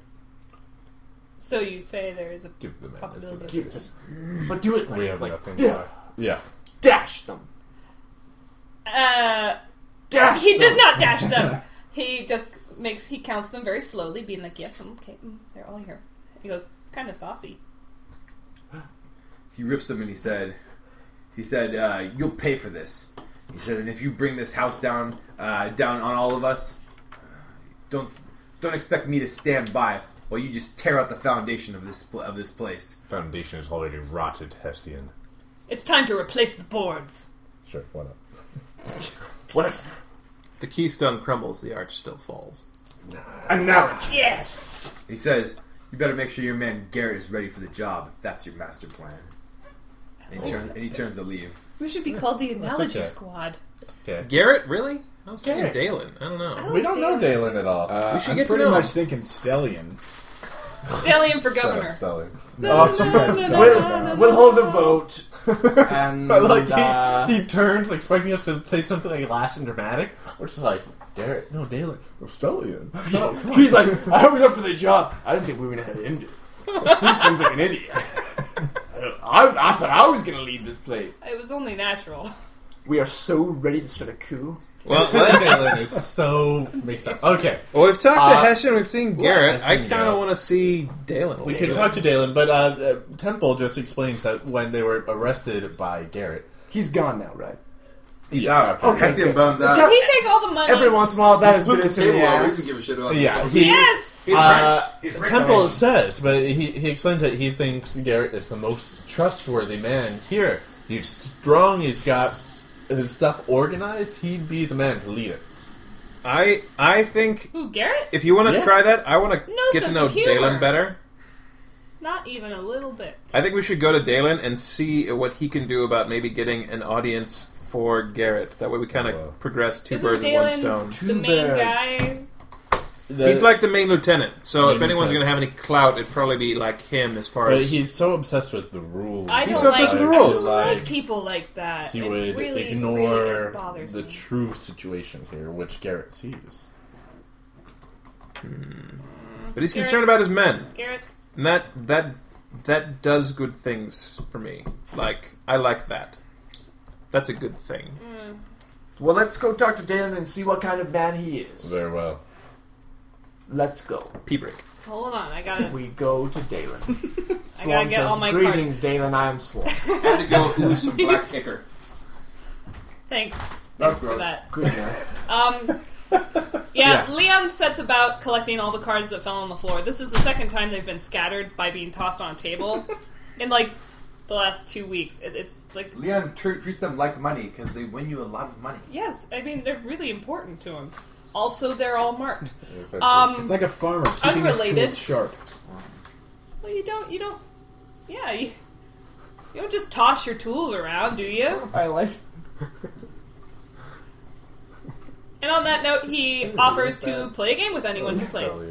Speaker 3: So you say there is a
Speaker 2: Give them
Speaker 3: possibility. of
Speaker 6: Give us- But do it like,
Speaker 2: We have
Speaker 6: like
Speaker 2: nothing.
Speaker 6: yeah,
Speaker 2: Yeah.
Speaker 6: dash them.
Speaker 3: Uh,
Speaker 6: Dash
Speaker 3: he does
Speaker 6: them.
Speaker 3: not dash them. he just makes he counts them very slowly, being like, "Yes, okay, mm, they're all here." He goes, "Kind of saucy."
Speaker 4: He rips them and he said, he said, uh, you'll pay for this. He said, and if you bring this house down, uh, down on all of us, uh, don't don't expect me to stand by while you just tear out the foundation of this pl- of this place.
Speaker 2: Foundation is already rotted, Hessian.
Speaker 3: It's time to replace the boards.
Speaker 2: Sure, why not? what
Speaker 7: The keystone crumbles, the arch still falls.
Speaker 6: And now,
Speaker 3: Yes.
Speaker 4: He says, "You better make sure your man Garrett is ready for the job. If that's your master plan." And
Speaker 3: Oh,
Speaker 4: he, turns, and he turns to leave.
Speaker 3: We should be called the analogy
Speaker 2: okay.
Speaker 3: squad.
Speaker 2: Okay.
Speaker 7: Garrett, really? I was thinking
Speaker 2: Garrett.
Speaker 7: Dalen. I don't know.
Speaker 3: I
Speaker 2: We don't know Dalen at all.
Speaker 5: Uh,
Speaker 7: We should
Speaker 5: I'm
Speaker 7: get to
Speaker 5: pretty
Speaker 7: know
Speaker 5: much
Speaker 7: him.
Speaker 5: thinking Stellion.
Speaker 3: Stallion for
Speaker 2: Shut up,
Speaker 3: governor.
Speaker 2: Stellian.
Speaker 3: No, no, no, no, no, no,
Speaker 6: we'll,
Speaker 3: no, no,
Speaker 6: we'll
Speaker 3: no.
Speaker 6: hold a vote. And
Speaker 2: But like
Speaker 6: uh,
Speaker 2: he, he turns expecting us to say something like last and dramatic. We're just like Garrett, no Dalen, or Stellion.
Speaker 6: he's like, I was up for the job. I didn't think we were gonna have India. he seems like an idiot. I, don't- I, I thought I was gonna lead this place.
Speaker 3: It was only natural.
Speaker 6: We are so ready to start a coup.
Speaker 7: Well, let's-
Speaker 2: Dalen is so mixed up. Okay,
Speaker 7: well, we've talked
Speaker 2: Uh,
Speaker 7: to Hessian, we've seen Garrett.
Speaker 2: I've
Speaker 7: I
Speaker 2: seen
Speaker 7: kind of
Speaker 2: Garrett.
Speaker 7: want to see Dalen. a
Speaker 2: we
Speaker 7: little
Speaker 2: can
Speaker 7: bit.
Speaker 2: talk to Dalen, but uh, uh, Temple just explains that when they were arrested by Garrett,
Speaker 6: He's gone now, right?
Speaker 2: yeah,
Speaker 6: Okay,
Speaker 4: Hessian
Speaker 6: good.
Speaker 4: bones out.
Speaker 6: So
Speaker 3: Did he take all the money?
Speaker 6: every once in a while, that is
Speaker 8: Flip
Speaker 6: good.
Speaker 8: the
Speaker 6: It's in
Speaker 8: table
Speaker 6: the
Speaker 8: over. We
Speaker 6: ass.
Speaker 8: can give a shit about
Speaker 2: yeah.
Speaker 8: this.
Speaker 2: He,
Speaker 3: yes.
Speaker 2: uh,
Speaker 4: He's rich.
Speaker 2: Temple says, but he, he explains that he thinks Garrett is the most trustworthy man here. He's strong. He's got his stuff organized. He'd be the man to lead it.
Speaker 7: I I think
Speaker 3: Who Garrett?
Speaker 7: if you want to
Speaker 2: Yeah.
Speaker 7: try that, I want to
Speaker 3: No
Speaker 7: get to
Speaker 3: sense
Speaker 7: know
Speaker 3: of humor.
Speaker 7: Dalen better.
Speaker 3: Not even a little bit.
Speaker 7: I think we should go to Dalen and see what he can do about maybe getting an audience for Garrett. That way, we kind
Speaker 2: Whoa.
Speaker 7: of progress two
Speaker 3: Isn't
Speaker 7: birds with one
Speaker 3: Dalen
Speaker 7: stone.
Speaker 3: the
Speaker 6: Two
Speaker 3: main
Speaker 6: birds.
Speaker 3: guy?
Speaker 7: He's like the main lieutenant, so
Speaker 2: Main
Speaker 7: if anyone's going to
Speaker 2: lieutenant.
Speaker 7: have any clout, it'd probably be like him as far
Speaker 2: But
Speaker 7: as
Speaker 2: he's so obsessed with the rules.
Speaker 3: I
Speaker 7: He's
Speaker 3: don't
Speaker 7: so obsessed
Speaker 3: like,
Speaker 7: with the rules.
Speaker 3: I don't like
Speaker 2: Like,
Speaker 3: people like that.
Speaker 2: he
Speaker 3: it's
Speaker 2: would
Speaker 3: really, really,
Speaker 2: ignore
Speaker 3: it bothers
Speaker 2: the
Speaker 3: me.
Speaker 2: true situation here, which Garrett sees.
Speaker 7: But he's concerned about his men,
Speaker 3: Garrett,
Speaker 7: and that that that does good things for me. Like I like that. That's a good thing.
Speaker 6: Well, let's go talk to Dalen and see what kind of man he is.
Speaker 2: Very well.
Speaker 6: Let's go.
Speaker 7: P break.
Speaker 3: hold on. I gotta.
Speaker 6: We go to Dalen. Swan
Speaker 3: gotta get all
Speaker 6: says,
Speaker 3: my cards.
Speaker 6: Greetings, Dalen. I am Swan.
Speaker 8: I had to go ooh some black kicker.
Speaker 3: Thanks. Thanks
Speaker 8: That's
Speaker 3: for
Speaker 8: gross.
Speaker 3: that.
Speaker 6: Goodness.
Speaker 3: Um, yeah, Leon sets about collecting all the cards that fell on the floor. This is the second time they've been scattered by being tossed on a table in like the last two weeks. It, it's like,
Speaker 4: Leon tr- treats them like money because they win you a lot of money.
Speaker 3: yes, I mean, they're really important to him. Also, they're all marked.
Speaker 2: Exactly.
Speaker 3: Um,
Speaker 5: It's like a farmer keeping his
Speaker 3: Unrelated.
Speaker 5: tools sharp.
Speaker 3: well, you don't, you don't, yeah, you, you don't just toss your tools around, do you?
Speaker 6: I like.
Speaker 3: And on that note, he offers to play a game with anyone who plays.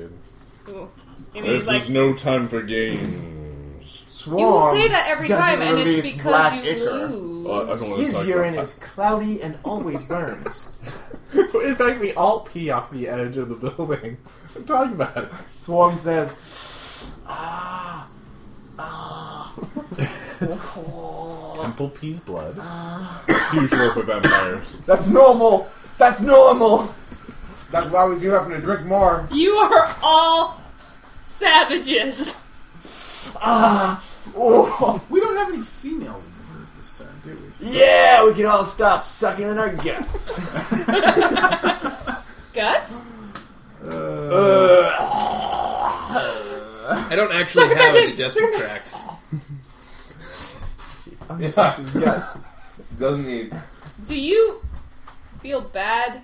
Speaker 3: Ooh. I mean, he's like, you
Speaker 2: no time for games.
Speaker 6: Swan.
Speaker 3: will say that every
Speaker 6: doesn't
Speaker 3: time, and
Speaker 6: release
Speaker 3: it's because
Speaker 6: black
Speaker 3: you
Speaker 6: ichor.
Speaker 3: lose.
Speaker 6: His urine is cloudy and always burns.
Speaker 2: In fact, we all pee off the edge of the building. I'm talking about it.
Speaker 6: Swarm says, ah, ah.
Speaker 2: Temple pees blood. it's usual for vampires.
Speaker 6: That's normal. That's normal.
Speaker 4: That's why we do happen to drink more.
Speaker 3: You are all savages.
Speaker 6: Ah. Oh.
Speaker 5: We don't have any females in the group this time, do we?
Speaker 6: Yeah, we can all stop sucking in our guts.
Speaker 3: Guts?
Speaker 7: I don't actually have a digestive tract.
Speaker 4: Doesn't need.
Speaker 3: Do you feel bad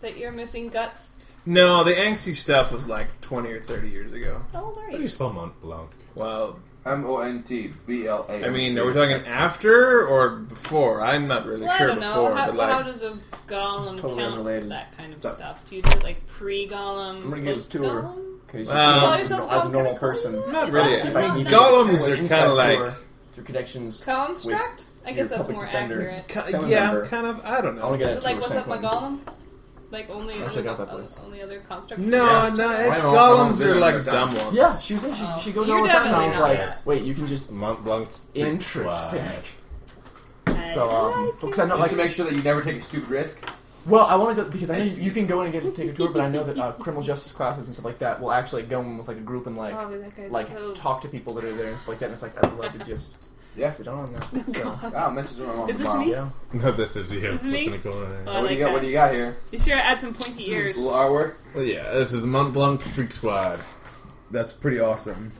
Speaker 3: that you're missing guts?
Speaker 7: No, the angsty stuff was like twenty or thirty years ago.
Speaker 3: How old are
Speaker 2: How do you
Speaker 3: you?
Speaker 2: spell Mont Blanc?
Speaker 7: Well,
Speaker 4: M O N T B L A.
Speaker 7: I mean, are we talking after or before? I'm not really
Speaker 3: Well, I
Speaker 7: sure
Speaker 3: don't know.
Speaker 7: before,
Speaker 3: how,
Speaker 7: but like
Speaker 3: how does a golem
Speaker 6: Totally
Speaker 3: count
Speaker 6: unrelated.
Speaker 3: that kind of stuff? Do you do like pre golem?
Speaker 6: I'm gonna give this to her. Because
Speaker 7: Wow.
Speaker 3: Call yourself
Speaker 6: as a
Speaker 3: Golem
Speaker 6: normal
Speaker 3: Connect?
Speaker 6: person,
Speaker 7: not
Speaker 3: Is
Speaker 7: really.
Speaker 3: that
Speaker 6: if I need to
Speaker 7: Golems
Speaker 6: explore
Speaker 7: are kinda
Speaker 6: insight to
Speaker 7: like-
Speaker 6: her through connections.
Speaker 3: Construct? I guess
Speaker 6: your
Speaker 3: that's
Speaker 6: public
Speaker 3: more
Speaker 6: defender.
Speaker 3: accurate.
Speaker 7: Ki-
Speaker 6: Phone
Speaker 7: yeah,
Speaker 6: number.
Speaker 7: kind of. I don't
Speaker 6: I only
Speaker 7: know.
Speaker 6: get
Speaker 3: Is
Speaker 6: a
Speaker 3: it like, what's
Speaker 6: 2%
Speaker 3: up, my
Speaker 6: one.
Speaker 3: golem? like only
Speaker 6: I'll
Speaker 3: other,
Speaker 6: check out that place.
Speaker 3: only other constructs?
Speaker 7: No,
Speaker 2: Yeah.
Speaker 7: no,
Speaker 4: I
Speaker 7: it,
Speaker 4: don't-
Speaker 7: golems
Speaker 4: I don't
Speaker 7: are like
Speaker 4: think they're
Speaker 7: dumb
Speaker 4: dumb.
Speaker 7: ones.
Speaker 6: Yeah, she was in. She,
Speaker 3: Oh.
Speaker 6: she goes
Speaker 3: You're
Speaker 6: all the time, and I
Speaker 3: definitely
Speaker 6: was
Speaker 3: not
Speaker 6: like,
Speaker 3: that.
Speaker 6: wait, you can just.
Speaker 2: Mont Blanc.
Speaker 6: Interesting.
Speaker 3: I
Speaker 6: So, um,
Speaker 3: like
Speaker 6: because
Speaker 3: it.
Speaker 6: I'm not
Speaker 4: Just
Speaker 6: like.
Speaker 4: to make sure that you never take a stupid risk.
Speaker 6: Well, I want to go because I know you, you can go in and get take a tour, but I know that uh, criminal justice classes and stuff like that will actually go in with like a group and like
Speaker 3: Oh, but that guy's
Speaker 6: like
Speaker 3: so-
Speaker 6: talk to people that are there and stuff like that. And it's like I'd love to just
Speaker 4: Yeah.
Speaker 6: sit on
Speaker 3: Oh
Speaker 6: that. So,
Speaker 4: I'll mention to my mom
Speaker 3: Is this
Speaker 4: tomorrow.
Speaker 3: me?
Speaker 6: yeah.
Speaker 2: No, this is you.
Speaker 3: This is me?
Speaker 2: Looking to go in
Speaker 3: Oh,
Speaker 2: there.
Speaker 3: I
Speaker 4: What do
Speaker 3: like
Speaker 4: you got? What
Speaker 3: that.
Speaker 4: do you got here?
Speaker 3: You sure add some pointy
Speaker 4: This is
Speaker 3: ears.
Speaker 4: artwork.
Speaker 2: Well, yeah, this is Mont Blanc Freak Squad.
Speaker 4: That's pretty awesome.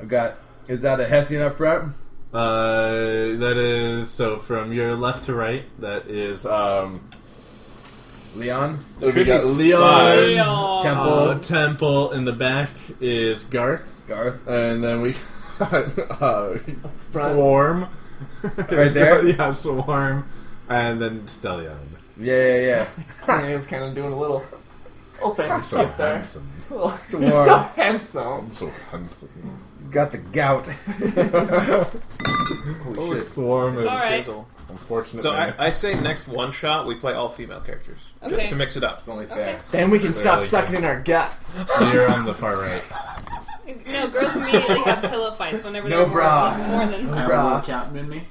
Speaker 4: I got. Is that a Hessian up front?
Speaker 2: Uh, that is so from your left to right. That is um.
Speaker 4: Leon
Speaker 2: We got
Speaker 3: Hey,
Speaker 2: Leon.
Speaker 3: y'all.
Speaker 4: Temple.
Speaker 2: Uh, Temple in the back is Garth,
Speaker 4: Garth.
Speaker 2: and then we uh, Swarm
Speaker 4: Right there?
Speaker 2: yeah, Swarm, and then Stellion.
Speaker 4: Yeah, yeah, yeah.
Speaker 6: I was kind of doing a little. Oh, thanks.
Speaker 2: So
Speaker 6: Get there.
Speaker 2: handsome.
Speaker 6: Little
Speaker 4: Swarm.
Speaker 6: so handsome.
Speaker 2: So handsome.
Speaker 4: He's got the gout.
Speaker 2: Holy Oh, Swarm is
Speaker 3: It's alright.
Speaker 7: Sizzle.
Speaker 2: unfortunate.
Speaker 7: So
Speaker 2: man.
Speaker 7: I, I say next one shot we play all female characters just
Speaker 3: Okay.
Speaker 7: to mix it up.
Speaker 4: It's only
Speaker 3: Okay.
Speaker 4: fair.
Speaker 6: Then we can stop
Speaker 2: Clearly.
Speaker 6: sucking in our guts.
Speaker 2: You're on the far right.
Speaker 3: No, girls immediately have pillow fights whenever
Speaker 4: No
Speaker 3: they're more,
Speaker 4: bra.
Speaker 3: more than.
Speaker 5: I
Speaker 3: I
Speaker 5: have a little captain in me.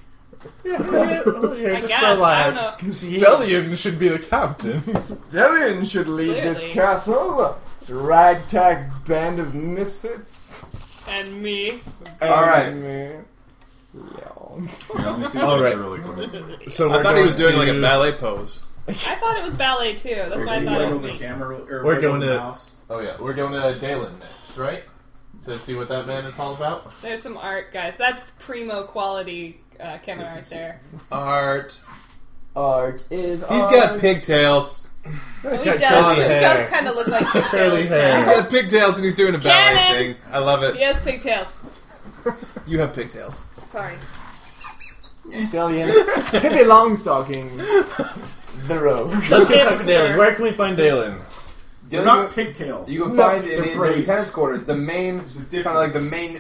Speaker 2: You're
Speaker 3: guess I don't know.
Speaker 2: Stellion should be the captain.
Speaker 6: Dylan should lead this
Speaker 3: Clearly.
Speaker 6: castle. It's a ragtag band of misfits.
Speaker 3: And me.
Speaker 4: All right.
Speaker 6: And, uh, yeah.
Speaker 5: Yeah, let me see
Speaker 2: All
Speaker 5: the
Speaker 2: right.
Speaker 5: picture really quick.
Speaker 2: so
Speaker 7: I
Speaker 2: we're
Speaker 7: thought he
Speaker 2: going
Speaker 7: was doing
Speaker 2: to-
Speaker 7: like a ballet pose.
Speaker 3: I thought it was ballet too. That's why I thought it
Speaker 5: Wiggle
Speaker 3: was
Speaker 5: the
Speaker 3: me.
Speaker 5: camera. Or
Speaker 2: We're
Speaker 5: wiggle
Speaker 2: going
Speaker 5: the
Speaker 2: to-
Speaker 5: mouse.
Speaker 2: Oh yeah, we're going to Galen next, right? To see what that man is all about.
Speaker 3: There's some art, guys. That's primo quality uh, camera art there.
Speaker 7: Art.
Speaker 6: Art is
Speaker 7: He's got pigtails.
Speaker 3: He
Speaker 2: got
Speaker 3: does.
Speaker 2: curly
Speaker 3: He
Speaker 2: hair.
Speaker 3: does kind of look like
Speaker 2: Curly
Speaker 3: pigtails.
Speaker 2: hair.
Speaker 7: He's got pigtails and he's doing a ballet
Speaker 3: Cannon!
Speaker 7: thing. I love
Speaker 3: He
Speaker 7: it.
Speaker 3: has pigtails.
Speaker 7: You have pigtails.
Speaker 3: Sorry.
Speaker 6: Stallion. Pippi Longstocking. The rogue.
Speaker 2: Let's go
Speaker 3: Hipster.
Speaker 2: talk to Dalen. Where can we find Dalen?
Speaker 5: They're not pigtails.
Speaker 4: You can
Speaker 5: No,
Speaker 4: find
Speaker 5: they're
Speaker 4: it in the
Speaker 5: braids.
Speaker 4: tennis quarters. The main,
Speaker 5: a
Speaker 4: kind of like the main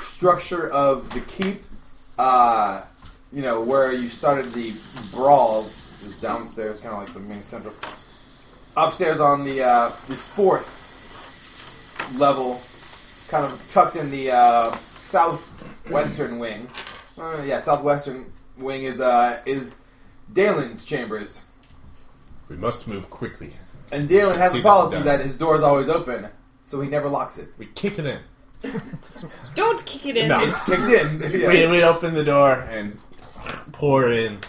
Speaker 4: structure of the keep. Uh, you know where you started the brawl is downstairs, kind of like the main central. Upstairs on the uh, the fourth level, kind of tucked in the uh, southwestern wing. Uh, yeah, southwestern wing is uh, is Dalen's chambers.
Speaker 2: We must move quickly.
Speaker 4: And
Speaker 2: We
Speaker 4: Dalen
Speaker 2: should
Speaker 4: has
Speaker 2: see
Speaker 4: a
Speaker 2: this
Speaker 4: policy
Speaker 2: done.
Speaker 4: that his door is always open, so he never locks it.
Speaker 2: We kick it in.
Speaker 3: Don't kick it in.
Speaker 2: No.
Speaker 4: It's kicked in.
Speaker 2: We, we open the door and pour in.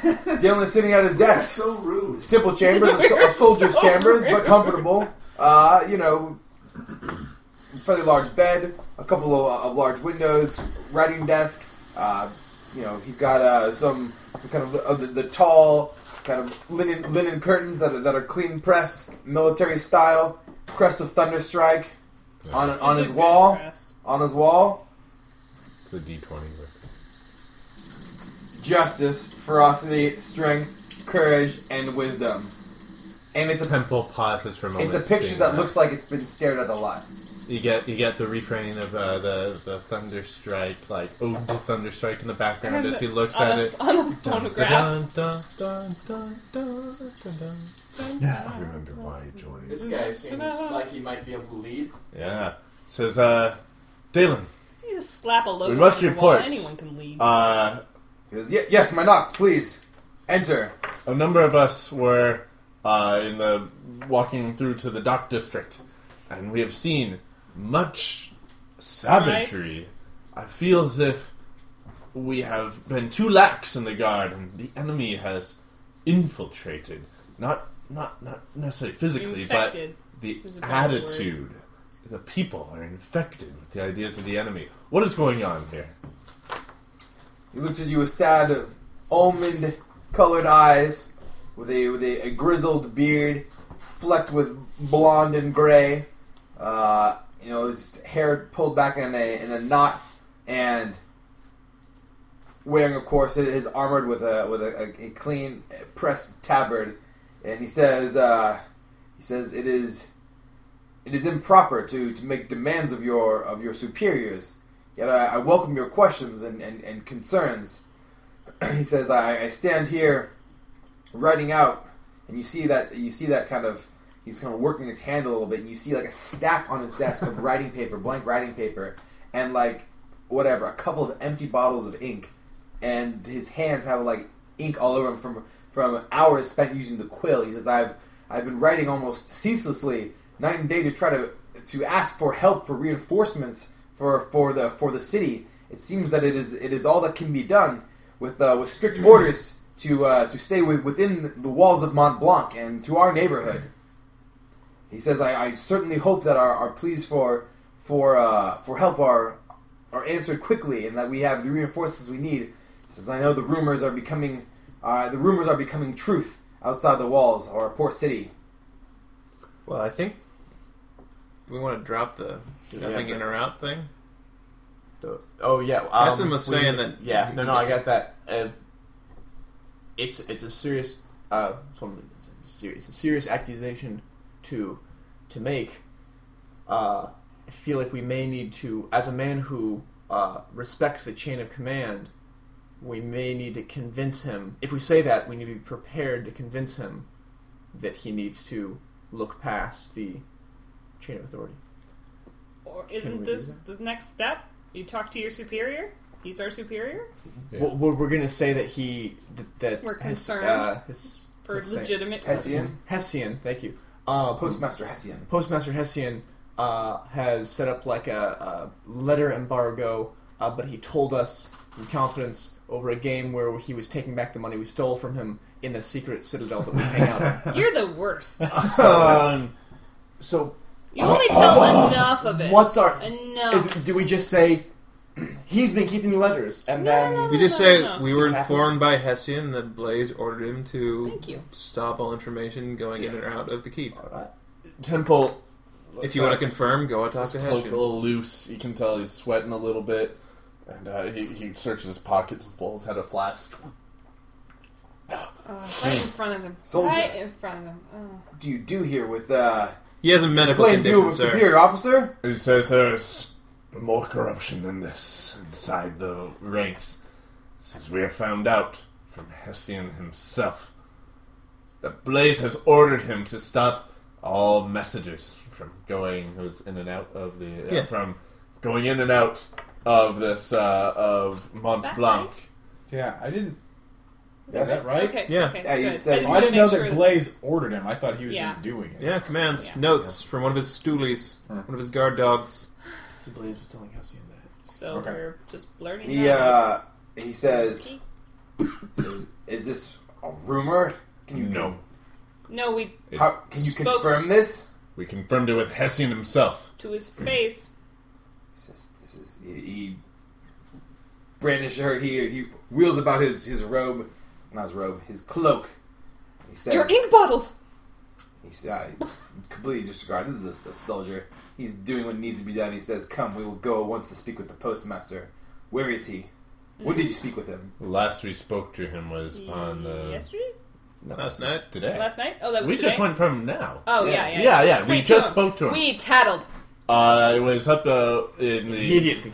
Speaker 4: Dalen is sitting at his desk.
Speaker 5: so rude.
Speaker 4: Simple chambers, a, so- a soldier's chambers, but comfortable. Uh, you know, fairly large bed, a couple of, of large windows, writing desk. Uh, you know, he's got uh, some, some kind of of the, the tall kind of linen linen curtains that are, that are clean pressed, military style. Crest of Thunderstrike on on his
Speaker 3: He's a good
Speaker 4: wall.
Speaker 3: crest.
Speaker 4: On his wall.
Speaker 2: The D20.
Speaker 4: justice, ferocity, strength, courage, and wisdom. And it's a
Speaker 2: Temple pauses for a moment.
Speaker 4: it's a picture
Speaker 2: seeing
Speaker 4: that looks like it's been stared at a lot.
Speaker 2: You get you get the refrain of uh, the the thunderstrike, like ode to thunderstrike in the background as he looks
Speaker 3: on
Speaker 2: at
Speaker 3: a,
Speaker 2: it.
Speaker 3: On a phonograph.
Speaker 2: Dun, dun, dun, dun, dun, dun, dun, dun. I remember why I joined.
Speaker 8: This guy seems like he might be able to lead.
Speaker 2: Yeah. Says, uh, Dalen,
Speaker 3: You just slap a logo
Speaker 2: We must
Speaker 3: on your
Speaker 2: report.
Speaker 3: wall. Anyone can leave.
Speaker 2: uh,
Speaker 4: He goes, "Ye- yes, my knots, please. Enter.
Speaker 2: a number of us were uh, in the walking through to the dock district, and we have seen much savagery. I feel as if we have been too lax in the guard, and the enemy has infiltrated. Not not not necessarily physically,
Speaker 3: Infected
Speaker 2: but the
Speaker 3: is a better word.
Speaker 2: attitude. The people are infected with the ideas of the enemy. What is going on here?
Speaker 4: He looks at you with sad, almond colored eyes, with a with a, a grizzled beard, flecked with blonde and gray. Uh, you know, his hair pulled back in a in a knot, and wearing, of course, his, his armored with a with a, a, a clean uh, pressed tabard. And he says, uh, he says it is it is improper to, to make demands of your of your superiors. Yet I, I welcome your questions and, and, and concerns. he says, I, I stand here writing out and you see that you see that kind of he's kind of working his hand a little bit, and you see like a stack on his desk of writing paper, blank writing paper, and like whatever, a couple of empty bottles of ink, and his hands have like ink all over him from from hours spent using the quill. He says, "I've I've been writing almost ceaselessly, night and day, to try to to ask for help for reinforcements for for the for the city. It seems that it is it is all that can be done with uh, with strict orders." To, uh, to stay with, within the walls of Mont Blanc and to our neighborhood. He says, I, I certainly hope that our, our pleas for for uh, for help are are answered quickly and that we have the reinforcements we need. He says, I know the rumors are becoming uh, the rumors are becoming truth outside the walls of our poor city.
Speaker 7: Well, I think we want to drop the nothing in or out thing.
Speaker 6: So- oh yeah, um,
Speaker 7: Asim was
Speaker 6: we-
Speaker 7: saying that-
Speaker 6: Yeah, no, no, I got that. Uh, it's it's a serious, uh, it's one of the- it's a serious, a serious accusation to to make. Uh, I feel like we may need to, as a man who uh, respects the chain of command, we may need to convince him. If we say that, we need to be prepared to convince him that he needs to look past the chain of authority.
Speaker 3: Or
Speaker 6: Can
Speaker 3: isn't
Speaker 6: we do
Speaker 3: this the next step? You talk to your superior. He's our superior
Speaker 2: Yeah.
Speaker 6: Well, we're, we're gonna say that he that, that
Speaker 3: We're
Speaker 6: his-
Speaker 3: concerned
Speaker 6: uh, his,
Speaker 3: for
Speaker 6: let's say-
Speaker 3: legitimate
Speaker 4: Hessian? Hmm.
Speaker 3: reasons.
Speaker 6: Hessian, thank you. Uh,
Speaker 4: Postmaster Hessian.
Speaker 6: Postmaster Hessian uh, has set up like a, a letter embargo, uh, but he told us in confidence over a game where he was taking back the money we stole from him in a secret citadel that we hang out in.
Speaker 3: You're the worst.
Speaker 6: Um, so
Speaker 3: You only tell enough of it.
Speaker 6: what's our?
Speaker 3: enough?
Speaker 6: Is, do we just say he's been keeping the letters and then?
Speaker 7: We just say
Speaker 3: No, no, no.
Speaker 7: we were
Speaker 6: See what
Speaker 7: informed by Hessian that Blaze ordered him to
Speaker 3: Thank you.
Speaker 7: stop all information going in or out of the keep.
Speaker 6: Alright.
Speaker 2: Temple.
Speaker 7: If you want to confirm, go talk
Speaker 2: His
Speaker 7: to
Speaker 2: cloak a
Speaker 7: Hessian.
Speaker 2: little loose. You can tell he's sweating a little bit, and uh, he, he searches his pockets and pulls out a flask.
Speaker 3: Uh, right in front of him.
Speaker 4: Soldier.
Speaker 3: Right in front of him. Oh.
Speaker 4: What do you do here with uh
Speaker 7: He has a medical
Speaker 4: plain view
Speaker 7: condition,
Speaker 4: of
Speaker 7: sir.
Speaker 4: superior officer?
Speaker 2: He says there's more corruption than this inside the ranks, since we have found out from Hessian himself that Blaze has ordered him to stop all messages from going who's in and out of the uh,
Speaker 7: Yeah.
Speaker 2: from going in and out of this uh, of Mont
Speaker 3: that
Speaker 2: Blanc.
Speaker 5: Yeah, I didn't. Is
Speaker 3: that
Speaker 5: that right?
Speaker 3: Okay.
Speaker 7: Yeah.
Speaker 3: Okay,
Speaker 4: Yeah, you
Speaker 3: good.
Speaker 4: said-
Speaker 3: just
Speaker 5: Well, I
Speaker 3: wanna
Speaker 5: didn't
Speaker 3: make
Speaker 5: know
Speaker 3: sure
Speaker 5: that Blaze ordered him. I thought he was
Speaker 3: Yeah.
Speaker 5: just doing it.
Speaker 7: Yeah, commands,
Speaker 3: Yeah.
Speaker 7: notes from one of his stoolies,
Speaker 5: Hmm.
Speaker 7: one of his guard dogs.
Speaker 6: Blaze was telling Hessian that.
Speaker 3: So
Speaker 5: Okay.
Speaker 3: we're just blurting.
Speaker 4: He
Speaker 3: out.
Speaker 4: uh he says is, is this a rumor? Can you
Speaker 2: No,
Speaker 3: No, we
Speaker 2: It-
Speaker 4: how, can you
Speaker 3: Spoke-
Speaker 4: confirm this?
Speaker 2: we confirmed it with Hessian himself.
Speaker 3: to his face.
Speaker 4: He says, "This is he." he brandishes her. He he wheels about his his robe, not his robe, his cloak. He says,
Speaker 3: Your ink bottles.
Speaker 4: "He says, I completely disregard. This is a, a soldier. He's doing what needs to be done." He says, "Come, we will go at once to speak with the postmaster. Where is he? When did you speak with him?"
Speaker 2: Last we spoke to him was on the
Speaker 3: yesterday,
Speaker 2: no,
Speaker 7: Last
Speaker 2: this is
Speaker 7: night?
Speaker 2: Today.
Speaker 3: last night. Oh, that was
Speaker 2: we
Speaker 3: today?
Speaker 2: just went from now.
Speaker 3: Oh yeah, yeah,
Speaker 2: Yeah, yeah, we
Speaker 3: Straight
Speaker 2: just spoke to him.
Speaker 3: We tattled.
Speaker 2: Uh, it was up uh, in the
Speaker 6: Immediately.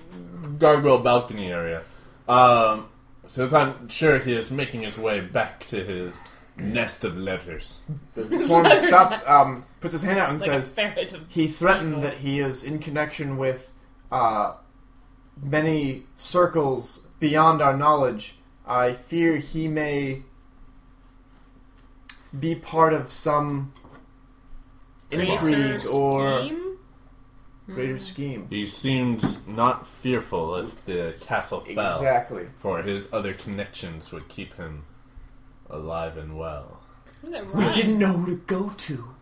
Speaker 2: gargoyle balcony area. Um, so it's- I'm sure he is making his way back to his nest of letters.
Speaker 4: He says, "This one stop." Um,
Speaker 6: Puts his hand out and
Speaker 3: Like
Speaker 6: says,
Speaker 3: a ferret. Of,
Speaker 6: He threatened that he is in connection with uh, many circles beyond our knowledge. I fear he may be part of some intrigue
Speaker 3: Creator
Speaker 6: or
Speaker 3: scheme? Mm-hmm.
Speaker 6: greater scheme.
Speaker 2: He seems not fearful if the castle fell,
Speaker 6: Exactly.
Speaker 2: for his other connections would keep him alive and well.
Speaker 3: Look at that
Speaker 6: We
Speaker 3: rhyme.
Speaker 6: didn't know who to go to.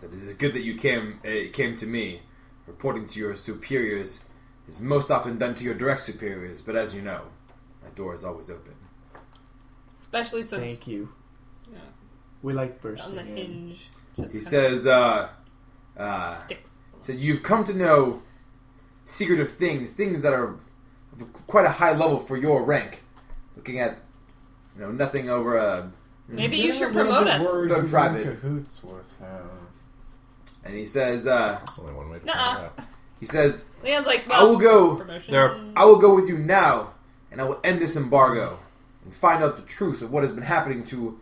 Speaker 4: So it is good that you came. Uh, came to me. Reporting to your superiors is most often done to your direct superiors, but as you know, my door is always open.
Speaker 3: Especially since
Speaker 6: Thank you.
Speaker 3: Yeah.
Speaker 6: We like bursting
Speaker 3: on the
Speaker 6: in.
Speaker 3: hinge. Just
Speaker 4: He
Speaker 3: kinda
Speaker 4: says, uh, uh,
Speaker 3: sticks.
Speaker 4: so you've come to know secretive things, things that are of quite a high level for your rank. Looking at, you know, nothing over uh, a.
Speaker 3: Maybe
Speaker 5: Give
Speaker 3: you
Speaker 5: him
Speaker 3: should
Speaker 5: a little
Speaker 3: promote
Speaker 5: good
Speaker 3: us.
Speaker 5: word
Speaker 4: Done
Speaker 5: who's in
Speaker 4: private.
Speaker 5: Cahoots with him.
Speaker 4: And he says, uh,
Speaker 2: That's only one way to
Speaker 3: Nuh-uh.
Speaker 2: find out.
Speaker 4: he says,
Speaker 3: Leon's like,
Speaker 4: I will
Speaker 3: well,
Speaker 4: go,
Speaker 3: promotion.
Speaker 7: There are-
Speaker 4: I will go with you now, and I will end this embargo and find out the truth of what has been happening to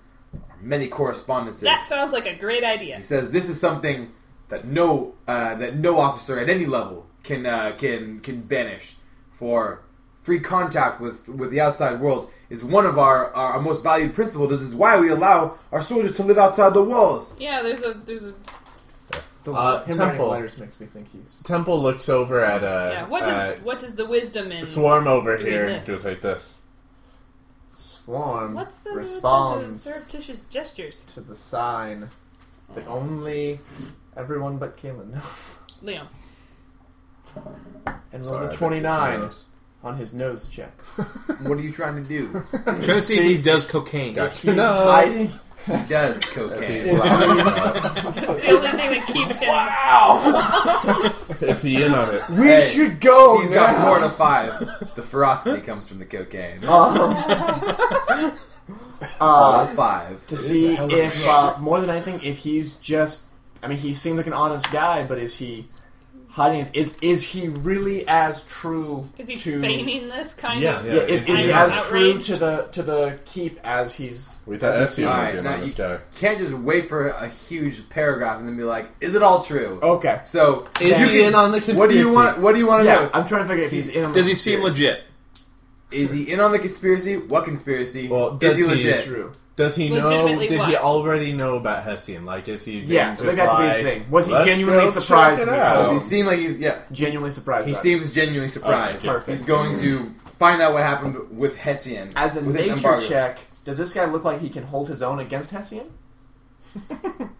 Speaker 4: our many correspondences.
Speaker 3: That sounds like a great idea.
Speaker 4: He says this is something that no uh, that no officer at any level can uh, can can banish. For free contact with with the outside world is one of our our most valued principles. This is why we allow our soldiers to live outside the walls.
Speaker 3: Yeah, there's a there's a
Speaker 10: The,
Speaker 2: Uh,
Speaker 10: him writing
Speaker 2: temple.
Speaker 10: letters makes me think he's.
Speaker 2: Temple looks over at uh,
Speaker 3: yeah. What does
Speaker 2: uh,
Speaker 3: what does the wisdom in
Speaker 2: Swarm over
Speaker 3: doing
Speaker 2: here
Speaker 3: this?
Speaker 2: goes like this.
Speaker 6: Swarm
Speaker 3: What's the,
Speaker 6: responds
Speaker 3: the surreptitious gestures,
Speaker 6: to the sign that
Speaker 3: Oh.
Speaker 6: only everyone but Kalen knows.
Speaker 3: Leon?
Speaker 2: Sorry, I
Speaker 6: And rolls a
Speaker 2: didn't
Speaker 6: twenty-nine
Speaker 2: notice.
Speaker 6: on his nose check.
Speaker 4: What are you trying to do?
Speaker 7: Trying to see if he does cocaine.
Speaker 2: Gotcha.
Speaker 6: He's
Speaker 2: No.
Speaker 6: hiding.
Speaker 4: He does
Speaker 2: If
Speaker 4: cocaine.
Speaker 2: he's lying.
Speaker 3: That's the only thing that keeps him.
Speaker 2: Is he in on it?
Speaker 10: We
Speaker 4: Hey,
Speaker 10: should
Speaker 6: Oh,
Speaker 10: go.
Speaker 4: He's
Speaker 10: now.
Speaker 4: got four to five. The ferocity comes from the cocaine.
Speaker 6: Um, Uh,
Speaker 4: five.
Speaker 6: to
Speaker 5: is
Speaker 6: see
Speaker 5: a hell of a
Speaker 6: if
Speaker 5: shot.
Speaker 6: uh, more than anything if he's just i mean he seemed like an honest guy but is he hiding it? is is he really as true
Speaker 3: Is he
Speaker 6: to
Speaker 3: feigning this kind
Speaker 2: Yeah,
Speaker 3: of?
Speaker 6: yeah, is, is
Speaker 3: Kind
Speaker 6: he
Speaker 3: of
Speaker 6: as true
Speaker 3: outraged?
Speaker 6: to the to the keep as he's
Speaker 2: We thought Essie
Speaker 4: All
Speaker 2: would
Speaker 4: right,
Speaker 2: be in
Speaker 4: now
Speaker 2: on this
Speaker 4: you-
Speaker 2: guy.
Speaker 4: Can't just wait for a huge paragraph and then be like, "Is it all true?"
Speaker 6: okay
Speaker 4: So
Speaker 2: Is
Speaker 4: you
Speaker 2: he
Speaker 4: can-
Speaker 2: in on the conspiracy?
Speaker 4: What do you want? What do you want to
Speaker 6: yeah
Speaker 4: know?
Speaker 6: i'm trying to figure if he's in on
Speaker 7: Does
Speaker 6: the
Speaker 7: he seem
Speaker 6: conspiracy.
Speaker 7: legit?
Speaker 4: Is he in on the conspiracy? What conspiracy?
Speaker 2: Well,
Speaker 4: is
Speaker 2: does
Speaker 4: he
Speaker 2: he-
Speaker 4: legit?
Speaker 6: true
Speaker 2: Does he know?
Speaker 3: Legitimately
Speaker 2: Did he
Speaker 3: what?
Speaker 2: already know about Hessian? Like, is he?
Speaker 6: yeah
Speaker 2: just
Speaker 6: so that got to be his
Speaker 2: like,
Speaker 6: thing was he
Speaker 2: "Let's
Speaker 6: genuinely
Speaker 2: go
Speaker 6: surprised
Speaker 2: check it
Speaker 6: when he
Speaker 2: out."
Speaker 6: told
Speaker 4: Does he
Speaker 6: us?
Speaker 4: seem like he's yeah?
Speaker 6: genuinely surprised
Speaker 4: He
Speaker 6: by it?
Speaker 4: seems genuinely surprised.
Speaker 2: Oh. Okay, perfect.
Speaker 4: he's going to find out what happened with Hessian
Speaker 6: as a
Speaker 4: with his
Speaker 6: nature
Speaker 4: embargo.
Speaker 6: check does this guy look like he can hold his own against hessian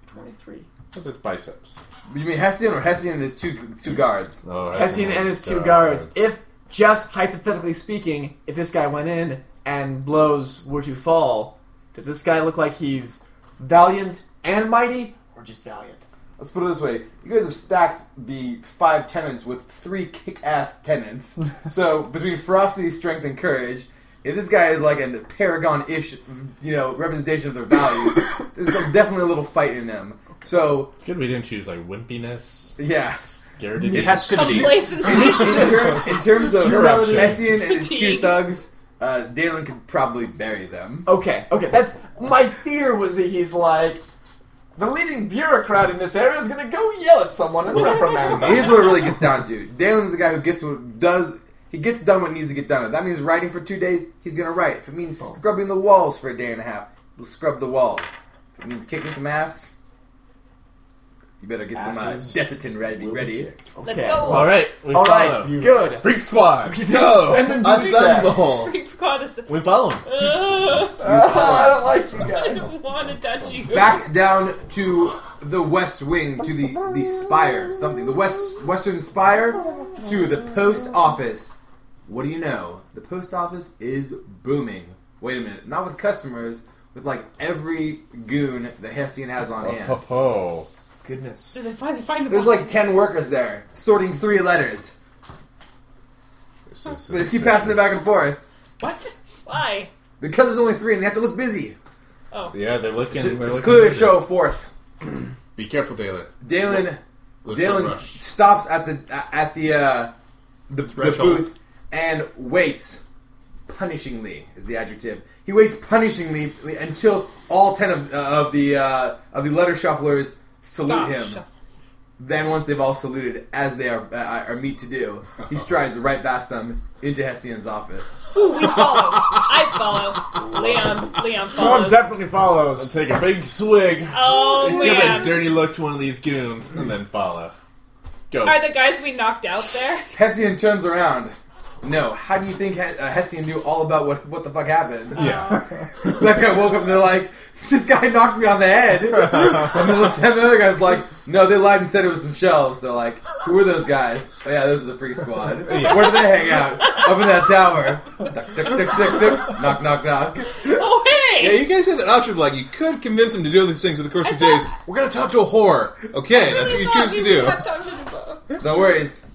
Speaker 6: 23
Speaker 2: What's his biceps?
Speaker 4: You mean Hessian or Hessian and his two two guards?
Speaker 2: Oh,
Speaker 6: Hessian and his two guards. If just hypothetically speaking, if this guy went in and blows were to fall, does this guy look like he's valiant and mighty, or just valiant?
Speaker 4: Let's put it this way: you guys have stacked the five tenants with three kick-ass tenants. so between ferocity, strength, and courage, if this guy is like a paragon-ish, you know, representation of their values, there's some- definitely a little fight in him. So
Speaker 2: Good, we didn't choose like wimpiness,
Speaker 4: yeah,
Speaker 2: scared.
Speaker 7: It has civility.
Speaker 3: Complacency.
Speaker 4: in, ter- in terms of
Speaker 2: Corruption.
Speaker 4: Messian and his two
Speaker 3: Fatigue.
Speaker 4: thugs, uh, Dalen could probably bury them.
Speaker 6: Okay, okay, that's my fear was that he's like the leading bureaucrat in this area is gonna go yell at someone and reprimand them.
Speaker 4: Here's what it really gets down to: Dalen's the guy who gets what does. He gets done what needs to get done. If that means writing for two days, he's gonna write. If it means scrubbing the walls for a day and a half, he'll scrub the walls. If it means kicking some ass, you better get some uh,
Speaker 5: Asses
Speaker 4: Desitin ready. ready.
Speaker 3: Let's
Speaker 6: Okay.
Speaker 3: go.
Speaker 2: All right, we
Speaker 6: All
Speaker 2: follow.
Speaker 6: right, good.
Speaker 2: Freak squad,
Speaker 6: You didn't
Speaker 2: go.
Speaker 6: send him to do that.
Speaker 2: Assemble.
Speaker 3: Freak squad is. oh,
Speaker 2: We follow him.
Speaker 3: Ugh,
Speaker 6: I don't like you
Speaker 3: I
Speaker 6: guys.
Speaker 3: don't want to touch you.
Speaker 4: Back down to the west wing, to the, the spire, something. The west western spire to the post office. What do you know? The post office is booming. Wait a minute, not with customers, with like every goon that Hessian has on hand.
Speaker 2: Ho, ho.
Speaker 10: Goodness.
Speaker 3: Did they finally find the
Speaker 4: There's like ten workers there, sorting three letters.
Speaker 2: This is-
Speaker 4: They just keep passing it back and forth
Speaker 3: what? Why? Oh.
Speaker 4: because there's only three and they have to look busy.
Speaker 2: Yeah, they're looking.
Speaker 4: It's,
Speaker 2: they're
Speaker 4: it's
Speaker 2: looking
Speaker 4: clearly a
Speaker 2: good.
Speaker 4: show of force.
Speaker 2: Be careful, Dalen.
Speaker 4: Dalen.
Speaker 2: Looks
Speaker 4: Dylan
Speaker 2: so
Speaker 4: s-
Speaker 2: rushed.
Speaker 4: stops at the at the uh, the, the
Speaker 7: Threshold.
Speaker 4: booth and waits. Punishingly is the adjective. He waits punishingly until all ten of, uh, of the uh, of the letter shufflers salute
Speaker 3: Stop.
Speaker 4: him.
Speaker 3: Oh, Shut-
Speaker 4: then once they've all saluted, as they are uh, are meet to do, he strides right past them into Hessian's office.
Speaker 3: Ooh, we follow. I follow. Leon. Leon
Speaker 10: One
Speaker 3: follows.
Speaker 10: definitely follows.
Speaker 2: Take a big swig.
Speaker 3: Oh
Speaker 2: Give a
Speaker 3: man.
Speaker 2: dirty look to one of these goons, and then follow. Go.
Speaker 3: Are the guys we knocked out there?
Speaker 4: Hessian turns around. No, how do you think Hes- uh, Hessian knew all about what what the fuck happened?
Speaker 2: yeah.
Speaker 3: Oh.
Speaker 4: That guy woke up and they're like, this guy knocked me on the head. and, the, and the other guy's like, no, they lied and said it was some shelves. They're like, who were those guys? Oh, yeah, those are the free squad. Where do they hang out? Up in that tower. Duck, duck, duck, duck, duck. Knock, knock, knock.
Speaker 3: Oh hey.
Speaker 7: Yeah, you guys had that option. Like, you could convince him to do these things over the course of days. We're gonna talk to a whore. Okay, that's what you choose to do.
Speaker 3: do.
Speaker 4: No worries.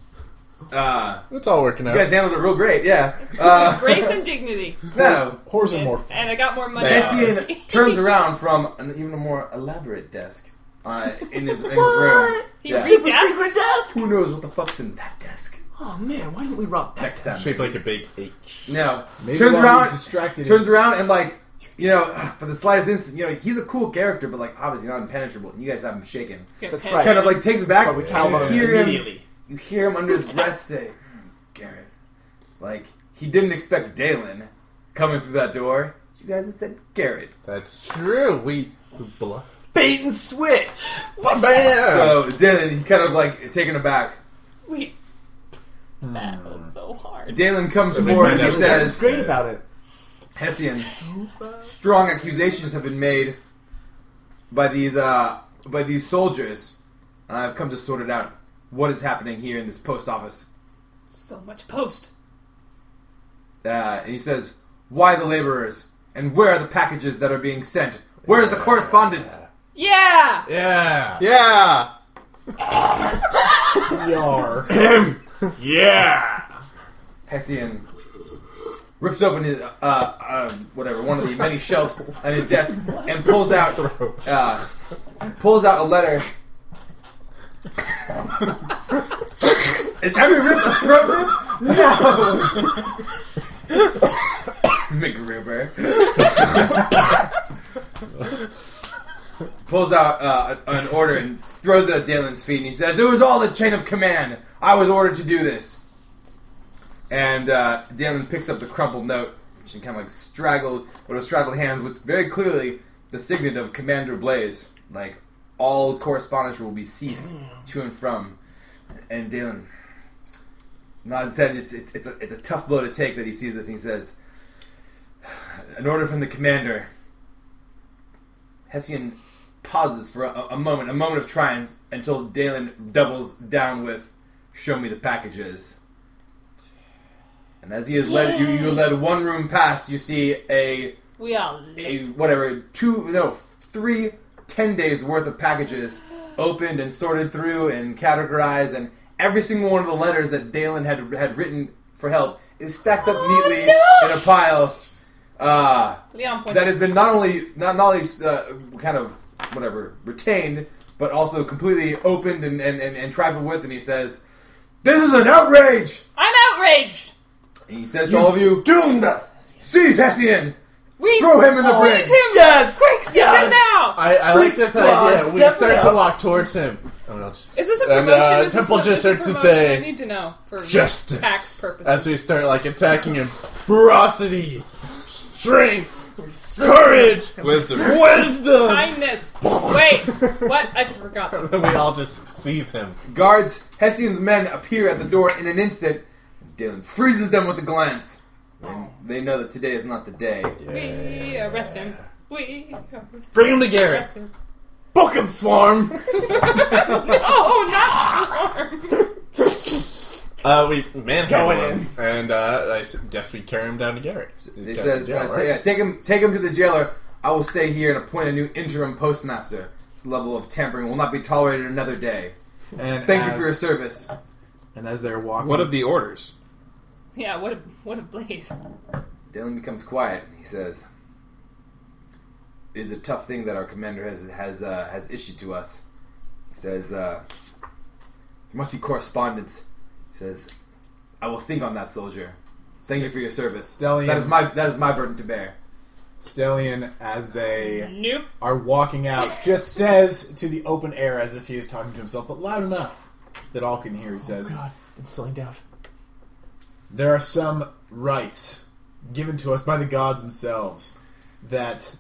Speaker 4: Uh,
Speaker 2: It's all working out.
Speaker 4: you guys handled it real great, yeah. Uh,
Speaker 3: Grace and dignity.
Speaker 4: no.
Speaker 5: Whores are
Speaker 3: And,
Speaker 5: more fun.
Speaker 3: and I got more money.
Speaker 4: Hessian turns around from an even more elaborate desk uh, in, his, in his room.
Speaker 3: He
Speaker 4: Yeah.
Speaker 3: super
Speaker 4: Who knows what the fuck's in that desk?
Speaker 6: Oh man, why didn't we rob that?
Speaker 4: Next time.
Speaker 2: Shaped like a big H.
Speaker 4: No.
Speaker 5: Maybe
Speaker 4: turns
Speaker 5: while he's
Speaker 4: around.
Speaker 5: distracted.
Speaker 4: turns around and like you know, for the slightest instant, you know, he's a cool character, but like obviously not impenetrable. And you guys have him shaken.
Speaker 3: Get
Speaker 9: That's
Speaker 3: pen-
Speaker 9: right.
Speaker 4: Kind of like takes back.
Speaker 9: we tell
Speaker 4: you
Speaker 9: him
Speaker 4: hear him.
Speaker 9: immediately.
Speaker 4: You hear him under his breath say, "Hmm, "Garrett, like he didn't expect Dalen coming through that door. You guys had said Garrett."
Speaker 2: That's true. We, we bluff.
Speaker 9: Bait and switch.
Speaker 4: So Dalen, he kind of like taken aback.
Speaker 3: We battled so hard.
Speaker 4: Dalen comes
Speaker 2: Everybody
Speaker 4: forward and he
Speaker 2: knows that's
Speaker 9: That's what's
Speaker 4: says,
Speaker 9: great about it.
Speaker 4: Hessians, strong accusations have been made by these uh, by these soldiers, and I've come to sort it out. What is happening here in this post office?
Speaker 3: So much post.
Speaker 4: Uh, and he says, "Why the laborers? And where are the packages that are being sent? Where is the correspondence?"
Speaker 3: Yeah!
Speaker 2: Yeah.
Speaker 7: Yeah.
Speaker 4: Hessian rips open his uh, uh, whatever one of the many shelves on his desk and pulls out uh, pulls out a letter. Is every rip a throat rip? No. McRibber pulls out uh, a- an order and throws it at Dalen's feet, and he says, "It was all the chain of command. I was ordered to do this." And uh, Dalen picks up the crumpled note, which is kind of like straggled, with a straggled hands, with very clearly the signet of Commander Blaze. Like, all correspondence will be ceased to and from. And Dalen nods his head. It's, it's, it's, a, it's a tough blow to take that he sees this, and he says, An order from the commander. Hessian pauses for a, a moment, a moment of triumph, until Dalen doubles down with, Show me the packages. And as he is led, you, you are led one room past. You see a,
Speaker 3: We are
Speaker 4: a
Speaker 3: lit.
Speaker 4: whatever two no three ten days worth of packages opened and sorted through and categorized, and every single one of the letters that Dalen had had written for help is stacked up neatly in a pile. Uh,
Speaker 3: Leon points.
Speaker 4: that has been not only not, not only uh, kind of whatever retained, but also completely opened and and, and, and trifled with. And he says, "This is an outrage."
Speaker 3: I'm outraged!
Speaker 4: And he says to all of you, "Doomed us! Seize Hessian!
Speaker 3: We
Speaker 4: Throw him in the
Speaker 3: seize
Speaker 4: ring.
Speaker 3: him!
Speaker 9: Yes.
Speaker 3: Quick, seize him now!
Speaker 2: I, I like
Speaker 9: Freak
Speaker 2: this
Speaker 9: squad,
Speaker 2: idea. We
Speaker 9: step it
Speaker 2: start to
Speaker 9: up.
Speaker 2: walk towards him. And I'll just-
Speaker 3: Is this a
Speaker 2: and,
Speaker 3: promotion?
Speaker 2: uh,
Speaker 3: is
Speaker 2: Temple
Speaker 3: this
Speaker 2: just
Speaker 3: a,
Speaker 2: starts
Speaker 3: this a
Speaker 2: to
Speaker 3: promotion? I
Speaker 2: say,
Speaker 3: need to know for
Speaker 2: "Justice."
Speaker 3: tax purposes.
Speaker 2: As we start like attacking him, ferocity, strength, courage,
Speaker 7: Wisdom.
Speaker 2: wisdom.
Speaker 3: Kindness. Wait, what? I forgot.
Speaker 2: And we all just seize him.
Speaker 4: Guards, Hessian's men appear at the door in an instant. Dylan freezes them with a glance. And they know that today is not the day.
Speaker 3: We arrest him. We arrest
Speaker 2: Bring him to Garrett.
Speaker 3: arrest him.
Speaker 2: Book him, swarm.
Speaker 3: Oh, not Storm!
Speaker 2: Uh, we manhandle
Speaker 9: Go in.
Speaker 2: him, and uh, I s- guess we carry him down to Garrett. He's
Speaker 4: They
Speaker 2: got
Speaker 4: says,
Speaker 2: the jail,
Speaker 4: uh, ta-
Speaker 2: right?
Speaker 4: yeah, take him, take him to the jailer. I will stay here and appoint a new interim postmaster. This level of tampering will not be tolerated another day.
Speaker 5: And
Speaker 4: Thank
Speaker 5: as,
Speaker 4: you for your service.
Speaker 5: And as they're walking,
Speaker 7: What of the orders?
Speaker 3: Yeah, what a, what a blaze.
Speaker 4: Dylan becomes quiet. He says, "It is a tough thing that our commander has has uh, has issued to us." He says, uh, "There must be correspondence." He says, "I will think on that, soldier. Thank you for your service.
Speaker 5: Stellium-
Speaker 4: That is my that is my burden to bear."
Speaker 5: Stellion, as they
Speaker 3: Nope.
Speaker 5: are walking out, just says to the open air as if he is talking to himself, but loud enough that all can
Speaker 6: Oh,
Speaker 5: hear. He says,
Speaker 9: God, it's slowing down.
Speaker 5: There are some rights given to us by the gods themselves that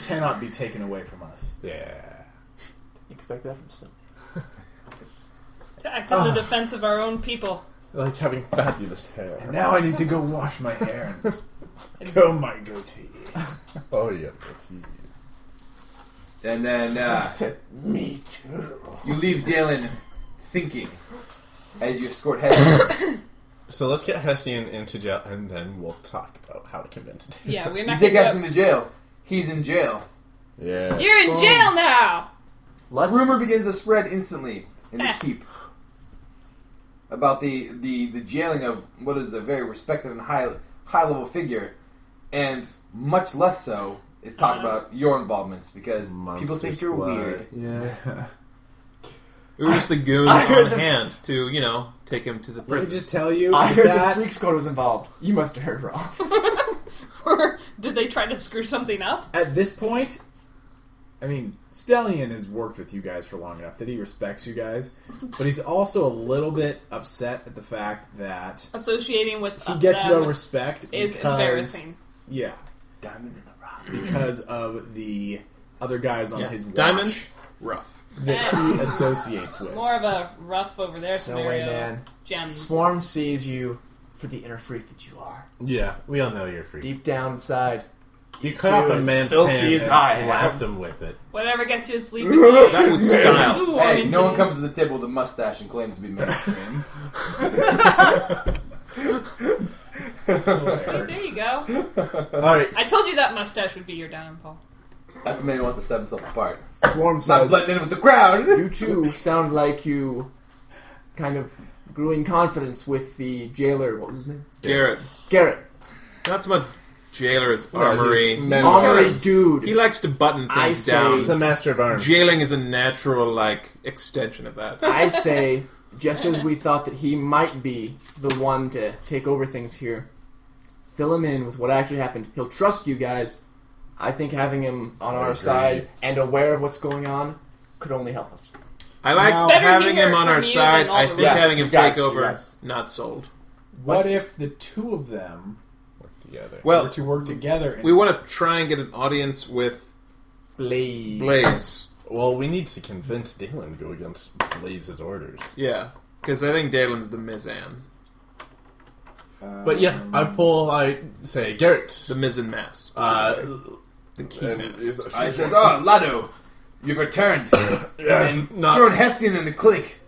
Speaker 5: cannot be taken away from us.
Speaker 2: yeah.
Speaker 9: Expect that from Snow.
Speaker 3: To act in the defense of our own people.
Speaker 2: I Like having fabulous hair.
Speaker 5: Now I need to go wash my hair and comb my goatee.
Speaker 2: Oh yeah, goatee.
Speaker 4: And then uh,
Speaker 9: Says me too.
Speaker 4: you leave Dylan thinking as you escort Hessian.
Speaker 2: So let's get Hessian into jail, and then we'll talk about how to convince him.
Speaker 3: Yeah, we're
Speaker 4: you
Speaker 3: not
Speaker 4: take
Speaker 3: gonna
Speaker 4: Hessian
Speaker 3: go.
Speaker 4: to jail. He's in jail.
Speaker 2: Yeah.
Speaker 3: You're
Speaker 4: Oh.
Speaker 3: in jail now!
Speaker 9: Let's.
Speaker 4: Rumor begins to spread instantly in
Speaker 7: Eh.
Speaker 4: the keep about the, the, the jailing of what is a very respected and high high level figure, and much less so is talk about your involvements because people think you're weird.
Speaker 2: Yeah.
Speaker 7: We were just the goons on hand to, you know, take him to the
Speaker 5: Let me
Speaker 7: prison.
Speaker 5: just tell you
Speaker 9: I heard the
Speaker 5: that
Speaker 9: Freak Squad was involved. You must have heard wrong.
Speaker 3: We're Did they try to screw something up?
Speaker 5: At this point, I mean, Stellion has worked with you guys for long enough that he respects you guys, but he's also a little bit upset at the fact that
Speaker 3: Associating with
Speaker 5: he
Speaker 3: uh,
Speaker 5: gets
Speaker 3: them
Speaker 5: no respect
Speaker 3: is
Speaker 5: because,
Speaker 3: embarrassing.
Speaker 5: Yeah,
Speaker 9: Diamond in the rock.
Speaker 5: because of the other guys on
Speaker 7: Yeah.
Speaker 5: his watch
Speaker 7: Diamond, rough.
Speaker 5: that he associates with.
Speaker 3: More of a rough over there
Speaker 9: No
Speaker 3: scenario.
Speaker 9: way, man.
Speaker 3: Gems.
Speaker 9: Swarm sees you for the inner freak that you are.
Speaker 2: Yeah, we all know you're a freak.
Speaker 9: Deep down inside,
Speaker 2: you cut off a
Speaker 9: as
Speaker 2: man's
Speaker 9: filthy
Speaker 2: hand and
Speaker 9: as I am.
Speaker 2: slapped him with it.
Speaker 3: Whatever gets you to sleep. at night.
Speaker 7: That was style.
Speaker 3: Swarm
Speaker 4: Hey,
Speaker 3: into
Speaker 4: no one
Speaker 3: you.
Speaker 4: comes to the table with a mustache and claims to be mainstream.
Speaker 3: See, there you go.
Speaker 2: All right,
Speaker 3: I told you that mustache would be your downfall.
Speaker 4: That's a man who wants to set himself apart.
Speaker 9: Swarm
Speaker 4: Not
Speaker 9: says,
Speaker 4: blending in with the crowd.
Speaker 9: "You two sound like you, kind of grew in confidence with the jailer. What was his name?
Speaker 7: Garrett.
Speaker 9: Garrett.
Speaker 7: Not so much jailer as
Speaker 4: No, he's
Speaker 7: armory.
Speaker 4: men with
Speaker 9: Honorary
Speaker 4: arms.
Speaker 9: dude.
Speaker 7: He likes to button
Speaker 9: I
Speaker 7: things
Speaker 9: say-
Speaker 7: down.
Speaker 2: he's the master of arms.
Speaker 7: Jailing is a natural like extension of that.
Speaker 9: I say, just as we thought that he might be the one to take over things here, fill him in with what actually happened. He'll trust you guys. I think having him on our
Speaker 2: agree.
Speaker 9: side and aware of what's going on could only help us.
Speaker 7: I like
Speaker 5: Now-
Speaker 3: Better
Speaker 7: having
Speaker 3: hear
Speaker 7: him on
Speaker 3: from
Speaker 7: our
Speaker 3: you
Speaker 7: side.
Speaker 3: than all
Speaker 7: I
Speaker 3: the
Speaker 7: think
Speaker 3: rest.
Speaker 7: having him
Speaker 9: You guys,
Speaker 7: take over,
Speaker 9: you guys.
Speaker 7: not sold.
Speaker 5: What if the two of them
Speaker 2: together.
Speaker 7: Well,
Speaker 5: were to work together? And
Speaker 7: we want to try and get an audience with
Speaker 9: Blaze.
Speaker 7: Blaze.
Speaker 2: Well, we need to convince Dalen to go against Blaze's orders.
Speaker 7: Yeah, because I think Dalen's the Mizan,
Speaker 2: But yeah, I pull. I say Garrett.
Speaker 7: the Mizan mass,
Speaker 2: Uh,
Speaker 7: the key
Speaker 2: and
Speaker 7: mass.
Speaker 2: is-
Speaker 4: I says, "Oh, Lado, you've returned
Speaker 2: Yes,
Speaker 4: and
Speaker 2: not-
Speaker 4: thrown Hessian in the clink.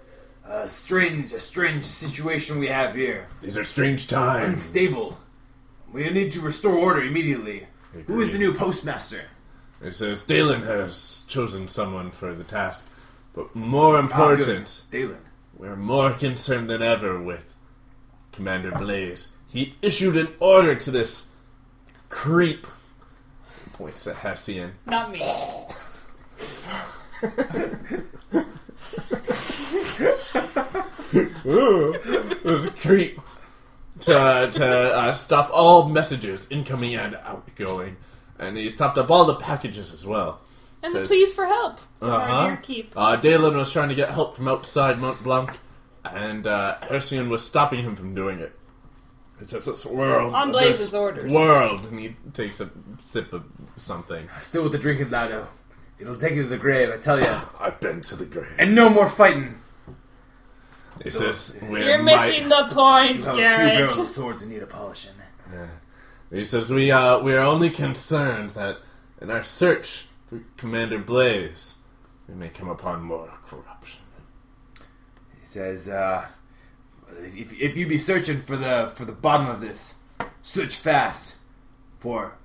Speaker 4: A strange, a strange situation we have here.
Speaker 2: these are strange times.
Speaker 4: Unstable. We need to restore order immediately. Who is the new postmaster?
Speaker 2: It says Dalen has chosen someone for the task, but more important,
Speaker 4: Ah, Dalen.
Speaker 2: we're more concerned than ever with Commander Blaze. He issued an order to this creep. Points at Hessian.
Speaker 3: Not me.
Speaker 2: Ooh, this creep to to uh, stop all messages incoming and outgoing, and he stopped up all the packages as well.
Speaker 3: And the
Speaker 2: Says-
Speaker 3: pleas for help.
Speaker 2: Uh-huh.
Speaker 3: Or your keep.
Speaker 2: Uh, Dalen was trying to get help from outside Mont Blanc, and uh, Hercian was stopping him from doing it. It says this world.
Speaker 3: On
Speaker 2: this
Speaker 3: Blaze's orders.
Speaker 2: World, and he takes a sip of something.
Speaker 4: Still with the drinking, Lado. It'll take you to the grave, I tell you.
Speaker 2: I've been to the grave.
Speaker 4: And no more fighting.
Speaker 2: It says we're
Speaker 3: You're missing the point,
Speaker 4: You have a few
Speaker 3: Garrett.
Speaker 4: barrels of swords that need a polishing.
Speaker 2: He says we uh, we are only concerned that in our search for Commander Blaze, we may come upon more corruption.
Speaker 4: He says, uh, if, if you be searching for the for the bottom of this, search fast. For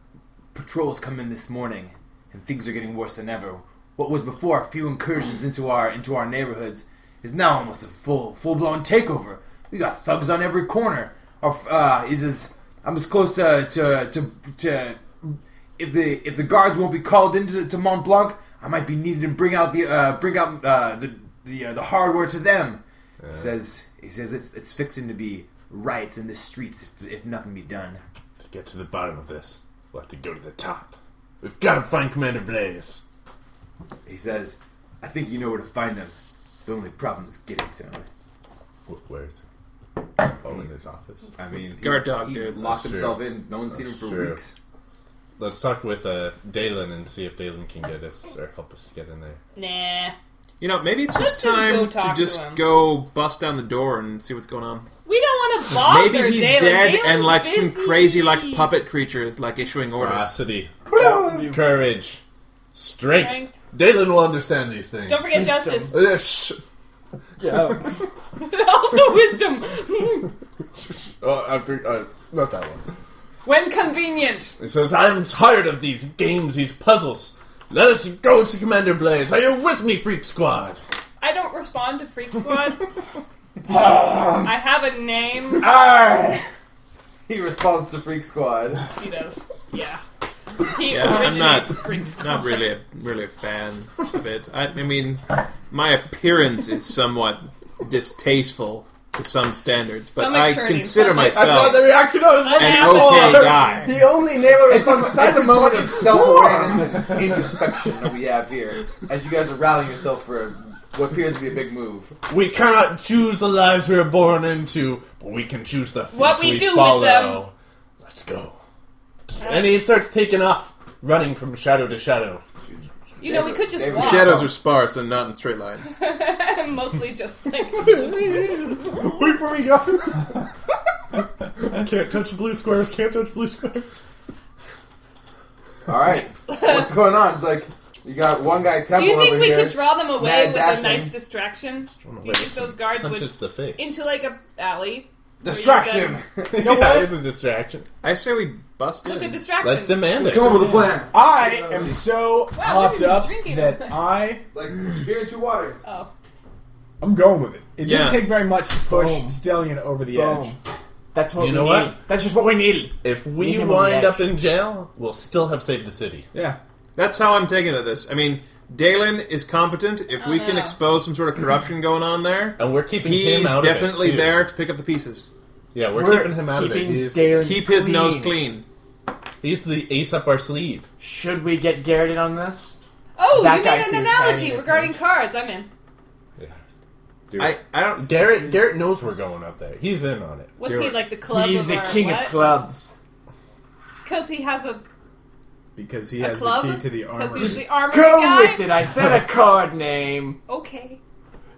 Speaker 4: patrols come in this morning, and things are getting worse than ever. What was before a few incursions into our into our neighborhoods is now almost a full full blown takeover. We got thugs on every corner. Our f- uh, is as I'm as close to to to, to if the if the guards won't be called into to Mont Blanc, I might be needed to bring out the uh, bring out uh, the the uh, the hardware to them. He says he says it's it's fixing to be riots in the streets if, if nothing be done.
Speaker 2: To get to the bottom of this, we'll have to go to the top. We've got to find Commander Blaze.
Speaker 4: He says, I think you know where to find them. The only problem is getting to them.
Speaker 2: Wh- Where is he? Oh, in his office.
Speaker 4: I mean, he's-
Speaker 7: Guard dog,
Speaker 4: he's
Speaker 7: dude.
Speaker 4: locked
Speaker 2: That's
Speaker 4: himself
Speaker 2: true.
Speaker 4: in. No one's seen him
Speaker 2: That's
Speaker 4: for
Speaker 2: true.
Speaker 4: weeks.
Speaker 2: Let's talk with uh, Dalen and see if Dalen can get us or help us get in there.
Speaker 3: Nah.
Speaker 7: You know, maybe it's just
Speaker 3: Let's just go
Speaker 7: time
Speaker 3: talk
Speaker 7: to
Speaker 3: to
Speaker 7: just
Speaker 3: him.
Speaker 7: go bust down the door and see what's going on.
Speaker 3: We don't want to bother
Speaker 7: Maybe he's
Speaker 3: Dalen.
Speaker 7: dead
Speaker 3: Dalen's
Speaker 7: and like
Speaker 3: busy.
Speaker 7: some crazy like puppet creature is like issuing orders.
Speaker 2: Ferocity, courage, strength.
Speaker 3: Strength.
Speaker 2: Dalen will understand these things.
Speaker 3: Don't forget justice.
Speaker 2: Uh, shh.
Speaker 3: also wisdom.
Speaker 2: Oh, I for, uh, not that one.
Speaker 3: when convenient.
Speaker 2: It says, "I am tired of these games, these puzzles. Let us go to Commander Blaze. Are you with me, Freak Squad?"
Speaker 3: I don't respond to Freak Squad. I have a name.
Speaker 2: Ah.
Speaker 4: Arr! He responds to Freak Squad.
Speaker 3: He does. Yeah. He
Speaker 7: Yeah, I'm not
Speaker 3: originates Freak Squad.
Speaker 7: not really a, really a fan of it. I, I mean, my appearance is somewhat distasteful to some standards, but
Speaker 3: Stomach
Speaker 7: I
Speaker 3: churning,
Speaker 7: consider
Speaker 3: stomach-
Speaker 2: I thought
Speaker 7: myself
Speaker 2: the reaction I was
Speaker 3: I'm
Speaker 2: looking
Speaker 7: an
Speaker 3: apple.
Speaker 7: okay guy.
Speaker 6: The only neighbor
Speaker 4: It's a, it's a moment of self
Speaker 6: War!
Speaker 4: awareness and introspection that we have here as you guys are rallying yourself for what appears to be a big move.
Speaker 2: We cannot choose the lives we are born into, but we can choose the fate
Speaker 3: What we do with
Speaker 2: follow.
Speaker 3: them.
Speaker 2: Let's go. And he starts taking off, running from shadow to shadow.
Speaker 3: You know, we could just
Speaker 4: David-
Speaker 3: walk.
Speaker 7: Shadows are sparse and not in straight lines.
Speaker 3: Mostly just like.
Speaker 2: Wait for me, guys! can't touch blue squares, can't touch blue squares.
Speaker 4: Alright. What's going on? It's like you got one guy temple
Speaker 3: Do you think
Speaker 4: over
Speaker 3: we
Speaker 4: here.
Speaker 3: could draw them away
Speaker 4: Mad
Speaker 3: with
Speaker 4: dashing.
Speaker 3: a nice distraction?
Speaker 2: him
Speaker 3: Do you think
Speaker 2: away.
Speaker 3: those guards would
Speaker 2: Punches the face.
Speaker 3: into like a alley?
Speaker 4: Distraction!
Speaker 2: you know what? It's a distraction.
Speaker 7: I say we bust
Speaker 3: Look
Speaker 7: in.
Speaker 3: at distraction.
Speaker 2: Let's demand it.
Speaker 4: Come up with a plan.
Speaker 5: I am so
Speaker 3: Wow, we've
Speaker 5: hopped
Speaker 3: been
Speaker 5: up
Speaker 3: drinking
Speaker 5: that
Speaker 3: all night.
Speaker 5: I
Speaker 4: Like beer and two waters.
Speaker 3: oh,
Speaker 5: I'm going with it. It
Speaker 7: Yeah.
Speaker 5: didn't take very much to push
Speaker 6: Boom.
Speaker 5: Stallion over the edge.
Speaker 6: That's what
Speaker 2: You
Speaker 6: we
Speaker 2: know
Speaker 6: needed.
Speaker 2: what?
Speaker 6: That's just what we needed.
Speaker 2: If
Speaker 6: Leave
Speaker 2: we
Speaker 6: him on the
Speaker 2: wind
Speaker 6: edge.
Speaker 2: up in jail, we'll still have saved the city.
Speaker 5: Yeah.
Speaker 7: That's how I'm taking it. This. I mean, Dalen is competent. If we
Speaker 3: Oh,
Speaker 7: can
Speaker 3: no.
Speaker 7: expose some sort of corruption going on there,
Speaker 2: And we're keeping
Speaker 7: he's
Speaker 2: him out
Speaker 7: definitely
Speaker 2: of it, too.
Speaker 7: there to pick up the pieces.
Speaker 2: Yeah, we're,
Speaker 6: We're
Speaker 2: keeping him out
Speaker 6: keeping
Speaker 2: of it. He's,
Speaker 6: Dalen
Speaker 7: Keep his nose clean.
Speaker 2: he's the ace up our sleeve.
Speaker 6: Should we get Garrett in on this?
Speaker 3: oh,
Speaker 6: That
Speaker 3: you
Speaker 6: guy
Speaker 3: made
Speaker 6: seems
Speaker 3: an
Speaker 6: hanging
Speaker 3: analogy
Speaker 6: with
Speaker 3: regarding
Speaker 6: me.
Speaker 3: cards. I'm in.
Speaker 2: Dude.
Speaker 7: I, I don't.
Speaker 2: Garrett Garrett knows we're going up there. He's in on it.
Speaker 3: What's
Speaker 2: Do
Speaker 3: he
Speaker 2: it.
Speaker 3: like the club?
Speaker 6: He's
Speaker 3: of
Speaker 6: the
Speaker 3: our,
Speaker 6: king
Speaker 3: what?
Speaker 6: of clubs.
Speaker 3: Because he has a
Speaker 5: Because he
Speaker 3: A
Speaker 5: has
Speaker 3: club?
Speaker 5: the key to the armor.
Speaker 3: because he's the armory
Speaker 6: Go
Speaker 3: guy.
Speaker 6: with it. I said a card name.
Speaker 3: Okay.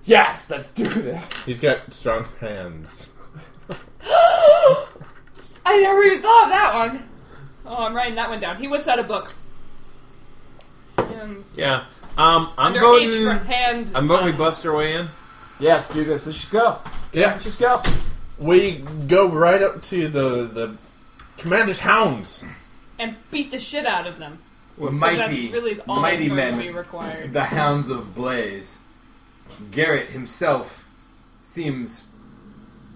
Speaker 6: Yes, let's do this.
Speaker 2: He's got strong hands.
Speaker 3: I never even thought of that one. Oh, I'm writing that one down. He whips out a book. And
Speaker 7: Yeah. Um, I'm
Speaker 3: under H for
Speaker 7: voting.
Speaker 3: hand.
Speaker 7: I'm voting. We bust our way in.
Speaker 6: Yeah, let's do this. Let's just go.
Speaker 2: Yeah,
Speaker 6: Let's just go.
Speaker 2: we go right up to the the commander's hounds.
Speaker 3: and beat the shit out of them.
Speaker 4: We're
Speaker 3: 'Cause
Speaker 4: mighty.
Speaker 3: that's really all
Speaker 4: mighty
Speaker 3: that's going
Speaker 4: men.
Speaker 3: to be required.
Speaker 4: the Hounds of Blaze. Garrett himself seems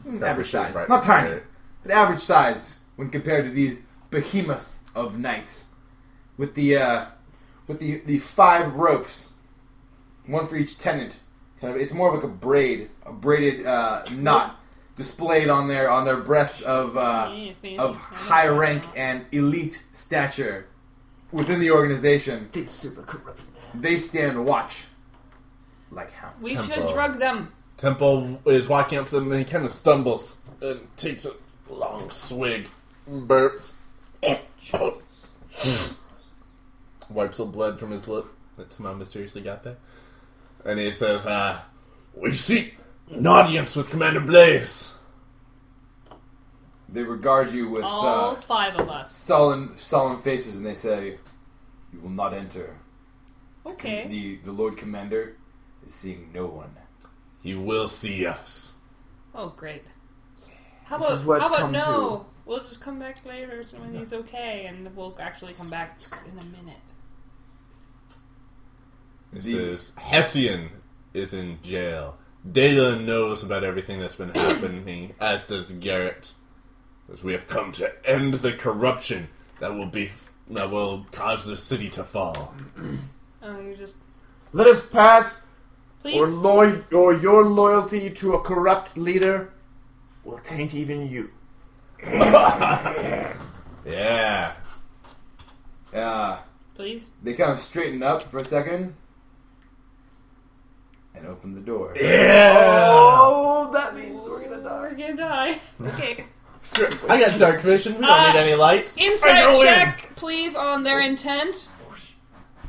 Speaker 4: mm, average size.
Speaker 2: Right.
Speaker 4: Not tiny, but average size when compared to these behemoths of knights. With the uh, with the, the five ropes, one for each tenant. Kind of, it's more of like a braid, a braided uh, knot displayed on their on their breasts of uh,
Speaker 3: Yeah, fancy
Speaker 4: of
Speaker 3: kind
Speaker 4: high
Speaker 3: of-
Speaker 4: rank and elite stature within the organization.
Speaker 6: It's super corrupt.
Speaker 4: They stand watch like hounds.
Speaker 3: We should
Speaker 2: Tempo.
Speaker 3: drug them.
Speaker 2: Temple is walking up to them, and he kind of stumbles and takes a long swig, burps, wipes the blood from his lip that somehow mysteriously got there, and he says, uh, "We seek an audience with Commander Blaze."
Speaker 4: They regard you with
Speaker 3: All
Speaker 4: uh,
Speaker 3: five of us.
Speaker 4: sullen, sullen faces, and they say, "You will not enter."
Speaker 3: Okay.
Speaker 4: The the Lord Commander is seeing no one.
Speaker 2: He will see us.
Speaker 3: Oh, great. How
Speaker 6: This
Speaker 3: about,
Speaker 6: is what
Speaker 3: how
Speaker 6: it's
Speaker 3: about
Speaker 6: come
Speaker 3: no? We'll just come back later so when he's okay, and we'll actually come back in a minute.
Speaker 2: This
Speaker 4: The-
Speaker 2: is Hessian is in jail. Data knows about everything that's been happening, as does Garrett. As we have come to end the corruption that will be that will cause the city to fall.
Speaker 3: Oh, you just
Speaker 6: Let us pass,
Speaker 3: please.
Speaker 6: or loy- or your loyalty to a corrupt leader will taint even you.
Speaker 2: Yeah.
Speaker 4: Uh,
Speaker 3: Please.
Speaker 4: they kind of straighten up for a second and open the door.
Speaker 6: Oh, that means we're gonna die.
Speaker 3: We're gonna die. Okay.
Speaker 2: I got dark vision. We don't
Speaker 3: Uh,
Speaker 2: need any light.
Speaker 3: Insight check, please, on their intent.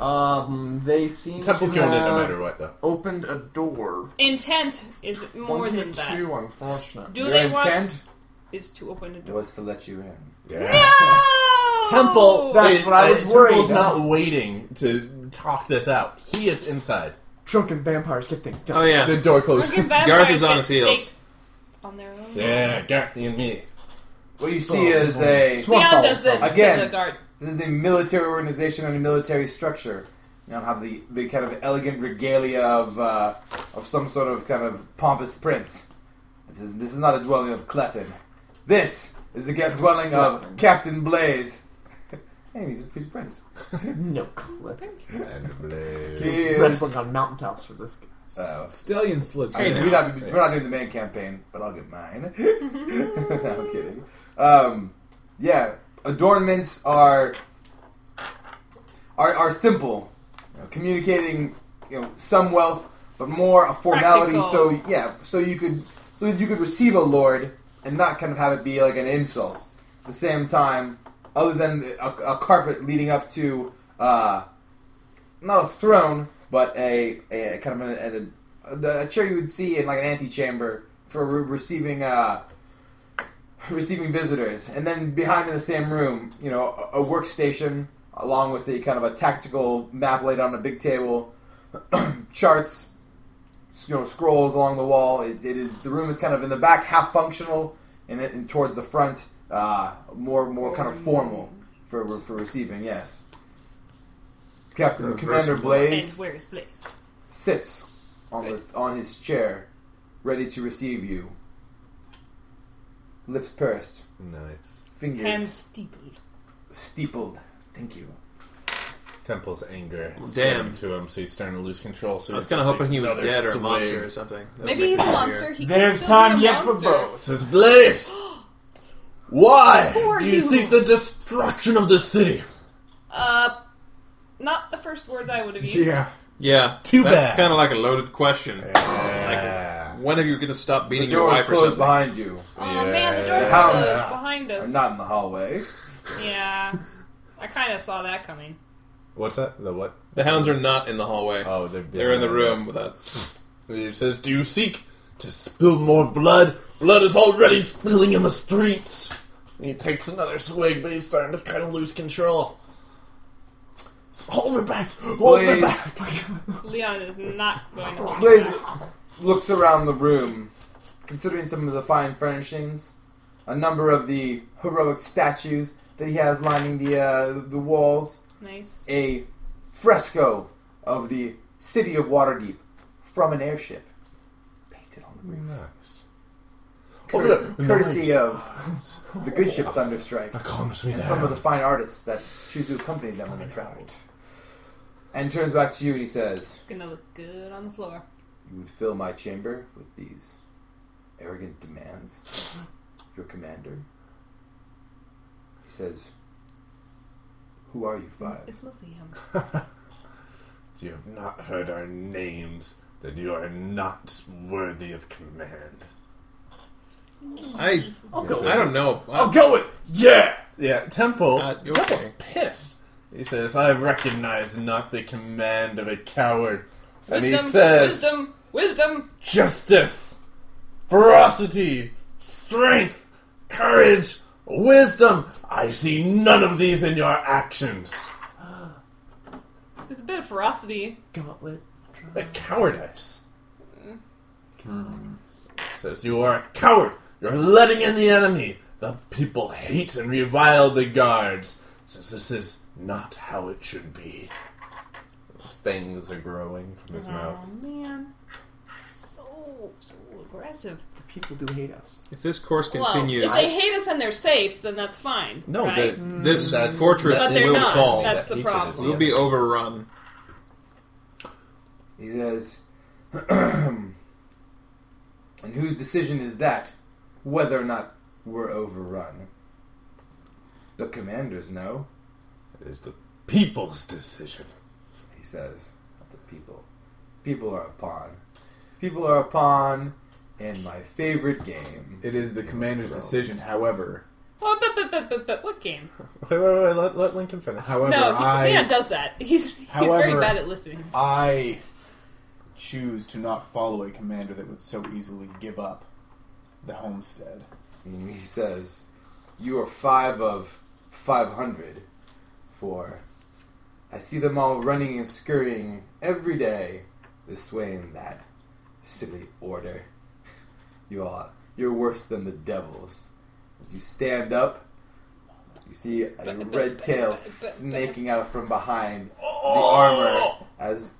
Speaker 6: Um, they seem
Speaker 2: Temple's
Speaker 6: to
Speaker 2: going in
Speaker 6: have
Speaker 2: no matter what, though.
Speaker 6: opened a door.
Speaker 3: Intent is more than that.
Speaker 6: two, unfortunate.
Speaker 3: Do
Speaker 4: Your
Speaker 3: they want
Speaker 4: intent
Speaker 3: is to open a door? Oh!
Speaker 4: was to let you in.
Speaker 2: Yeah.
Speaker 3: No!
Speaker 2: Temple.
Speaker 6: That's
Speaker 2: is-
Speaker 6: what I
Speaker 2: uh,
Speaker 6: was worried
Speaker 2: Temple's
Speaker 6: of.
Speaker 2: not waiting to talk this out. He is inside.
Speaker 6: Drunken vampires get things done.
Speaker 7: Oh
Speaker 2: The
Speaker 7: yeah.
Speaker 2: door closed.
Speaker 3: Fucking vampires
Speaker 7: Garth is on
Speaker 3: get
Speaker 7: his heels.
Speaker 3: staked On their own.
Speaker 2: Yeah, Gareth and me.
Speaker 4: What you see is a
Speaker 3: Theon does this
Speaker 4: Again.
Speaker 3: to the guards.
Speaker 4: This is a military organization and a military structure. You don't have the, the kind of elegant regalia of uh, of some sort of kind of pompous prince. This is this is not a dwelling of Clethin. This is the ga- dwelling of Captain Blaze Hey, he's, he's a prince.
Speaker 9: No clue.
Speaker 2: And blue.
Speaker 4: He is.
Speaker 9: Wrestling on mountaintops for this guy.
Speaker 4: Oh.
Speaker 5: Stallion slips.
Speaker 4: I mean,
Speaker 5: in.
Speaker 4: we're, not, we're not doing the main campaign, but I'll get mine. no, I'm kidding. Um, yeah, adornments are are, are simple, you know, communicating you know some wealth, but more a formality. So
Speaker 3: Practical.
Speaker 4: yeah, so you could so you could receive a lord and not kind of have it be like an insult. At the same time, other than a, a carpet leading up to uh, not a throne, but a, a kind of an, an, a, a chair you would see in like an antechamber for re- receiving uh, receiving visitors, and then behind in the same room, you know, a, a workstation along with the kind of a tactical map laid on a big table, charts, you know, scrolls along the wall. It, it is the room is kind of in the back, half functional, and, it, and towards the front, uh, more more kind of formal for for receiving. Yes. Captain
Speaker 2: Reverse
Speaker 4: Commander
Speaker 2: blood.
Speaker 3: And
Speaker 4: Blaze
Speaker 3: where's Blaze?
Speaker 4: sits on the, on his chair, ready to receive you. Lips pursed,
Speaker 2: Nice.
Speaker 4: fingers
Speaker 3: Hands steepled.
Speaker 4: steepled. Thank you.
Speaker 2: Temple's anger is
Speaker 7: Damn.
Speaker 2: getting to him, so he's starting to lose control. So
Speaker 7: I was
Speaker 2: he
Speaker 7: kind of
Speaker 2: just
Speaker 7: hoping
Speaker 2: takes
Speaker 7: he was
Speaker 2: another
Speaker 7: dead or a
Speaker 2: swing.
Speaker 7: monster or something. That would
Speaker 3: Maybe
Speaker 7: make
Speaker 3: he's a
Speaker 7: it easier.
Speaker 3: monster. He can
Speaker 8: There's
Speaker 3: still be a
Speaker 8: time yet for
Speaker 3: monster.
Speaker 8: both.
Speaker 2: Says Blaze. Why
Speaker 3: are
Speaker 2: do you
Speaker 3: you?"
Speaker 2: seek the destruction of the city?
Speaker 3: Uh, not the first words I would have used.
Speaker 5: Yeah.
Speaker 7: Yeah,
Speaker 2: Too
Speaker 7: That's
Speaker 2: bad.
Speaker 7: kind of like a loaded question.
Speaker 2: Yeah.
Speaker 7: When are you going to stop
Speaker 4: The
Speaker 7: beating your
Speaker 4: door is
Speaker 7: wife or
Speaker 4: closed
Speaker 7: something?
Speaker 4: behind you.
Speaker 3: Oh man, the door's
Speaker 4: Yeah.
Speaker 3: closed behind us.
Speaker 4: Not in the hallway.
Speaker 3: Yeah. I kind of saw that coming.
Speaker 2: What's that? The what?
Speaker 7: The hounds are not in the hallway.
Speaker 2: Oh, they're,
Speaker 7: They're in the room with us.
Speaker 2: It says, "Do you seek to spill more blood? Blood is already spilling in the streets." And he takes another swig, but he's starting to kind of lose control. Hold me back! Hold me
Speaker 4: Please.
Speaker 2: back!
Speaker 3: Leon is not going to.
Speaker 4: Blaze looks around the room, considering some of the fine furnishings, a number of the heroic statues that he has lining the uh, the walls,
Speaker 3: Nice.
Speaker 4: a fresco of the city of Waterdeep from an airship, painted on the roof,
Speaker 2: Nice.
Speaker 4: Cur-
Speaker 2: look,
Speaker 4: courtesy
Speaker 2: nice.
Speaker 4: of the good ship Thunderstrike.
Speaker 2: That calms me
Speaker 4: and some of the
Speaker 2: down.
Speaker 4: fine artists that choose to accompany them on their travel. And turns back to you and he says,
Speaker 3: It's gonna look good on the floor.
Speaker 4: You would fill my chamber with these arrogant demands, your commander. He says, Who are you five?
Speaker 3: It's mostly him.
Speaker 2: If you have not heard our names, then you are not worthy of command.
Speaker 7: I
Speaker 2: go
Speaker 7: I don't know.
Speaker 2: I'll go it. Yeah, yeah. Temple,
Speaker 7: Uh, you
Speaker 2: Temple's
Speaker 7: okay?
Speaker 2: pissed. He says, "I recognize not the command of a coward," and
Speaker 3: Wisdom,
Speaker 2: he says,
Speaker 3: wisdom, wisdom.
Speaker 2: "Justice, ferocity, strength, courage, wisdom. I see none of these in your actions.
Speaker 3: There's a bit of ferocity.
Speaker 9: Gauntlet.
Speaker 2: A cowardice." Says you are a coward. You're letting in the enemy. The people hate and revile the guards. Says this is not how it should be. His fangs are growing from his mouth.
Speaker 3: Oh man, so so aggressive.
Speaker 9: The people do hate us.
Speaker 7: If this course
Speaker 3: Well,
Speaker 7: continues,
Speaker 3: if they hate us and they're safe, then that's fine.
Speaker 2: No,
Speaker 3: right? Mm.
Speaker 2: that-
Speaker 7: this
Speaker 2: that's-
Speaker 7: fortress
Speaker 2: that's-
Speaker 3: But they're
Speaker 7: will
Speaker 3: not.
Speaker 7: fall.
Speaker 3: That's the
Speaker 2: hatred is
Speaker 3: problem.
Speaker 7: We'll be overrun.
Speaker 4: He says, And whose decision is that, whether or not we're overrun? The commanders know.
Speaker 2: It's the people's decision.
Speaker 4: he says, of the people. People are a pawn. People are a pawn in my favorite game.
Speaker 5: It is the commander's decision. However,
Speaker 3: Oh, but, but, but, but, but what game?
Speaker 2: Wait, wait, wait. Let, let Lincoln finish.
Speaker 5: however,
Speaker 3: no, he,
Speaker 5: I
Speaker 3: Leon does that. He's he's very
Speaker 5: However-
Speaker 3: bad at listening.
Speaker 5: I choose to not follow a commander that would so easily give up the homestead.
Speaker 4: And he says, You are five of 500 for. I see them all running and scurrying every day this way and that. Silly order. You all, you're worse than the devils. As you stand up, you see a red tail snaking out from behind the armor as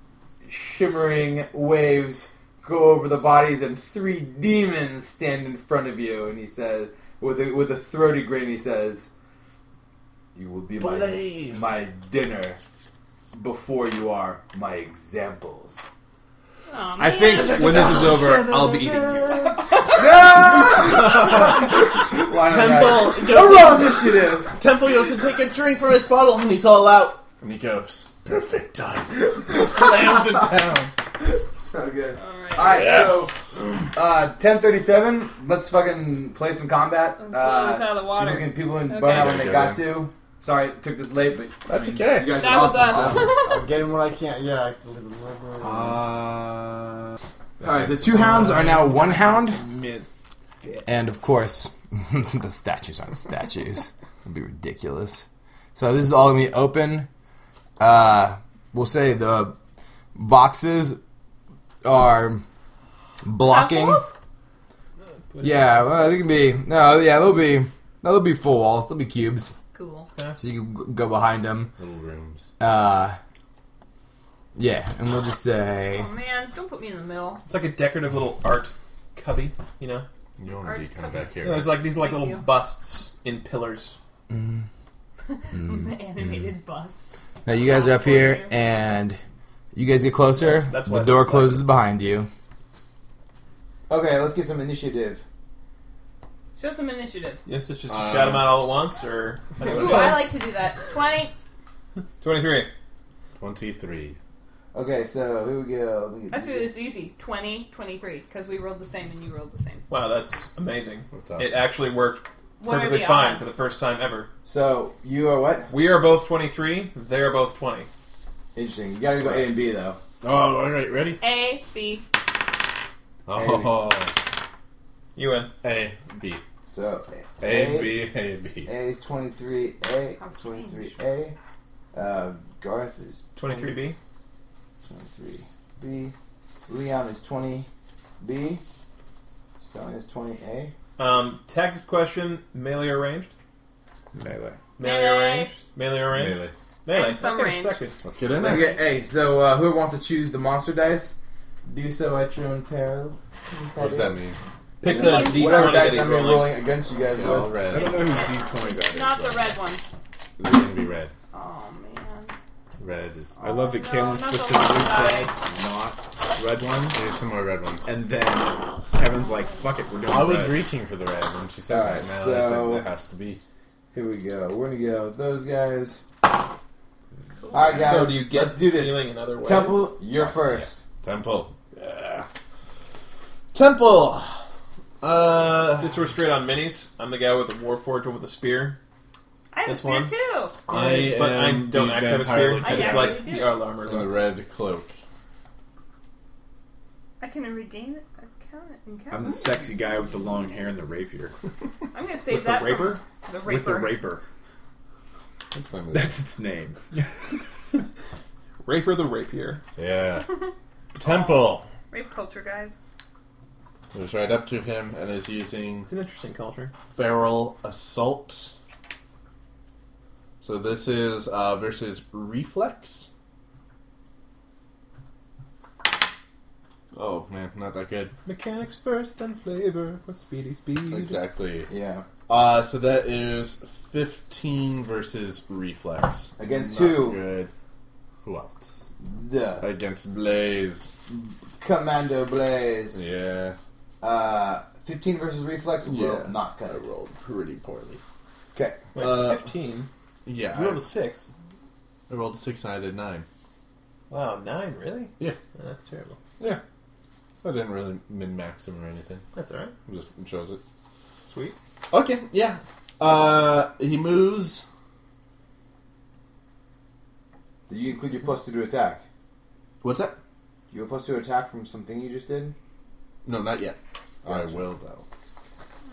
Speaker 4: shimmering waves go over the bodies, and three demons stand in front of you. And he says, with a, with a throaty grin, he says, You will be my, my dinner before you are my examples.
Speaker 3: Aw,
Speaker 7: I
Speaker 3: man.
Speaker 7: think when this is over, I'll be eating you.
Speaker 2: Temple,
Speaker 4: Roll
Speaker 2: Joseph,
Speaker 4: initiative!
Speaker 2: Temple Joseph, take a drink from his bottle, and he's all out. And he goes, perfect time. Slams it down.
Speaker 4: So good.
Speaker 3: Alright.
Speaker 4: Alright,
Speaker 2: Yes.
Speaker 4: so uh, 10.37, let's fucking play some combat.
Speaker 3: Let's blow
Speaker 4: uh,
Speaker 3: this out of the water.
Speaker 4: People, can, people in
Speaker 3: Okay.
Speaker 4: burn out when they got to. Sorry, it took this late, but
Speaker 2: That's
Speaker 4: I mean,
Speaker 2: okay.
Speaker 4: You guys
Speaker 3: That
Speaker 4: are
Speaker 3: was
Speaker 4: awesome. Uh,
Speaker 3: us.
Speaker 8: I'm getting what I can't. Yeah, I can live in
Speaker 5: Uh,
Speaker 4: Alright, the two hounds are now one hound.
Speaker 5: miss.
Speaker 11: And of course, the statues aren't statues. It'd be ridiculous. So this is all gonna be open. Uh, we'll say the boxes are blocking.
Speaker 3: Apples?
Speaker 11: Yeah, well, they can be. No, yeah, they'll be. No, they'll be full walls. They'll be cubes,
Speaker 3: Cool.
Speaker 11: so you can g- go behind them.
Speaker 2: Little rooms.
Speaker 11: Uh, yeah, and we'll just say
Speaker 3: Oh man, don't put me in the middle.
Speaker 7: It's like a decorative little art cubby, you know?
Speaker 2: You don't want to be coming back here.
Speaker 7: There's like these like
Speaker 3: Thank
Speaker 7: little
Speaker 3: you.
Speaker 7: busts in pillars.
Speaker 3: Animated busts.
Speaker 11: now you guys are up here, and you guys get closer.
Speaker 7: That's- that's
Speaker 11: the
Speaker 7: what I
Speaker 11: door
Speaker 7: was like.
Speaker 11: closes behind you.
Speaker 4: Okay, let's get some initiative.
Speaker 3: Show some initiative.
Speaker 7: Yes, it's just
Speaker 2: Uh,
Speaker 7: shout them out all at once, or how do you
Speaker 3: Ooh,
Speaker 7: wanna do
Speaker 3: I
Speaker 7: it?
Speaker 3: like to do that. Twenty.
Speaker 7: twenty-three.
Speaker 2: 23.
Speaker 4: Okay, so here we go. Let me get
Speaker 3: That's
Speaker 4: this.
Speaker 3: it's easy. 20, 23, because we rolled the same and you rolled the same.
Speaker 7: Wow, that's amazing.
Speaker 2: That's
Speaker 7: It
Speaker 2: awesome.
Speaker 7: actually worked
Speaker 3: What are
Speaker 7: perfectly
Speaker 3: the
Speaker 7: fine
Speaker 3: odds?
Speaker 7: for the first time ever.
Speaker 4: So you are what?
Speaker 7: We are both twenty-three. They are both twenty.
Speaker 4: Interesting. You gotta go A and B though.
Speaker 2: Oh, all right, ready?
Speaker 3: A, B.
Speaker 2: Oh,
Speaker 7: You win.
Speaker 2: A, B.
Speaker 4: So
Speaker 2: A, B, A, B.
Speaker 4: A is twenty three A.
Speaker 3: How
Speaker 4: Twenty three A. Uh, Garth is
Speaker 7: Twenty-three B.
Speaker 4: Twenty three B. Leon is twenty B. Stone is twenty A.
Speaker 7: Um, tactics question: melee or ranged?
Speaker 2: Melee.
Speaker 7: Melee, or
Speaker 3: Melee.
Speaker 7: ranged? Melee or ranged?
Speaker 2: Melee.
Speaker 7: Melee.
Speaker 3: And some
Speaker 7: Okay,
Speaker 3: ranged.
Speaker 7: sexy.
Speaker 2: Let's get in there.
Speaker 4: Okay, hey, so uh, whoever wants to choose the monster dice, do so at your own peril.
Speaker 2: What does that mean?
Speaker 7: Pick the
Speaker 3: Whatever
Speaker 7: D20
Speaker 4: Whatever
Speaker 7: that
Speaker 4: dice
Speaker 7: he's
Speaker 4: I'm rolling.
Speaker 7: rolling.
Speaker 4: against you guys
Speaker 2: They're all
Speaker 4: was.
Speaker 2: red. I don't know whose D20s are.
Speaker 3: Not the red ones.
Speaker 2: They're going to be red.
Speaker 3: Oh man.
Speaker 2: Red is
Speaker 12: I love that
Speaker 3: no, not
Speaker 12: Caelan
Speaker 3: the
Speaker 12: specifically
Speaker 3: long
Speaker 12: said
Speaker 2: not red ones. There's some more red ones.
Speaker 12: And then Kevin's like, fuck it, we're doing
Speaker 2: I was
Speaker 12: red.
Speaker 2: reaching for the red when she said
Speaker 4: Alright,
Speaker 2: that. Now I said
Speaker 4: so-
Speaker 2: there has to be.
Speaker 4: Here we go. We're gonna go with those guys.
Speaker 3: Cool.
Speaker 4: All right, guys.
Speaker 7: So do you get
Speaker 4: Let's do this.
Speaker 7: Feeling another way?
Speaker 4: Temple, you're
Speaker 2: Awesome,
Speaker 4: first.
Speaker 2: Temple. Yeah. Temple! Uh,
Speaker 7: Since we're straight on minis, I'm the guy with the warforged one with the spear.
Speaker 3: I have a
Speaker 7: This
Speaker 3: spear
Speaker 7: one.
Speaker 3: too.
Speaker 2: I
Speaker 7: but I
Speaker 2: am
Speaker 7: don't
Speaker 2: the
Speaker 7: actually have
Speaker 2: vampire
Speaker 7: a spear. I
Speaker 2: lieutenant.
Speaker 7: just
Speaker 3: Yeah, Oh, you
Speaker 7: like
Speaker 3: do.
Speaker 7: the Arl armor.
Speaker 2: in the
Speaker 7: look.
Speaker 2: red cloak.
Speaker 3: I can regain account encounter.
Speaker 12: I'm the sexy guy with the long hair and the rapier.
Speaker 3: I'm gonna save
Speaker 7: With the
Speaker 3: that. for-
Speaker 7: raper?
Speaker 3: The raper.
Speaker 12: With the raper.
Speaker 2: That's my move.
Speaker 12: That's its name.
Speaker 7: Raper the rapier.
Speaker 2: Yeah. Temple
Speaker 3: Rape culture, guys.
Speaker 2: moves right up to him and is using
Speaker 7: It's an interesting culture.
Speaker 2: feral assault. So this is uh, versus reflex. Oh man, not that good.
Speaker 7: Mechanics first, then flavor for speedy speed.
Speaker 2: Exactly.
Speaker 4: Yeah.
Speaker 2: Uh, so that is fifteen versus reflex.
Speaker 4: Against
Speaker 2: Not
Speaker 4: who?
Speaker 2: Good. Who else?
Speaker 4: The
Speaker 2: Against Blaze.
Speaker 4: Commando Blaze.
Speaker 2: Yeah,
Speaker 4: Uh, 15 versus Reflex
Speaker 2: Yeah.
Speaker 4: will not
Speaker 2: I
Speaker 4: cut it.
Speaker 2: rolled pretty poorly.
Speaker 4: Okay.
Speaker 7: Wait,
Speaker 2: Uh,
Speaker 7: 15?
Speaker 2: Yeah,
Speaker 7: You rolled
Speaker 2: I,
Speaker 7: a 6.
Speaker 2: I rolled six and I did nine.
Speaker 7: Wow, 9, really?
Speaker 2: Yeah.
Speaker 7: Oh, that's terrible.
Speaker 2: Yeah, I didn't really min max him or anything.
Speaker 7: That's alright.
Speaker 2: I just chose it.
Speaker 7: Sweet.
Speaker 2: Okay, yeah. Uh, he moves.
Speaker 4: Did you include your plus two to attack?
Speaker 2: What's that?
Speaker 4: You have a plus two attack from something you just did?
Speaker 2: No, not yet. I
Speaker 4: Gotcha.
Speaker 2: will though.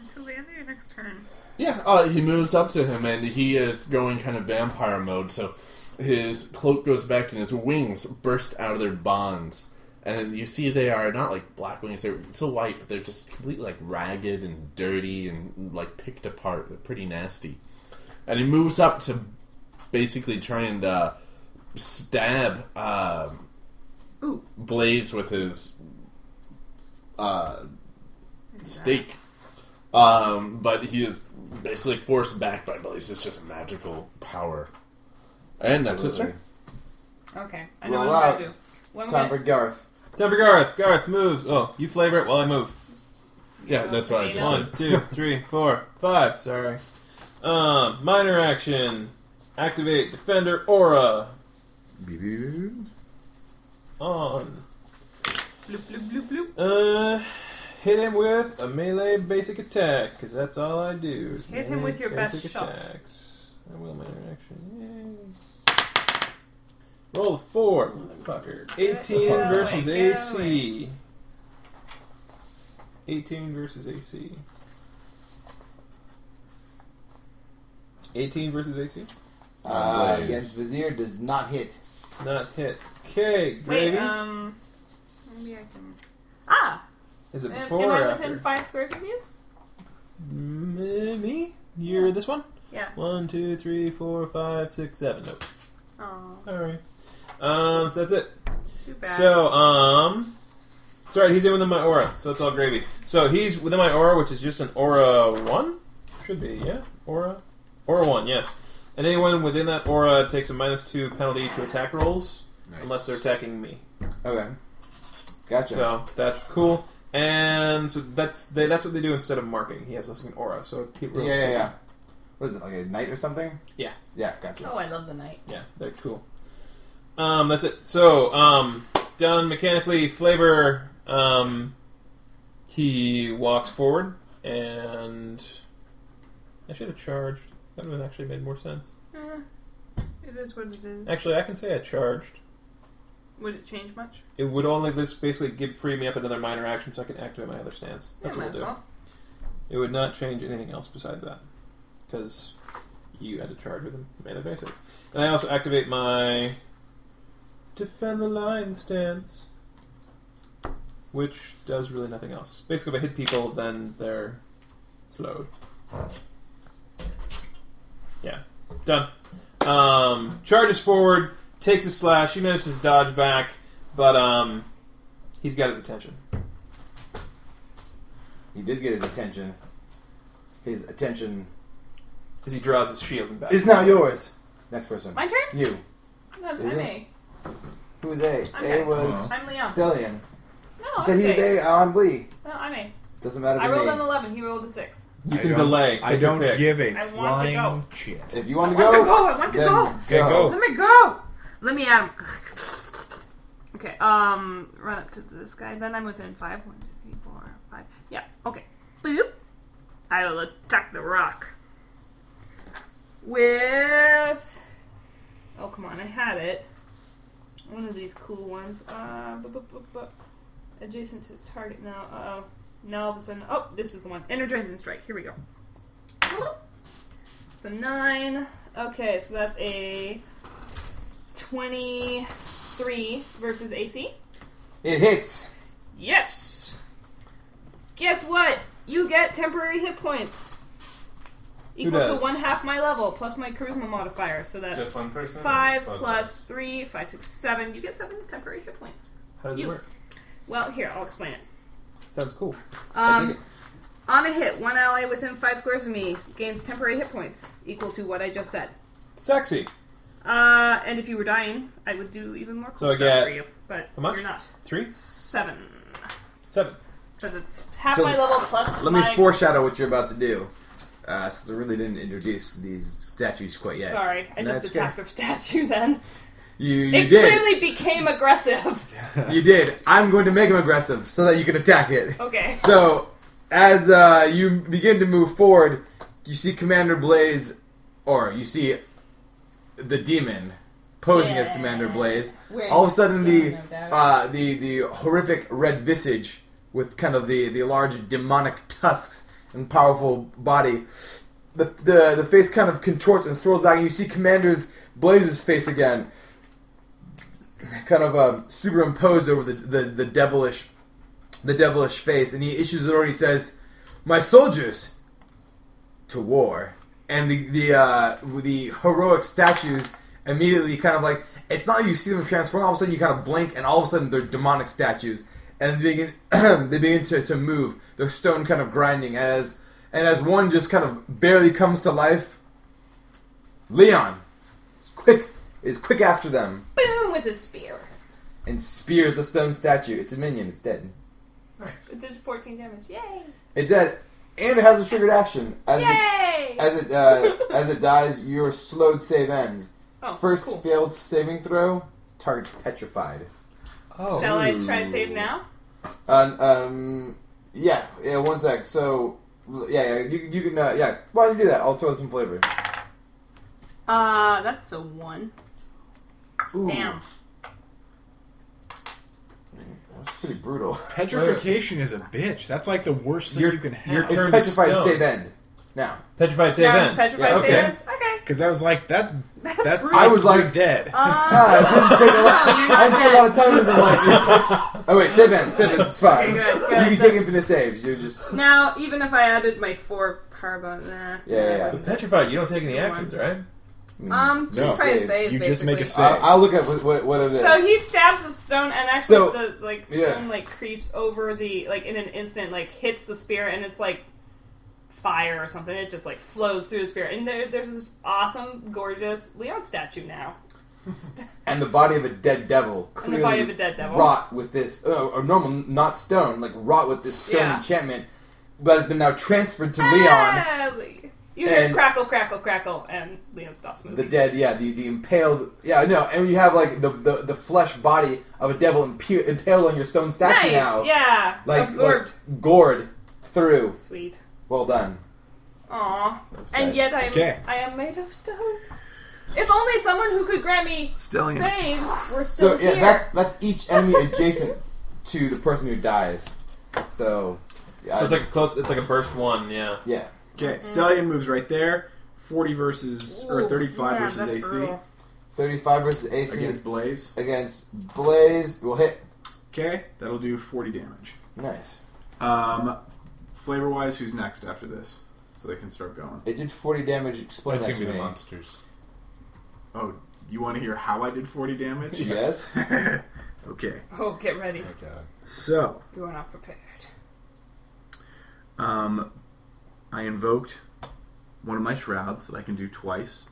Speaker 3: Until the end of your next turn.
Speaker 2: Yeah. Uh, he moves up to him, and he is going kind of vampire mode. So his cloak goes back, and his wings burst out of their bonds. And you see, they are not like black wings; they're still white, but they're just completely like ragged and dirty and like picked apart. They're pretty nasty. And he moves up to basically try and uh, stab um,
Speaker 3: Ooh.
Speaker 2: Blaze with his uh, stake. Um, but he is basically forced back by Blaze. It's just magical power. And that's his turn.
Speaker 3: Okay, I know
Speaker 7: Roll
Speaker 3: what I'm
Speaker 7: out.
Speaker 3: gonna do. What I'm
Speaker 7: Time
Speaker 3: gonna-
Speaker 7: for Garth. Time for Garth. Garth moves. Oh, you flavor it while I move.
Speaker 2: Yeah, that's what I just
Speaker 7: One,
Speaker 2: said.
Speaker 7: two, three, four, five. Sorry. Um, minor action. Activate defender aura. On.
Speaker 3: Bloop, bloop, bloop, bloop.
Speaker 7: Uh, hit him with a melee basic attack, because that's all I do. is
Speaker 3: Hit him with your
Speaker 7: melee
Speaker 3: best
Speaker 7: basic
Speaker 3: shot.
Speaker 7: Attacks. I will minor action. Yay. Roll a four, motherfucker. 18
Speaker 3: Get away,
Speaker 7: versus
Speaker 3: get
Speaker 7: AC. 18 versus AC. 18 versus AC?
Speaker 4: Uh,
Speaker 7: Blaze.
Speaker 4: against Vizier does not hit.
Speaker 7: Not hit. Okay,
Speaker 3: Wait,
Speaker 7: gravy.
Speaker 3: um, maybe I can. Ah,
Speaker 7: Is it
Speaker 3: am,
Speaker 7: before
Speaker 3: am
Speaker 7: or
Speaker 3: I
Speaker 7: after?
Speaker 3: within five squares of you?
Speaker 7: Mm, uh, Me? You're this one?
Speaker 3: Yeah.
Speaker 7: One, two, three, four, five, six, seven. Nope.
Speaker 3: Oh,
Speaker 7: Sorry. Um, so that's it.
Speaker 3: Too bad.
Speaker 7: So, um. Sorry, he's in within my aura, so it's all gravy. So he's within my aura, which is just an aura 1? Should be, yeah? Aura? Aura 1, yes. And anyone within that aura takes a minus 2 penalty to attack rolls, unless they're attacking me.
Speaker 4: Okay. Gotcha.
Speaker 7: So that's cool. And so that's they, that's what they do instead of marking. He has this an aura, so it rolls.
Speaker 4: Yeah, yeah, yeah. What is it, like a knight or something?
Speaker 7: Yeah.
Speaker 4: Yeah, gotcha.
Speaker 3: oh, I love the night.
Speaker 7: Yeah, they're cool. Um, that's it. So, um, done mechanically. Flavor. Um, he walks forward, and I should have charged. That would have actually made more sense.
Speaker 3: Eh, it is what it is.
Speaker 7: Actually, I can say I charged.
Speaker 3: Would it change much?
Speaker 7: It would only this basically give free me up another minor action, so I can activate my other stance. That's what
Speaker 3: yeah, might
Speaker 7: we'll
Speaker 3: as
Speaker 7: do.
Speaker 3: well.
Speaker 7: It would not change anything else besides that. Because you had to charge with a mana basic. And I also activate my Defend the Line stance. Which does really nothing else. Basically, if I hit people, then they're slowed. Yeah. Done. Um, charges forward, takes a slash. He manages to dodge back, but um, he's got his attention.
Speaker 4: He did get his attention. His attention
Speaker 7: As he draws his shield and back.
Speaker 4: is now yours. Next person.
Speaker 3: My turn?
Speaker 4: You.
Speaker 3: No, it's
Speaker 4: Is it?
Speaker 3: MA.
Speaker 4: Who's A?
Speaker 3: I'm
Speaker 4: a
Speaker 3: A. Oh,
Speaker 4: was
Speaker 3: I'm Leon.
Speaker 4: Stellion.
Speaker 3: No,
Speaker 4: You
Speaker 3: I'm
Speaker 4: said he was
Speaker 3: A.
Speaker 4: A. I'm B.
Speaker 3: No, I'm A.
Speaker 4: Doesn't matter
Speaker 3: I
Speaker 4: to
Speaker 3: rolled
Speaker 4: me.
Speaker 3: an 11, he rolled a 6.
Speaker 7: You
Speaker 5: I
Speaker 7: can
Speaker 5: don't-
Speaker 7: delay.
Speaker 5: I
Speaker 7: Take your
Speaker 5: don't
Speaker 7: pick.
Speaker 5: give a
Speaker 3: I want to
Speaker 5: flying
Speaker 3: go.
Speaker 5: shit.
Speaker 4: If you want to
Speaker 3: I want
Speaker 4: go,
Speaker 3: to go, I want to
Speaker 4: then
Speaker 3: go.
Speaker 5: Okay, go.
Speaker 3: Let me go. Let me at him. Okay, um, run up to this guy. Then I'm within five. One, two, three, four, five. Yeah, okay. Boop. I will attack the rock. With. Oh, come on, I had it. One of these cool ones. Uh, bu- bu- bu- bu- adjacent to target now. Uh oh. Now all of a sudden. Oh, this is the one. Energizing strike. Here we go. It's a nine. Okay, so that's a 23 versus AC.
Speaker 4: It hits.
Speaker 3: Yes! Guess what? You get temporary hit points.
Speaker 7: Who
Speaker 3: Equal to
Speaker 7: does?
Speaker 3: one half my level plus my charisma modifier. So that's
Speaker 2: Just one person? or
Speaker 3: five
Speaker 2: both of
Speaker 3: plus three, five, six, seven. You get seven temporary hit points.
Speaker 7: How does
Speaker 3: You.
Speaker 7: it work?
Speaker 3: Well, here, I'll explain it.
Speaker 7: Sounds cool. I dig
Speaker 3: Um, on a hit, one ally within five squares of me gains temporary hit points equal to what I just said.
Speaker 7: it. Sexy.
Speaker 3: Uh, and if you were dying, I would do even more
Speaker 7: So
Speaker 3: cool
Speaker 7: I
Speaker 3: stuff
Speaker 7: get-
Speaker 3: for you. But
Speaker 7: How much?
Speaker 3: you're not.
Speaker 7: Three?
Speaker 3: Seven.
Speaker 7: Seven.
Speaker 3: Because it's half
Speaker 4: So-
Speaker 3: my level plus
Speaker 4: Let me
Speaker 3: my...
Speaker 4: foreshadow what you're about to do. Uh, since I really didn't introduce these statues quite yet.
Speaker 3: Sorry, I just
Speaker 4: That's
Speaker 3: attacked a statue then.
Speaker 4: You, you
Speaker 3: it
Speaker 4: did.
Speaker 3: clearly became aggressive.
Speaker 4: You did. I'm going to make him aggressive so that you can attack it.
Speaker 3: Okay.
Speaker 4: So, as uh, you begin to move forward, you see Commander Blaze, or you see the demon posing as
Speaker 3: Yeah.
Speaker 4: Commander Blaze.
Speaker 3: Wearing
Speaker 4: All of a
Speaker 3: his
Speaker 4: sudden,
Speaker 3: skin,
Speaker 4: the
Speaker 3: no doubt.
Speaker 4: uh, the the horrific red visage with kind of the, the large demonic tusks and powerful body. The, Uh, the the face kind of contorts and swirls back, and you see Commander's Blaze's face again kind of um, superimposed over the, the, the devilish the devilish face and he issues an order he says my soldiers to war and the the uh, the heroic statues immediately kind of like it's not you see them transform all of a sudden you kind of blink and all of a sudden they're demonic statues and they begin they begin to, to move their stone kind of grinding as and as one just kind of barely comes to life, Leon is quick is quick after them
Speaker 3: Boom with his spear.
Speaker 4: and spears the stone statue. It's a minion. It's dead.
Speaker 3: It did 14 damage. Yay!
Speaker 4: It's dead, and it has a triggered action. As
Speaker 3: Yay!
Speaker 4: It, as it uh, as it dies, your slowed save ends.
Speaker 3: Oh,
Speaker 4: First
Speaker 3: cool.
Speaker 4: failed saving throw, target's petrified.
Speaker 3: Shall I try to save now?
Speaker 4: Uh, um, yeah, yeah. One sec. So, yeah, yeah you, you can, uh, yeah. Why don't you do that? I'll throw in some flavor.
Speaker 3: Uh, that's a one. Damn.
Speaker 4: That's pretty brutal.
Speaker 5: Petrification is a bitch. That's like the worst thing
Speaker 4: Your-
Speaker 5: you can have.
Speaker 4: your It's turn to petrified stone. save end. Now.
Speaker 7: Petrified save
Speaker 3: Now it's
Speaker 7: ends.
Speaker 3: petrified
Speaker 7: Yeah,
Speaker 3: save
Speaker 7: okay.
Speaker 3: ends? Okay.
Speaker 5: Because I was like, that's that's.
Speaker 3: brutal.
Speaker 5: I was like dead.
Speaker 4: Ah, it didn't take a lot. I did a
Speaker 3: Um,
Speaker 4: lot of times. I'm like, oh wait, save end, save end. It's fine.
Speaker 3: Okay, good,
Speaker 4: You can
Speaker 3: good.
Speaker 4: take infinite saves. You're just
Speaker 3: Now, even if I added my four eh. power bonus, nah.
Speaker 4: yeah, yeah.
Speaker 7: But petrified, you don't take any actions, right?
Speaker 3: Um, just
Speaker 4: No,
Speaker 3: try to
Speaker 4: save.
Speaker 3: save.
Speaker 4: You
Speaker 5: just
Speaker 3: basically.
Speaker 5: make a save.
Speaker 4: I, I'll look at what, what, what it is.
Speaker 3: So he stabs the stone, and actually,
Speaker 4: So-
Speaker 3: the like stone
Speaker 4: yeah.
Speaker 3: like creeps over the like in an instant, like hits the spear, and it's like fire or something. It just like flows through the spear, and there, there's this awesome, gorgeous Leon statue now.
Speaker 4: and the body of a dead devil
Speaker 3: And
Speaker 4: clearly
Speaker 3: the body of a dead devil.
Speaker 4: wrought with this uh, or normal not stone like wrought with this stone
Speaker 3: Yeah.
Speaker 4: enchantment but has been now transferred to Leon
Speaker 3: Ah, Le- you hear
Speaker 4: And-
Speaker 3: crackle, crackle, crackle, and Leon stops moving.
Speaker 4: the dead yeah the, the impaled yeah no and you have like the, the, the flesh body of a devil impe- impaled on your stone statue
Speaker 3: nice,
Speaker 4: now
Speaker 3: yeah,
Speaker 4: like,
Speaker 3: absorbed,
Speaker 4: like gored through
Speaker 3: sweet.
Speaker 4: well done
Speaker 3: Aw. And yet I am,
Speaker 4: Okay.
Speaker 3: I am made of stone. If only someone who could grant me
Speaker 5: Oh,
Speaker 4: Stellium.
Speaker 3: saves were still
Speaker 4: so yeah
Speaker 3: here.
Speaker 4: that's that's each enemy adjacent to the person who dies so yeah
Speaker 7: So it's
Speaker 4: I
Speaker 7: like a close. It's like a burst one. Yeah.
Speaker 4: Yeah.
Speaker 5: Okay, Stallion moves right there. 40 versus, or
Speaker 4: Ooh,
Speaker 5: 35
Speaker 4: yeah,
Speaker 5: versus
Speaker 4: that's
Speaker 5: AC.
Speaker 4: brutal. 35 versus AC.
Speaker 5: Against Blaze.
Speaker 4: Against Blaze. We'll hit.
Speaker 5: Okay, that'll do 40 damage.
Speaker 4: Nice.
Speaker 5: Um, flavor wise, who's next after this? So they can start going.
Speaker 4: It did 40 damage. Explain
Speaker 2: That's
Speaker 4: that
Speaker 2: gonna
Speaker 4: to
Speaker 2: be the
Speaker 4: me.
Speaker 2: monsters.
Speaker 5: Oh, you want to hear how I did 40 damage?
Speaker 4: Yes.
Speaker 5: okay.
Speaker 3: Oh, get ready.
Speaker 5: So,
Speaker 3: You are not prepared.
Speaker 5: um, I invoked one of my shrouds that I can do twice.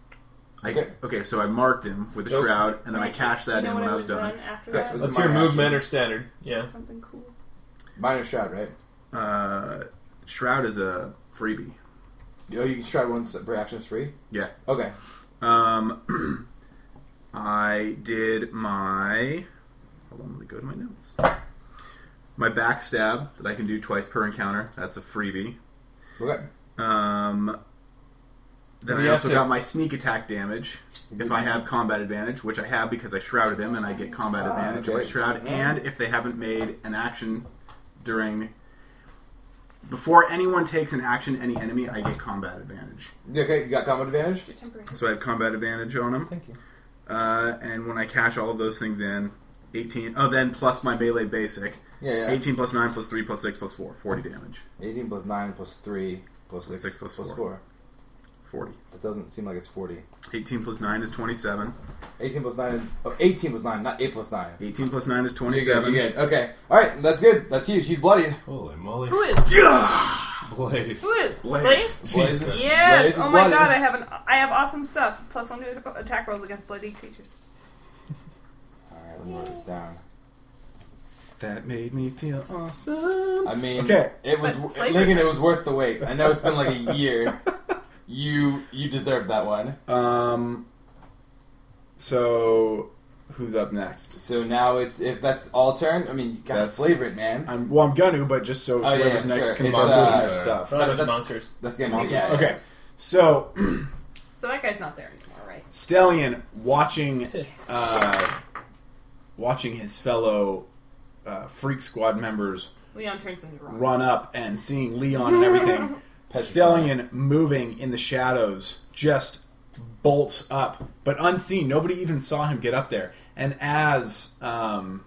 Speaker 5: I, okay.
Speaker 7: Okay.
Speaker 5: so I marked him with a
Speaker 7: So-
Speaker 5: shroud, and then I cashed that
Speaker 3: You know
Speaker 5: in
Speaker 3: what
Speaker 5: when
Speaker 3: I
Speaker 5: I was
Speaker 3: would
Speaker 5: done.
Speaker 3: run after
Speaker 4: Yes,
Speaker 3: that?
Speaker 4: with
Speaker 7: What's
Speaker 4: my
Speaker 7: your movement
Speaker 4: action.
Speaker 7: or standard? Yeah.
Speaker 3: Something cool.
Speaker 4: Minor shroud, right?
Speaker 5: Uh, shroud is a freebie.
Speaker 4: Oh, you can shroud once per action is free.
Speaker 5: Yeah.
Speaker 4: Okay.
Speaker 5: Um, I did my. Hold on, let me go to my notes. My backstab that I can do twice per encounter. That's a freebie.
Speaker 4: Okay.
Speaker 5: Um, then
Speaker 7: You
Speaker 5: I
Speaker 7: have
Speaker 5: also
Speaker 7: to-
Speaker 5: got my sneak attack damage if I have combat advantage, which I have because I shrouded him, and I get combat
Speaker 4: Ah,
Speaker 5: advantage on my
Speaker 4: okay.
Speaker 5: shroud. And if they haven't made an action during. Before anyone takes an action, any enemy, I get combat advantage.
Speaker 4: You Okay, you got combat advantage?
Speaker 5: So I have combat advantage on him. Thank
Speaker 7: you.
Speaker 5: Uh, and when I cash all of those things in, 18. Oh, then plus my melee basic.
Speaker 4: Yeah, yeah.
Speaker 5: 18 plus 9 plus 3 plus 6 plus 4. 40 damage.
Speaker 4: 18 plus 9 plus 3 plus 6,
Speaker 5: 6 plus 4. 40.
Speaker 4: That doesn't seem like it's 40.
Speaker 5: 18 plus 9 is 27.
Speaker 4: 18 plus 9 is. Oh, 18 plus 9, not 8 plus 9.
Speaker 5: 18 plus 9 is
Speaker 4: You're good,
Speaker 5: 27.
Speaker 4: you're good. Okay. Alright, that's good. That's huge. He's bloodied.
Speaker 2: Holy moly.
Speaker 3: Who is?
Speaker 2: Blaze.
Speaker 3: Who is?
Speaker 5: Blaze.
Speaker 3: Blaze?
Speaker 2: Blaze is-
Speaker 3: Yes!
Speaker 4: Blaze is
Speaker 3: oh my
Speaker 4: bloody.
Speaker 3: god, I have an I have awesome stuff. Plus one to attack rolls against bloody creatures.
Speaker 4: Alright, let me write this down.
Speaker 5: That made me feel awesome.
Speaker 4: I mean,
Speaker 5: Okay.
Speaker 4: it was
Speaker 3: But flavor
Speaker 4: Lincoln. It was worth the wait. I know it's been like a year. You you deserve that one.
Speaker 5: Um, so, who's up next?
Speaker 4: So now it's if that's all turn. I mean, you gotta
Speaker 5: That's-
Speaker 4: flavor it, man.
Speaker 5: I'm, well, I'm going to, but just so
Speaker 4: Oh, yeah,
Speaker 5: whoever's
Speaker 4: yeah,
Speaker 5: next
Speaker 4: sure.
Speaker 5: can
Speaker 4: It's,
Speaker 5: start
Speaker 4: uh,
Speaker 5: doing stuff.
Speaker 7: Not a bunch of
Speaker 4: that's-
Speaker 7: monsters.
Speaker 4: That's the end. Yeah.
Speaker 5: Okay, so
Speaker 3: So that guy's not there anymore, right?
Speaker 5: Stellion watching uh, watching his fellow uh, Freak Squad members
Speaker 3: Leon turns into rock.
Speaker 5: run up and seeing Leon and everything, Stellion moving in the shadows just bolts up, but unseen. Nobody even saw him get up there. And as um,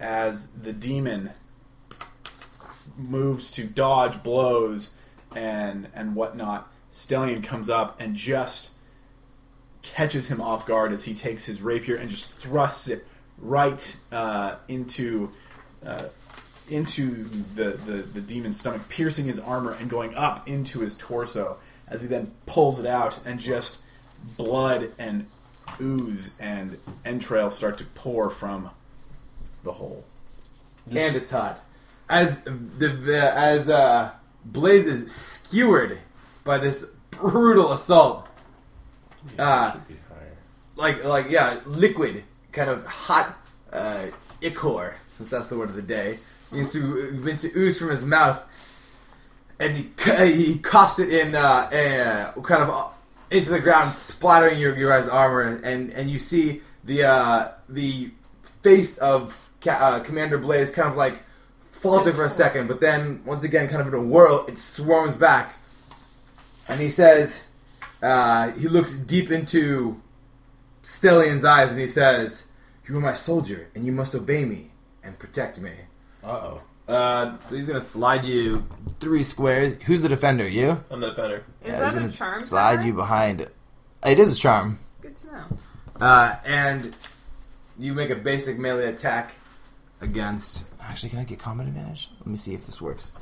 Speaker 5: as the demon moves to dodge blows and and whatnot, Stellion comes up and just catches him off guard as he takes his rapier and just thrusts it right uh, into uh, into the, the, the demon's stomach, piercing his armor and going up into his torso as he then pulls it out and just blood and ooze and entrails start to pour from the hole.
Speaker 4: and it's hot. As the uh, as uh, Blaze is skewered by this brutal assault, uh, like like yeah, liquid kind of hot uh, ichor, since that's the word of the day, begins to begins to ooze from his mouth, and he c- he coughs it in uh, uh, kind of into the ground, splattering your your guys' armor, and and you see the uh, the face of Ca- uh, Commander Blaze kind of like faltering for a second, but then once again, kind of in a whirl, it swarms back, and he says, uh, he looks deep into Stellion's eyes, and he says, "You are my soldier, and you must obey me and protect me."
Speaker 13: Uh-oh. Uh, so he's gonna slide you three squares. Who's the defender? You?
Speaker 7: I'm the defender.
Speaker 3: Is
Speaker 13: Yeah,
Speaker 3: that
Speaker 13: he's
Speaker 3: a
Speaker 13: gonna
Speaker 3: charm
Speaker 13: Slide you behind. It is a charm.
Speaker 3: Good to know.
Speaker 4: Uh, and you make a basic melee attack.
Speaker 13: Against. Actually, can I get combat advantage? Let me see if this works.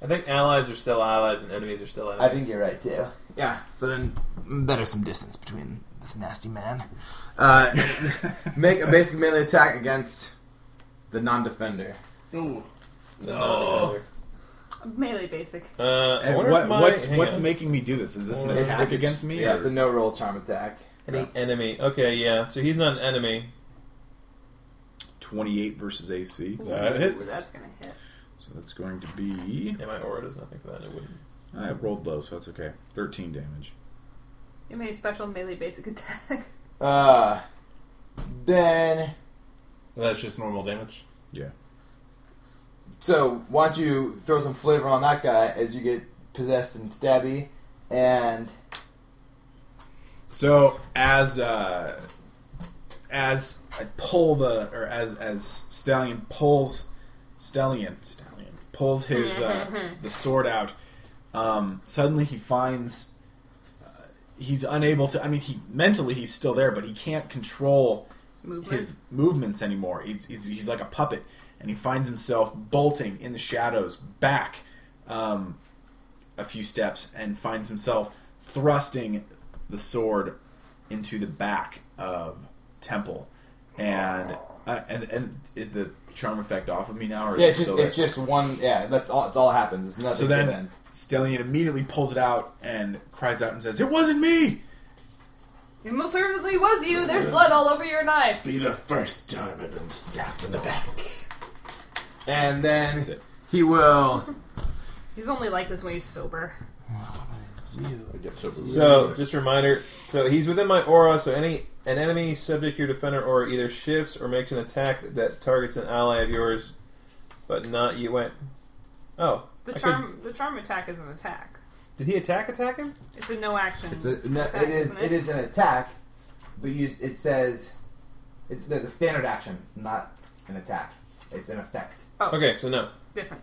Speaker 7: I think allies are still allies and enemies are still enemies.
Speaker 13: I think you're right, too. Yeah, so then better some distance between this nasty man.
Speaker 4: Uh, make a basic melee attack against the non-defender.
Speaker 2: Ooh.
Speaker 7: No.
Speaker 3: Melee basic.
Speaker 7: Uh, I
Speaker 5: And
Speaker 7: wonder
Speaker 5: what-
Speaker 7: if my,
Speaker 5: what's-
Speaker 7: hang
Speaker 5: what's
Speaker 7: on.
Speaker 5: making me do this? Is this an
Speaker 7: It's-
Speaker 5: attack
Speaker 7: it's-
Speaker 5: against me,
Speaker 4: Yeah,
Speaker 5: or-
Speaker 4: it's a no-roll charm attack.
Speaker 7: Any enemy? Okay, yeah. So he's not an enemy.
Speaker 5: 28 versus AC.
Speaker 2: That Ooh, hits. that's
Speaker 3: gonna hit.
Speaker 5: So that's going to be.
Speaker 7: Yeah, my aura does nothing for that. It wouldn't.
Speaker 5: I rolled low, so that's okay. 13 damage.
Speaker 3: You made a special melee basic attack.
Speaker 4: Uh, then
Speaker 2: That's just normal damage.
Speaker 5: Yeah.
Speaker 4: So why don't you throw some flavor on that guy as you get possessed and stabby, and
Speaker 5: So as uh, as I pull the or as as Stallion pulls Stallion Stallion pulls his uh, the sword out. Um, suddenly he finds uh, he's unable to. I mean, he mentally he's still there, but he can't control
Speaker 3: movement.
Speaker 5: his movements anymore. He's, he's he's like a puppet, and he finds himself bolting in the shadows back. Um, a few steps and finds himself thrusting the sword into the back of Temple, and uh, and and is the charm effect off of me now? Or
Speaker 4: yeah,
Speaker 5: is
Speaker 4: it's just
Speaker 5: it still
Speaker 4: it's
Speaker 5: there?
Speaker 4: just one. Yeah, that's all. It's all happens. It's nothing.
Speaker 5: so
Speaker 4: that
Speaker 5: then
Speaker 4: ends.
Speaker 5: Stellion immediately pulls it out and cries out and says, "It wasn't me."
Speaker 3: It most certainly was you. There's blood all over your knife.
Speaker 2: Be the first time I've been stabbed in the back.
Speaker 4: and then he will.
Speaker 3: He's only like this when he's sober.
Speaker 7: So just a reminder. So he's within my aura. So any an enemy, subject, your defender aura either shifts or makes an attack that targets an ally of yours, but not you. Wait. Oh,
Speaker 3: The
Speaker 7: I could-
Speaker 3: charm, the charm attack is an attack.
Speaker 7: did he attack? Attack him?
Speaker 3: It's a no action.
Speaker 4: It's a, no,
Speaker 3: attack,
Speaker 4: it is
Speaker 3: isn't
Speaker 4: it is an attack, but you, s- it says it's there's a standard action. It's not an attack. It's an effect.
Speaker 3: Oh,
Speaker 7: Okay, so no.
Speaker 3: different,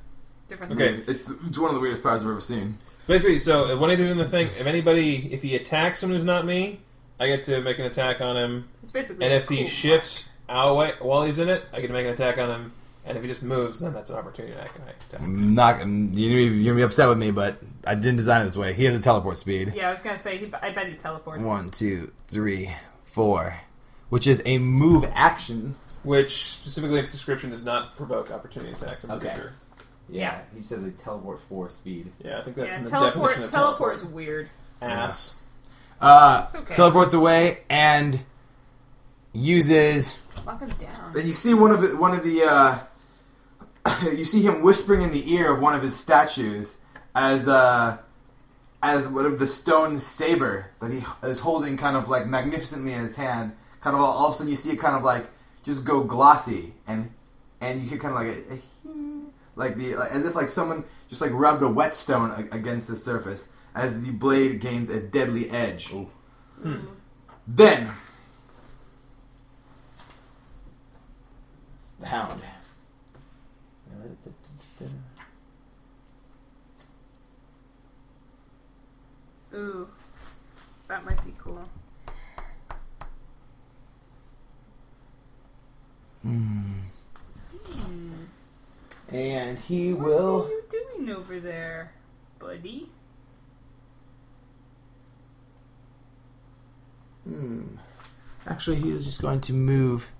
Speaker 3: different.
Speaker 7: Okay.
Speaker 4: it's, it's one of the weirdest powers I've ever seen.
Speaker 7: Basically, so if- when he's doing the thing, if anybody, if he attacks someone who's not me, I get to make an attack on him.
Speaker 3: It's basically.
Speaker 7: And
Speaker 3: a
Speaker 7: if he
Speaker 3: cool-
Speaker 7: shifts out way- while he's in it, I get to make an attack on him. And if he just moves, then that's an opportunity attack. I attack.
Speaker 4: Mm.
Speaker 13: I'm not. I'm- You're gonna be- you're gonna be upset with me, but I didn't design it this way. He has a teleport speed.
Speaker 3: Yeah, I was gonna say. He, I bet he teleported.
Speaker 13: One, two, three, four, which is a move action.
Speaker 7: Which specifically, its description does not provoke opportunity attacks. I'm pretty
Speaker 4: Okay.
Speaker 7: sure.
Speaker 4: Yeah, he says a teleport four speed.
Speaker 7: Yeah, I think that's
Speaker 3: Yeah,
Speaker 7: in the
Speaker 3: teleport.
Speaker 7: definition of
Speaker 3: Teleport's weird.
Speaker 7: Ass.
Speaker 13: Uh,
Speaker 3: okay.
Speaker 13: teleports away and uses.
Speaker 3: Lock him down.
Speaker 4: Then you see one of the, one of the uh, you see him whispering in the ear of one of his statues as uh, as one of the stone saber that he is holding kind of like magnificently in his hand. Kind of all, all of a sudden you see it kind of like just go glossy and and you hear kind of like a, a hing, like the like, as if like someone just like rubbed a whetstone a- against the surface as the blade gains a deadly edge. Then the hound.
Speaker 3: Ooh, that might be cool.
Speaker 14: And he will.
Speaker 3: you doing over there, buddy?
Speaker 15: Hmm. Actually, he is just going to move.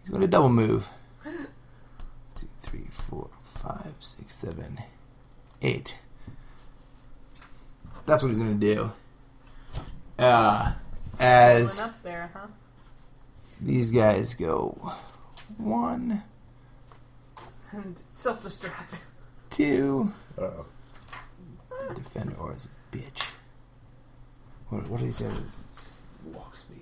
Speaker 15: He's going to double move. Two, three, four, five, six, seven, eight. That's what he's going to do. Uh, as
Speaker 3: Going up there, huh?
Speaker 15: these guys go one,
Speaker 3: And self-destruct.
Speaker 15: two. Defender or is a bitch. What, what are these guys? s- Walk speed.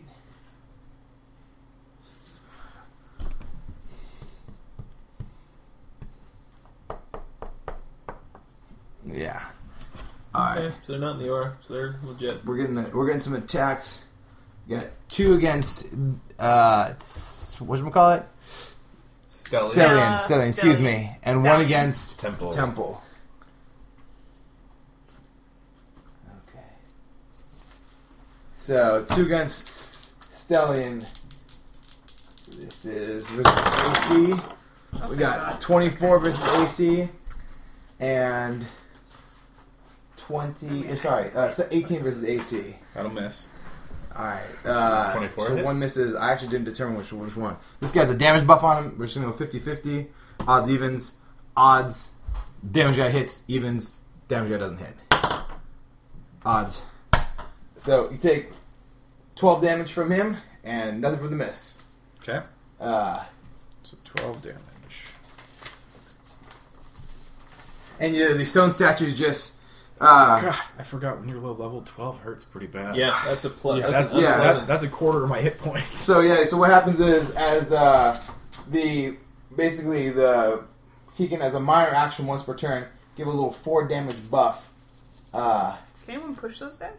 Speaker 15: Yeah. All right.
Speaker 7: Okay, so they're not in the aura, so they're legit.
Speaker 15: We're getting we're getting some attacks. We got two against uh what do call it?
Speaker 2: Stellium.
Speaker 15: Stellium,
Speaker 2: Uh,
Speaker 15: Stellium, excuse
Speaker 2: Stellium.
Speaker 15: me. And one
Speaker 2: Stallion.
Speaker 15: against
Speaker 2: Temple.
Speaker 15: Temple.
Speaker 4: So two against Stellion. This is versus AC. we got 24 versus AC and 20. eh, sorry, uh, so 18 versus AC.
Speaker 2: That'll miss.
Speaker 4: All right. Uh,
Speaker 15: Does 24
Speaker 4: So
Speaker 15: hit?
Speaker 4: one misses. I actually didn't determine which which one. This guy's a damage buff on him. We're just gonna go 50-50. Odds evens. Odds. Damage guy hits. Evens. Damage guy doesn't hit. Odds. So you take 12 damage from him and nothing from the miss.
Speaker 5: Okay.
Speaker 4: Uh,
Speaker 5: so 12 damage.
Speaker 4: And yeah, the stone statue's just. Uh,
Speaker 5: God, I forgot when you're low level, 12 hurts pretty bad.
Speaker 4: Yeah, that's a pl-
Speaker 5: Yeah,
Speaker 4: that's
Speaker 5: that's,
Speaker 4: an
Speaker 5: yeah,
Speaker 4: unpleasant-
Speaker 5: that- that's a quarter of my hit points.
Speaker 4: So yeah, so what happens is as uh, the basically the he can as a minor action once per turn give a little four damage buff. Uh,
Speaker 3: Can anyone push those guys?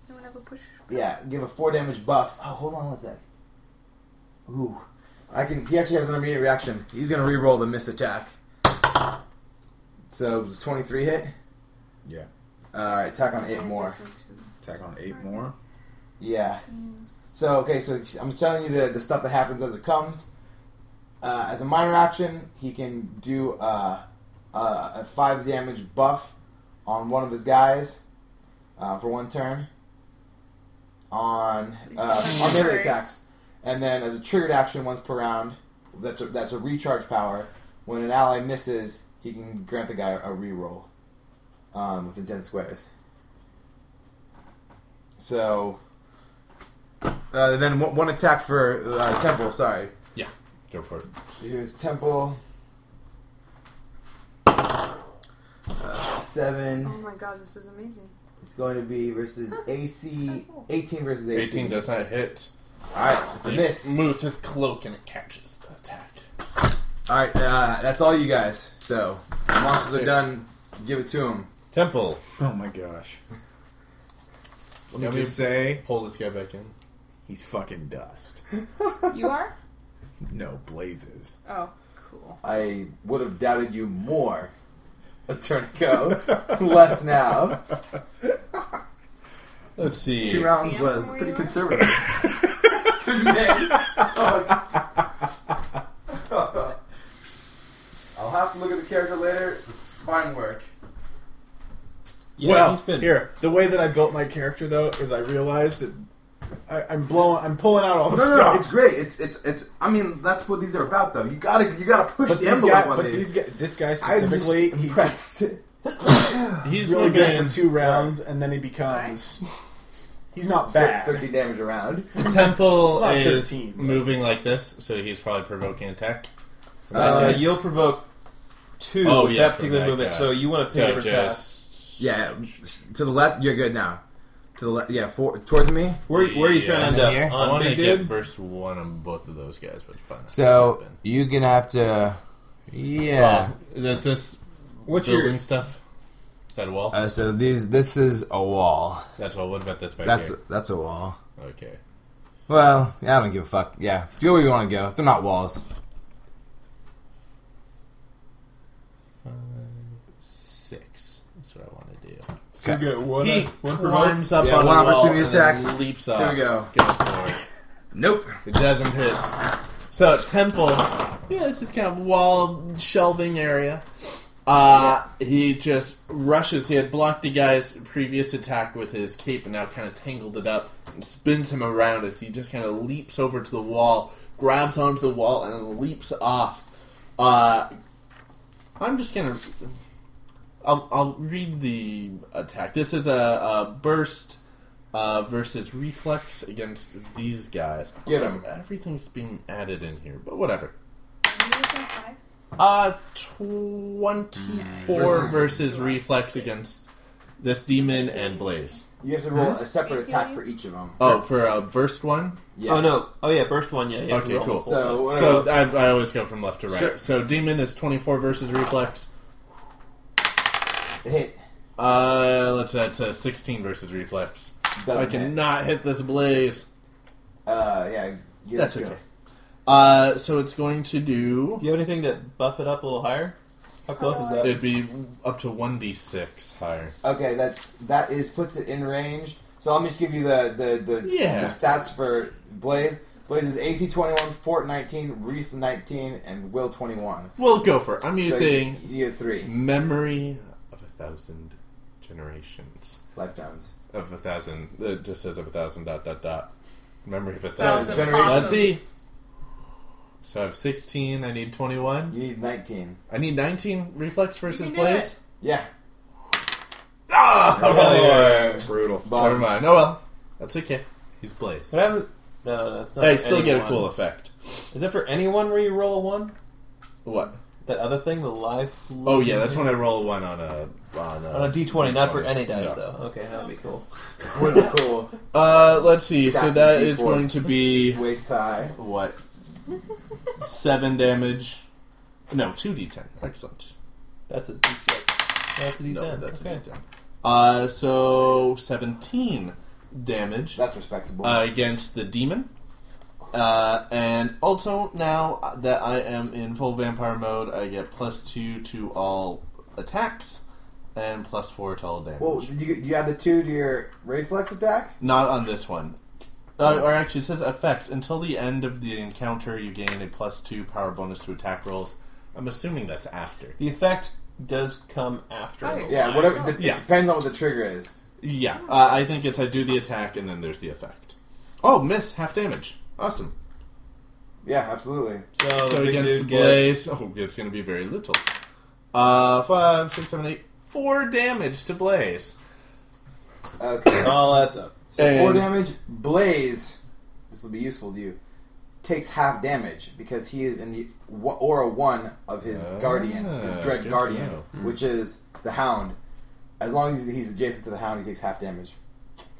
Speaker 3: Does anyone have a push?
Speaker 4: yeah, give a four damage buff. Oh, hold on one sec. Ooh, I can. He actually has an immediate reaction. He's gonna re-roll the miss attack. So it was twenty three hit.
Speaker 5: Yeah.
Speaker 4: All right, attack on eight more.
Speaker 5: Attack on eight more.
Speaker 4: Yeah. So okay, so I'm telling you the the stuff that happens as it comes. Uh, as a minor action, he can do uh, uh, a five damage buff on one of his guys uh, for one turn on uh, on melee attacks, and then as a triggered action once per round, that's a, that's a recharge power. When an ally misses, he can grant the guy a reroll um, within ten squares. So uh, then one, one attack for uh, Temple. Sorry.
Speaker 2: Yeah, go for it.
Speaker 4: Here's Temple. Uh, seven.
Speaker 3: Oh my god, this is amazing.
Speaker 4: It's going to be versus AC. 18 versus AC.
Speaker 2: 18 does not hit.
Speaker 4: Alright, it's a
Speaker 2: He
Speaker 4: miss.
Speaker 2: moves his cloak and it catches the attack.
Speaker 4: Alright, uh, that's all you guys. So, monsters are done. Give it to them.
Speaker 2: Temple.
Speaker 5: Oh my gosh. Let me
Speaker 2: Can we
Speaker 5: just say.
Speaker 2: Pull this guy back in.
Speaker 5: He's fucking dust.
Speaker 3: You are?
Speaker 5: No, blazes.
Speaker 3: Oh, cool.
Speaker 4: I would have doubted you more a turn ago. Less now.
Speaker 2: Let's see.
Speaker 4: Two rounds
Speaker 2: Yeah,
Speaker 4: was
Speaker 2: where
Speaker 4: pretty
Speaker 2: you at?
Speaker 4: conservative. to me. I'll have to look at the character later. It's fine work.
Speaker 5: well, here the way that I built my character though is I realized that I, I'm blowing, I'm pulling out all
Speaker 4: No,
Speaker 5: the
Speaker 4: no,
Speaker 5: stops.
Speaker 4: no, it's great. It's it's it's. I mean, that's what these are about, though. You gotta you gotta push
Speaker 5: But
Speaker 4: the
Speaker 5: these
Speaker 4: envelope
Speaker 5: guy-
Speaker 4: on
Speaker 5: but
Speaker 4: these.
Speaker 5: these guy- this guy
Speaker 4: I'm just
Speaker 5: specifically, he-
Speaker 4: impressed.
Speaker 5: he's
Speaker 4: He's
Speaker 5: really good
Speaker 4: looking-
Speaker 5: for two rounds, and then he becomes. He's not bad.
Speaker 4: Thir- Thirty damage around.
Speaker 2: Temple
Speaker 5: Not
Speaker 2: is
Speaker 5: 13,
Speaker 2: moving like this, so he's probably provoking attack.
Speaker 7: Uh, you'll provoke two
Speaker 2: Oh,
Speaker 7: with
Speaker 2: yeah,
Speaker 7: that
Speaker 2: for
Speaker 7: particular
Speaker 2: that
Speaker 7: movement,
Speaker 2: guy.
Speaker 7: so you want to
Speaker 2: So
Speaker 7: pay every
Speaker 2: just-
Speaker 4: Yeah, to the left. You're good now. To the left. Yeah, for, towards me.
Speaker 7: Where- where are you trying to end
Speaker 2: Yeah.
Speaker 7: up? On
Speaker 2: I want to
Speaker 7: Big
Speaker 2: get
Speaker 7: Dude?
Speaker 2: burst one on both of those guys, but it's fine.
Speaker 15: So uh, you can have to. Yeah.
Speaker 2: Oh, does this
Speaker 15: What's your-
Speaker 2: building stuff? Is that a wall?
Speaker 15: Uh, so these. This is a wall.
Speaker 2: That's all. What about this back
Speaker 15: that's
Speaker 2: here?
Speaker 15: that's a wall.
Speaker 2: Okay.
Speaker 15: Well, yeah, I don't give a fuck. Yeah, go where you want to go. They're not walls.
Speaker 2: Five, six. That's what I want to do.
Speaker 15: So you Okay. get one-
Speaker 2: he
Speaker 15: one provoke?
Speaker 2: climbs up
Speaker 15: Yeah,
Speaker 2: on
Speaker 15: one
Speaker 2: a wall
Speaker 15: opportunity
Speaker 2: and then
Speaker 15: attack.
Speaker 2: Leaps
Speaker 15: Here
Speaker 2: up.
Speaker 15: we go.
Speaker 2: Go for it.
Speaker 4: Nope.
Speaker 2: It doesn't hit. So Temple yeah, it's just kind of wall shelving area. Uh, he just rushes. He had blocked the guy's previous attack with his cape and now kind of tangled it up and spins him around as he just kind of leaps over to the wall, grabs onto the wall, and leaps off. Uh, I'm just gonna. I'll, I'll read the attack. This is a, a burst uh, versus reflex against these guys.
Speaker 4: Get 'em.
Speaker 2: Everything's being added in here, but whatever. Uh, 24
Speaker 4: Versus-
Speaker 2: versus, reflex against this demon and blaze.
Speaker 4: You have to roll
Speaker 15: Hmm?
Speaker 4: a separate attack for each of them.
Speaker 2: Oh, for a burst one?
Speaker 4: Yeah.
Speaker 7: Oh no! Oh yeah, burst one. Yeah. you have to
Speaker 2: Okay,
Speaker 7: roll
Speaker 2: cool.
Speaker 7: the full
Speaker 2: So,
Speaker 7: time.
Speaker 2: I, I always go from left to right.
Speaker 7: Sure.
Speaker 2: So demon is 24 versus reflex.
Speaker 4: Hit.
Speaker 2: Uh, let's that's a 16 versus reflex.
Speaker 4: Doesn't
Speaker 2: I cannot hit this blaze.
Speaker 4: Uh, yeah. yeah,
Speaker 2: That's
Speaker 4: let's
Speaker 2: okay. Uh, so it's going to do.
Speaker 7: Do you have anything to buff it up a little higher? How close is that?
Speaker 2: It'd be up to 1d6 higher.
Speaker 4: go. Okay, that's that is puts it in range. So let me just give you the the the,
Speaker 2: Yeah.
Speaker 4: the stats for Blaze. Blaze is AC 21, Fort 19, Reef 19, and Will 21.
Speaker 2: We'll go for it. I'm
Speaker 4: So
Speaker 2: using
Speaker 4: you get three
Speaker 2: memory of a thousand generations.
Speaker 4: lifetimes.
Speaker 2: Of a thousand. It just says of a thousand dot dot dot. Memory of a
Speaker 3: Thousand
Speaker 2: thousand. Let's see.
Speaker 3: apostles.
Speaker 2: So I have 16. I need 21.
Speaker 4: You need 19.
Speaker 2: I need 19 reflex versus
Speaker 3: do
Speaker 2: blaze.
Speaker 4: Yeah.
Speaker 2: Ah!
Speaker 7: Yeah.
Speaker 2: Brutal.
Speaker 4: Bum.
Speaker 2: Never mind. Oh well. That's okay. He's blaze.
Speaker 7: What happened? No, that's not.
Speaker 2: I
Speaker 7: for
Speaker 2: still get a
Speaker 7: anyone.
Speaker 2: cool effect.
Speaker 7: Is that for anyone where you roll a one?
Speaker 2: What?
Speaker 7: That other thing, the live.
Speaker 2: Oh yeah, that's when I roll one on a on a,
Speaker 7: On a D twenty, not for any
Speaker 2: No.
Speaker 7: dice though. Okay, that'd be cool.
Speaker 4: cool.
Speaker 2: Uh, let's see. so
Speaker 4: Stack
Speaker 2: that
Speaker 4: the
Speaker 2: is
Speaker 4: D4s.
Speaker 2: going to be
Speaker 4: Waist high.
Speaker 2: what? Seven damage. No, two d10. Excellent.
Speaker 7: That's a D six. That's a D ten.
Speaker 2: No, that's
Speaker 7: okay.
Speaker 2: a d10. Uh, so seventeen damage
Speaker 4: That's respectable.
Speaker 2: uh, against the demon. Uh, and also now that I am in full vampire mode, I get plus two to all attacks and plus four to all damage.
Speaker 4: well, did you, you add the two to your reflex attack?
Speaker 2: Not on this one. Uh, or actually, it says effect. Until the end of the encounter, you gain a plus two power bonus to attack rolls. I'm assuming that's after.
Speaker 7: The effect does come after.
Speaker 3: Right.
Speaker 7: the
Speaker 4: Yeah,
Speaker 7: live.
Speaker 4: whatever. It
Speaker 2: Yeah.
Speaker 4: depends on what the trigger is.
Speaker 2: Yeah, uh, I think it's I do the attack and then there's the effect. Oh, miss half damage. Awesome.
Speaker 4: Yeah, absolutely.
Speaker 7: So,
Speaker 2: so
Speaker 7: the big
Speaker 2: against
Speaker 7: dude
Speaker 2: Blaze, oh, it's going to be very little. Uh, five, six, seven, eight, four damage to Blaze.
Speaker 4: Okay.
Speaker 7: gets all that's up.
Speaker 4: So four
Speaker 2: And-
Speaker 4: damage. Blaze. This will be useful to you. Takes half damage because he is in the wa- aura one of his guardian,
Speaker 2: Ah,
Speaker 4: his
Speaker 2: good
Speaker 4: dread
Speaker 2: to
Speaker 4: guardian,
Speaker 2: know. Hmm.
Speaker 4: which is the Hound. As long as he's adjacent to the Hound, he takes half damage.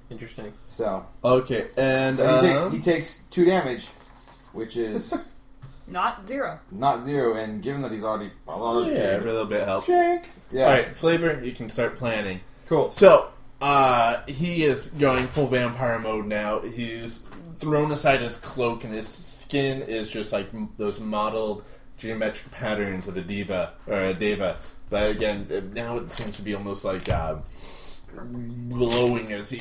Speaker 7: Interesting.
Speaker 4: So
Speaker 2: Okay, and
Speaker 4: but he takes
Speaker 2: um,
Speaker 4: he takes two damage, which is
Speaker 3: Not zero.
Speaker 4: not zero. And given that he's already
Speaker 2: yeah, every little bit helps.
Speaker 4: yeah.
Speaker 2: All right, flavor. You can start planning.
Speaker 7: Cool.
Speaker 2: So, uh, he is going full vampire mode now. He's thrown aside his cloak, and his skin is just like m- those modeled geometric patterns of a diva or a deva. But again, it- now it seems to be almost like uh, glowing as he.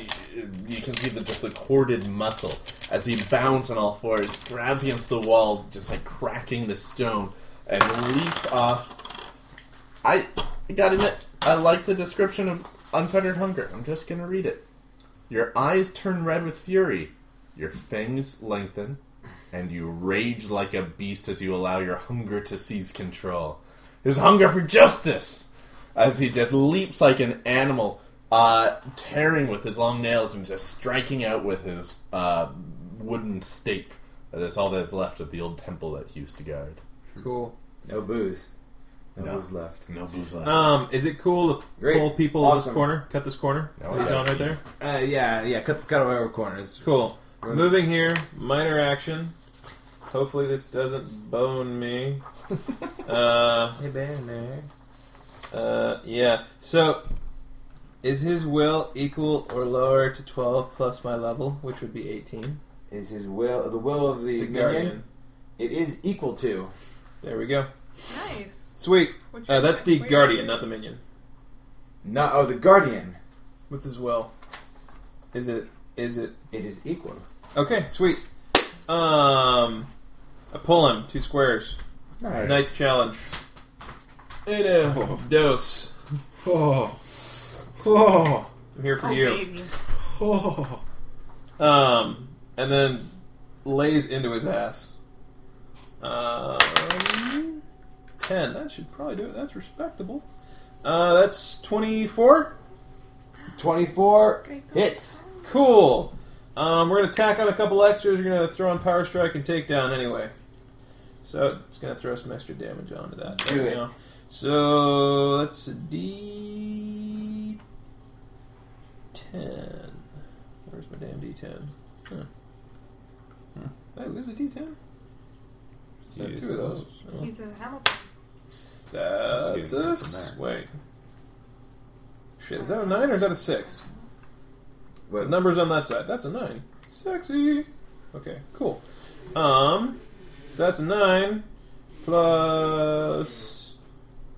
Speaker 2: You can see the just the corded muscle as he bounds on all fours, grabs against the wall, just like cracking the stone, and leaps off I gotta admit, I like the description of unfettered hunger. I'm just gonna read it. Your eyes turn red with fury, your fangs lengthen, and you rage like a beast as you allow your hunger to seize control. His hunger for justice! As he just leaps like an animal, uh, tearing with his long nails and just striking out with his uh, wooden stake. That is all that is left of the old temple that he used to guard.
Speaker 7: Cool.
Speaker 4: No booze. No,
Speaker 2: No.
Speaker 4: booze left.
Speaker 2: No booze left.
Speaker 7: Um, is it cool to
Speaker 4: Great.
Speaker 7: pull people in
Speaker 4: Awesome.
Speaker 7: this corner? Cut this corner.
Speaker 2: No,
Speaker 7: He's
Speaker 2: I-
Speaker 7: on right there.
Speaker 4: Uh, yeah, yeah. Cut cut away our corners.
Speaker 7: Cool.
Speaker 4: Right.
Speaker 7: Moving here, minor action. Hopefully this doesn't bone me. uh,
Speaker 4: Hey, man, man.
Speaker 7: uh, yeah. So, is his will equal or lower to twelve plus my level, which would be eighteen?
Speaker 4: is his will the will of the,
Speaker 7: The
Speaker 4: minion.
Speaker 7: guardian.
Speaker 4: It is equal to.
Speaker 7: There we go.
Speaker 3: Nice.
Speaker 7: Sweet.
Speaker 3: What's
Speaker 7: Uh,
Speaker 3: your Oh,
Speaker 7: that's the
Speaker 3: wait.
Speaker 7: guardian, not the minion.
Speaker 4: No, oh, the guardian.
Speaker 7: What's his will? Is it? Is it?
Speaker 4: It is equal.
Speaker 7: Okay, sweet. Um, I pull him two squares. Nice, challenge. Uno, dos.
Speaker 12: Oh. Oh.
Speaker 7: I'm here for
Speaker 12: Oh,
Speaker 7: you.
Speaker 12: baby. Oh.
Speaker 7: Um, and then lays into his ass. Um, ten. That should probably do it. That's respectable. Uh, that's twenty-four.
Speaker 16: Twenty-four
Speaker 7: hits. Cool. Um, we're gonna tack on a couple extras. We're gonna throw on power strike and takedown anyway. So it's gonna throw some extra damage onto that. There
Speaker 16: Do
Speaker 7: we
Speaker 16: it.
Speaker 7: go. So that's a D ten. Where's my damn D ten? Huh.
Speaker 16: Hmm.
Speaker 7: Did I lose a D ten? Is that
Speaker 2: Yes,
Speaker 7: two of
Speaker 2: it
Speaker 7: those? Oh.
Speaker 17: He's a Hamilton.
Speaker 7: That's
Speaker 2: Let's get it
Speaker 7: a
Speaker 2: from
Speaker 7: s-
Speaker 2: there.
Speaker 7: wait. Shit, is that a nine or is that a six? The numbers on that side. That's a nine. Sexy. Okay, cool. Um, so that's a nine plus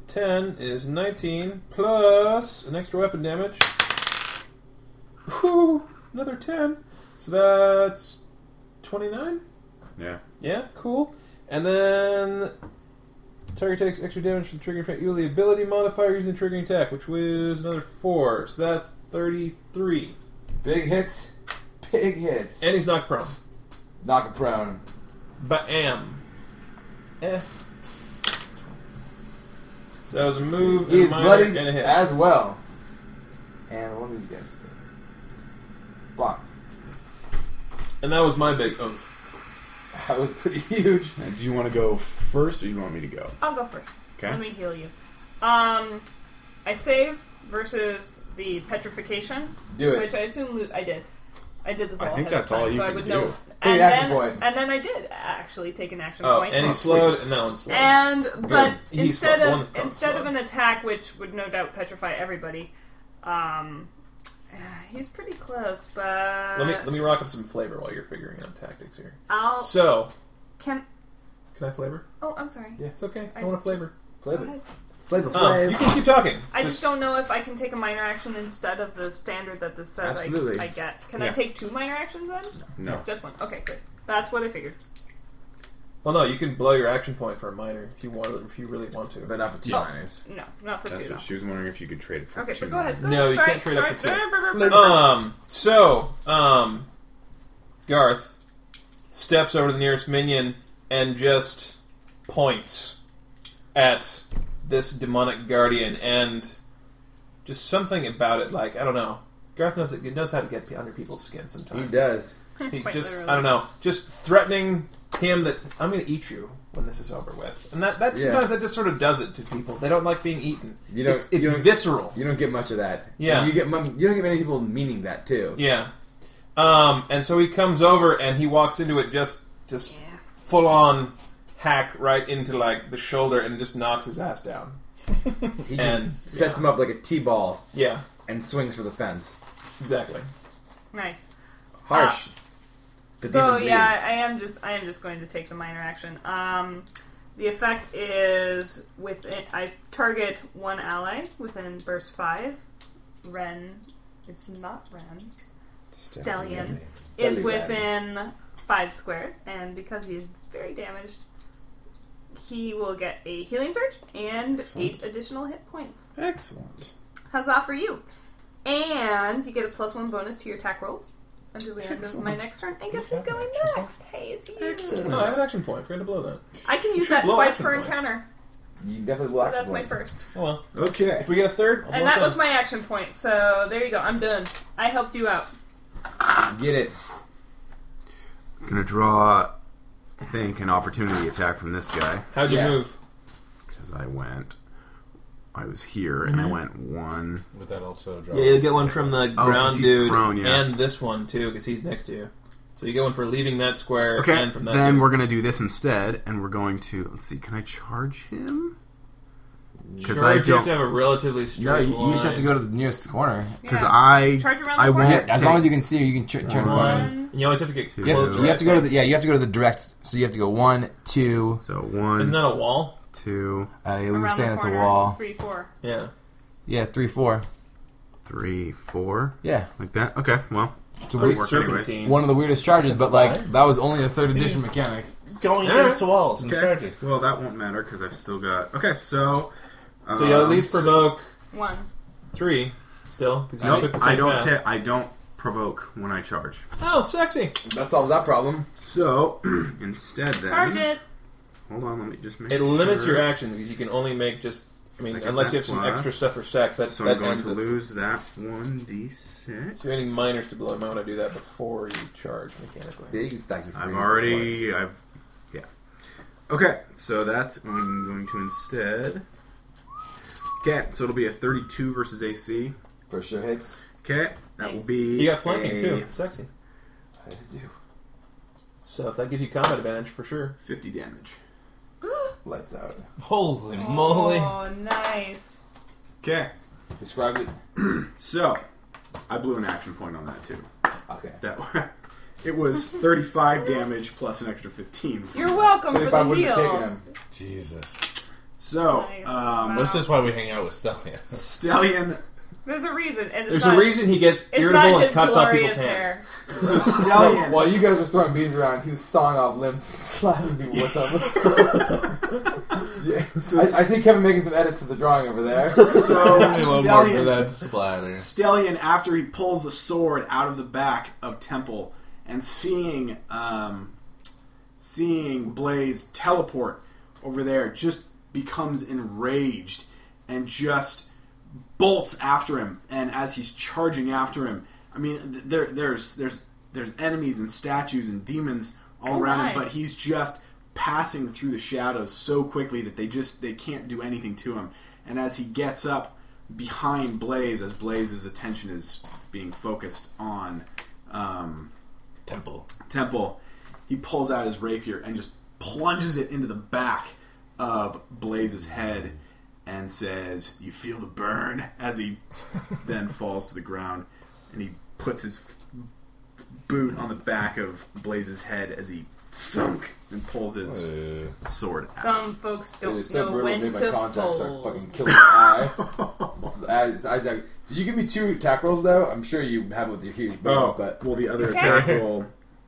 Speaker 7: ten is nineteen plus an extra weapon damage. Whew, another ten. So that's twenty-nine.
Speaker 12: Yeah.
Speaker 7: Yeah, cool. And then target takes extra damage from triggering effect. You have the ability modifier using triggering attack, which was another four. So that's thirty-three.
Speaker 16: Big hits. Big hits.
Speaker 7: And he's knocked prone.
Speaker 16: Knock prone.
Speaker 7: Bam. Eh. So that was a move.
Speaker 16: He
Speaker 7: and a
Speaker 16: is
Speaker 7: minor
Speaker 16: bloody
Speaker 7: and a hit.
Speaker 16: as well. And one of these guys. Block.
Speaker 7: And that was my big oath.
Speaker 16: That was pretty huge.
Speaker 12: do you want to go first or you want me to go?
Speaker 3: I'll go first.
Speaker 12: Okay.
Speaker 3: Let me heal you. Um, I save versus the petrification.
Speaker 12: Do it.
Speaker 3: Which I assume lo- I did. I did this
Speaker 12: I
Speaker 3: all
Speaker 12: think
Speaker 3: ahead of
Speaker 12: that's all
Speaker 3: time,
Speaker 12: you
Speaker 3: so I
Speaker 12: can
Speaker 3: would
Speaker 12: do.
Speaker 3: know.
Speaker 12: Take an
Speaker 3: And
Speaker 12: action
Speaker 3: then,
Speaker 12: point.
Speaker 3: and then I did actually take an action
Speaker 7: Oh,
Speaker 3: point. Eh.
Speaker 7: and he slowed, and that one slowed.
Speaker 3: And
Speaker 7: Good.
Speaker 3: but
Speaker 7: He
Speaker 3: instead
Speaker 7: slowed. One's
Speaker 3: of
Speaker 7: prone
Speaker 3: instead
Speaker 7: slowed.
Speaker 3: of an attack, which would no doubt petrify everybody, um, he's pretty close. But
Speaker 7: let me let me rock up some flavor while you're figuring out tactics here.
Speaker 3: I'll-
Speaker 7: So
Speaker 3: Can
Speaker 7: can I flavor?
Speaker 3: oh, I'm sorry.
Speaker 7: Yeah, it's okay. I,
Speaker 3: I
Speaker 7: want a flavor.
Speaker 3: Flavor. Go ahead.
Speaker 7: Flavor. Um, you can keep talking.
Speaker 3: I just don't know if I can take a minor action instead of the standard that this says I,
Speaker 7: Absolutely.
Speaker 3: I get. Can I
Speaker 7: Yeah.
Speaker 3: take two minor actions then?
Speaker 7: No. No.
Speaker 3: Just one. Okay, good. That's what I figured.
Speaker 7: Well, no, you can blow your action point for a minor if you want, if you really want to, but not for
Speaker 12: two Oh, minors.
Speaker 3: No, not for
Speaker 12: That's
Speaker 3: two.
Speaker 12: what
Speaker 3: No.
Speaker 12: she was wondering if you could trade it for
Speaker 3: Okay,
Speaker 12: two
Speaker 3: but go ahead. Go
Speaker 12: more.
Speaker 7: No,
Speaker 3: ahead.
Speaker 7: you
Speaker 3: Sorry,
Speaker 7: can't trade up for
Speaker 3: sorry.
Speaker 7: two. Um, so, um, Garth steps over to the nearest minion and just points at this demonic guardian and just something about it, like, I don't know. Garth knows, it, knows how to get under people's skin sometimes.
Speaker 16: He does.
Speaker 7: He
Speaker 16: Quite
Speaker 7: just,
Speaker 16: literally.
Speaker 7: I don't know, just threatening him that I'm going to eat you when this is over with. And that, that
Speaker 16: Yeah.
Speaker 7: sometimes that just sort of does it to people. They don't like being eaten.
Speaker 16: You don't,
Speaker 7: it's it's
Speaker 16: you don't-
Speaker 7: visceral.
Speaker 16: You don't get much of that.
Speaker 7: Yeah.
Speaker 16: You get mum- you don't get many people meaning that too.
Speaker 7: Yeah. Um, and so he comes over and he walks into it just just full on hack right into like the shoulder and just knocks his ass down.
Speaker 16: He just
Speaker 7: and
Speaker 16: sets him up like a t-ball.
Speaker 7: Yeah.
Speaker 16: And swings for the fence.
Speaker 7: Exactly.
Speaker 3: Nice.
Speaker 16: Harsh. The
Speaker 3: Ah. so
Speaker 16: demon
Speaker 3: yeah,
Speaker 16: bleeds.
Speaker 3: I am just I am just going to take the minor action. Um, the effect is within I target one ally within burst five. Ren is not Ren. Stallion
Speaker 17: Stallion.
Speaker 3: is within five squares, and because he is very damaged, he will get a healing surge and eight additional hit points.
Speaker 12: Excellent.
Speaker 3: Huzzah for you! And you get a plus one bonus to your attack rolls until the end of my next turn. And guess who's going next? Hey, it's you.
Speaker 7: No, Oh, I have an action point. I forgot to blow that.
Speaker 3: I can
Speaker 7: You
Speaker 3: use
Speaker 7: should
Speaker 3: that
Speaker 7: blow
Speaker 3: twice
Speaker 7: action
Speaker 3: per
Speaker 7: points.
Speaker 3: encounter.
Speaker 16: You definitely
Speaker 3: So
Speaker 16: blocked
Speaker 3: that's my
Speaker 16: one.
Speaker 3: first.
Speaker 7: Oh well.
Speaker 12: Okay.
Speaker 7: If we get a third, I'll
Speaker 3: And
Speaker 7: block
Speaker 3: that was my action point. So there you go. I'm done. I helped you out.
Speaker 16: Get it.
Speaker 12: It's going to draw, I think, an opportunity attack from this guy.
Speaker 7: How'd you move?
Speaker 12: Because I went. I was here and I
Speaker 7: Mhm.
Speaker 12: went one.
Speaker 2: Would that also draw?
Speaker 7: Yeah, you'll get one from
Speaker 12: Oh,
Speaker 7: the
Speaker 12: 'cause
Speaker 7: ground
Speaker 12: he's
Speaker 7: dude
Speaker 12: prone, yeah.
Speaker 7: and this one too because he's next to you. So you get one for leaving that square
Speaker 12: Okay,
Speaker 7: and from that.
Speaker 12: then
Speaker 7: dude.
Speaker 12: we're going to do this instead, and we're going to. Let's see, can I charge him? Because I
Speaker 7: Charge, you have
Speaker 12: don't.
Speaker 7: to have a relatively
Speaker 11: No,
Speaker 7: straight
Speaker 11: you, you just have to
Speaker 7: line.
Speaker 11: go to the nearest corner.
Speaker 12: 'Cause Yeah. I- Charge around the I corner. won't
Speaker 11: Yeah, as
Speaker 12: take-
Speaker 11: long as you can see, you can ch- turn the corner.
Speaker 7: And you always have to get
Speaker 11: You have
Speaker 7: close.
Speaker 11: to, you have to go to the yeah. You have to go to the direct. So you have to go one, two.
Speaker 12: So one.
Speaker 7: Isn't that a wall?
Speaker 12: Two.
Speaker 11: Uh, yeah, we
Speaker 3: Around
Speaker 11: were
Speaker 3: the
Speaker 11: saying that's a
Speaker 3: corner.
Speaker 11: wall.
Speaker 3: Three, four.
Speaker 7: Yeah.
Speaker 11: Yeah, three, four.
Speaker 12: Three, four?
Speaker 11: Yeah.
Speaker 12: Like that? Okay, well.
Speaker 11: It's a
Speaker 12: that'll
Speaker 11: weird
Speaker 12: work anyway.
Speaker 11: One of the weirdest charges, but like that was only a third edition mechanic.
Speaker 2: going
Speaker 12: All right.
Speaker 2: against walls and
Speaker 12: Okay.
Speaker 2: charging.
Speaker 12: Well, that won't matter because I've still got. Okay, so.
Speaker 7: So you at least
Speaker 12: um,
Speaker 7: provoke
Speaker 3: One.
Speaker 7: three still. 'cause you
Speaker 12: Nope,
Speaker 7: took the
Speaker 12: I
Speaker 7: same
Speaker 12: don't.
Speaker 7: path.
Speaker 12: Ta- I don't provoke when I charge.
Speaker 7: Oh, sexy.
Speaker 16: That solves that problem.
Speaker 12: So instead, then
Speaker 3: Charge it.
Speaker 12: Hold on, let me just make.
Speaker 7: It limits
Speaker 12: sure.
Speaker 7: your actions because you can only make just. I mean,
Speaker 12: Like
Speaker 7: unless
Speaker 12: that
Speaker 7: you have some
Speaker 12: plus.
Speaker 7: extra stuff or stacks, that,
Speaker 12: So
Speaker 7: that
Speaker 12: I'm going
Speaker 7: ends
Speaker 12: to
Speaker 7: it.
Speaker 12: lose that one d six.
Speaker 7: So you're getting minors to blow. You might want to do that before you charge mechanically.
Speaker 16: Yeah, you can stack your
Speaker 12: I've already. I've. Yeah. Okay, so that's I'm going to instead. Okay, so it'll be a 32 versus AC.
Speaker 16: For sure hits.
Speaker 12: Okay, that will be.
Speaker 7: You got flanking
Speaker 12: a
Speaker 7: too. Sexy.
Speaker 16: I do.
Speaker 7: So if that gives you combat advantage for sure.
Speaker 12: 50 damage.
Speaker 16: Lights out.
Speaker 2: Holy
Speaker 3: Oh, nice.
Speaker 12: Okay,
Speaker 16: Describe it.
Speaker 12: so I blew an action point on that too.
Speaker 16: Okay.
Speaker 12: That it was 35 damage plus an extra 15. from-
Speaker 3: You're welcome for the heal.
Speaker 16: him.
Speaker 2: Jesus.
Speaker 12: So,
Speaker 3: Nice. Wow.
Speaker 12: um,
Speaker 2: This is why we hang out with Stellian.
Speaker 12: Stellion.
Speaker 3: There's a reason. And it's
Speaker 7: There's
Speaker 3: not,
Speaker 7: a reason he gets
Speaker 3: It's
Speaker 7: irritable
Speaker 3: not
Speaker 7: and
Speaker 3: his
Speaker 7: cuts off people's
Speaker 3: glorious
Speaker 7: hands.
Speaker 3: hair.
Speaker 12: So
Speaker 9: Oh,
Speaker 12: Stellion.
Speaker 16: While you guys were throwing bees around, he was sawing off limbs and slapping people with them. yeah. I, I see Kevin making some edits to the drawing over there.
Speaker 12: So
Speaker 2: I love more for
Speaker 12: Stellion,
Speaker 2: that splatter.
Speaker 12: Stellion, after he pulls the sword out of the back of Temple and seeing um, seeing Blaze teleport over there, just becomes enraged and just bolts after him. And as he's charging after him, I mean, th- there, there's there's there's enemies and statues and demons all
Speaker 3: Oh
Speaker 12: around
Speaker 3: my.
Speaker 12: him, but he's just passing through the shadows so quickly that they just they can't do anything to him. And as he gets up behind Blaze, as Blaze's attention is being focused on um,
Speaker 2: Temple.
Speaker 12: Temple, he pulls out his rapier and just plunges it into the back of Blaze's head and says, You feel the burn? As he then falls to the ground and he puts his boot on the back of Blaze's head as he thunk and pulls his sword out.
Speaker 3: Some folks
Speaker 16: It
Speaker 3: don't
Speaker 16: was so
Speaker 3: know
Speaker 16: brutal. Made
Speaker 3: when
Speaker 16: my
Speaker 3: to
Speaker 16: contact start
Speaker 3: fold.
Speaker 16: fucking killing my eye. It's eye, it's eye jack- Did you give me two attack rolls though? I'm sure you have with your huge bones,
Speaker 12: Oh,
Speaker 16: but
Speaker 12: well, the other
Speaker 3: Okay.
Speaker 12: attack roll.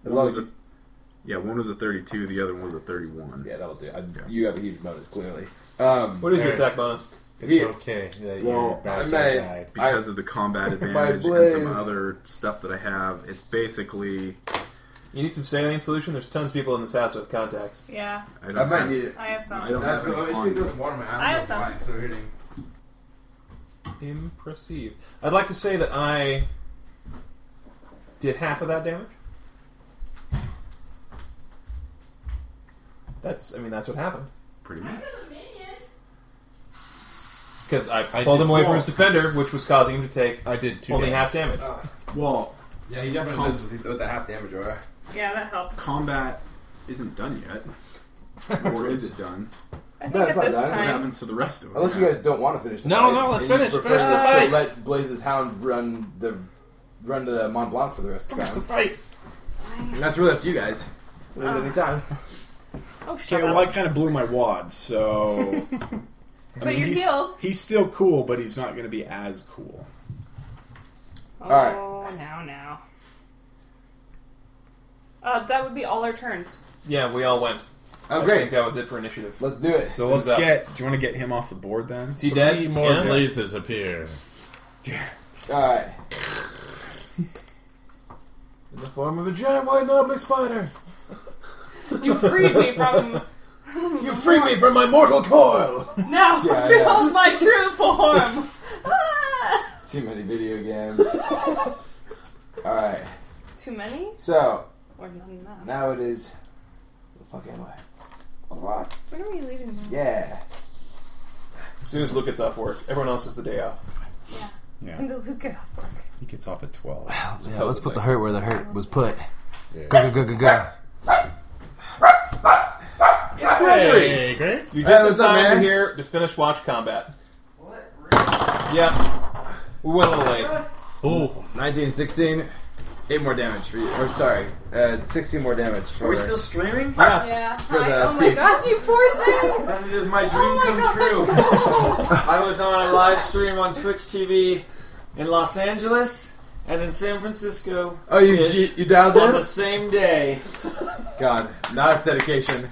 Speaker 16: As
Speaker 12: One
Speaker 16: long
Speaker 12: was
Speaker 16: as
Speaker 12: a, yeah, one was a 32, the other one was a 31.
Speaker 16: yeah, that'll do. I, You have a huge bonus, clearly. Um,
Speaker 7: What is your
Speaker 2: Alright.
Speaker 7: attack bonus?
Speaker 2: It's
Speaker 16: Here.
Speaker 2: okay that
Speaker 12: Well,
Speaker 2: your bad
Speaker 16: I
Speaker 2: guy
Speaker 16: may-
Speaker 2: died.
Speaker 12: because of the combat advantage and
Speaker 16: blaze.
Speaker 12: some other stuff that I have. It's basically
Speaker 7: You need some saline solution. There's tons of people in this house with contacts.
Speaker 3: Yeah,
Speaker 12: I don't
Speaker 16: I might
Speaker 12: have-
Speaker 16: need it.
Speaker 3: I have
Speaker 12: I don't
Speaker 3: some.
Speaker 16: That's
Speaker 12: have it
Speaker 16: oh, it's because
Speaker 12: on me.
Speaker 16: there's water in my hand.
Speaker 3: I have
Speaker 16: That's
Speaker 3: some.
Speaker 16: fine, so hitting.
Speaker 7: Impressive. I'd like to say that I did half of that damage. That's. I mean, that's what happened.
Speaker 12: pretty much.
Speaker 7: Because I,
Speaker 2: I
Speaker 7: pulled
Speaker 2: did-
Speaker 7: him away from
Speaker 2: well-
Speaker 7: his defender, which was causing him to take
Speaker 2: I did two
Speaker 7: only
Speaker 2: damage.
Speaker 7: half damage. Oh.
Speaker 12: Well,
Speaker 16: Yeah, he definitely does with, with the half damage, right?
Speaker 3: Yeah, that helped.
Speaker 12: combat isn't done yet, or is it done?
Speaker 3: I
Speaker 16: No,
Speaker 3: think
Speaker 16: it's
Speaker 3: at
Speaker 16: not
Speaker 3: this
Speaker 16: that.
Speaker 12: What
Speaker 3: time.
Speaker 12: happens to the rest of
Speaker 16: Unless
Speaker 12: it?
Speaker 16: you guys don't want to finish. The
Speaker 2: No,
Speaker 16: fight,
Speaker 2: no, let's
Speaker 16: and you
Speaker 2: finish,
Speaker 16: prefer
Speaker 2: finish the
Speaker 16: to
Speaker 2: fight.
Speaker 16: Let Blaze's hound run the run to the Mont Blanc for the rest of the
Speaker 2: That's the
Speaker 16: time.
Speaker 2: fight.
Speaker 16: And that's really up to you guys. Leave it any time.
Speaker 3: Oh, shut
Speaker 12: Okay,
Speaker 3: up.
Speaker 12: well, I kind of blew my wad, so
Speaker 3: but you're
Speaker 12: he's,
Speaker 3: healed.
Speaker 12: he's still cool, but he's not going to be as cool.
Speaker 16: right.
Speaker 3: Oh, now, now. Uh, that would be all our turns.
Speaker 7: Yeah, we all went.
Speaker 16: Oh,
Speaker 7: I
Speaker 16: great.
Speaker 7: think that was it for initiative.
Speaker 16: Let's do it.
Speaker 12: So
Speaker 7: Turns
Speaker 12: let's
Speaker 7: out-
Speaker 12: get. Do you want to get him off the board then?
Speaker 7: Is he
Speaker 2: Three
Speaker 7: dead?
Speaker 2: more
Speaker 7: Yeah.
Speaker 2: blazes appear.
Speaker 16: All right.
Speaker 7: In the form of a giant white nobbly spider.
Speaker 3: You freed me from.
Speaker 7: You free me from my mortal coil!
Speaker 3: Now,
Speaker 16: Yeah, yeah.
Speaker 3: behold my true form! Ah!
Speaker 16: Too many video games. All right.
Speaker 3: Too many?
Speaker 16: So
Speaker 3: Or not enough?
Speaker 16: now it is. Where the fuck am I? A lot.
Speaker 3: When are we leaving? now?
Speaker 16: Yeah.
Speaker 7: As soon as Luke gets off work, everyone else is the day off.
Speaker 3: When does Luke get off work?
Speaker 12: He gets off at twelve.
Speaker 11: Oh, Yeah, let's put the hurt where the hurt was put.
Speaker 2: Yeah.
Speaker 11: Go, go, go, go, go.
Speaker 2: Hey, Greg.
Speaker 7: You're just
Speaker 16: Hey,
Speaker 7: in
Speaker 16: what's up,
Speaker 7: time
Speaker 16: man?
Speaker 7: here to finish watch combat. What? Yeah. We went a little late.
Speaker 2: Oh,
Speaker 16: 19, 16. Eight more damage for you. Or sorry, uh, sixteen more damage for.
Speaker 8: Are we still streaming?
Speaker 3: Yeah.
Speaker 16: For
Speaker 3: Hi.
Speaker 16: the
Speaker 3: oh my
Speaker 16: thief.
Speaker 3: god, you poor thing!
Speaker 8: Then it is my dream
Speaker 3: Oh my
Speaker 8: come
Speaker 3: God.
Speaker 8: true. I was on a live stream on Twitch TV in Los Angeles,
Speaker 6: and in San Francisco.
Speaker 4: Oh, you- you- you dialed
Speaker 6: on
Speaker 4: in?
Speaker 6: the same day.
Speaker 4: God, now it's dedication.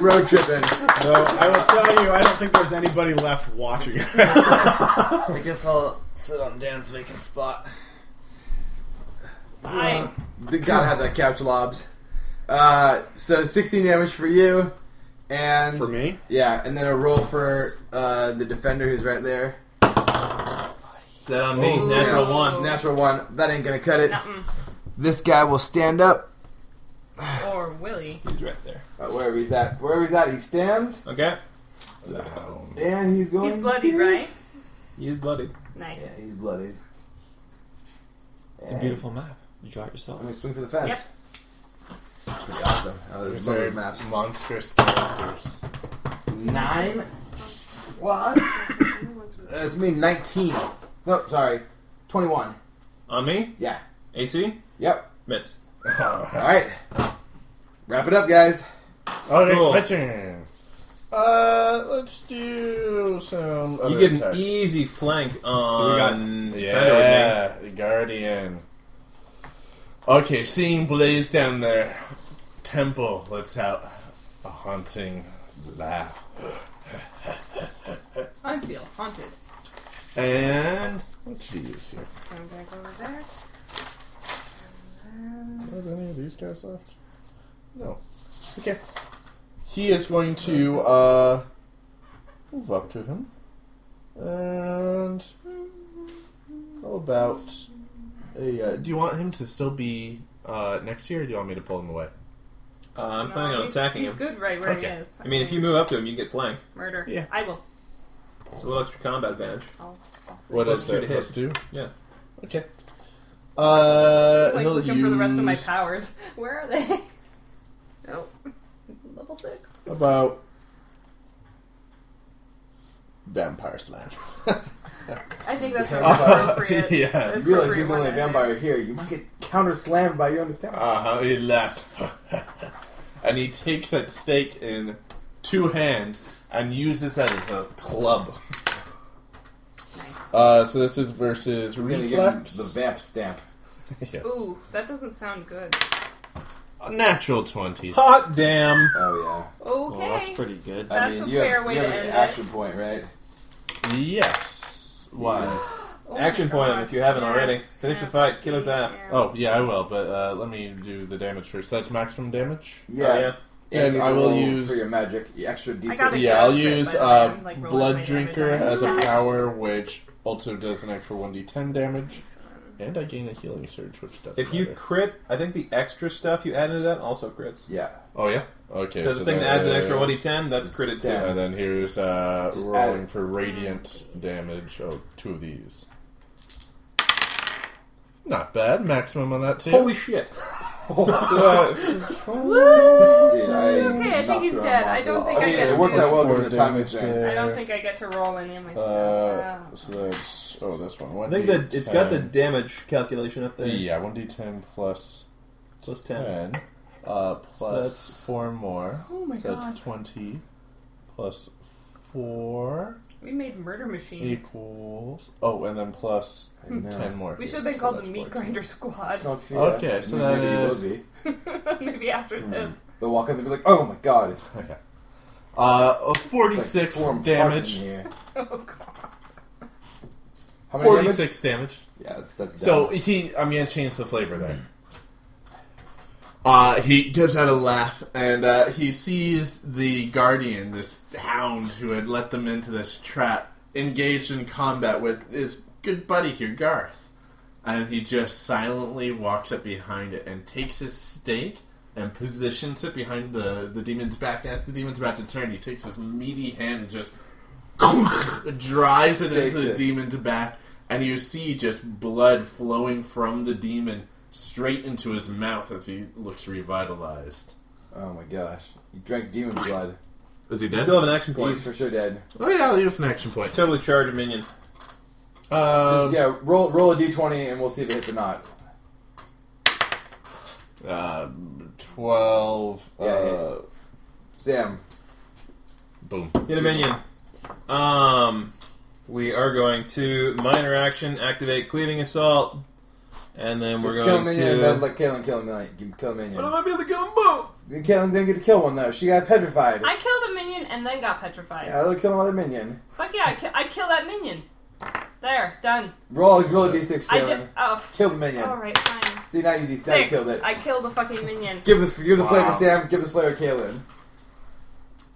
Speaker 4: Road tripping.
Speaker 5: So I will tell you, I don't think there's anybody left watching
Speaker 6: I guess I'll sit on Dan's vacant spot.
Speaker 4: I gotta have that couch lobs. Uh, so 16 damage for you, and for
Speaker 5: me.
Speaker 4: Yeah, and then a roll for uh, the defender who's right there. Is
Speaker 7: that on me? Natural
Speaker 4: one. Natural one. That ain't gonna cut it.
Speaker 3: Nuh-uh.
Speaker 18: This guy will stand up.
Speaker 3: Or Willie.
Speaker 7: He's right there.
Speaker 4: Uh, wherever he's at, wherever he's at, he stands.
Speaker 7: Okay.
Speaker 4: And he's going.
Speaker 3: He's bloodied, right?
Speaker 7: He is bloodied.
Speaker 3: Nice.
Speaker 4: He's bloodied.
Speaker 6: It's a beautiful map. You draw it yourself.
Speaker 4: I'm gonna swing for the fence.
Speaker 3: Yep.
Speaker 4: Pretty awesome. Oh, there's
Speaker 2: These
Speaker 4: some
Speaker 2: are
Speaker 4: good maps.
Speaker 2: monstrous characters.
Speaker 4: Nine. What? That's me. Nineteen. Nope. Sorry. Twenty-one.
Speaker 7: On me?
Speaker 4: Yeah.
Speaker 7: AC?
Speaker 4: Yep.
Speaker 7: Miss.
Speaker 4: All right. Wrap it up, guys.
Speaker 2: Okay,
Speaker 7: Cool.
Speaker 2: my turn. Uh, let's do some.
Speaker 7: You
Speaker 2: other
Speaker 7: get an
Speaker 2: attacks.
Speaker 7: easy flank
Speaker 2: So
Speaker 7: on.
Speaker 2: we got
Speaker 7: Fender, man.
Speaker 2: Um, yeah, Guardian. Okay, seeing Blaze down there, Temple lets out a haunting laugh,
Speaker 3: I feel haunted.
Speaker 2: and let's see use here.
Speaker 3: I'm gonna go over there.
Speaker 2: Are there any of these guys left? No. Okay. He is going to uh, move up to him, and how about a? Uh, do you want him to still be uh, next year, or do you want me to pull him away?
Speaker 7: Uh, I'm
Speaker 3: No,
Speaker 7: planning on
Speaker 3: he's-
Speaker 7: attacking
Speaker 3: he's
Speaker 7: him.
Speaker 3: good right where he
Speaker 2: Okay.
Speaker 3: is.
Speaker 7: I mean, if you move up to him, you can get flank.
Speaker 3: Murder.
Speaker 2: Yeah.
Speaker 3: I will.
Speaker 7: So a little extra combat advantage.
Speaker 3: I'll, I'll
Speaker 2: What
Speaker 7: Plus
Speaker 2: is
Speaker 7: two to
Speaker 2: that?
Speaker 7: hit.
Speaker 2: Plus two.
Speaker 7: Yeah.
Speaker 2: Okay. Uh,
Speaker 3: like
Speaker 2: he'll
Speaker 3: looking
Speaker 2: use
Speaker 3: for the rest of my powers. Where are they? oh. Level six.
Speaker 2: about vampire slam.
Speaker 3: I think that's
Speaker 2: Uh,
Speaker 3: appropriate.
Speaker 2: yeah.
Speaker 4: You realize
Speaker 3: Appropriate
Speaker 4: you're the only
Speaker 3: one.
Speaker 4: vampire here. You might get counter slammed by your own attack.
Speaker 2: Uh huh. He laughs, and he takes that stake in two hands and uses that as a club. Uh, so this is versus
Speaker 4: He's gonna give him
Speaker 2: reflex.
Speaker 4: the vamp stamp.
Speaker 2: Yeah.
Speaker 3: Ooh, that doesn't sound good.
Speaker 2: A natural twenty.
Speaker 7: Hot damn.
Speaker 4: Oh
Speaker 3: Okay.
Speaker 6: pretty good.
Speaker 4: yeah.
Speaker 3: That's a
Speaker 4: you
Speaker 3: fair
Speaker 4: have,
Speaker 3: way
Speaker 4: you have
Speaker 3: to
Speaker 4: an
Speaker 3: end it.
Speaker 4: action point,
Speaker 6: Oh,
Speaker 4: right?
Speaker 2: Yes. Why?
Speaker 3: Oh my
Speaker 7: Action point him
Speaker 3: God.
Speaker 7: if you haven't already.
Speaker 3: Yes,
Speaker 7: Finish the
Speaker 3: yes.
Speaker 7: fight. Kill his ass.
Speaker 2: Oh yeah, I will. But uh, let me do the damage first. That's maximum damage.
Speaker 7: Oh, yeah.
Speaker 2: And
Speaker 4: you
Speaker 2: I will
Speaker 4: roll
Speaker 2: use-
Speaker 4: for your magic the extra d6.
Speaker 3: gotta
Speaker 2: Yeah, I'll
Speaker 3: Yeah,
Speaker 2: use
Speaker 3: but
Speaker 2: uh,
Speaker 3: I'm, like, rolling my
Speaker 2: Blood
Speaker 3: damage
Speaker 2: Drinker
Speaker 3: dice.
Speaker 2: as a power, which also does an extra 1d10 damage. And I gain a healing surge, which doesn't
Speaker 7: If you
Speaker 2: matter.
Speaker 7: crit, I think the extra stuff you add into that also crits.
Speaker 4: Yeah.
Speaker 2: Oh, yeah? Okay.
Speaker 7: so the thing that adds an extra
Speaker 2: is-
Speaker 7: 1d10, that's critted too.
Speaker 2: And then here's uh,
Speaker 4: Just add
Speaker 2: rolling
Speaker 4: it.
Speaker 2: for radiant damage. Oh, two of these. Not bad. Maximum on that, Uh, too.
Speaker 7: Holy shit!
Speaker 4: Dude, I
Speaker 3: Okay, I think he's
Speaker 4: knocked
Speaker 3: dead.
Speaker 4: around
Speaker 3: I don't
Speaker 4: myself.
Speaker 3: think I
Speaker 4: mean,
Speaker 3: get
Speaker 4: It worked
Speaker 3: to.
Speaker 4: out well
Speaker 2: Four
Speaker 4: during the time
Speaker 2: damage
Speaker 4: constraints.
Speaker 2: there.
Speaker 3: I don't think I get to roll any of my stuff.
Speaker 2: Uh,
Speaker 3: Ah.
Speaker 2: so that's. Oh, this one.
Speaker 7: I think that it's got the damage calculation up there.
Speaker 2: E, Yeah, 1d10 plus
Speaker 7: Plus 10.
Speaker 2: 10. Uh, plus
Speaker 7: that's-
Speaker 2: four more.
Speaker 3: Oh my
Speaker 2: so
Speaker 3: God.
Speaker 2: That's 20 plus 4
Speaker 3: we made murder
Speaker 2: E
Speaker 3: machines.
Speaker 2: equals. Oh, and then plus
Speaker 4: I know.
Speaker 2: 10 more.
Speaker 3: Hmm. We
Speaker 2: here,
Speaker 3: should have been
Speaker 2: so
Speaker 3: called
Speaker 2: that's
Speaker 3: the Meat
Speaker 2: 14.
Speaker 3: Grinder Squad.
Speaker 4: It's not fair.
Speaker 2: Okay, so
Speaker 4: Maybe
Speaker 2: that
Speaker 4: he will
Speaker 2: is-
Speaker 4: be.
Speaker 3: Maybe after this.
Speaker 4: They'll walk up and be like, oh my god. It's like
Speaker 2: Uh, oh, 46
Speaker 4: swarm farts in
Speaker 2: damage.
Speaker 4: here.
Speaker 3: Oh god.
Speaker 4: How many
Speaker 2: 46 damage.
Speaker 4: damage? Yeah, that's, that's
Speaker 2: So
Speaker 4: damage.
Speaker 2: he, I'm gonna change the flavor there. Uh, he gives out a laugh and uh, he sees the guardian, this hound who had let them into this trap, engaged in combat with his good buddy here, Garth. And he just silently walks up behind it and takes his stake and positions it behind the, the demon's back. As the demon's about to turn, he takes his meaty hand and just drives it
Speaker 4: Takes
Speaker 2: into the
Speaker 4: it.
Speaker 2: demon's back, and you see just blood flowing from the demon straight into his mouth as he looks revitalized.
Speaker 4: Oh my gosh. You drank demon blood.
Speaker 2: Is he
Speaker 7: You
Speaker 2: dead?
Speaker 7: still have an action point.
Speaker 4: He's for sure dead.
Speaker 2: oh yeah, I'll use an action point.
Speaker 7: Totally charged minion.
Speaker 4: Just,
Speaker 2: Um,
Speaker 4: yeah, roll, roll a d20 and we'll see if it hits or not.
Speaker 2: uh, twelve.
Speaker 4: Yeah,
Speaker 2: uh,
Speaker 4: it Sam.
Speaker 2: boom.
Speaker 7: Hit a minion. Um, we are going to minor action activate cleaving assault. And then we're
Speaker 4: Just kill
Speaker 7: going
Speaker 4: Minion
Speaker 7: to.
Speaker 4: and then let Kaylin kill him. Like, kill Minion.
Speaker 7: But I might be able to kill them both.
Speaker 4: Kaylin didn't get to kill one though. She got petrified.
Speaker 3: I killed a minion and then got petrified.
Speaker 4: Yeah, I'll kill another minion.
Speaker 3: Fuck yeah, I, ki- I kill that minion. There, done.
Speaker 4: Roll, roll a d6,
Speaker 3: I
Speaker 4: Kaylin.
Speaker 3: did. Oh, f-
Speaker 4: Kill the minion.
Speaker 3: All right, fine.
Speaker 4: See now you d now you
Speaker 3: Six.
Speaker 4: killed it.
Speaker 3: I killed the fucking minion.
Speaker 4: Give the give the
Speaker 19: Wow.
Speaker 4: flavor Sam. Give the flavor Kaylin.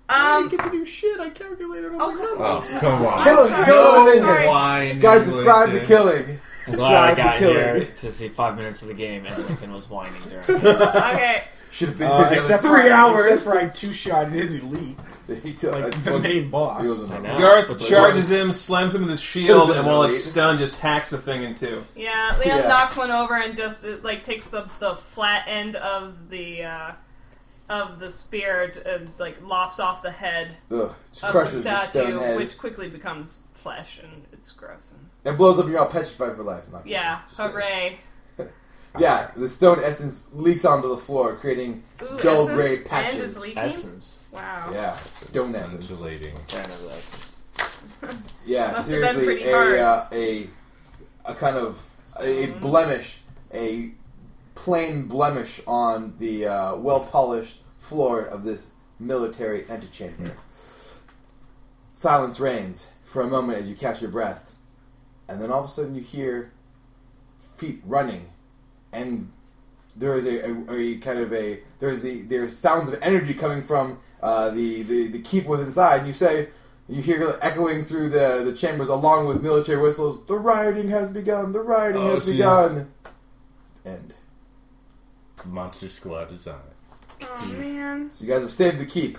Speaker 3: Um,
Speaker 19: get to do shit. I calculated. Oh, come
Speaker 2: Oh, come on.
Speaker 4: Kill him. Kill the minion.
Speaker 3: sorry.
Speaker 2: Wine
Speaker 4: Guys,
Speaker 2: is
Speaker 4: describe the
Speaker 2: licked in.
Speaker 4: killing.
Speaker 6: Glad I
Speaker 4: Describe the
Speaker 6: got here
Speaker 4: killing.
Speaker 6: to see five minutes of the game and Lincoln was whining during.
Speaker 3: okay.
Speaker 4: Should have been
Speaker 5: Uh,
Speaker 4: together
Speaker 5: except
Speaker 4: three
Speaker 5: for,
Speaker 4: hours.
Speaker 5: Except for I two shot his elite,
Speaker 4: He took-
Speaker 5: like
Speaker 4: I-
Speaker 5: the main boss.
Speaker 4: He wasn't on
Speaker 7: Garth
Speaker 4: But-
Speaker 7: charges him, slams him with his shield,
Speaker 4: been
Speaker 7: and while
Speaker 4: an
Speaker 7: it's
Speaker 4: elite.
Speaker 7: stunned, just hacks the thing in two.
Speaker 3: Yeah, Leon
Speaker 7: Yeah.
Speaker 3: knocks one over and just uh, like takes the the flat end of the uh, of the spear and like lops off the head
Speaker 4: Ugh, just
Speaker 3: of
Speaker 4: crushes
Speaker 3: the
Speaker 4: the stone
Speaker 3: statue,
Speaker 4: head.
Speaker 3: which quickly becomes flesh and it's gross. And,
Speaker 4: It blows up. You're all petrified for life.
Speaker 7: Oh,
Speaker 4: Not
Speaker 3: yeah, hooray!
Speaker 4: Yeah, the stone essence leaks onto the floor, creating
Speaker 3: Ooh,
Speaker 4: dull
Speaker 3: essence
Speaker 4: gray
Speaker 3: and
Speaker 4: patches.
Speaker 3: it's leaking? Essence. Wow.
Speaker 4: Yeah, stone essence. Yeah,
Speaker 3: Must have been
Speaker 4: seriously,
Speaker 3: pretty hard.
Speaker 4: a, uh, a a kind of a blemish, a plain blemish on the uh, well polished floor of this military antechamber. Silence reigns for a moment as you catch your breath, and then all of a sudden you hear feet running, and there is a, a, a kind of a there is the there's sounds of energy coming from uh, the, the the keep within inside, and you say you hear echoing through the the chambers along with military whistles. The rioting has begun. The rioting
Speaker 2: Oh,
Speaker 4: has
Speaker 2: jeez.
Speaker 4: begun. End.
Speaker 2: Monster Squad design.
Speaker 3: Oh man.
Speaker 4: So you guys have saved the keep,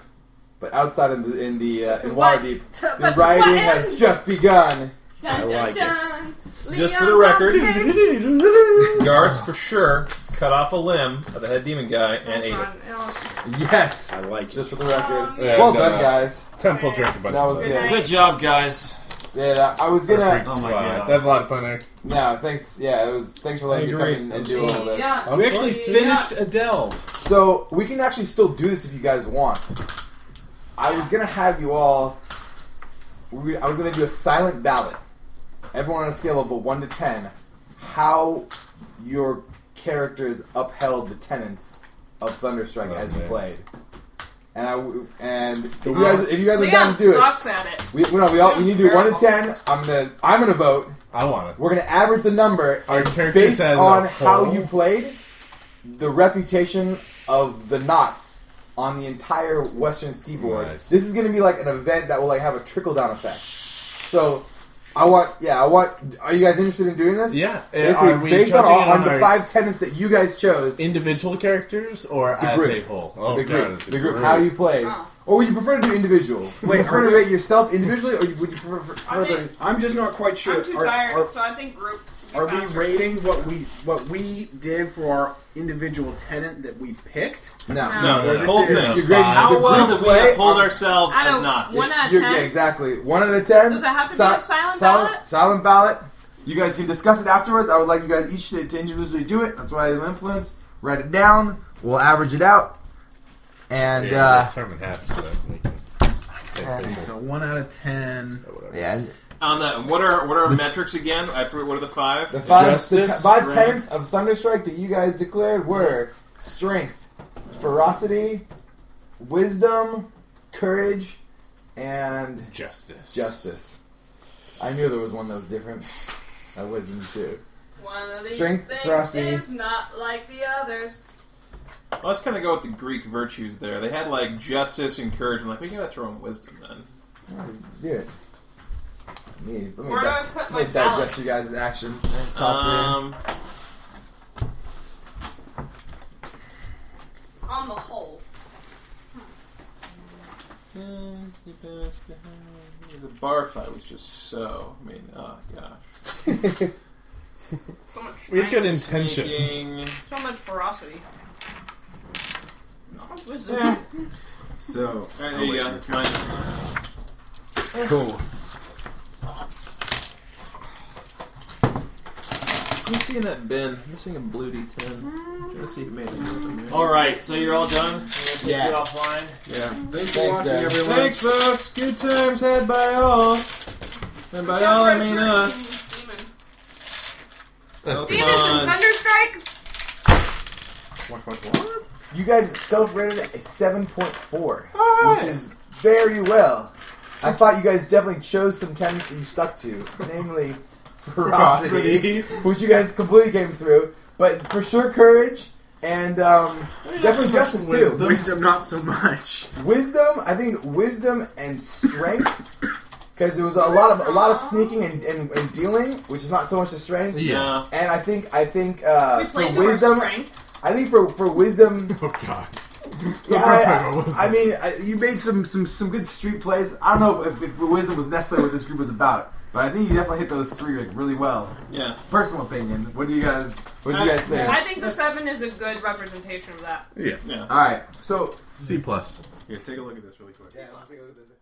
Speaker 4: but outside in the in the uh, in
Speaker 3: what-
Speaker 4: Waterdeep,
Speaker 3: to-
Speaker 4: the
Speaker 3: but to
Speaker 4: rioting
Speaker 3: what
Speaker 4: has
Speaker 3: end?
Speaker 4: just begun.
Speaker 3: Dun,
Speaker 4: I
Speaker 3: dun,
Speaker 4: like it.
Speaker 3: dun.
Speaker 7: Just for the
Speaker 3: Leon's
Speaker 7: record,
Speaker 3: on pace.
Speaker 7: Garth for sure cut off a limb of the head demon guy and ate it.
Speaker 3: Oh,
Speaker 4: Yes,
Speaker 7: I like
Speaker 4: just for the record.
Speaker 7: Yeah,
Speaker 4: well
Speaker 7: no,
Speaker 4: done,
Speaker 7: no.
Speaker 4: guys.
Speaker 2: Temple drank a bunch
Speaker 4: That
Speaker 2: of
Speaker 4: was Oh
Speaker 2: blood.
Speaker 4: good.
Speaker 6: Good job, guys.
Speaker 4: Yeah, I was gonna.
Speaker 2: Perfect squad. That's a lot of fun, Eric.
Speaker 4: No, thanks. Yeah, it was. Thanks for letting
Speaker 2: I
Speaker 4: me come
Speaker 2: agree.
Speaker 4: in and do all this.
Speaker 5: Yeah. We actually finished a delve.
Speaker 4: So we can actually still do this if you guys want. I was gonna have you all. We, I was gonna do a silent ballot. Everyone on a scale of a one to ten, how your characters upheld the tenets of Thunderstrike
Speaker 2: Oh,
Speaker 4: as you played. And I w- and if you guys if you guys are
Speaker 3: Leon
Speaker 4: down to do it,
Speaker 3: sucks at it.
Speaker 4: we, we- no, we all we need to do one to ten. I'm gonna I'm gonna vote.
Speaker 2: I want it.
Speaker 4: We're gonna average the number
Speaker 2: Our
Speaker 4: and
Speaker 2: characters
Speaker 4: based
Speaker 2: as a
Speaker 4: on how
Speaker 2: whole?
Speaker 4: you played, the reputation of the knots on the entire Western Seaboard.
Speaker 2: Nice.
Speaker 4: This is gonna be like an event that will like have a trickle down effect. So. I want, yeah, I want. Are you guys interested in doing this?
Speaker 2: Yeah. Uh,
Speaker 4: Basically,
Speaker 2: Are we
Speaker 4: based on,
Speaker 2: judging
Speaker 4: all,
Speaker 2: it
Speaker 4: on
Speaker 2: on
Speaker 4: the
Speaker 2: our-
Speaker 4: five tenets that you guys chose,
Speaker 2: Individual characters or
Speaker 4: the
Speaker 2: as
Speaker 4: group.
Speaker 2: a whole? Oh,
Speaker 4: the
Speaker 2: God,
Speaker 4: group.
Speaker 2: it's a
Speaker 4: the group. How you play.
Speaker 7: Oh.
Speaker 4: Or would you prefer to do individual? would you prefer to rate yourself individually, or would you prefer, prefer to...
Speaker 12: I'm just not quite sure.
Speaker 3: I'm too
Speaker 12: Are-
Speaker 3: tired,
Speaker 12: are-
Speaker 3: so I think group.
Speaker 12: Are we rating what we what we did for our individual tenant that we picked?
Speaker 4: No.
Speaker 7: No,
Speaker 12: Or
Speaker 7: no,
Speaker 12: this
Speaker 7: whole
Speaker 12: is-
Speaker 7: thing.
Speaker 12: you're grading
Speaker 7: How
Speaker 12: the
Speaker 7: well
Speaker 12: group
Speaker 7: did we
Speaker 12: play
Speaker 7: uphold
Speaker 12: on-
Speaker 7: ourselves
Speaker 3: I
Speaker 7: as
Speaker 3: don't-
Speaker 7: knots?
Speaker 3: one out of
Speaker 4: You're-
Speaker 3: ten.
Speaker 4: Yeah, exactly. One out of ten.
Speaker 3: Does it have to be a silent ballot?
Speaker 4: Silent ballot. You guys can discuss it afterwards. I would like you guys each to, to individually do it. That's why there's influence. Write it down. We'll average it out. And,
Speaker 2: Yeah,
Speaker 4: uh...
Speaker 2: let's determine half so that we can-
Speaker 12: So one out of ten.
Speaker 4: Yeah.
Speaker 7: On that, what are what are our metrics again? I forget. What are the five?
Speaker 4: The five, the t-
Speaker 7: Justice,
Speaker 4: five
Speaker 7: strength.
Speaker 4: tenets of Thunderstrike that you guys declared were strength, ferocity, wisdom, courage, and
Speaker 2: justice.
Speaker 4: Justice. I knew there was one that was different. I wasn't too.
Speaker 3: One of these
Speaker 4: Strength,
Speaker 3: things
Speaker 4: ferocity.
Speaker 3: is not like the others.
Speaker 7: Let's kind of go with the Greek virtues there. They had like justice and courage. I'm like, we gotta throw in wisdom then.
Speaker 4: Do it. Let me, let me,
Speaker 3: Where do I
Speaker 4: di-
Speaker 3: put
Speaker 4: let me
Speaker 3: my
Speaker 4: digest you guys' action. Toss
Speaker 7: Um,
Speaker 3: On the whole,
Speaker 7: Um, the bar fight was just so. I mean, oh gosh.
Speaker 3: so much.
Speaker 2: We had good
Speaker 3: strength,
Speaker 2: intentions.
Speaker 7: Sneaking.
Speaker 3: So much ferocity. Wisdom.
Speaker 7: Yeah.
Speaker 12: So
Speaker 7: All right, there you go. That's mine.
Speaker 4: in. Cool.
Speaker 7: I'm seeing that bin. I'm seeing a blue D10. I'm trying to see if it made it.
Speaker 6: All right, so you're all done. We're gonna take
Speaker 7: Yeah.
Speaker 6: it offline.
Speaker 7: Yeah.
Speaker 12: Thanks
Speaker 4: for Thanks, watching, guys. everyone.
Speaker 7: Thanks, folks. Good times had uh, by all. And by all, I mean us.
Speaker 2: That's
Speaker 3: Do this in Thunderstrike?
Speaker 20: What, what, what?
Speaker 4: You guys self-rated at a 7.4,
Speaker 20: Alright.
Speaker 4: which is very well. I thought you guys definitely chose some tenets that you stuck to, namely
Speaker 2: Ferocity.
Speaker 4: ferocity, which you guys completely came through, but for sure courage and um, definitely justice too.
Speaker 12: Wisdom, not so much.
Speaker 4: Wisdom, I think wisdom and strength, because there was a lot of a lot of sneaking and, and, and dealing, which is not so much the strength.
Speaker 7: Yeah.
Speaker 4: And I think I think uh,
Speaker 3: We
Speaker 4: for
Speaker 3: played to our
Speaker 4: wisdom,
Speaker 3: strengths.
Speaker 4: I think for for wisdom.
Speaker 2: Oh god.
Speaker 4: Yeah,
Speaker 2: That's what I'm talking
Speaker 4: I,
Speaker 2: about, wisdom.
Speaker 4: I mean, I, you made some, some some good street plays. I don't know if, if wisdom was necessarily what this group was about, but I think you definitely hit those three like really well.
Speaker 7: Yeah.
Speaker 4: Personal opinion. What do you guys What do you guys think?
Speaker 3: Uh, I think the seven is a good representation of that.
Speaker 4: Yeah. All right. So
Speaker 2: C plus.
Speaker 12: Here, take a look at this really quick.
Speaker 4: Yeah, let's take a look at this.